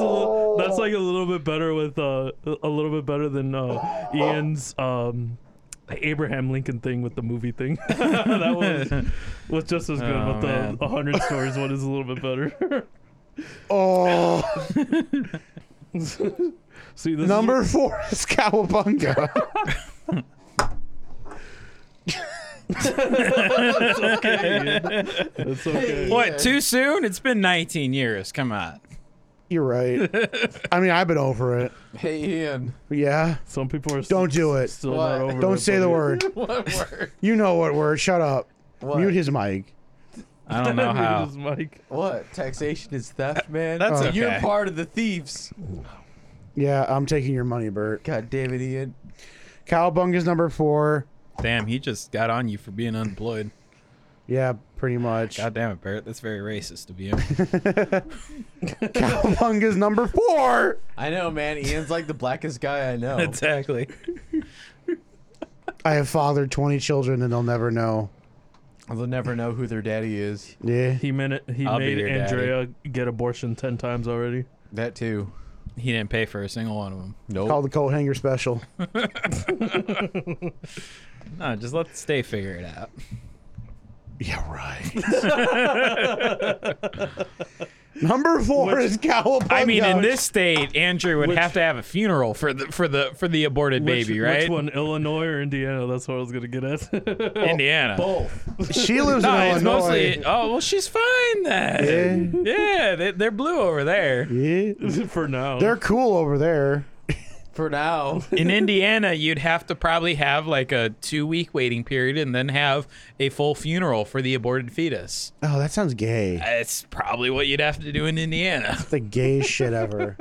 [SPEAKER 4] a, that's like a little bit better with uh, a little bit better than uh, Ian's um, Abraham Lincoln thing with the movie thing. [LAUGHS] that was was just as
[SPEAKER 3] [LAUGHS]
[SPEAKER 4] good,
[SPEAKER 3] Oh,
[SPEAKER 4] but the
[SPEAKER 3] man.
[SPEAKER 4] 100 stories one is a little bit better. [LAUGHS]
[SPEAKER 1] Oh,
[SPEAKER 4] See this is-
[SPEAKER 1] number four is Cowabunga.
[SPEAKER 4] It's
[SPEAKER 3] [LAUGHS] [LAUGHS]
[SPEAKER 4] okay.
[SPEAKER 3] What? Too soon? It's been 19 years. Come on.
[SPEAKER 1] You're right. I mean, I've been over it.
[SPEAKER 8] Hey, Ian.
[SPEAKER 1] Yeah.
[SPEAKER 4] Some people are
[SPEAKER 1] Don't do it.
[SPEAKER 4] Still
[SPEAKER 8] What?
[SPEAKER 4] not over
[SPEAKER 1] Don't
[SPEAKER 4] it,
[SPEAKER 1] say the
[SPEAKER 4] buddy.
[SPEAKER 1] [LAUGHS] word.
[SPEAKER 4] [LAUGHS]
[SPEAKER 8] What word?
[SPEAKER 1] You know what word. Shut up.
[SPEAKER 8] What?
[SPEAKER 1] Mute his mic.
[SPEAKER 3] I [LAUGHS] don't know
[SPEAKER 4] Mute
[SPEAKER 3] how.
[SPEAKER 4] his mic.
[SPEAKER 8] What? Taxation is theft, man.
[SPEAKER 3] That's
[SPEAKER 1] Oh.
[SPEAKER 3] okay.
[SPEAKER 8] You're part of the thieves.
[SPEAKER 1] Yeah, I'm taking your money, Bert.
[SPEAKER 8] God damn it, Ian.
[SPEAKER 1] Cowabunga's number four.
[SPEAKER 3] Damn, he just got on you for being unemployed.
[SPEAKER 1] Yeah, pretty much.
[SPEAKER 3] God damn it, Barrett. That's very racist of [LAUGHS] you.
[SPEAKER 1] Cowabunga's number four.
[SPEAKER 8] I know, man. Ian's like the blackest guy I know.
[SPEAKER 3] exactly.
[SPEAKER 1] I have fathered 20 children and they'll never know.
[SPEAKER 8] They'll never know who their daddy is.
[SPEAKER 1] Yeah.
[SPEAKER 4] He made it, he
[SPEAKER 3] I'll be
[SPEAKER 4] made
[SPEAKER 3] your daddy.
[SPEAKER 4] Andrea get abortion ten times already.
[SPEAKER 8] That too.
[SPEAKER 3] He didn't pay for a single one of them.
[SPEAKER 8] Nope.
[SPEAKER 1] Call the coat hanger special.
[SPEAKER 3] [LAUGHS] No, just let the state figure it out.
[SPEAKER 1] Yeah,
[SPEAKER 3] [LAUGHS]
[SPEAKER 1] right. number four is Cowabunga.
[SPEAKER 3] I mean,
[SPEAKER 1] [LAUGHS]
[SPEAKER 3] in this state, Andrew would have to have a funeral for the for the for the aborted
[SPEAKER 4] Which-
[SPEAKER 3] baby, right?
[SPEAKER 4] Which one, Illinois or Indiana? That's what I was gonna get at.
[SPEAKER 3] [LAUGHS] Indiana.
[SPEAKER 8] Both.
[SPEAKER 1] she lives
[SPEAKER 3] No,
[SPEAKER 1] in Illinois.
[SPEAKER 3] it's mostly. Oh well, she's fine then. Yeah, they, they're blue over there.
[SPEAKER 1] yeah.
[SPEAKER 4] For now,
[SPEAKER 1] They're cool over there.
[SPEAKER 8] For
[SPEAKER 3] [LAUGHS]
[SPEAKER 8] now.
[SPEAKER 3] In Indiana, you'd have to probably have like a two week waiting period and then have a full funeral for the aborted fetus.
[SPEAKER 1] Oh, that sounds gay.
[SPEAKER 3] That's probably what you'd have to do in Indiana.
[SPEAKER 1] The gayest shit
[SPEAKER 3] [LAUGHS]
[SPEAKER 1] ever.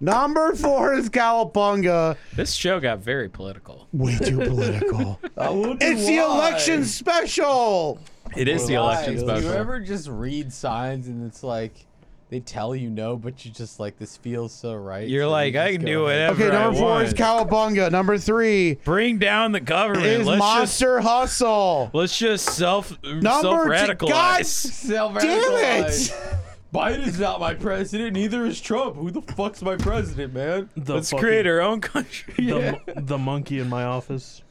[SPEAKER 1] Number four is Cowabunga.
[SPEAKER 3] This show got very political.
[SPEAKER 1] Way
[SPEAKER 3] [LAUGHS]
[SPEAKER 1] too political. it's the
[SPEAKER 8] Why?
[SPEAKER 1] election special.
[SPEAKER 3] It is the election
[SPEAKER 8] Why? Do
[SPEAKER 3] special.
[SPEAKER 8] you ever just read signs and it's like they tell you no, but you just like this feels so right.
[SPEAKER 3] You're
[SPEAKER 8] so you
[SPEAKER 3] like, I
[SPEAKER 8] just go
[SPEAKER 3] can do
[SPEAKER 8] ahead.
[SPEAKER 3] whatever.
[SPEAKER 1] Okay,
[SPEAKER 3] I
[SPEAKER 1] number four
[SPEAKER 3] want.
[SPEAKER 1] is Cowabunga. Number three
[SPEAKER 3] Bring down the government.
[SPEAKER 1] is
[SPEAKER 3] let's
[SPEAKER 1] Monster Hustle.
[SPEAKER 3] just let's just self self
[SPEAKER 1] Number two,
[SPEAKER 3] radicalize.
[SPEAKER 1] guys, damn it!
[SPEAKER 8] Biden's not my president. Neither is Trump. Who the fuck's my president, man? [LAUGHS]
[SPEAKER 4] the
[SPEAKER 3] Let's
[SPEAKER 4] fucking-
[SPEAKER 3] create our
[SPEAKER 1] [LAUGHS]
[SPEAKER 3] own country.
[SPEAKER 4] the, the monkey in my office.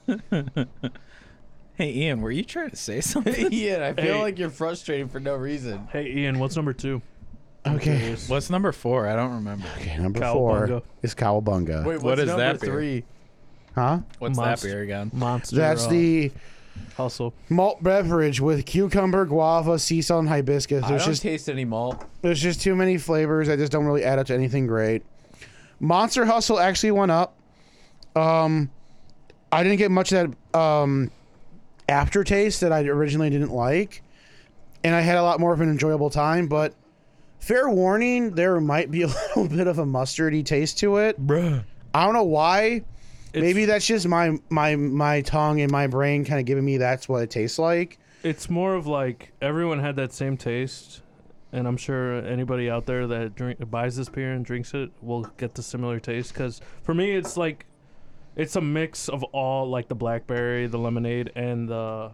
[SPEAKER 3] Hey Ian, were you trying to say
[SPEAKER 10] [LAUGHS]
[SPEAKER 3] something?
[SPEAKER 8] Ian, I feel
[SPEAKER 4] Hey.
[SPEAKER 8] like you're frustrated for no reason.
[SPEAKER 4] Hey Ian, what's number two?
[SPEAKER 1] Okay,
[SPEAKER 3] What's number four? I don't remember.
[SPEAKER 1] okay number
[SPEAKER 4] Cowabunga.
[SPEAKER 1] four is Cowabunga.
[SPEAKER 8] Wait, what's
[SPEAKER 3] What is
[SPEAKER 8] number
[SPEAKER 3] that beer?
[SPEAKER 8] three?
[SPEAKER 1] huh?
[SPEAKER 3] What's
[SPEAKER 4] Monster.
[SPEAKER 3] that beer again?
[SPEAKER 4] Monster.
[SPEAKER 1] That's
[SPEAKER 4] uh,
[SPEAKER 1] the
[SPEAKER 4] hustle.
[SPEAKER 1] malt beverage with cucumber, guava, sea salt, and hibiscus.
[SPEAKER 8] I
[SPEAKER 1] There's
[SPEAKER 8] don't
[SPEAKER 1] just
[SPEAKER 8] taste any malt.
[SPEAKER 1] there's just too many flavors that just don't really add up to anything great. Monster Hustle actually went up. Um, I didn't get much of that um, aftertaste that I originally didn't like, and I had a lot more of an enjoyable time. But fair warning, there might be [LAUGHS] a little bit of a mustardy taste to it.
[SPEAKER 4] Bruh.
[SPEAKER 1] I don't know why. Maybe that's just my my my tongue and my brain kind of giving me that's what it tastes like.
[SPEAKER 4] It's more of like everyone had that same taste, and I'm sure anybody out there that drink buys this beer and drinks it will get the similar taste. Because for me, it's like it's a mix of all like the blackberry, the lemonade, and the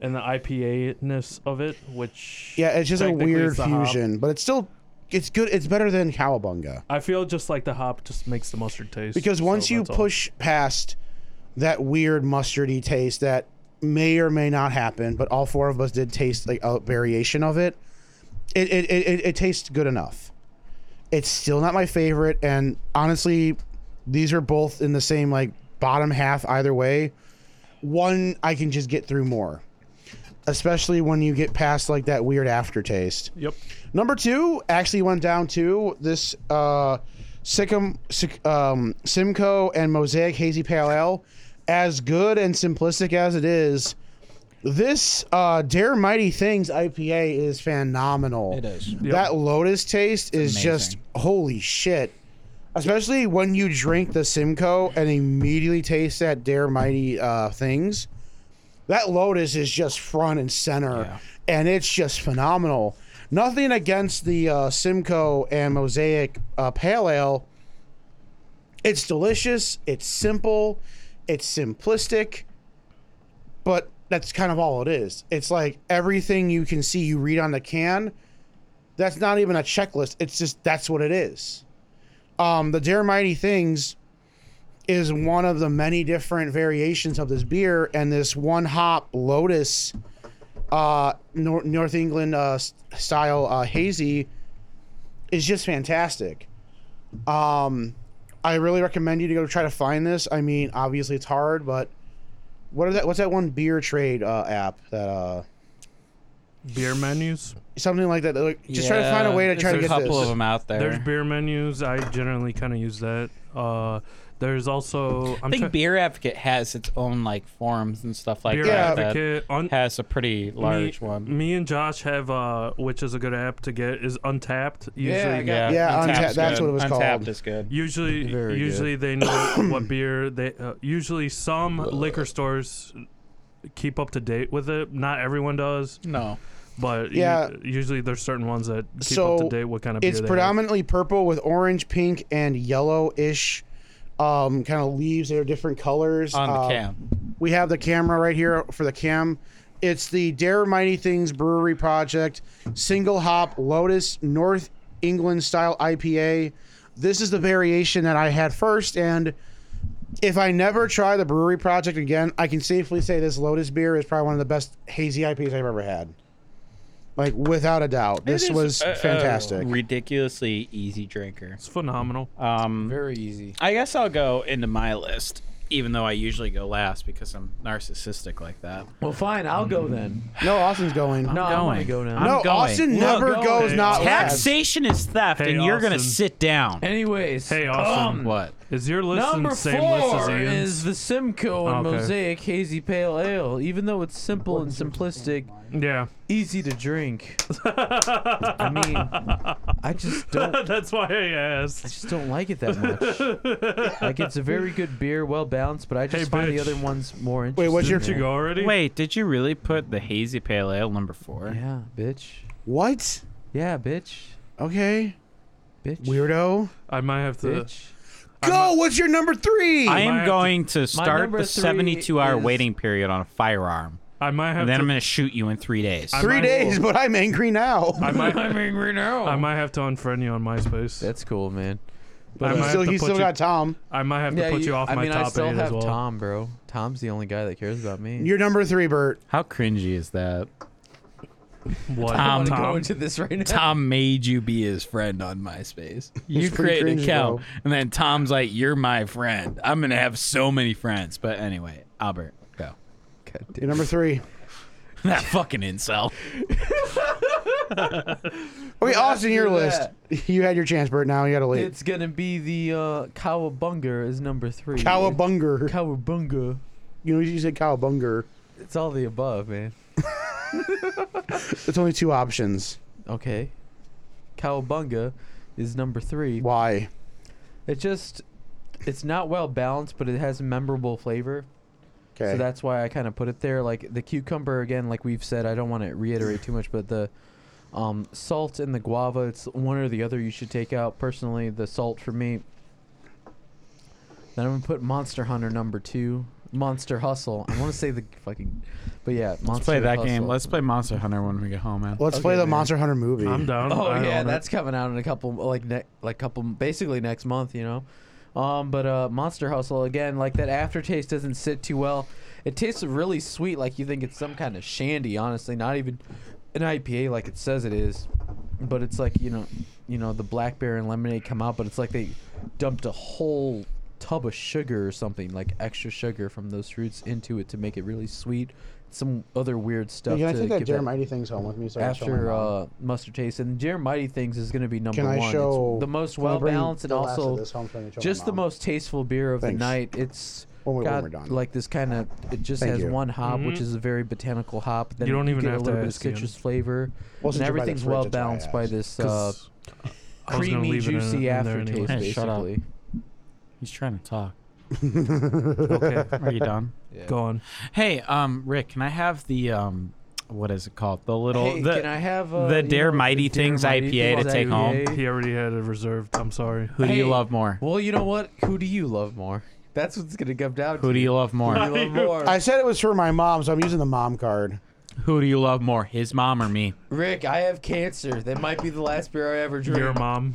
[SPEAKER 4] and the IPA ness of it, which
[SPEAKER 1] Yeah, it's just a
[SPEAKER 4] technically
[SPEAKER 1] weird
[SPEAKER 4] it's the hop.
[SPEAKER 1] fusion, but it's still it's good. It's better than Cowabunga.
[SPEAKER 4] I feel just like the hop just makes the mustard taste.
[SPEAKER 1] Because
[SPEAKER 4] so
[SPEAKER 1] once you
[SPEAKER 4] that's all.
[SPEAKER 1] push past that weird mustardy taste that may or may not happen, but all four of us did taste like a variation of it, it it, it, it, it tastes good enough. It's still not my favorite, and honestly, these are both in the same like bottom half either way. One I can just get through more. Especially when you get past like that weird aftertaste.
[SPEAKER 4] Yep.
[SPEAKER 1] Number two actually went down to this uh, Sikkim, Sik, um, Simcoe and Mosaic Hazy Pale Ale. As good and simplistic as it is, this uh, Dare Mighty Things IPA is phenomenal. It
[SPEAKER 3] is.
[SPEAKER 1] That lotus taste is just holy shit. Especially when you drink the Simcoe and immediately taste that Dare Mighty uh, Things that Lotus is just front and center, and it's just phenomenal. Nothing against the uh, Simcoe and Mosaic uh, Pale Ale. It's delicious. It's simple. It's simplistic. But that's kind of all it is. It's like everything you can see, you read on the can. That's not even a checklist. It's just that's what it is. Um, the Dare Mighty Things is one of the many different variations of this beer, and this one hop Lotus, uh, Nor- North England uh, s- style uh, hazy, is just fantastic. Um, I really recommend you to go try to find this. I mean, obviously it's hard, but what are that? What's that one beer trade uh, app that uh,
[SPEAKER 4] Beer menus.
[SPEAKER 1] something like that? Like, just try to find a way to try to
[SPEAKER 3] there's
[SPEAKER 1] get
[SPEAKER 3] a couple
[SPEAKER 1] this.
[SPEAKER 3] of them out there.
[SPEAKER 4] There's beer menus. I generally kind of use that. Uh, there's also
[SPEAKER 3] I
[SPEAKER 4] I'm
[SPEAKER 3] think
[SPEAKER 4] try-
[SPEAKER 3] Beer Advocate has its own like forums and stuff like
[SPEAKER 4] Beer
[SPEAKER 3] that. that
[SPEAKER 4] Advocate on
[SPEAKER 3] has a pretty large
[SPEAKER 4] me,
[SPEAKER 3] one.
[SPEAKER 4] Me and Josh have uh, which is a good app to get is Untapped. Usually,
[SPEAKER 1] Yeah, Untappd- that's
[SPEAKER 3] good.
[SPEAKER 1] what it was
[SPEAKER 3] Untapped
[SPEAKER 1] called.
[SPEAKER 3] is good.
[SPEAKER 4] Usually,
[SPEAKER 5] Very good.
[SPEAKER 4] usually they know
[SPEAKER 1] [COUGHS]
[SPEAKER 4] what beer they. Uh, usually, some liquor stores keep up to date with it. Not everyone does,
[SPEAKER 3] No,
[SPEAKER 4] but u-
[SPEAKER 1] Yeah.
[SPEAKER 4] usually there's certain ones that keep
[SPEAKER 1] So,
[SPEAKER 4] up to date what kind of beer
[SPEAKER 1] it's
[SPEAKER 4] they
[SPEAKER 1] predominantly purple with orange, pink, and yellow-ish um, kind of leaves. They're different colors.
[SPEAKER 3] on the
[SPEAKER 1] Uh,
[SPEAKER 3] cam.
[SPEAKER 1] We have the camera right here for the cam. It's the Dare Mighty Things Brewery Project Single Hop Lotus North England Style IPA. This is the variation that I had first, and if I never try the Brewery Project again, I can safely say this Lotus beer is probably one of the best hazy IPAs I've ever had. Like without a doubt, this
[SPEAKER 3] It is uh,
[SPEAKER 1] was
[SPEAKER 3] a- a
[SPEAKER 1] fantastic.
[SPEAKER 3] ridiculously easy drinker.
[SPEAKER 4] It's phenomenal.
[SPEAKER 3] Um,
[SPEAKER 8] Very easy.
[SPEAKER 3] I guess I'll go into my list, even though I usually go last because I'm narcissistic like that.
[SPEAKER 10] Well, fine, I'll go
[SPEAKER 4] Mm.
[SPEAKER 10] then.
[SPEAKER 1] no, Austin's going.
[SPEAKER 10] No, I want to
[SPEAKER 3] going.
[SPEAKER 10] go now.
[SPEAKER 3] I'm
[SPEAKER 1] No,
[SPEAKER 3] going.
[SPEAKER 1] Austin
[SPEAKER 10] We're
[SPEAKER 1] never
[SPEAKER 10] going.
[SPEAKER 1] goes not last.
[SPEAKER 3] Taxation is theft,
[SPEAKER 4] Hey,
[SPEAKER 3] and you're gonna
[SPEAKER 4] Austin.
[SPEAKER 3] sit down.
[SPEAKER 10] Anyways,
[SPEAKER 4] Hey, Austin.
[SPEAKER 10] um,
[SPEAKER 5] What?
[SPEAKER 4] Is your list in
[SPEAKER 10] Number
[SPEAKER 4] the same list as
[SPEAKER 10] four
[SPEAKER 4] Ian's?
[SPEAKER 10] is the Simcoe and
[SPEAKER 4] Okay.
[SPEAKER 10] Mosaic Hazy Pale Ale. Even though it's simple and simplistic,
[SPEAKER 4] yeah.
[SPEAKER 10] easy to
[SPEAKER 4] [LAUGHS]
[SPEAKER 10] drink. I mean, I just don't. I
[SPEAKER 4] [LAUGHS] That's why I asked.
[SPEAKER 10] just don't like it that much. like it's a very good beer, well balanced, but I just
[SPEAKER 4] Hey,
[SPEAKER 10] find the
[SPEAKER 4] bitch.
[SPEAKER 10] other ones more interesting.
[SPEAKER 1] Wait, what's your-
[SPEAKER 4] Did you go already?
[SPEAKER 3] Wait, did you really put the hazy pale ale number four?
[SPEAKER 10] Yeah, bitch.
[SPEAKER 1] What?
[SPEAKER 10] Yeah, bitch.
[SPEAKER 1] Okay,
[SPEAKER 10] Bitch.
[SPEAKER 1] weirdo.
[SPEAKER 4] I might have to.
[SPEAKER 10] Bitch.
[SPEAKER 4] I'm
[SPEAKER 1] Go. What's your number three?
[SPEAKER 3] I
[SPEAKER 4] might have
[SPEAKER 3] am
[SPEAKER 4] to-
[SPEAKER 3] going to, start
[SPEAKER 10] number
[SPEAKER 3] the
[SPEAKER 10] three
[SPEAKER 3] 72 hour
[SPEAKER 10] is-
[SPEAKER 3] waiting period on a firearm,
[SPEAKER 4] I might have
[SPEAKER 3] and then
[SPEAKER 4] to.
[SPEAKER 3] I'm gonna shoot you in three days.
[SPEAKER 4] I'm-
[SPEAKER 1] Three
[SPEAKER 4] might-
[SPEAKER 1] days, but I'm angry now.
[SPEAKER 4] I
[SPEAKER 10] [LAUGHS]
[SPEAKER 4] might,
[SPEAKER 10] angry now.
[SPEAKER 4] I might have to unfriend you on MySpace.
[SPEAKER 10] That's cool, man.
[SPEAKER 4] I
[SPEAKER 1] He's
[SPEAKER 4] might
[SPEAKER 1] still,
[SPEAKER 4] have to
[SPEAKER 1] he's
[SPEAKER 4] put
[SPEAKER 1] still
[SPEAKER 4] you-
[SPEAKER 1] got Tom.
[SPEAKER 4] I might have to put you, off
[SPEAKER 10] I
[SPEAKER 4] my
[SPEAKER 10] mean,
[SPEAKER 4] top
[SPEAKER 10] I still
[SPEAKER 4] eight
[SPEAKER 10] have
[SPEAKER 4] as well.
[SPEAKER 10] Tom, bro. Tom's the only guy that cares about me.
[SPEAKER 1] You're number three, Bert.
[SPEAKER 3] How cringy is that?
[SPEAKER 4] What?
[SPEAKER 3] Tom.
[SPEAKER 10] I'm
[SPEAKER 4] Tom.
[SPEAKER 10] going to this right now.
[SPEAKER 3] Tom made you be his friend on MySpace. You
[SPEAKER 1] It's pretty
[SPEAKER 3] created an
[SPEAKER 1] cringy,
[SPEAKER 3] account, and then Tom's like, "You're my friend. I'm gonna have so many friends." But anyway, Albert, go.
[SPEAKER 10] God damn.
[SPEAKER 1] You're number three.
[SPEAKER 3] [LAUGHS] that fucking incel.
[SPEAKER 1] Okay, Austin, your
[SPEAKER 10] after
[SPEAKER 1] list. [LAUGHS] You had your chance, Bert. Now you got to wait.
[SPEAKER 10] It's gonna be the uh, Cowabunga is number three.
[SPEAKER 1] Cowabunga.
[SPEAKER 10] Cowabunga.
[SPEAKER 1] You know, you said cowabunga.
[SPEAKER 10] It's all the above, man.
[SPEAKER 1] It's only two options.
[SPEAKER 10] Okay. Cowabunga is number three.
[SPEAKER 1] Why?
[SPEAKER 10] It just, it's not well balanced, but it has memorable flavor.
[SPEAKER 1] Okay.
[SPEAKER 10] So that's why I kind of put it there. Like the cucumber again, like we've said, I don't want to reiterate too much, but the um, salt and the guava, it's one or the other you should take out. Personally, the salt for me. Then I'm gonna put Monster Hunter number two, Monster Hustle. I want to say the fucking, but yeah, Monster
[SPEAKER 3] Let's play that
[SPEAKER 10] Hustle.
[SPEAKER 3] game. Let's play Monster Hunter when we get home, man.
[SPEAKER 1] Let's
[SPEAKER 10] okay,
[SPEAKER 1] play the
[SPEAKER 10] man.
[SPEAKER 1] Monster Hunter movie.
[SPEAKER 4] I'm down.
[SPEAKER 10] Oh
[SPEAKER 4] I
[SPEAKER 10] yeah,
[SPEAKER 4] own it.
[SPEAKER 10] that's coming out in a couple like ne- like couple basically next month, you know. Um, but uh, Monster Hustle again, like that aftertaste doesn't sit too well. It tastes really sweet, like you think it's some kind of shandy. Honestly, not even an IPA like it says it is, but it's like you know, you know the black bear and lemonade come out, but it's like they dumped a whole tub of sugar or something, like extra sugar from those fruits into it to make it really sweet. Some other weird stuff.
[SPEAKER 1] Can I
[SPEAKER 10] to
[SPEAKER 1] take that
[SPEAKER 10] give that-
[SPEAKER 1] Jeremiah things home with me? So I can show my
[SPEAKER 10] after
[SPEAKER 1] mom?
[SPEAKER 10] uh, mustard taste and Jeremiah things is going to be number
[SPEAKER 1] can I
[SPEAKER 10] one.
[SPEAKER 1] show
[SPEAKER 10] it's the most
[SPEAKER 1] can I
[SPEAKER 10] well
[SPEAKER 1] bring
[SPEAKER 10] balanced and
[SPEAKER 1] the last of
[SPEAKER 10] also
[SPEAKER 1] this home so I can show my
[SPEAKER 10] just the
[SPEAKER 1] mom?
[SPEAKER 10] most tasteful beer of
[SPEAKER 1] Thanks.
[SPEAKER 10] the night. It's
[SPEAKER 1] When we- when
[SPEAKER 10] got
[SPEAKER 1] we're done.
[SPEAKER 10] like this kind of it just
[SPEAKER 1] Thank
[SPEAKER 10] has
[SPEAKER 1] you.
[SPEAKER 10] one hop, which
[SPEAKER 4] Mhm.
[SPEAKER 10] is a very botanical hop. Then
[SPEAKER 4] don't even
[SPEAKER 10] get
[SPEAKER 4] have to
[SPEAKER 10] a little bit of
[SPEAKER 4] ask, Ian.
[SPEAKER 10] citrus flavor,
[SPEAKER 1] Well, since
[SPEAKER 10] and
[SPEAKER 1] you're by the
[SPEAKER 10] everything's
[SPEAKER 1] fridge,
[SPEAKER 10] well
[SPEAKER 1] that's why I
[SPEAKER 10] balanced by
[SPEAKER 1] asked.
[SPEAKER 10] this uh,
[SPEAKER 4] 'Cause I was gonna
[SPEAKER 10] creamy,
[SPEAKER 4] leave it in- in
[SPEAKER 10] juicy
[SPEAKER 4] there anyway.
[SPEAKER 10] aftertaste,
[SPEAKER 3] Hey, shut up.
[SPEAKER 10] basically.
[SPEAKER 3] He's trying to talk.
[SPEAKER 4] [LAUGHS]
[SPEAKER 3] [LAUGHS]
[SPEAKER 4] Okay,
[SPEAKER 1] [LAUGHS]
[SPEAKER 3] Are you done?
[SPEAKER 4] go on.
[SPEAKER 3] Hey, um, Rick, can I have the um, what is it called? The little
[SPEAKER 10] Hey,
[SPEAKER 3] the
[SPEAKER 10] can I have uh,
[SPEAKER 3] the
[SPEAKER 10] you
[SPEAKER 3] Dare
[SPEAKER 10] know,
[SPEAKER 3] Mighty
[SPEAKER 10] Dare
[SPEAKER 3] Things
[SPEAKER 10] Mighty
[SPEAKER 3] IPA to
[SPEAKER 10] Things
[SPEAKER 3] take home?
[SPEAKER 10] IPA?
[SPEAKER 4] He already had it reserved. I'm sorry.
[SPEAKER 3] who do you
[SPEAKER 10] Hey.
[SPEAKER 3] love more?
[SPEAKER 10] Well, you know what? Who do you love more? That's what's going to come down to.
[SPEAKER 3] Who do you love more?
[SPEAKER 10] [LAUGHS] Who do you love
[SPEAKER 1] [LAUGHS]
[SPEAKER 10] more?
[SPEAKER 1] I said it was for my mom, so I'm using the mom card.
[SPEAKER 3] Who do you love more? His mom or me?
[SPEAKER 10] Rick, I have cancer. That might be the last beer I ever drink.
[SPEAKER 4] Your mom.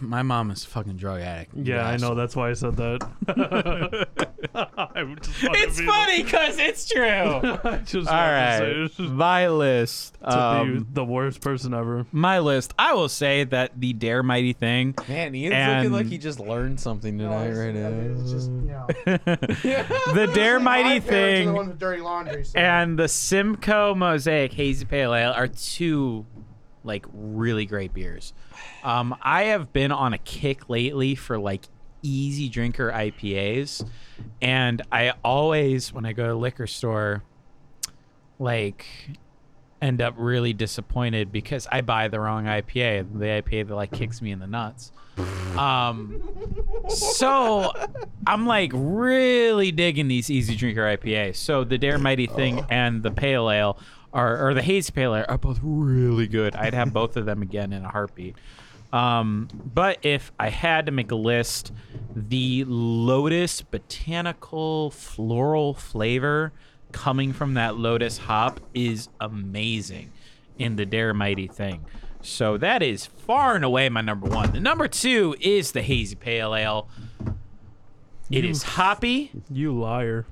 [SPEAKER 3] my mom is a fucking drug addict. You
[SPEAKER 4] Yeah, I know.
[SPEAKER 3] asshole.
[SPEAKER 4] That's why I said that. [LAUGHS] I'm just fucking
[SPEAKER 3] [LAUGHS] It's
[SPEAKER 4] being-
[SPEAKER 3] funny because it's
[SPEAKER 4] [LAUGHS]
[SPEAKER 3] true.
[SPEAKER 4] I just
[SPEAKER 3] All right,
[SPEAKER 4] [LAUGHS]
[SPEAKER 3] my list.
[SPEAKER 4] the,
[SPEAKER 3] Um,
[SPEAKER 4] the worst person ever.
[SPEAKER 3] my list. I will say that the Dare Mighty thing.
[SPEAKER 8] Man, Ian's looking
[SPEAKER 3] And-
[SPEAKER 8] like he just learned something tonight right now.
[SPEAKER 1] It's just, you
[SPEAKER 10] [LAUGHS]
[SPEAKER 1] know.
[SPEAKER 3] the Dare Mighty
[SPEAKER 1] The
[SPEAKER 3] thing
[SPEAKER 1] one with dirty laundry. So. [LAUGHS]
[SPEAKER 3] and the Simcoe Mosaic Hazy Pale Ale are two like really great beers. Um, I have been on a kick lately for like easy drinker IPAs, and I always when I go to the liquor store, like end up really disappointed because I buy the wrong IPA, the IPA that like kicks me in the nuts. Um, so I'm like really digging these easy drinker IPAs. So the Dare Mighty thing and the Pale Ale are, or the Haze Pale Ale are both really good. I'd have both of them again in a heartbeat. Um, but if I had to make a list, the Lotus botanical floral flavor coming from that Lotus hop is amazing in the Dare Mighty thing. So that is far and away my number one. The number two is the Hazy Pale Ale. It is hoppy.
[SPEAKER 4] You liar.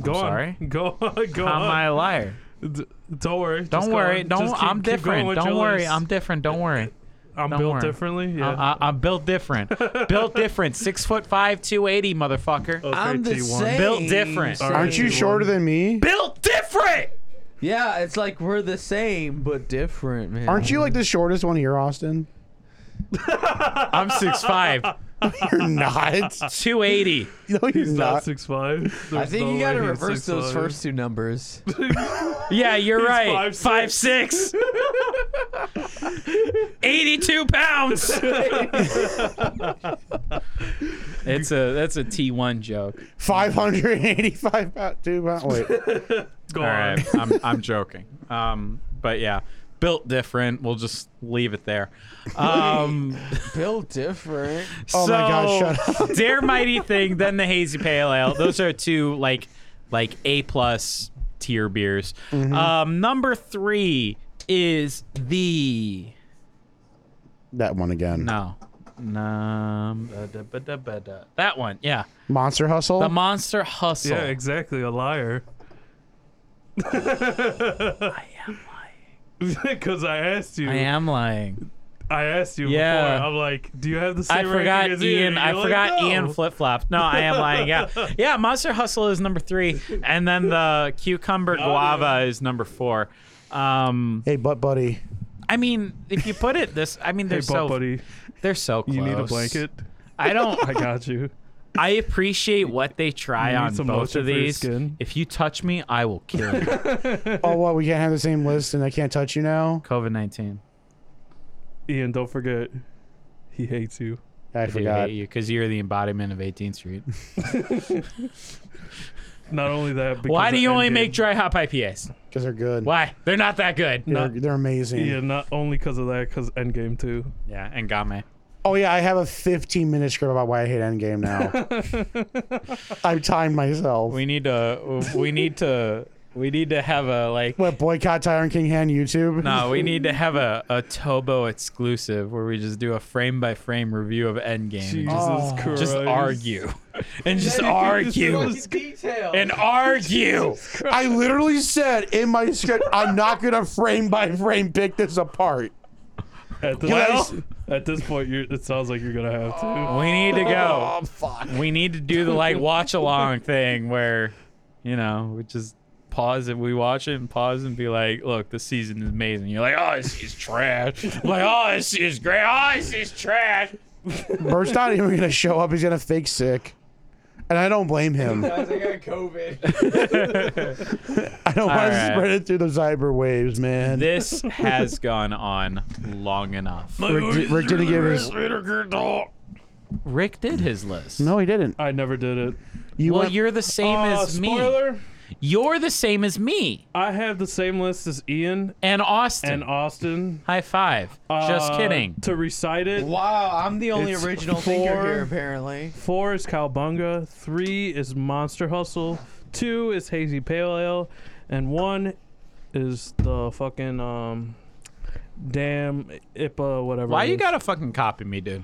[SPEAKER 4] Go
[SPEAKER 3] I'm
[SPEAKER 4] on.
[SPEAKER 3] sorry?
[SPEAKER 4] [LAUGHS] Go go
[SPEAKER 3] I'm
[SPEAKER 4] on.
[SPEAKER 3] a liar.
[SPEAKER 4] [LAUGHS] D- don't worry. just
[SPEAKER 3] Don't
[SPEAKER 4] go
[SPEAKER 3] worry.
[SPEAKER 4] on.
[SPEAKER 3] Don't.
[SPEAKER 4] Just keep-
[SPEAKER 3] I'm
[SPEAKER 4] keep going
[SPEAKER 3] different.
[SPEAKER 4] with
[SPEAKER 3] Don't
[SPEAKER 4] your
[SPEAKER 3] worry.
[SPEAKER 4] list.
[SPEAKER 3] I'm different. Don't worry.
[SPEAKER 4] I'm
[SPEAKER 3] don't
[SPEAKER 4] built
[SPEAKER 3] worry.
[SPEAKER 4] differently. [LAUGHS] Yeah.
[SPEAKER 3] I, I, I'm built different.
[SPEAKER 4] [LAUGHS]
[SPEAKER 3] built different. Six foot five, two eighty, motherfucker.
[SPEAKER 4] Okay,
[SPEAKER 10] I'm the
[SPEAKER 4] T1.
[SPEAKER 10] same.
[SPEAKER 3] Built different.
[SPEAKER 4] All right,
[SPEAKER 1] Aren't you
[SPEAKER 4] T1.
[SPEAKER 1] shorter than me?
[SPEAKER 3] Built different.
[SPEAKER 10] Yeah, it's like we're the same but different, man.
[SPEAKER 1] Aren't you like the shortest one here,
[SPEAKER 10] [LAUGHS]
[SPEAKER 1] Austin?
[SPEAKER 3] I'm six five,
[SPEAKER 1] You're
[SPEAKER 10] [LAUGHS]
[SPEAKER 1] not.
[SPEAKER 3] two eighty.
[SPEAKER 1] No, you're
[SPEAKER 4] He's not
[SPEAKER 1] not.
[SPEAKER 4] six five.
[SPEAKER 10] I think you gotta reverse those first two numbers.
[SPEAKER 3] Yeah, you're right.
[SPEAKER 4] five,
[SPEAKER 3] five six. 82 pounds. it's a that's a T1 joke.
[SPEAKER 1] 585 pound, two pound.
[SPEAKER 10] [LAUGHS]
[SPEAKER 1] Wait.
[SPEAKER 4] Go
[SPEAKER 3] All
[SPEAKER 4] on.
[SPEAKER 3] right, I'm I'm joking. Um, but yeah, built different. We'll just leave it there. Um,
[SPEAKER 10] Built different.
[SPEAKER 1] Oh my God,
[SPEAKER 3] so, [LAUGHS] Dare Mighty Thing, then the Hazy Pale Ale. Those are two like like A plus tier beers. Um, number three is the
[SPEAKER 1] That one again.
[SPEAKER 3] no. Num, da, da, da, da, da. That one, yeah.
[SPEAKER 1] Monster Hustle?
[SPEAKER 3] The Monster Hustle.
[SPEAKER 4] Yeah, exactly. A liar. [LAUGHS] I am lying. Because I asked you.
[SPEAKER 3] I am lying.
[SPEAKER 4] I asked you
[SPEAKER 3] Yeah.
[SPEAKER 4] before. I'm like, do you have the
[SPEAKER 3] I
[SPEAKER 4] same
[SPEAKER 3] forgot
[SPEAKER 4] ranking as
[SPEAKER 3] Ian. I
[SPEAKER 4] You're like,
[SPEAKER 3] forgot
[SPEAKER 4] no.
[SPEAKER 3] Ian flip flopped. No, I am lying.
[SPEAKER 4] [LAUGHS]
[SPEAKER 3] Yeah, yeah. Monster Hustle is number three, and then the cucumber guava is number four. Um,
[SPEAKER 1] hey, butt buddy.
[SPEAKER 3] I mean, if you put it this, I mean,
[SPEAKER 4] Hey,
[SPEAKER 3] they're so
[SPEAKER 4] butt buddy,
[SPEAKER 3] they're so close.
[SPEAKER 4] you need a blanket?
[SPEAKER 3] I don't.
[SPEAKER 4] [LAUGHS] I got you.
[SPEAKER 3] I appreciate what they try
[SPEAKER 4] You need
[SPEAKER 3] on
[SPEAKER 4] some
[SPEAKER 3] both
[SPEAKER 4] motion
[SPEAKER 3] of
[SPEAKER 4] for your
[SPEAKER 3] these.
[SPEAKER 4] skin.
[SPEAKER 3] If you touch me, I will kill you.
[SPEAKER 4] [LAUGHS]
[SPEAKER 1] Oh, what? We can't have the same list and I can't touch you now?
[SPEAKER 3] COVID nineteen.
[SPEAKER 4] Ian, don't forget, he hates you.
[SPEAKER 1] I forgot.
[SPEAKER 3] you because you're the embodiment of 18th [LAUGHS] Street.
[SPEAKER 4] Not only that, because
[SPEAKER 3] Why do
[SPEAKER 4] of
[SPEAKER 3] you only
[SPEAKER 4] Endgame.
[SPEAKER 3] make dry hop IPAs?
[SPEAKER 1] Because they're good.
[SPEAKER 3] Why? They're not that good.
[SPEAKER 1] They're, they're amazing.
[SPEAKER 4] Yeah, not only because of that, because Endgame too.
[SPEAKER 3] Yeah, and Game.
[SPEAKER 1] Oh, yeah. I have a 15 minute script about why I hate Endgame
[SPEAKER 3] [LAUGHS]
[SPEAKER 1] now. I've timed myself.
[SPEAKER 3] We need to. We need to. We need to have a like.
[SPEAKER 1] what? Boycott Tyrant King Hand YouTube?
[SPEAKER 3] [LAUGHS] No, we need to have a, a Tobo exclusive where we just do a frame by frame review of Endgame.
[SPEAKER 4] Jesus Christ!
[SPEAKER 3] Just [LAUGHS] argue, and just argue,
[SPEAKER 4] Jesus
[SPEAKER 8] Detail.
[SPEAKER 3] and [LAUGHS] argue.
[SPEAKER 1] I literally said in my script, I'm not going to frame by frame pick this apart.
[SPEAKER 4] At this,
[SPEAKER 1] Well-
[SPEAKER 4] [LAUGHS] at this point, you're, it sounds like you're gonna have to.
[SPEAKER 3] We need to go. We need to do the like watch [LAUGHS] along thing where, you know, we just pause it. We watch it and pause and be like, look, this season is amazing. You're like, oh, this is trash. [LAUGHS] like, oh, this is great. Oh, this is trash.
[SPEAKER 1] Bert's not even going to show up. He's going to fake sick. And I don't blame him. I
[SPEAKER 8] Guys, I got
[SPEAKER 1] [LAUGHS]
[SPEAKER 8] COVID.
[SPEAKER 1] don't want
[SPEAKER 3] right.
[SPEAKER 1] to spread it through the cyber waves, man.
[SPEAKER 3] This has gone on long enough.
[SPEAKER 1] Rick, di- Rick didn't give his.
[SPEAKER 3] Rick did his list.
[SPEAKER 1] No, he didn't.
[SPEAKER 4] I never did it.
[SPEAKER 1] You
[SPEAKER 3] well,
[SPEAKER 1] went-
[SPEAKER 3] you're the same
[SPEAKER 4] Uh,
[SPEAKER 3] as me.
[SPEAKER 4] spoiler:
[SPEAKER 3] You're the same as me
[SPEAKER 4] I have the same list as Ian
[SPEAKER 3] and Austin.
[SPEAKER 4] and Austin.
[SPEAKER 3] High five. Just
[SPEAKER 4] Uh,
[SPEAKER 3] kidding.
[SPEAKER 4] To recite it,
[SPEAKER 10] Wow, I'm the only
[SPEAKER 4] It's
[SPEAKER 10] original thinker
[SPEAKER 4] four.
[SPEAKER 10] here, apparently.
[SPEAKER 4] four is Cowbunga, three is Monster Hustle, two is Hazy Pale Ale, and one is the fucking um damn IPA, whatever.
[SPEAKER 3] Why
[SPEAKER 4] it
[SPEAKER 3] you
[SPEAKER 4] is.
[SPEAKER 3] gotta fucking copy me, dude?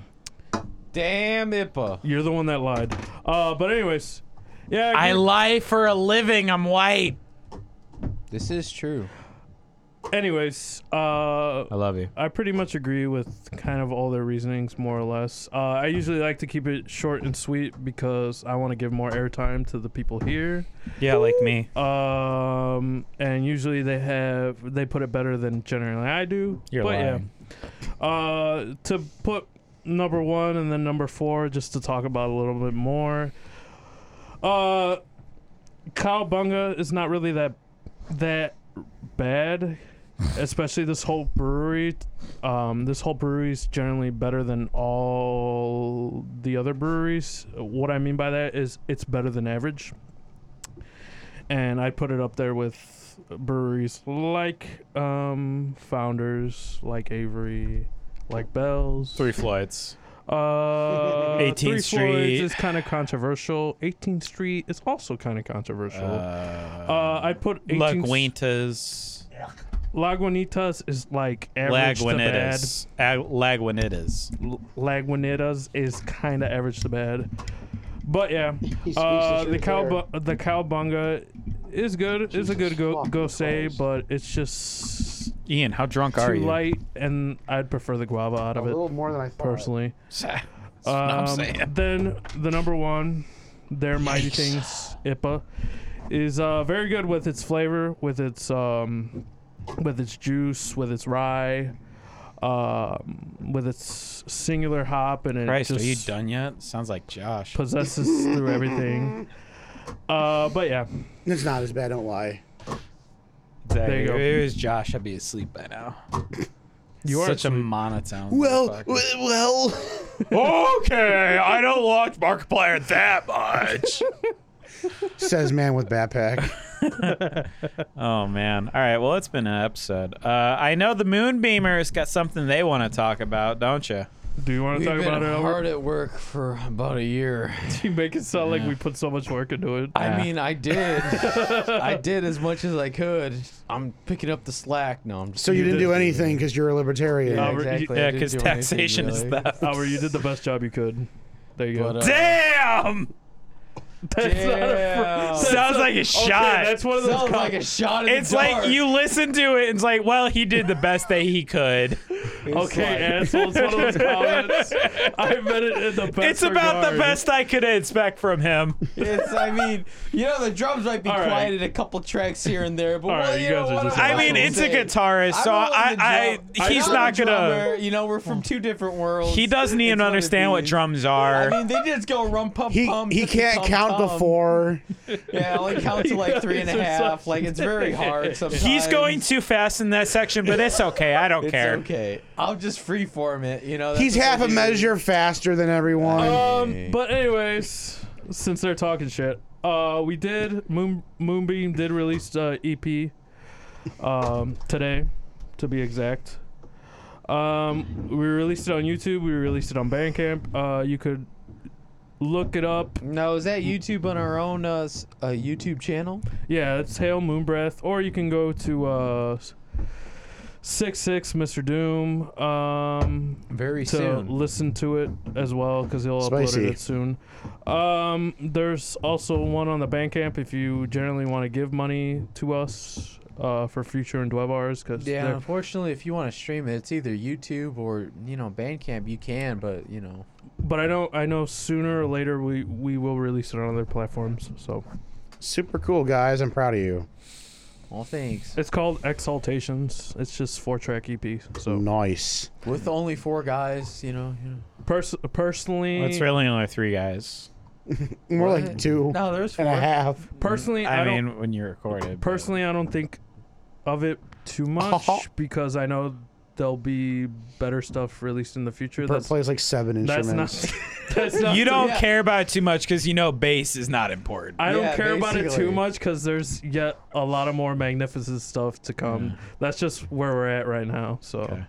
[SPEAKER 10] Damn IPA.
[SPEAKER 4] You're the one that lied. Uh, but anyways, yeah.
[SPEAKER 3] I
[SPEAKER 4] agree.
[SPEAKER 3] lie for a living. I'm white.
[SPEAKER 10] This is true.
[SPEAKER 4] anyways, uh,
[SPEAKER 3] I love you.
[SPEAKER 4] I pretty much agree with kind of all their reasonings, more or less. Uh, I usually like to keep it short and sweet because I want to give more airtime to the people here.
[SPEAKER 3] Yeah, like me.
[SPEAKER 4] Um, and usually they have they put it better than generally I do.
[SPEAKER 3] You're
[SPEAKER 4] but
[SPEAKER 3] lying.
[SPEAKER 4] yeah, uh, to put number one and then number four just to talk about a little bit more. Uh, Cowabunga is not really that that bad, especially this whole brewery. Um, this whole brewery is generally better than all the other breweries. What I mean by that is it's better than average and I put it up there with breweries like um, Founders, like Avery, like Bell's.
[SPEAKER 3] Three flights.
[SPEAKER 4] Uh,
[SPEAKER 3] 18th
[SPEAKER 4] Three Floyds
[SPEAKER 3] Street.
[SPEAKER 4] is kind of controversial. 18th Street is also kind of controversial. Uh, I put 18th
[SPEAKER 3] Laguintas.
[SPEAKER 4] Lagunitas is like average to
[SPEAKER 3] Laguinitas. Ag- Laguinitas.
[SPEAKER 4] bad. L- Lagunitas is kind of average to bad. But yeah,
[SPEAKER 13] [LAUGHS] He speaks
[SPEAKER 4] uh,
[SPEAKER 13] the
[SPEAKER 4] the
[SPEAKER 13] truth
[SPEAKER 4] cow
[SPEAKER 13] there.
[SPEAKER 4] the cowbunga is good. It's a good
[SPEAKER 13] Jesus
[SPEAKER 4] go
[SPEAKER 13] fucking
[SPEAKER 4] go say,
[SPEAKER 13] Christ.
[SPEAKER 4] but it's just
[SPEAKER 3] Ian, how drunk are
[SPEAKER 4] too
[SPEAKER 3] you?
[SPEAKER 4] light, and I'd prefer the guava out
[SPEAKER 1] A
[SPEAKER 4] of it
[SPEAKER 1] little more than I thought.
[SPEAKER 4] personally.
[SPEAKER 3] That's what
[SPEAKER 4] Um,
[SPEAKER 3] I'm saying. [LAUGHS]
[SPEAKER 4] Then the number one, their mighty things IPA, is uh, very good with its flavor, with its um, with its juice, with its rye, um, with its singular hop, and it
[SPEAKER 3] Christ,
[SPEAKER 4] just
[SPEAKER 3] are you done yet? Sounds like Josh.
[SPEAKER 4] possesses
[SPEAKER 3] [LAUGHS]
[SPEAKER 4] through everything. Uh, but yeah,
[SPEAKER 1] It's not as bad. Don't lie.
[SPEAKER 3] There
[SPEAKER 4] you go.
[SPEAKER 3] If it was Josh, I'd be asleep by now.
[SPEAKER 4] you are
[SPEAKER 3] Such a
[SPEAKER 4] asleep.
[SPEAKER 3] monotone. motherfucker.
[SPEAKER 1] well.
[SPEAKER 3] okay, I don't watch Markiplier that much.
[SPEAKER 1] Says man with backpack.
[SPEAKER 3] oh man! All right, well it's been an episode. Uh, I know the Moonbeamer's got something they want to talk about, don't you?
[SPEAKER 4] Do you want to
[SPEAKER 10] We've
[SPEAKER 4] talk
[SPEAKER 10] been
[SPEAKER 4] about it?
[SPEAKER 10] hard
[SPEAKER 4] Albert?
[SPEAKER 10] at work for about a year.
[SPEAKER 4] You make it sound like we put so much work into it.
[SPEAKER 10] I
[SPEAKER 3] Yeah.
[SPEAKER 10] mean, I did. I did as much as I could. I'm picking up the slack. No, I'm just.
[SPEAKER 1] So you didn't
[SPEAKER 4] did.
[SPEAKER 1] do anything because you're a libertarian.
[SPEAKER 4] Yeah. Albert, you-
[SPEAKER 10] exactly. I
[SPEAKER 3] Yeah,
[SPEAKER 10] didn't
[SPEAKER 3] because
[SPEAKER 10] do anything,
[SPEAKER 3] taxation is
[SPEAKER 10] really.
[SPEAKER 3] theft.
[SPEAKER 4] Albert, you did the best job you could. There you
[SPEAKER 10] But,
[SPEAKER 4] go.
[SPEAKER 10] uh,
[SPEAKER 3] Damn!
[SPEAKER 4] [LAUGHS] That's not a
[SPEAKER 10] damn.
[SPEAKER 4] fr-
[SPEAKER 3] Sounds like a
[SPEAKER 4] Okay,
[SPEAKER 3] shot.
[SPEAKER 4] that's one of those.
[SPEAKER 10] [LAUGHS] sounds
[SPEAKER 4] com-
[SPEAKER 10] like a shot in
[SPEAKER 3] it's
[SPEAKER 10] the
[SPEAKER 3] like
[SPEAKER 10] dark.
[SPEAKER 3] you listen to it and it's like, well, he did the best that he could.
[SPEAKER 4] okay, asshole. It's one [LAUGHS] of those comments. I meant it in the best.
[SPEAKER 3] it's about the
[SPEAKER 4] regard.
[SPEAKER 3] best I could expect from him.
[SPEAKER 10] [LAUGHS] It's, I mean, you know, the drums might be
[SPEAKER 4] All right.
[SPEAKER 10] quieted a couple tracks here and there, but
[SPEAKER 4] All
[SPEAKER 10] well,
[SPEAKER 4] right,
[SPEAKER 10] you,
[SPEAKER 4] you
[SPEAKER 10] know
[SPEAKER 4] guys are
[SPEAKER 10] what,
[SPEAKER 4] just
[SPEAKER 10] I'm
[SPEAKER 3] I mean,
[SPEAKER 10] not
[SPEAKER 3] it's a
[SPEAKER 10] gonna say-
[SPEAKER 3] guitarist,
[SPEAKER 10] I'm
[SPEAKER 3] so
[SPEAKER 10] not
[SPEAKER 3] I, I,
[SPEAKER 10] gonna jump-
[SPEAKER 3] he's
[SPEAKER 10] I'm
[SPEAKER 3] not
[SPEAKER 10] a
[SPEAKER 3] gonna.
[SPEAKER 10] drummer, You know, we're from two different worlds.
[SPEAKER 3] He doesn't
[SPEAKER 10] It's
[SPEAKER 3] even
[SPEAKER 10] what it
[SPEAKER 3] understand what
[SPEAKER 10] is.
[SPEAKER 3] drums are.
[SPEAKER 10] I mean, they just go rum pum
[SPEAKER 1] He
[SPEAKER 3] Um,
[SPEAKER 10] pum.
[SPEAKER 1] he
[SPEAKER 10] tum,
[SPEAKER 1] can't
[SPEAKER 10] tum,
[SPEAKER 1] count
[SPEAKER 10] tum.
[SPEAKER 1] the four.
[SPEAKER 10] Yeah,
[SPEAKER 3] [LAUGHS]
[SPEAKER 10] only count to like three and a half. Like it's very hard sometimes.
[SPEAKER 3] He's going too fast in that section, but it's okay. I don't
[SPEAKER 10] It's
[SPEAKER 3] care.
[SPEAKER 10] okay. I'll just freeform it. You know. that's
[SPEAKER 1] He's
[SPEAKER 10] what
[SPEAKER 1] half
[SPEAKER 10] I
[SPEAKER 1] a
[SPEAKER 10] do.
[SPEAKER 1] measure faster than everyone.
[SPEAKER 3] Uh,
[SPEAKER 4] Um, but anyways, since they're talking shit, uh, we did Moon Moonbeam did release uh, EP, um, today, to be exact. Um, we released it on YouTube. We released it on Bandcamp. Uh, you could look it up.
[SPEAKER 10] No, is that YouTube on our own uh, s- uh, YouTube channel?
[SPEAKER 4] Yeah, it's Hail Moon Breath, or you can go to uh, six six Mr. Doom. Um,
[SPEAKER 10] Very
[SPEAKER 4] to listen to it as well because he'll
[SPEAKER 1] Spicy.
[SPEAKER 4] upload it soon. Um, there's also one on the Bandcamp if you generally want to give money to us uh, for future and Dwebars because
[SPEAKER 10] Yeah, unfortunately, if you want to stream it, it's either YouTube or you know Bandcamp. You can, but you know,
[SPEAKER 4] But I know I know sooner or later we we will release it on other platforms. So
[SPEAKER 1] Super cool guys. I'm proud of you.
[SPEAKER 10] well, thanks.
[SPEAKER 4] it's called Exaltations. It's just four track E EP. So
[SPEAKER 1] Nice.
[SPEAKER 10] With only four guys, you know. You know.
[SPEAKER 4] pers- personally,
[SPEAKER 3] Well, it's really only three guys.
[SPEAKER 1] More like
[SPEAKER 10] What?
[SPEAKER 1] two
[SPEAKER 10] No, [LAUGHS] there's four.
[SPEAKER 1] and a half.
[SPEAKER 4] personally I,
[SPEAKER 3] I,
[SPEAKER 4] don't,
[SPEAKER 3] mean, when you record it. but-
[SPEAKER 4] personally I don't think of it
[SPEAKER 10] [LAUGHS]
[SPEAKER 4] too much because I know there'll be better stuff released in the future.
[SPEAKER 1] Bert
[SPEAKER 4] That's
[SPEAKER 1] plays like seven
[SPEAKER 4] That's not.
[SPEAKER 1] instruments.
[SPEAKER 3] [LAUGHS]
[SPEAKER 4] That's not.
[SPEAKER 3] you don't
[SPEAKER 10] Yeah.
[SPEAKER 3] care about it too much because you know bass is not important.
[SPEAKER 4] I don't
[SPEAKER 10] Yeah,
[SPEAKER 4] care about it too
[SPEAKER 10] basically.
[SPEAKER 4] much because there's yet a lot of more magnificent stuff to come.
[SPEAKER 3] Mm.
[SPEAKER 4] That's just where we're at right now. Oh
[SPEAKER 10] Oh
[SPEAKER 4] So,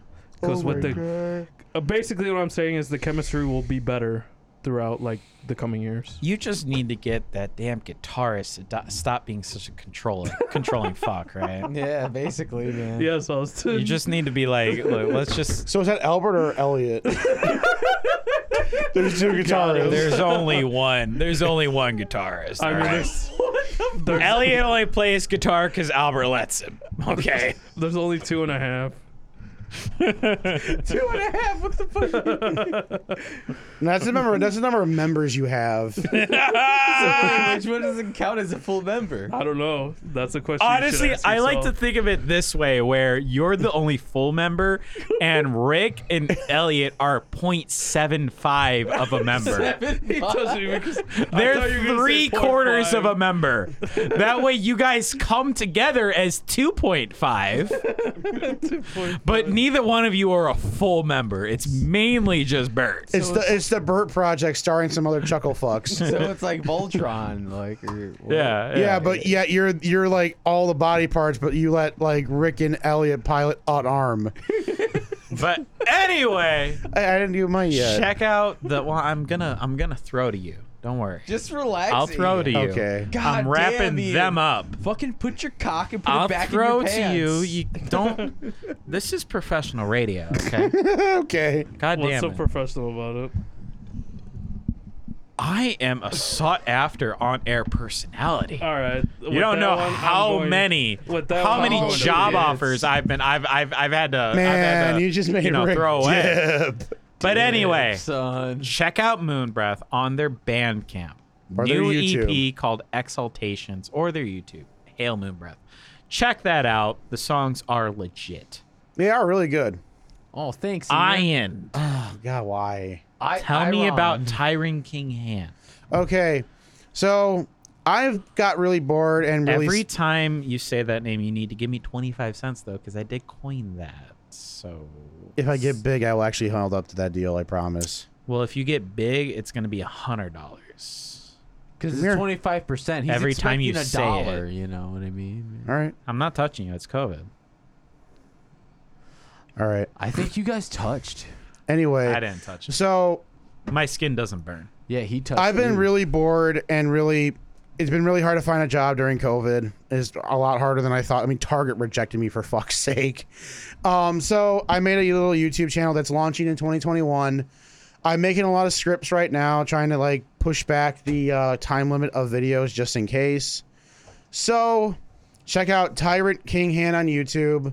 [SPEAKER 4] because with the uh, basically what I'm saying is the chemistry will be better throughout like the coming years.
[SPEAKER 3] You just need to get that damn guitarist to do- stop being such a controlling, [LAUGHS] controlling fuck, right?
[SPEAKER 8] Yeah, basically, man.
[SPEAKER 4] Yeah, so I was
[SPEAKER 3] You just need to be like, look, let's just.
[SPEAKER 1] So is that Albert or
[SPEAKER 3] [LAUGHS]
[SPEAKER 1] Elliot? There's two guitarists.
[SPEAKER 3] There's only one. There's only one guitarist.
[SPEAKER 4] I
[SPEAKER 3] all
[SPEAKER 4] mean,
[SPEAKER 3] right? [LAUGHS]
[SPEAKER 4] there's, there's
[SPEAKER 3] Elliot only plays guitar because Albert lets
[SPEAKER 4] [LAUGHS]
[SPEAKER 3] him. Okay.
[SPEAKER 4] there's only two and a half.
[SPEAKER 3] [LAUGHS]
[SPEAKER 4] [LAUGHS]
[SPEAKER 8] Two and a half. What the fuck?
[SPEAKER 4] [LAUGHS]
[SPEAKER 1] And that's the number. That's the number of members you
[SPEAKER 3] [LAUGHS]
[SPEAKER 1] have.
[SPEAKER 8] Which one doesn't
[SPEAKER 10] [LAUGHS]
[SPEAKER 8] count as a full member?
[SPEAKER 4] I don't know. That's a question. you should
[SPEAKER 3] Honestly,
[SPEAKER 4] ask
[SPEAKER 3] I like to
[SPEAKER 4] yourself.
[SPEAKER 3] think of it this way where you're the only full member and Rick and Elliot are 0.75 of
[SPEAKER 4] [LAUGHS]
[SPEAKER 3] a member.
[SPEAKER 4] He [LAUGHS] doesn't even. I thought you
[SPEAKER 3] [LAUGHS] They're
[SPEAKER 4] were gonna say
[SPEAKER 3] three quarters of
[SPEAKER 4] 0.5.
[SPEAKER 3] a member. That way you guys come together as
[SPEAKER 4] [LAUGHS]
[SPEAKER 3] 2.5, but neither one of you are a full member. It's mainly just Bert.
[SPEAKER 1] It's the it's the Burt Project starring some other chuckle
[SPEAKER 3] [LAUGHS]
[SPEAKER 1] fucks.
[SPEAKER 8] So it's like Voltron, like. Or,
[SPEAKER 3] Yeah,
[SPEAKER 1] Yeah, but yeah, you're you're like all the body parts, but you let like Rick and Elliot pilot on arm.
[SPEAKER 3] But anyway,
[SPEAKER 1] I, I didn't do mine yet.
[SPEAKER 3] check out the. Well, I'm gonna I'm gonna throw to you. Don't worry.
[SPEAKER 8] Just relax.
[SPEAKER 3] I'll throw to you. [LAUGHS]
[SPEAKER 1] Okay.
[SPEAKER 8] God
[SPEAKER 3] I'm
[SPEAKER 8] damn,
[SPEAKER 3] wrapping
[SPEAKER 8] Ian.
[SPEAKER 3] them up.
[SPEAKER 8] Fucking put your cock and put
[SPEAKER 3] I'll
[SPEAKER 8] it back
[SPEAKER 3] throw
[SPEAKER 8] in your
[SPEAKER 3] to
[SPEAKER 8] pants.
[SPEAKER 3] you. You don't. this is professional radio.
[SPEAKER 1] [LAUGHS]
[SPEAKER 3] Okay.
[SPEAKER 1] [LAUGHS] Okay.
[SPEAKER 3] God
[SPEAKER 4] What's
[SPEAKER 3] damn
[SPEAKER 4] so
[SPEAKER 3] it.
[SPEAKER 4] professional about it?
[SPEAKER 3] I am a sought after on air personality.
[SPEAKER 4] All right.
[SPEAKER 3] You don't know how many
[SPEAKER 4] with that
[SPEAKER 3] how
[SPEAKER 4] one, I'm
[SPEAKER 3] many
[SPEAKER 4] going to
[SPEAKER 3] job
[SPEAKER 4] yes.
[SPEAKER 3] offers I've been I've I've I've had to I've had
[SPEAKER 1] Man,
[SPEAKER 3] to,
[SPEAKER 1] you just made
[SPEAKER 3] you know,
[SPEAKER 1] Rick
[SPEAKER 3] throw away.
[SPEAKER 1] dip.
[SPEAKER 3] But anyway,
[SPEAKER 8] son.
[SPEAKER 3] check out Moonbreath on their Bandcamp.
[SPEAKER 1] Or their
[SPEAKER 3] new
[SPEAKER 1] YouTube.
[SPEAKER 3] EP called Exaltations or their YouTube. Hail Moonbreath. Check that out. The songs are legit.
[SPEAKER 1] They are really good.
[SPEAKER 8] Oh, thanks.
[SPEAKER 3] Ian,
[SPEAKER 1] God, why?
[SPEAKER 8] I,
[SPEAKER 3] tell
[SPEAKER 8] I
[SPEAKER 3] me
[SPEAKER 8] wrong.
[SPEAKER 3] about Tyron King Hand.
[SPEAKER 1] Okay, so I've got really bored and really
[SPEAKER 3] Every time you say that name, you need to give me 25 cents, though, because I did coin that. So,
[SPEAKER 1] If I get big, I will actually hold up to that deal. I promise.
[SPEAKER 3] well, if you get big, it's going to be $100.
[SPEAKER 8] Because
[SPEAKER 1] here.
[SPEAKER 8] it's twenty five percent.
[SPEAKER 3] Every time you
[SPEAKER 8] a
[SPEAKER 3] say
[SPEAKER 8] dollar,
[SPEAKER 3] it.
[SPEAKER 8] you know what I mean.
[SPEAKER 1] All right,
[SPEAKER 3] I'm not touching you. It's COVID.
[SPEAKER 1] all right.
[SPEAKER 8] I think you
[SPEAKER 3] [LAUGHS]
[SPEAKER 8] guys touched.
[SPEAKER 1] Anyway,
[SPEAKER 3] I didn't touch it.
[SPEAKER 1] so
[SPEAKER 3] My skin doesn't
[SPEAKER 1] [LAUGHS]
[SPEAKER 3] burn.
[SPEAKER 8] Yeah, he touched.
[SPEAKER 1] I've been
[SPEAKER 8] you.
[SPEAKER 1] really bored and really. It's been really hard to find a job during COVID. It's a lot harder than I thought. I mean, Target rejected me for fuck's [LAUGHS] sake. Um, so I made a little YouTube channel that's launching in 2021. I'm making a lot of scripts right now, trying to like push back the uh, time limit of videos just in case. So check out Tyrant King Hand on YouTube.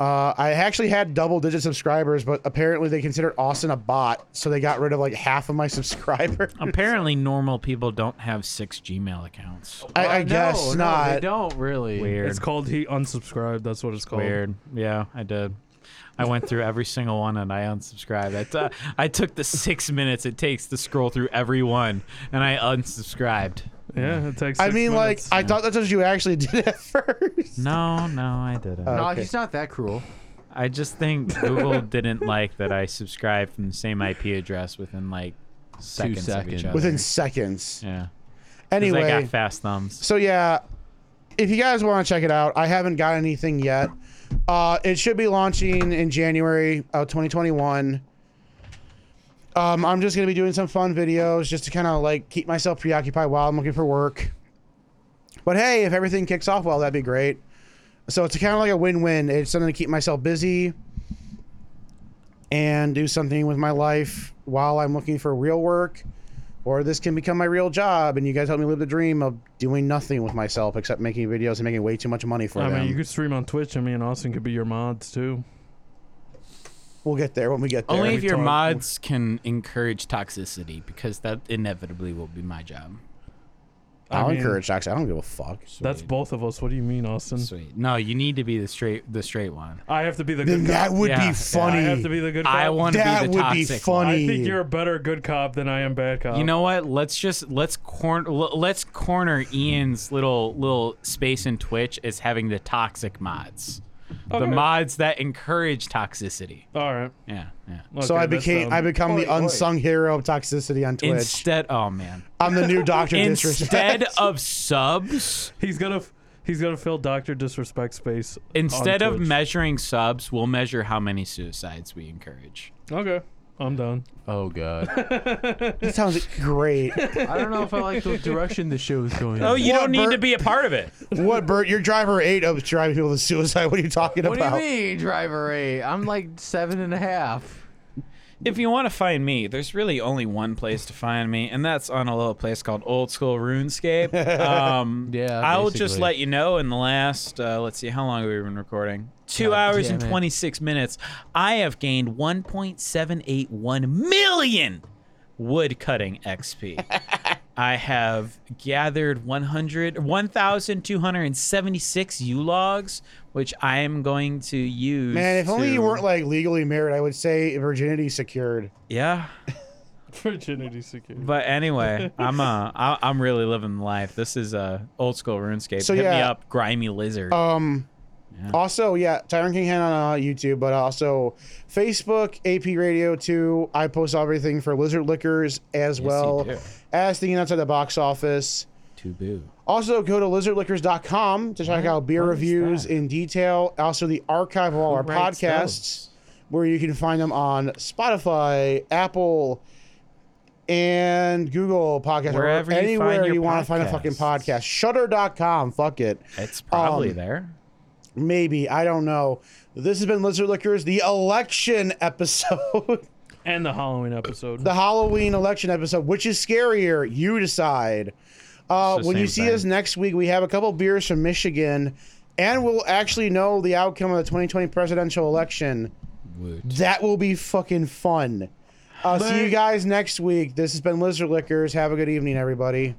[SPEAKER 1] Uh, I actually had double digit subscribers, but apparently they considered Austin a bot, so they got rid of like half of my [LAUGHS] subscribers.
[SPEAKER 3] Apparently, normal people don't have six Gmail accounts.
[SPEAKER 1] I, I
[SPEAKER 8] Uh, no,
[SPEAKER 1] guess
[SPEAKER 8] no,
[SPEAKER 1] not.
[SPEAKER 8] they don't really.
[SPEAKER 3] Weird.
[SPEAKER 4] It's called he unsubscribed. That's what it's called.
[SPEAKER 3] Weird. Yeah, I did. I went through every [LAUGHS] single one and I unsubscribed. I, t- I took the six [LAUGHS] minutes it takes to scroll through every one and I unsubscribed.
[SPEAKER 4] Yeah, it takes.
[SPEAKER 1] I
[SPEAKER 4] six
[SPEAKER 1] mean,
[SPEAKER 4] minutes.
[SPEAKER 1] like, I thought that's what you actually [LAUGHS] did at first.
[SPEAKER 3] No, no, I didn't.
[SPEAKER 1] Uh,
[SPEAKER 8] No,
[SPEAKER 1] Okay.
[SPEAKER 8] he's not that cruel.
[SPEAKER 3] I just think Google didn't like that I subscribed from the same IP address within like seconds, of
[SPEAKER 8] seconds.
[SPEAKER 3] each other.
[SPEAKER 1] Within seconds.
[SPEAKER 3] yeah. 'Cause I
[SPEAKER 1] Anyway,
[SPEAKER 3] got fast thumbs.
[SPEAKER 1] so yeah, if you guys want to check it out, I haven't got anything yet. Uh, it should be launching in January of 2021. Um, I'm just gonna be doing some fun videos just to kind of like keep myself preoccupied while I'm looking for work. But hey, if everything kicks off well, that'd be great. So it's kind of like a win-win. It's something to keep myself busy and do something with my life while I'm looking for real work, or this can become my real job. And you guys help me live the dream of doing nothing with myself except making videos and making way too much money for
[SPEAKER 4] I
[SPEAKER 1] them.
[SPEAKER 4] mean, you could stream on Twitch. I mean, Austin could be your mods too.
[SPEAKER 1] We'll get there when we get there.
[SPEAKER 3] Only if your
[SPEAKER 4] time.
[SPEAKER 3] mods can encourage toxicity because that inevitably will be my job.
[SPEAKER 1] I'll
[SPEAKER 4] I mean,
[SPEAKER 1] encourage Jackson. I don't give a fuck.
[SPEAKER 4] That's both of us. What do you mean, Austin?
[SPEAKER 1] Mm.
[SPEAKER 3] Sweet. No, you need to be the straight the straight one.
[SPEAKER 4] I have to be the
[SPEAKER 1] Then
[SPEAKER 4] good
[SPEAKER 1] that
[SPEAKER 4] cop.
[SPEAKER 1] would
[SPEAKER 3] Yeah,
[SPEAKER 1] be
[SPEAKER 3] yeah.
[SPEAKER 1] funny.
[SPEAKER 4] I have to be the good cop.
[SPEAKER 3] I want to
[SPEAKER 1] That
[SPEAKER 3] be the
[SPEAKER 1] would be
[SPEAKER 3] toxic one.
[SPEAKER 1] funny.
[SPEAKER 4] I think you're a better good cop than I am bad cop.
[SPEAKER 1] Oh.
[SPEAKER 3] You know what? Let's just let's corner let's corner Ian's little little space in Twitch as having the toxic mods, the
[SPEAKER 1] Oh,
[SPEAKER 4] Okay.
[SPEAKER 3] mods that encourage toxicity.
[SPEAKER 4] All right.
[SPEAKER 3] Yeah, yeah.
[SPEAKER 1] so
[SPEAKER 4] Okay,
[SPEAKER 1] I
[SPEAKER 4] that
[SPEAKER 1] became
[SPEAKER 4] sounds-
[SPEAKER 1] I become
[SPEAKER 8] Oi,
[SPEAKER 1] the
[SPEAKER 8] oi.
[SPEAKER 1] unsung hero of toxicity on Twitch.
[SPEAKER 3] Instead, oh man.
[SPEAKER 1] I'm the
[SPEAKER 5] [LAUGHS]
[SPEAKER 1] new Doctor
[SPEAKER 3] Instead
[SPEAKER 1] Disrespect.
[SPEAKER 3] of subs,
[SPEAKER 4] He's gonna f- he's gonna fill Doctor Disrespect space. on
[SPEAKER 3] instead of
[SPEAKER 4] Twitch.
[SPEAKER 3] measuring subs, we'll measure how many suicides we encourage.
[SPEAKER 4] okay. I'm done.
[SPEAKER 5] Oh god.
[SPEAKER 1] This sounds great.
[SPEAKER 5] I don't know if I like the direction the show is
[SPEAKER 3] [LAUGHS]
[SPEAKER 5] going.
[SPEAKER 3] Oh, you
[SPEAKER 1] What,
[SPEAKER 3] don't need to
[SPEAKER 1] Bert?
[SPEAKER 3] be a part of it.
[SPEAKER 1] what, Bert? Your driver eight of driving people to suicide. What are you talking
[SPEAKER 5] What do you
[SPEAKER 1] about?
[SPEAKER 5] mean, driver eight? I'm like seven and a half.
[SPEAKER 3] If you want to find me, there's really only one place to find me, and that's on a little place called Old School
[SPEAKER 1] [LAUGHS]
[SPEAKER 3] RuneScape. Um,
[SPEAKER 5] Yeah,
[SPEAKER 3] I'll just
[SPEAKER 5] basically.
[SPEAKER 3] let you know. In the last, uh, let's see, how long have we been recording? Two
[SPEAKER 5] God
[SPEAKER 3] hours and
[SPEAKER 5] damn it.
[SPEAKER 3] 26 minutes. I have gained 1.781 million wood cutting
[SPEAKER 1] [LAUGHS]
[SPEAKER 3] XP. I have gathered 100 1,276 U logs, which I am going to use.
[SPEAKER 1] Man, if only
[SPEAKER 3] to-
[SPEAKER 1] you weren't like legally married, I would say virginity secured.
[SPEAKER 3] Yeah.
[SPEAKER 4] [LAUGHS] Virginity secured.
[SPEAKER 3] But anyway,
[SPEAKER 1] [LAUGHS]
[SPEAKER 3] I'm uh, I, I'm really living the life. This is uh, old school RuneScape.
[SPEAKER 1] So,
[SPEAKER 3] Hit me
[SPEAKER 1] yeah.
[SPEAKER 3] up, grimy lizard.
[SPEAKER 1] Um. Also, yeah, Tyron King Hen on uh, YouTube, but also Facebook, AP Radio 2. I post everything for Lizard Liquors as well
[SPEAKER 3] do.
[SPEAKER 1] as Thinking Outside the Box Office.
[SPEAKER 3] to boo.
[SPEAKER 1] Also, go to lizardliquors.com to check out beer reviews in detail. Also, the archive of all our
[SPEAKER 3] writes
[SPEAKER 1] podcasts, where you can find them on Spotify, Apple, and Google Podcasts,
[SPEAKER 3] Wherever
[SPEAKER 1] or
[SPEAKER 3] you
[SPEAKER 1] anywhere
[SPEAKER 3] find
[SPEAKER 1] you,
[SPEAKER 3] your
[SPEAKER 1] want to find a fucking podcast. Shutter.com. Fuck it.
[SPEAKER 3] It's probably
[SPEAKER 1] Um,
[SPEAKER 3] there.
[SPEAKER 1] Maybe. I don't know. This has been Lizard Liquors, the election episode, [LAUGHS]
[SPEAKER 4] And the Halloween episode.
[SPEAKER 1] the Halloween election episode. Which is scarier? You decide. Uh,
[SPEAKER 3] It's the
[SPEAKER 1] when you see
[SPEAKER 3] same
[SPEAKER 1] us
[SPEAKER 3] thing.
[SPEAKER 1] next week, we have a couple beers from Michigan, and we'll actually know the outcome of the 2020 presidential election. That will be fucking fun. Uh, see you guys next week. This has been Lizard Liquors. Have a good evening, everybody.